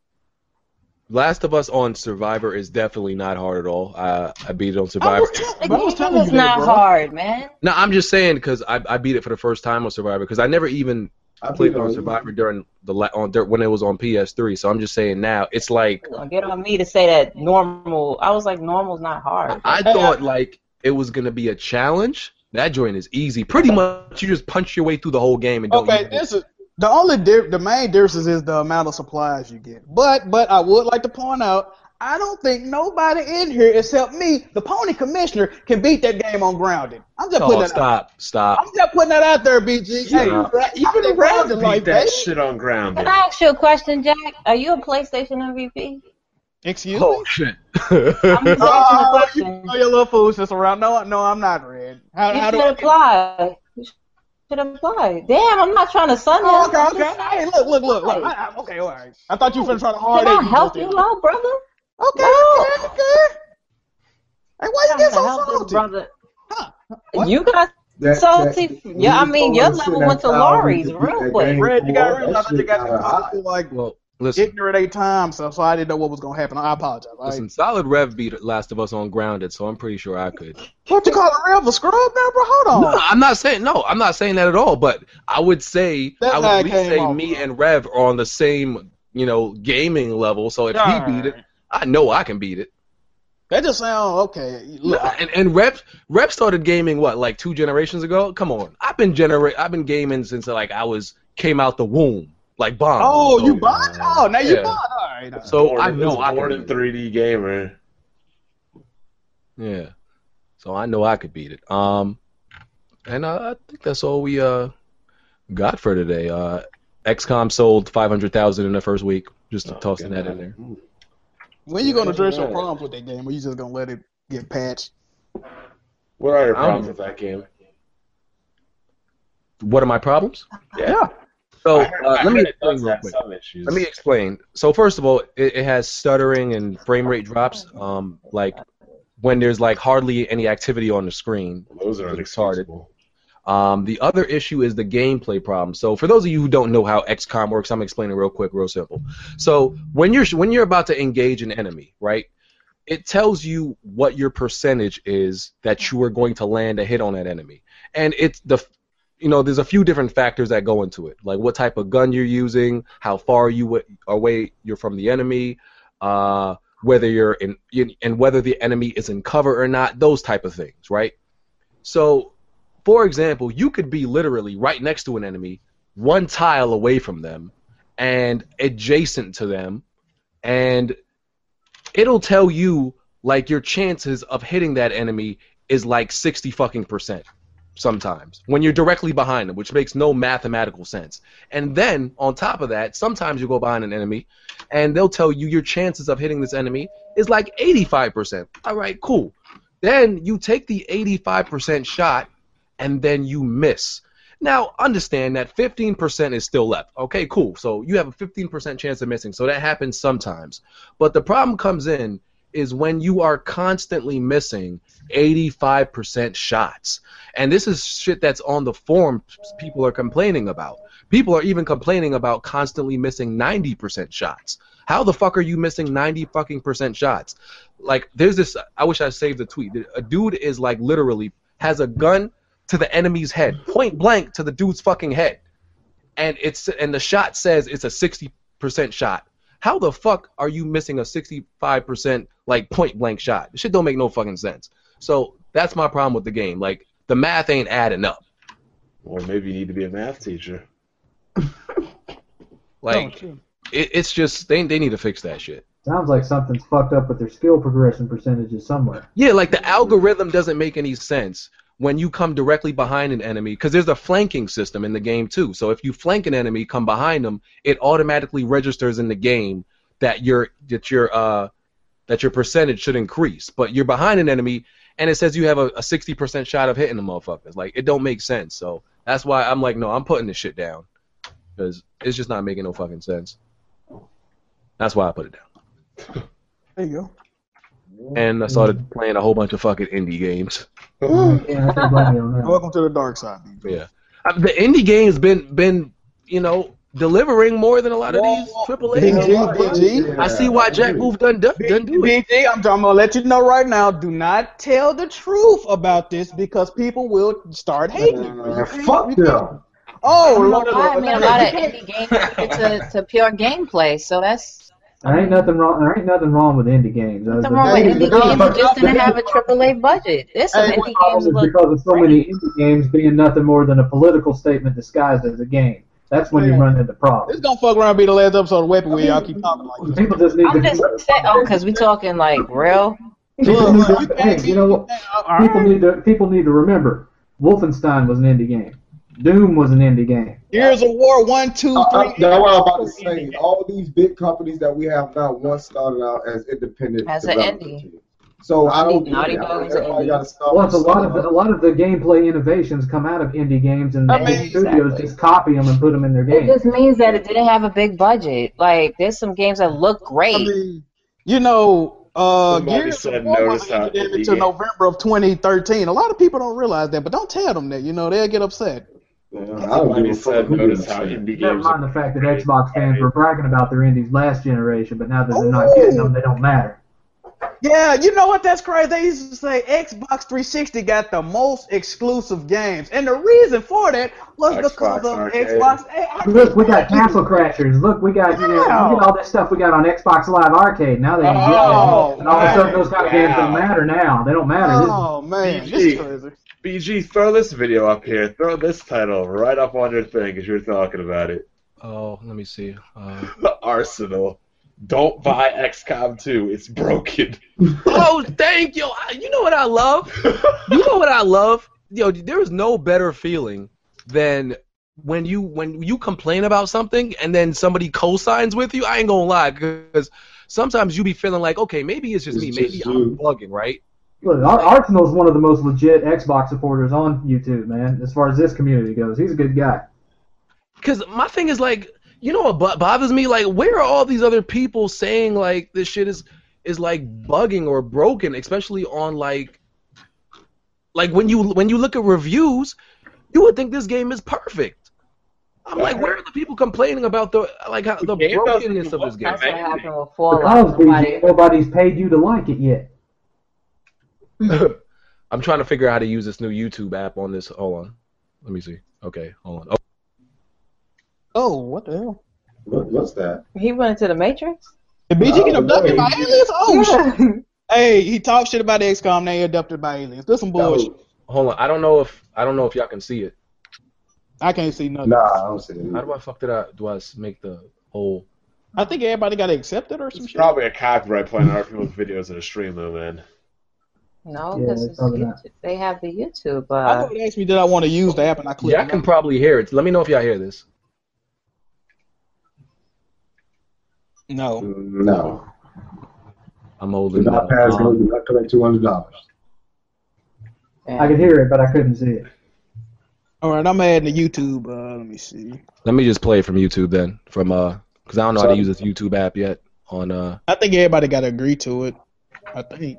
[SPEAKER 1] Last of Us on Survivor is definitely not hard at all. Uh, I beat it on
[SPEAKER 6] I
[SPEAKER 1] Survivor.
[SPEAKER 6] was, tell-
[SPEAKER 4] The
[SPEAKER 6] I was
[SPEAKER 4] game
[SPEAKER 6] telling
[SPEAKER 4] is
[SPEAKER 6] you that,
[SPEAKER 4] not
[SPEAKER 6] bro.
[SPEAKER 4] hard, man.
[SPEAKER 1] No, I'm just saying because I, I beat it for the first time on Survivor because I never even
[SPEAKER 3] I
[SPEAKER 1] played
[SPEAKER 3] played
[SPEAKER 1] on Survivor during the la- on dur- when it was on PS3. So I'm just saying now it's like
[SPEAKER 4] You're gonna get on me to say that normal. I was like, normal's not hard.
[SPEAKER 1] I thought like it was gonna be a challenge. That joint is easy. Pretty much you just punch your way through the whole game and don't.
[SPEAKER 6] Okay,
[SPEAKER 1] even-
[SPEAKER 6] this is the only di- the main difference is the amount of supplies you get. But but I would like to point out, I don't think nobody in here except me, the Pony Commissioner, can beat that game on grounded. I'm just putting
[SPEAKER 1] Oh,
[SPEAKER 6] that. Out.
[SPEAKER 1] stop, stop.
[SPEAKER 6] I'm just putting that out there, BG. Hey,
[SPEAKER 2] Nah.
[SPEAKER 6] right, you been
[SPEAKER 2] Round
[SPEAKER 6] around it like
[SPEAKER 2] that
[SPEAKER 6] that.
[SPEAKER 2] shit on ground.
[SPEAKER 4] Can I ask you a question, Jack? Are you a PlayStation MVP?
[SPEAKER 6] Excuse me.
[SPEAKER 1] Oh shit.
[SPEAKER 4] I'm just asking a
[SPEAKER 6] Oh, you
[SPEAKER 4] question.
[SPEAKER 6] know your little foolishness around. No, no, I'm not red. How,
[SPEAKER 4] You
[SPEAKER 6] how do
[SPEAKER 4] should
[SPEAKER 6] I?
[SPEAKER 4] apply. You should apply. Damn, I'm not trying to sun
[SPEAKER 6] Oh,
[SPEAKER 4] him.
[SPEAKER 6] okay, okay. Hey, look, look, look, look. I, I, okay, all right. I thought you were trying to hard
[SPEAKER 4] Can I
[SPEAKER 6] at me
[SPEAKER 4] help
[SPEAKER 6] just
[SPEAKER 4] you
[SPEAKER 6] then.
[SPEAKER 4] out, brother?
[SPEAKER 6] Okay,
[SPEAKER 4] No.
[SPEAKER 6] okay, okay. Hey, why you
[SPEAKER 4] I'm trying
[SPEAKER 6] get
[SPEAKER 4] to
[SPEAKER 6] so
[SPEAKER 4] help this
[SPEAKER 6] salty?
[SPEAKER 4] brother.
[SPEAKER 6] Huh? What?
[SPEAKER 4] You got
[SPEAKER 3] That,
[SPEAKER 4] salty. Yeah, I mean, your level went to Laurie's real quick.
[SPEAKER 6] Red, you gotta realize that you got
[SPEAKER 3] got hot.
[SPEAKER 6] to like
[SPEAKER 1] well, listen,
[SPEAKER 6] ignorant eight times, so, so I didn't know what was gonna happen. I apologize. all right?
[SPEAKER 1] listen. Solid Rev beat Last of Us on grounded, so I'm pretty sure I could.
[SPEAKER 6] What you call a real for scrub now, bro? Hold
[SPEAKER 1] No,
[SPEAKER 6] on.
[SPEAKER 1] I'm not saying no. I'm not saying that at all. But I would say
[SPEAKER 6] That's
[SPEAKER 1] I would
[SPEAKER 6] how it
[SPEAKER 1] at least
[SPEAKER 6] came
[SPEAKER 1] say
[SPEAKER 6] off,
[SPEAKER 1] me
[SPEAKER 6] bro.
[SPEAKER 1] and Rev are on the same you know gaming level. So if
[SPEAKER 6] All
[SPEAKER 1] he beat it,
[SPEAKER 6] right.
[SPEAKER 1] I know I can beat it.
[SPEAKER 6] That just sounds okay. Look,
[SPEAKER 1] Nah, and and Rep Rep started gaming what like two generations ago. Come on, I've been genera- I've been gaming since like I was came out the womb like bomb.
[SPEAKER 6] oh,
[SPEAKER 1] So-
[SPEAKER 6] you bought? Oh, now you
[SPEAKER 1] Yeah.
[SPEAKER 6] bought? All right. all right.
[SPEAKER 1] So I know I
[SPEAKER 2] born
[SPEAKER 1] can
[SPEAKER 2] in
[SPEAKER 1] beat it.
[SPEAKER 2] 3D gamer.
[SPEAKER 1] Yeah, so I know I could beat it. Um, and uh, I think that's all we uh got for today. Uh, XCOM sold five hundred thousand in the first week. Just
[SPEAKER 2] Oh,
[SPEAKER 1] tossing that in there.
[SPEAKER 6] When you gonna address your
[SPEAKER 2] Yeah.
[SPEAKER 6] problems with that game, or you just gonna let it get patched?
[SPEAKER 2] What are your
[SPEAKER 1] I don't
[SPEAKER 2] problems with that game?
[SPEAKER 1] What are my problems?
[SPEAKER 2] Yeah.
[SPEAKER 1] So
[SPEAKER 2] I
[SPEAKER 1] uh,
[SPEAKER 2] heard- I
[SPEAKER 1] let
[SPEAKER 2] heard
[SPEAKER 1] me
[SPEAKER 2] it
[SPEAKER 1] explain
[SPEAKER 2] does
[SPEAKER 1] real
[SPEAKER 2] have
[SPEAKER 1] quick.
[SPEAKER 2] some issues.
[SPEAKER 1] Let me explain. So first of all, it, it has stuttering and frame rate drops. Um, like when there's like hardly any activity on the screen.
[SPEAKER 2] Those are
[SPEAKER 1] It's retarded.
[SPEAKER 2] unacceptable.
[SPEAKER 1] Um, the other issue is the gameplay problem. So for those of you who don't know how XCOM works, I'm explaining real quick, real simple. So when you're when you're about to engage an enemy, right? It tells you what your percentage is that you are going to land a hit on that enemy, and it's the you know there's a few different factors that go into it, like what type of gun you're using, how far you w- away you're from the enemy, uh, whether you're in and whether the enemy is in cover or not, those type of things, right? So for example, you could be literally right next to an enemy, one tile away from them, and adjacent to them, and it'll tell you like your chances of hitting that enemy is like 60 fucking percent sometimes when you're directly behind them, which makes no mathematical sense. And then on top of that, sometimes you go behind an enemy and they'll tell you your chances of hitting this enemy is like 85%. All right, cool. Then you take the 85% shot and then you miss. Now, understand that 15% is still left. Okay, cool. So you have a 15% chance of missing. So that happens sometimes. But the problem comes in is when you are constantly missing 85% shots. And this is shit that's on the forum people are complaining about. People are even complaining about constantly missing 90% shots. How the fuck are you missing 90 fucking percent shots? Like there's this I wish I saved the tweet. A dude is like literally has a gun to the enemy's head, point blank to the dude's fucking head. And it's and the shot says it's a 60% shot. How the fuck are you missing a 65% like point blank shot? This shit don't make no fucking sense. So that's my problem with the game. Like the math ain't adding up.
[SPEAKER 2] Or maybe you need to be a math teacher.
[SPEAKER 1] Like it, it's just they they need to fix that shit.
[SPEAKER 5] Sounds like something's fucked up with their skill progression percentages somewhere.
[SPEAKER 1] Yeah, like the algorithm doesn't make any sense when you come directly behind an enemy because there's a flanking system in the game too. So if you flank an enemy, come behind them, it automatically registers in the game that your that your uh that your percentage should increase. But you're behind an enemy and it says you have a sixty percent shot of hitting the motherfuckers. Like it don't make sense. So that's why I'm like, no, I'm putting this shit down because it's just not making no fucking sense. That's why I put it down.
[SPEAKER 6] There you go.
[SPEAKER 1] And I started playing a whole bunch of fucking indie games.
[SPEAKER 6] Welcome to the dark side.
[SPEAKER 1] Yeah, Uh, the indie game's been been you know delivering more than a lot of these triple A.
[SPEAKER 6] Big G,
[SPEAKER 1] games.
[SPEAKER 6] Big G.
[SPEAKER 1] I see why Jack Booth done done, done do it.
[SPEAKER 6] BG, I'm, I'm gonna let you know right now. Do not tell the truth about this because people will start hating.
[SPEAKER 3] Uh, fuck them.
[SPEAKER 6] Oh,
[SPEAKER 4] I
[SPEAKER 6] Lord,
[SPEAKER 4] mean, a lot of indie games get to, to pure gameplay, so that's
[SPEAKER 5] There ain't nothing wrong. There ain't nothing wrong with indie games.
[SPEAKER 4] nothing wrong with indie games. It just didn't have a AAA budget. There's some indie games that look
[SPEAKER 5] because of so many indie games being nothing more than a political statement disguised as a game. That's when you run into problems.
[SPEAKER 6] It's gonna fuck around and be the last episode of Weapon Wheel. Y'all keep talking like this.
[SPEAKER 5] People just need
[SPEAKER 4] I'm
[SPEAKER 5] to.
[SPEAKER 4] just saying, oh, because we talking like real.
[SPEAKER 5] people need to
[SPEAKER 6] Look,
[SPEAKER 5] hey, you know what? People need to. People need to remember. Wolfenstein was an indie game. Doom was an indie game.
[SPEAKER 6] Years of War one, two,
[SPEAKER 3] Uh, uh,
[SPEAKER 6] three.
[SPEAKER 3] that's what I'm about to say. All these big companies that we have now once started out as independent
[SPEAKER 4] As an
[SPEAKER 3] development
[SPEAKER 4] indie.
[SPEAKER 3] teams. So I don't.
[SPEAKER 4] Naughty
[SPEAKER 3] I
[SPEAKER 4] Dog
[SPEAKER 3] think
[SPEAKER 4] is an
[SPEAKER 3] everybody
[SPEAKER 4] indie.
[SPEAKER 3] got to start.
[SPEAKER 5] Plus, a lot of
[SPEAKER 3] somewhere.
[SPEAKER 5] the, a lot of the gameplay innovations come out of indie games, and the
[SPEAKER 6] I mean,
[SPEAKER 5] big studios
[SPEAKER 4] exactly.
[SPEAKER 5] just copy them and put them in their
[SPEAKER 4] It
[SPEAKER 5] games.
[SPEAKER 4] just means that it didn't have a big budget. Like there's some games that look great.
[SPEAKER 6] I mean, you know, uh,
[SPEAKER 2] Somebody
[SPEAKER 6] Gears
[SPEAKER 2] said
[SPEAKER 6] of War
[SPEAKER 2] notice
[SPEAKER 6] was
[SPEAKER 2] how
[SPEAKER 6] ended
[SPEAKER 2] indie
[SPEAKER 6] until
[SPEAKER 2] game-
[SPEAKER 6] November of 2013. A lot of people don't realize that, but don't tell them that. You know, they'll get upset.
[SPEAKER 3] Yeah, I don't
[SPEAKER 2] Somebody
[SPEAKER 3] give a fuck
[SPEAKER 2] said
[SPEAKER 3] who
[SPEAKER 2] notice
[SPEAKER 3] gives a
[SPEAKER 2] how
[SPEAKER 3] shit.
[SPEAKER 2] indie
[SPEAKER 5] Never
[SPEAKER 2] games are
[SPEAKER 5] mind the fact that Xbox fans were bragging about their indies last generation, but now that they're not
[SPEAKER 6] Oh.
[SPEAKER 5] getting them, they don't matter.
[SPEAKER 6] Yeah, you know what? That's crazy. They used to say Xbox 360 got the most exclusive games, and the reason for that was because
[SPEAKER 2] Xbox
[SPEAKER 6] of
[SPEAKER 2] Arcade.
[SPEAKER 6] Xbox. Hey, I-
[SPEAKER 5] Look, we got Castle Crashers. Look, we got you know, look at all this stuff we got on Xbox Live Arcade. Now they can get
[SPEAKER 6] Oh,
[SPEAKER 5] them, and all of a sudden those kind of games
[SPEAKER 2] wow.
[SPEAKER 5] don't matter now. They don't matter.
[SPEAKER 6] Oh man, this is crazy.
[SPEAKER 2] BG, throw this video up here. Throw this title right up on your thing as you're talking about it.
[SPEAKER 1] Oh, let me see. Uh,
[SPEAKER 2] Arsenal. Don't buy XCOM 2. It's broken.
[SPEAKER 1] oh, thank you. I- You know what I love? You know what I love? Yo, there is no better feeling than when you when you complain about something and then somebody co-signs with you. I ain't gonna lie, because sometimes you be feeling like, okay, maybe it's just
[SPEAKER 3] It's
[SPEAKER 1] me,
[SPEAKER 3] just
[SPEAKER 1] maybe
[SPEAKER 3] you.
[SPEAKER 1] I'm bugging, right?
[SPEAKER 5] Look, Ar- Arsenal's one of the most legit Xbox supporters on YouTube, man. As far as this community goes, he's a good guy.
[SPEAKER 1] Because my thing is like, you know what bo- bothers me? Like, where are all these other people saying like this shit is is like bugging or broken, especially on like like when you when you look at reviews, you would think this game is perfect. I'm like, where are the people complaining about the like how, the
[SPEAKER 2] game doesn't
[SPEAKER 1] brokenness of this game?
[SPEAKER 4] That's what happened with
[SPEAKER 5] Because
[SPEAKER 4] Fallout.
[SPEAKER 5] BG,
[SPEAKER 4] Nobody,
[SPEAKER 5] nobody's paid you to like it yet.
[SPEAKER 1] I'm trying to figure out how to use this new YouTube app on this. Hold on, let me see. Okay, hold on. Oh,
[SPEAKER 6] Oh, what the hell?
[SPEAKER 3] What, what's that?
[SPEAKER 4] he went into the Matrix.
[SPEAKER 6] Did BG get
[SPEAKER 3] Oh,
[SPEAKER 6] abducted
[SPEAKER 3] no.
[SPEAKER 6] by aliens? Oh shit.
[SPEAKER 4] Yeah.
[SPEAKER 6] Hey, he talked shit about XCOM. Now he abducted by aliens. This some
[SPEAKER 3] No,
[SPEAKER 6] bullshit.
[SPEAKER 1] hold on. I don't know if I don't know if y'all can see it.
[SPEAKER 6] I can't see nothing.
[SPEAKER 3] nah, I don't see
[SPEAKER 1] How
[SPEAKER 3] it.
[SPEAKER 1] do I fuck it up? Do I s- make the whole?
[SPEAKER 6] I think everybody got accepted or some
[SPEAKER 2] It's
[SPEAKER 6] shit.
[SPEAKER 2] probably a copyright playing other people's videos in the stream, though, man.
[SPEAKER 4] No,
[SPEAKER 5] Yeah,
[SPEAKER 4] because
[SPEAKER 5] it's probably not.
[SPEAKER 4] they have the YouTube.
[SPEAKER 6] I
[SPEAKER 4] Uh,
[SPEAKER 6] know they asked me did I want to use the app, and I clicked.
[SPEAKER 1] Yeah, I can probably hear it. Let me know if y'all hear this.
[SPEAKER 3] Mm.
[SPEAKER 6] No.
[SPEAKER 1] Mm-hmm.
[SPEAKER 3] No.
[SPEAKER 1] I'm
[SPEAKER 3] Do
[SPEAKER 1] holding.
[SPEAKER 3] not
[SPEAKER 1] the,
[SPEAKER 3] pass go.
[SPEAKER 1] um,
[SPEAKER 3] Do not collect two hundred dollars.
[SPEAKER 5] I could hear it, but I couldn't see it.
[SPEAKER 6] All right, I'm adding to YouTube. Uh, let me see.
[SPEAKER 1] Let me just play it from YouTube then, from uh, because I don't know how to use this YouTube app yet. On uh,
[SPEAKER 6] I think everybody got to agree to it. I think.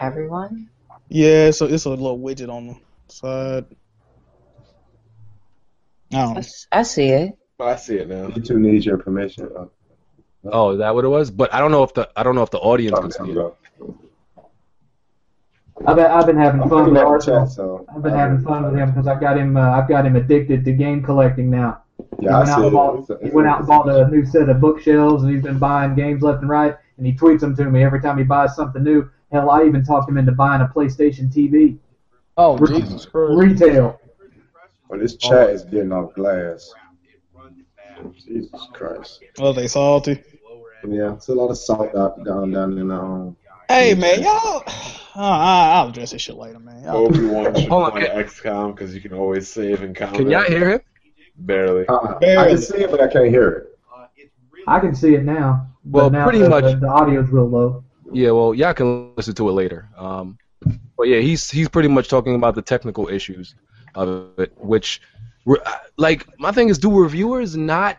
[SPEAKER 4] Everyone?
[SPEAKER 6] Yeah, so it's a little widget on the side. No.
[SPEAKER 4] I see it.
[SPEAKER 2] I see it now.
[SPEAKER 3] You two need your permission. uh,
[SPEAKER 1] oh, is that what it was? But I don't know if the I don't know if the audience can see it.
[SPEAKER 5] I've been, I've been having
[SPEAKER 3] I'm
[SPEAKER 5] fun
[SPEAKER 3] looking
[SPEAKER 5] with
[SPEAKER 3] at the
[SPEAKER 5] Arsenal.
[SPEAKER 3] chat, so
[SPEAKER 5] I've been having fun with him because I've got him. Uh, I've got him addicted to game collecting now.
[SPEAKER 3] Yeah, I
[SPEAKER 5] he went, out
[SPEAKER 3] see
[SPEAKER 5] and bought,
[SPEAKER 3] it.
[SPEAKER 5] he went out and bought a new set of bookshelves, and he's been buying games left and right. And he tweets them to me every time he buys something new. Hell, I even talked him into buying a PlayStation TV.
[SPEAKER 6] Oh,
[SPEAKER 5] Re-
[SPEAKER 6] Jesus
[SPEAKER 5] Retail.
[SPEAKER 3] But this chat is getting off glass. Jesus Christ.
[SPEAKER 6] Oh, they salty.
[SPEAKER 3] Yeah, it's a lot of salt out down down in the um.
[SPEAKER 6] Hey, man, y'all. Uh, I- I'll address this shit later, man.
[SPEAKER 7] Oh.
[SPEAKER 6] Y'all-
[SPEAKER 2] Obi Wan should
[SPEAKER 1] Hold on,
[SPEAKER 2] play XCOM because you can always save and comment.
[SPEAKER 1] Can y'all hear him?
[SPEAKER 2] Barely.
[SPEAKER 3] Uh, I
[SPEAKER 6] Barely.
[SPEAKER 3] can see it, but I can't hear it.
[SPEAKER 5] I can see it now. but
[SPEAKER 1] Well,
[SPEAKER 5] now
[SPEAKER 1] pretty
[SPEAKER 5] the,
[SPEAKER 1] much-
[SPEAKER 5] The, the audio's real low.
[SPEAKER 1] Yeah, well, y'all can listen to it later. Um, but yeah, he's he's pretty much talking about the technical issues of it, which, re- I- like, my thing is, do reviewers not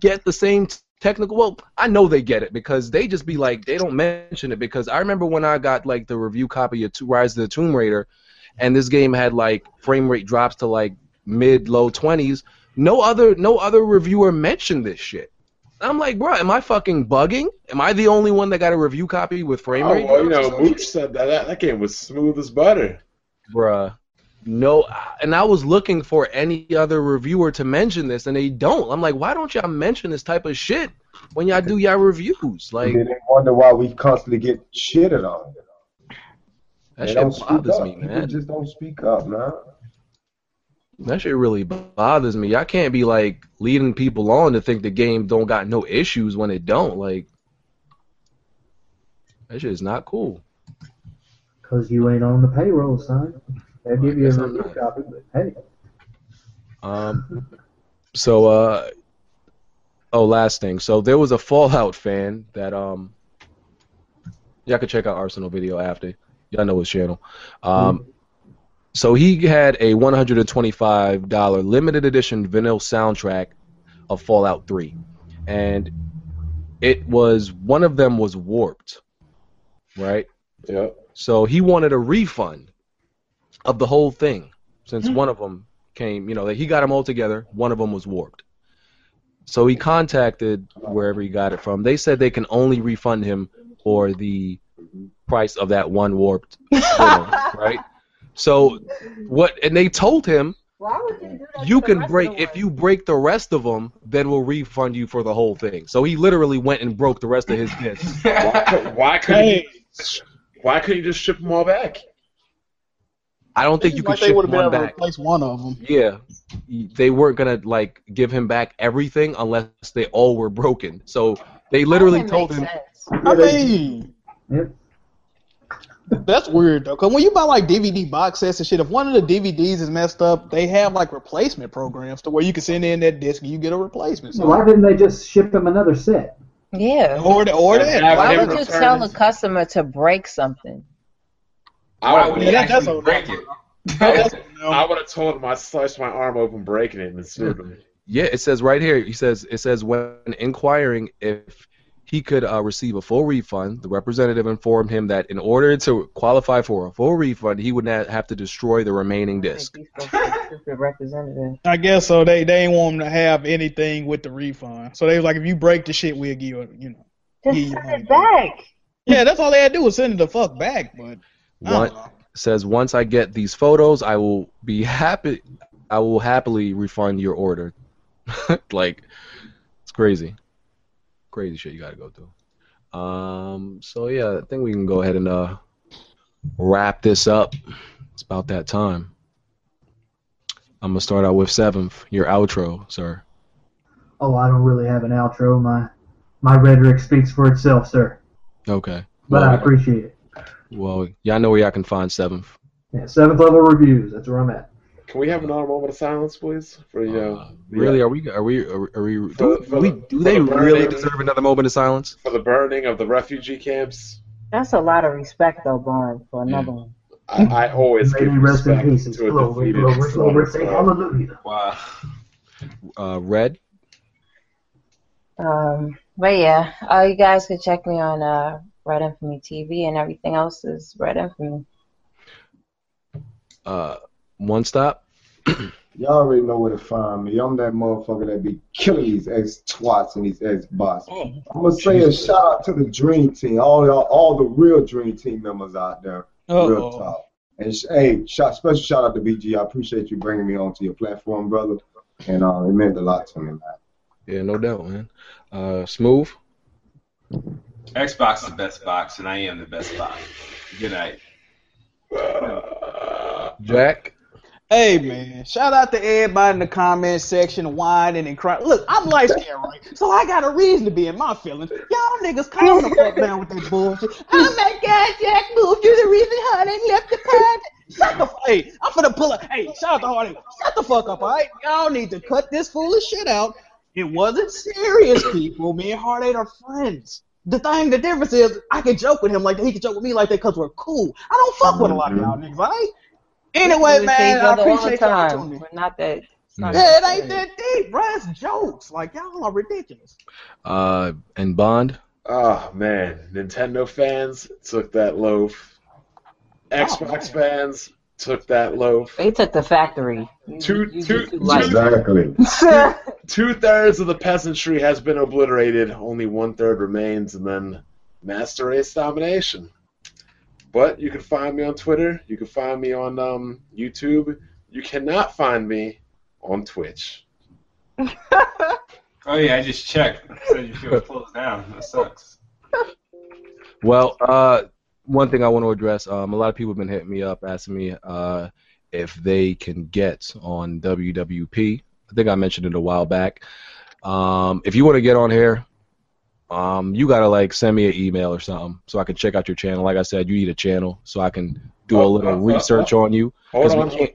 [SPEAKER 1] get the same t- technical? Well, I know they get it because they just be like, they don't mention it because I remember when I got like the review copy of Two Rise of the Tomb Raider, and this game had like frame rate drops to like mid low twenties. No other no other reviewer mentioned this shit. I'm like, bro, am I fucking bugging? Am I the only one that got a review copy with frame
[SPEAKER 2] Oh,
[SPEAKER 1] rate?
[SPEAKER 2] well, you know,
[SPEAKER 1] drops?
[SPEAKER 2] Mooch said that, that that game was smooth as butter.
[SPEAKER 1] Bruh. No, I- and I was looking for any other reviewer to mention this, and they don't. I'm like, why don't y'all mention this type of shit when y'all do y'all reviews? Like,
[SPEAKER 3] And then they wonder why we constantly get shitted on.
[SPEAKER 1] that
[SPEAKER 3] They don't
[SPEAKER 1] shit
[SPEAKER 3] speak
[SPEAKER 1] bothers
[SPEAKER 3] up.
[SPEAKER 1] me,
[SPEAKER 3] People
[SPEAKER 1] man.
[SPEAKER 3] just don't speak up, man.
[SPEAKER 1] That shit really bothers me. I can't be like leading people on to think the game don't got no issues when it don't. Like, that shit is not cool.
[SPEAKER 5] Cause you ain't on the payroll, son. They give you a
[SPEAKER 1] Guess I'm
[SPEAKER 5] review
[SPEAKER 1] not.
[SPEAKER 5] copy, but hey,
[SPEAKER 1] Um, so, uh, oh, last thing. So there was a Fallout fan that um, y'all could check out Arsenal video after. Y'all know his channel. Um, so he had a one hundred and twenty-five dollar limited edition vinyl soundtrack of Fallout Three, and it was one of them was warped, right?
[SPEAKER 2] Yep.
[SPEAKER 1] So he wanted a refund of the whole thing since one of them came, you know, he got them all together, one of them was warped. So he contacted wherever he got it from. They said they can only refund him for the price of that one warped, vinyl, right? So what and they told him
[SPEAKER 12] Why would you do that?
[SPEAKER 1] you can break if you break the rest of them, then we'll refund you for the whole thing. So he literally went and broke the rest of his discs.
[SPEAKER 2] Why, cou- why couldn't you, why couldn't you just ship them all back?
[SPEAKER 1] I don't think you could
[SPEAKER 6] Like they
[SPEAKER 1] ship
[SPEAKER 6] would've been
[SPEAKER 1] one
[SPEAKER 6] able to
[SPEAKER 1] back.
[SPEAKER 6] replace one of them.
[SPEAKER 1] Yeah, they weren't gonna like give him back everything unless they all were broken. So they literally told him,
[SPEAKER 6] I mean,
[SPEAKER 5] Yep.
[SPEAKER 6] that's weird though. Cause when you buy like DVD box sets and shit, if one of the DVDs is messed up, they have like replacement programs to where you can send in that disc and you get a replacement. So,
[SPEAKER 5] why didn't they just ship him another set?
[SPEAKER 4] Yeah.
[SPEAKER 6] or that, or that.
[SPEAKER 2] Yeah,
[SPEAKER 6] Why
[SPEAKER 4] Why
[SPEAKER 2] they
[SPEAKER 4] would
[SPEAKER 6] would
[SPEAKER 2] were
[SPEAKER 4] you
[SPEAKER 2] returned.
[SPEAKER 4] tell a customer to break something?
[SPEAKER 2] I
[SPEAKER 7] would
[SPEAKER 2] would
[SPEAKER 6] Yeah,
[SPEAKER 7] you
[SPEAKER 6] that- that's
[SPEAKER 7] actually
[SPEAKER 6] a-
[SPEAKER 7] break it?
[SPEAKER 6] that's-
[SPEAKER 2] I would have told him I sliced my arm open, breaking it, and sued him.
[SPEAKER 1] "Yeah, it says right here. He says it says when inquiring if he could uh, receive a full refund, the representative informed him that in order to qualify for a full refund, he would not have to destroy the
[SPEAKER 4] Oh
[SPEAKER 1] remaining disc.
[SPEAKER 4] representative.
[SPEAKER 6] I guess so. They they ain't want them to have anything with the refund. So they was like, if you break the shit, we'll give you, a- you know.
[SPEAKER 4] Just
[SPEAKER 6] Yeah,
[SPEAKER 4] send
[SPEAKER 6] yeah.
[SPEAKER 4] it back.
[SPEAKER 6] Yeah, that's all they had to do was send it the fuck back. But I don't
[SPEAKER 1] One
[SPEAKER 6] know.
[SPEAKER 1] says once I get these photos, I will be happy. I will happily refund your order. like it's crazy, crazy shit you got to go through. Um. So yeah, I think we can go ahead and uh wrap this up. It's about that time. I'm gonna start out with seventh. Your outro, sir.
[SPEAKER 5] Oh, I don't really have an outro. My my rhetoric speaks for itself, sir.
[SPEAKER 1] Okay.
[SPEAKER 5] But I
[SPEAKER 1] Well,
[SPEAKER 5] appreciate it.
[SPEAKER 1] well, y'all know where y'all can find seventh.
[SPEAKER 5] Yeah, seventh level reviews. That's where I'm at.
[SPEAKER 2] Can we have another moment of silence, please? For you know,
[SPEAKER 1] Uh,
[SPEAKER 2] the-
[SPEAKER 1] really? Are we? Are we? Are, are we?
[SPEAKER 2] For-
[SPEAKER 1] Do,
[SPEAKER 2] for
[SPEAKER 1] we,
[SPEAKER 2] the-
[SPEAKER 1] do
[SPEAKER 2] for
[SPEAKER 1] they
[SPEAKER 2] the burning-
[SPEAKER 1] really deserve another moment of silence?
[SPEAKER 2] for the burning of the refugee camps.
[SPEAKER 4] That's a lot of respect, though, Bond, for another one.
[SPEAKER 2] I, I always
[SPEAKER 9] May
[SPEAKER 2] give
[SPEAKER 9] they rest in
[SPEAKER 2] respect
[SPEAKER 9] peace and
[SPEAKER 2] to a
[SPEAKER 9] glory,
[SPEAKER 2] defeated
[SPEAKER 9] glory,
[SPEAKER 2] son
[SPEAKER 9] glory,
[SPEAKER 2] of
[SPEAKER 9] say
[SPEAKER 2] God.
[SPEAKER 9] hallelujah.
[SPEAKER 7] Wow.
[SPEAKER 1] Uh, Red.
[SPEAKER 4] Um, but yeah, uh, you guys can check me on uh, Red Infamy TV, and everything else is Red Infamy.
[SPEAKER 1] Uh, one stop.
[SPEAKER 3] Y'all already know where to find me. I'm that motherfucker that be killing these ex twats and these ex bots. I'm gonna say a shout out to the Dream Team, all y'all, all the real Dream Team members out there. Real
[SPEAKER 6] Uh-oh.
[SPEAKER 3] talk. And sh- hey, shout, special shout out to BG. I appreciate you bringing me onto your platform, brother. And uh, it meant a lot to me, man.
[SPEAKER 1] Yeah, no doubt, man. Uh, Smooth.
[SPEAKER 7] Xbox is the best box, and I am the best box. Good night.
[SPEAKER 1] Jack.
[SPEAKER 6] Hey man, shout out to everybody in the comment section whining and crying. Look, I'm light skinned, right? So I got a reason to be in my feelings. Y'all niggas calm the fuck down with that bullshit. Oh my god, Jack moved. You're the reason Harding left the pod. Shut the f- hey, I'm finna pull up. Hey, shout out to Harding. Shut the fuck up, alright? Y'all need to cut this foolish shit out. It wasn't serious, people. Me and Harding are friends. The thing, the difference is, I can joke with him like that. He can joke with me like that because we're cool. I don't fuck with a lot of y'all niggas, alright? Anyway,
[SPEAKER 4] We see
[SPEAKER 6] man,
[SPEAKER 4] each
[SPEAKER 6] I
[SPEAKER 4] other all the
[SPEAKER 6] appreciate the
[SPEAKER 4] time.
[SPEAKER 6] opportunity.
[SPEAKER 4] We're not that. it's not
[SPEAKER 6] Yeah, it
[SPEAKER 4] that
[SPEAKER 6] ain't that deep, bro. It's jokes. Like y'all are ridiculous.
[SPEAKER 1] Uh, and Bond.
[SPEAKER 2] Oh man, Nintendo fans took that loaf. Xbox fans took that loaf.
[SPEAKER 4] They took the factory.
[SPEAKER 2] Two two
[SPEAKER 4] too light.
[SPEAKER 3] Exactly.
[SPEAKER 2] two thirds of the peasantry has been obliterated. Only one third remains, and then master race domination. But you can find me on Twitter. You can find me on um, YouTube. You cannot find me on Twitch.
[SPEAKER 7] Oh yeah, I just checked. It said you feel closed down. That sucks.
[SPEAKER 1] Well, uh, one thing I want to address. Um, a lot of people have been hitting me up asking me uh, if they can get on WWP. I think I mentioned it a while back. Um, if you want to get on here, um, you gotta like send me an email or something so I can check out your channel. Like I said, you need a channel so I can do a
[SPEAKER 2] Oh,
[SPEAKER 1] little
[SPEAKER 2] oh, oh,
[SPEAKER 1] research on you
[SPEAKER 2] Hold
[SPEAKER 1] because
[SPEAKER 2] on.
[SPEAKER 1] we can't,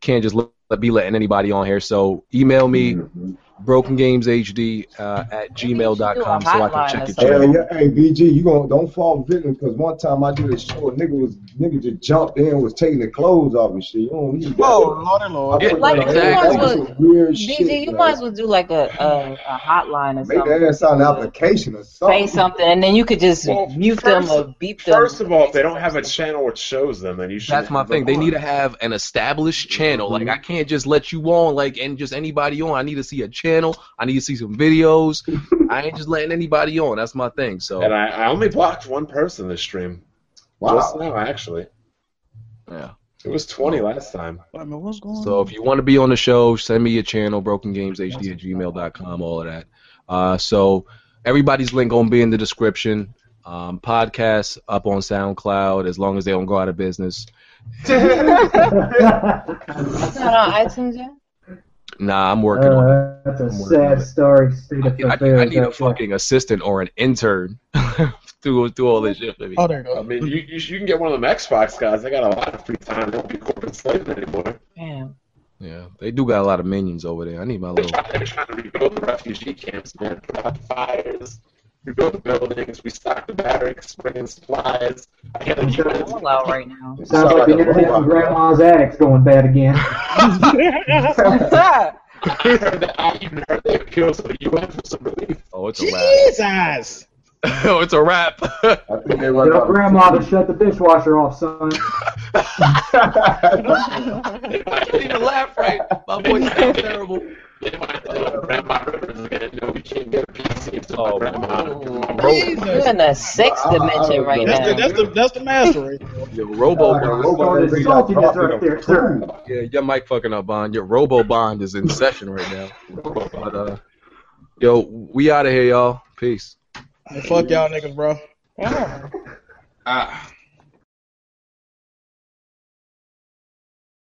[SPEAKER 1] can't just let, be letting anybody on here. So email me
[SPEAKER 3] Mm-hmm.
[SPEAKER 2] Mm-hmm.
[SPEAKER 1] brokengameshd uh, at gmail.com so I can check your
[SPEAKER 3] Hey,
[SPEAKER 1] channel.
[SPEAKER 3] yeah, hey, BG, you gonna don't fall victim because one time I did a show, a nigga was nigga just jumped in, was taking the clothes off and shit. You don't need that.
[SPEAKER 6] Oh lord and lord.
[SPEAKER 3] I put
[SPEAKER 4] Like,
[SPEAKER 3] that on
[SPEAKER 4] you might
[SPEAKER 3] everybody.
[SPEAKER 4] as
[SPEAKER 3] That's
[SPEAKER 4] well-
[SPEAKER 3] some weird shit.
[SPEAKER 4] DJ, you
[SPEAKER 3] man.
[SPEAKER 4] might as well do like a, a, a hotline or
[SPEAKER 3] Make
[SPEAKER 4] something.
[SPEAKER 3] that ass out an application or
[SPEAKER 4] Say
[SPEAKER 3] something.
[SPEAKER 4] something, and then you could just
[SPEAKER 2] Well,
[SPEAKER 4] mute them
[SPEAKER 2] first-
[SPEAKER 4] or beep them.
[SPEAKER 2] First of all, if they don't have a channel which shows them, then you should.
[SPEAKER 1] That's my thing. They need to have an established channel. Like I can't just let you on, like and just anybody on. I need to see a channel. I need to see some videos. I ain't just letting anybody on. That's my thing. So
[SPEAKER 2] And I, I only blocked one person this stream. Just now, actually.
[SPEAKER 1] yeah.
[SPEAKER 2] It was 20 last time.
[SPEAKER 6] I mean, what's going
[SPEAKER 1] So if you want to be on the show, send me your channel, brokengameshd at gmail.com, all of that. Uh, so everybody's link gonna be in the description. Um, podcasts up on SoundCloud as long as they don't go out of business.
[SPEAKER 4] It's not on iTunes yet?
[SPEAKER 1] Nah, I'm working on it.
[SPEAKER 5] Uh, that's a
[SPEAKER 1] working on
[SPEAKER 5] sad
[SPEAKER 1] it.
[SPEAKER 5] story state of
[SPEAKER 1] I, I
[SPEAKER 5] affairs.
[SPEAKER 1] need a
[SPEAKER 5] out there.
[SPEAKER 1] fucking assistant or an intern to do do all this shit for me.
[SPEAKER 6] Oh, there you
[SPEAKER 2] I
[SPEAKER 6] go.
[SPEAKER 2] mean, you, you, you can get one of them Xbox guys. They got a lot of free time. They don't be corporate slaves anymore.
[SPEAKER 4] Damn.
[SPEAKER 1] Yeah, they do got a lot of minions over there. I need my
[SPEAKER 2] They're
[SPEAKER 1] little.
[SPEAKER 2] trying, they're trying to rebuild the refugee camps, man. Put out fires, rebuild the buildings, restock the barracks, bring in supplies. I got
[SPEAKER 4] It's
[SPEAKER 2] a
[SPEAKER 4] all out right now.
[SPEAKER 3] It
[SPEAKER 5] Sounds like the internet in
[SPEAKER 3] robot.
[SPEAKER 5] grandma's attic's going bad again.
[SPEAKER 2] I heard that. I even heard they appealed to the UN for some relief.
[SPEAKER 1] Oh, it's a wrap.
[SPEAKER 6] Jesus.
[SPEAKER 1] oh, it's a wrap.
[SPEAKER 3] I think they run
[SPEAKER 5] Tell
[SPEAKER 3] out of-
[SPEAKER 5] grandma to shut the dishwasher off, son.
[SPEAKER 1] I can't even laugh right. My voice is terrible.
[SPEAKER 2] They might have Grandma Rivers again. No, we can't get a PC until
[SPEAKER 1] Oh,
[SPEAKER 2] my grandma.
[SPEAKER 4] You're
[SPEAKER 6] Jesus.
[SPEAKER 4] in a sixth
[SPEAKER 3] I- I-
[SPEAKER 4] dimension right
[SPEAKER 6] That's the
[SPEAKER 4] now.
[SPEAKER 6] that's the that's the master.
[SPEAKER 1] Your
[SPEAKER 3] Oh,
[SPEAKER 1] robo
[SPEAKER 3] the
[SPEAKER 1] bond.
[SPEAKER 3] robot
[SPEAKER 5] Oh, the
[SPEAKER 3] that they got
[SPEAKER 5] saltiness
[SPEAKER 3] dropping
[SPEAKER 5] right there,
[SPEAKER 3] them.
[SPEAKER 5] sir.
[SPEAKER 1] Yeah, your mic fucking up, Bond. Your robo bond is in session right now. But uh, yo, we out of here, y'all. Peace.
[SPEAKER 6] Fuck y'all niggas, bro.
[SPEAKER 4] Damn.
[SPEAKER 7] Ah.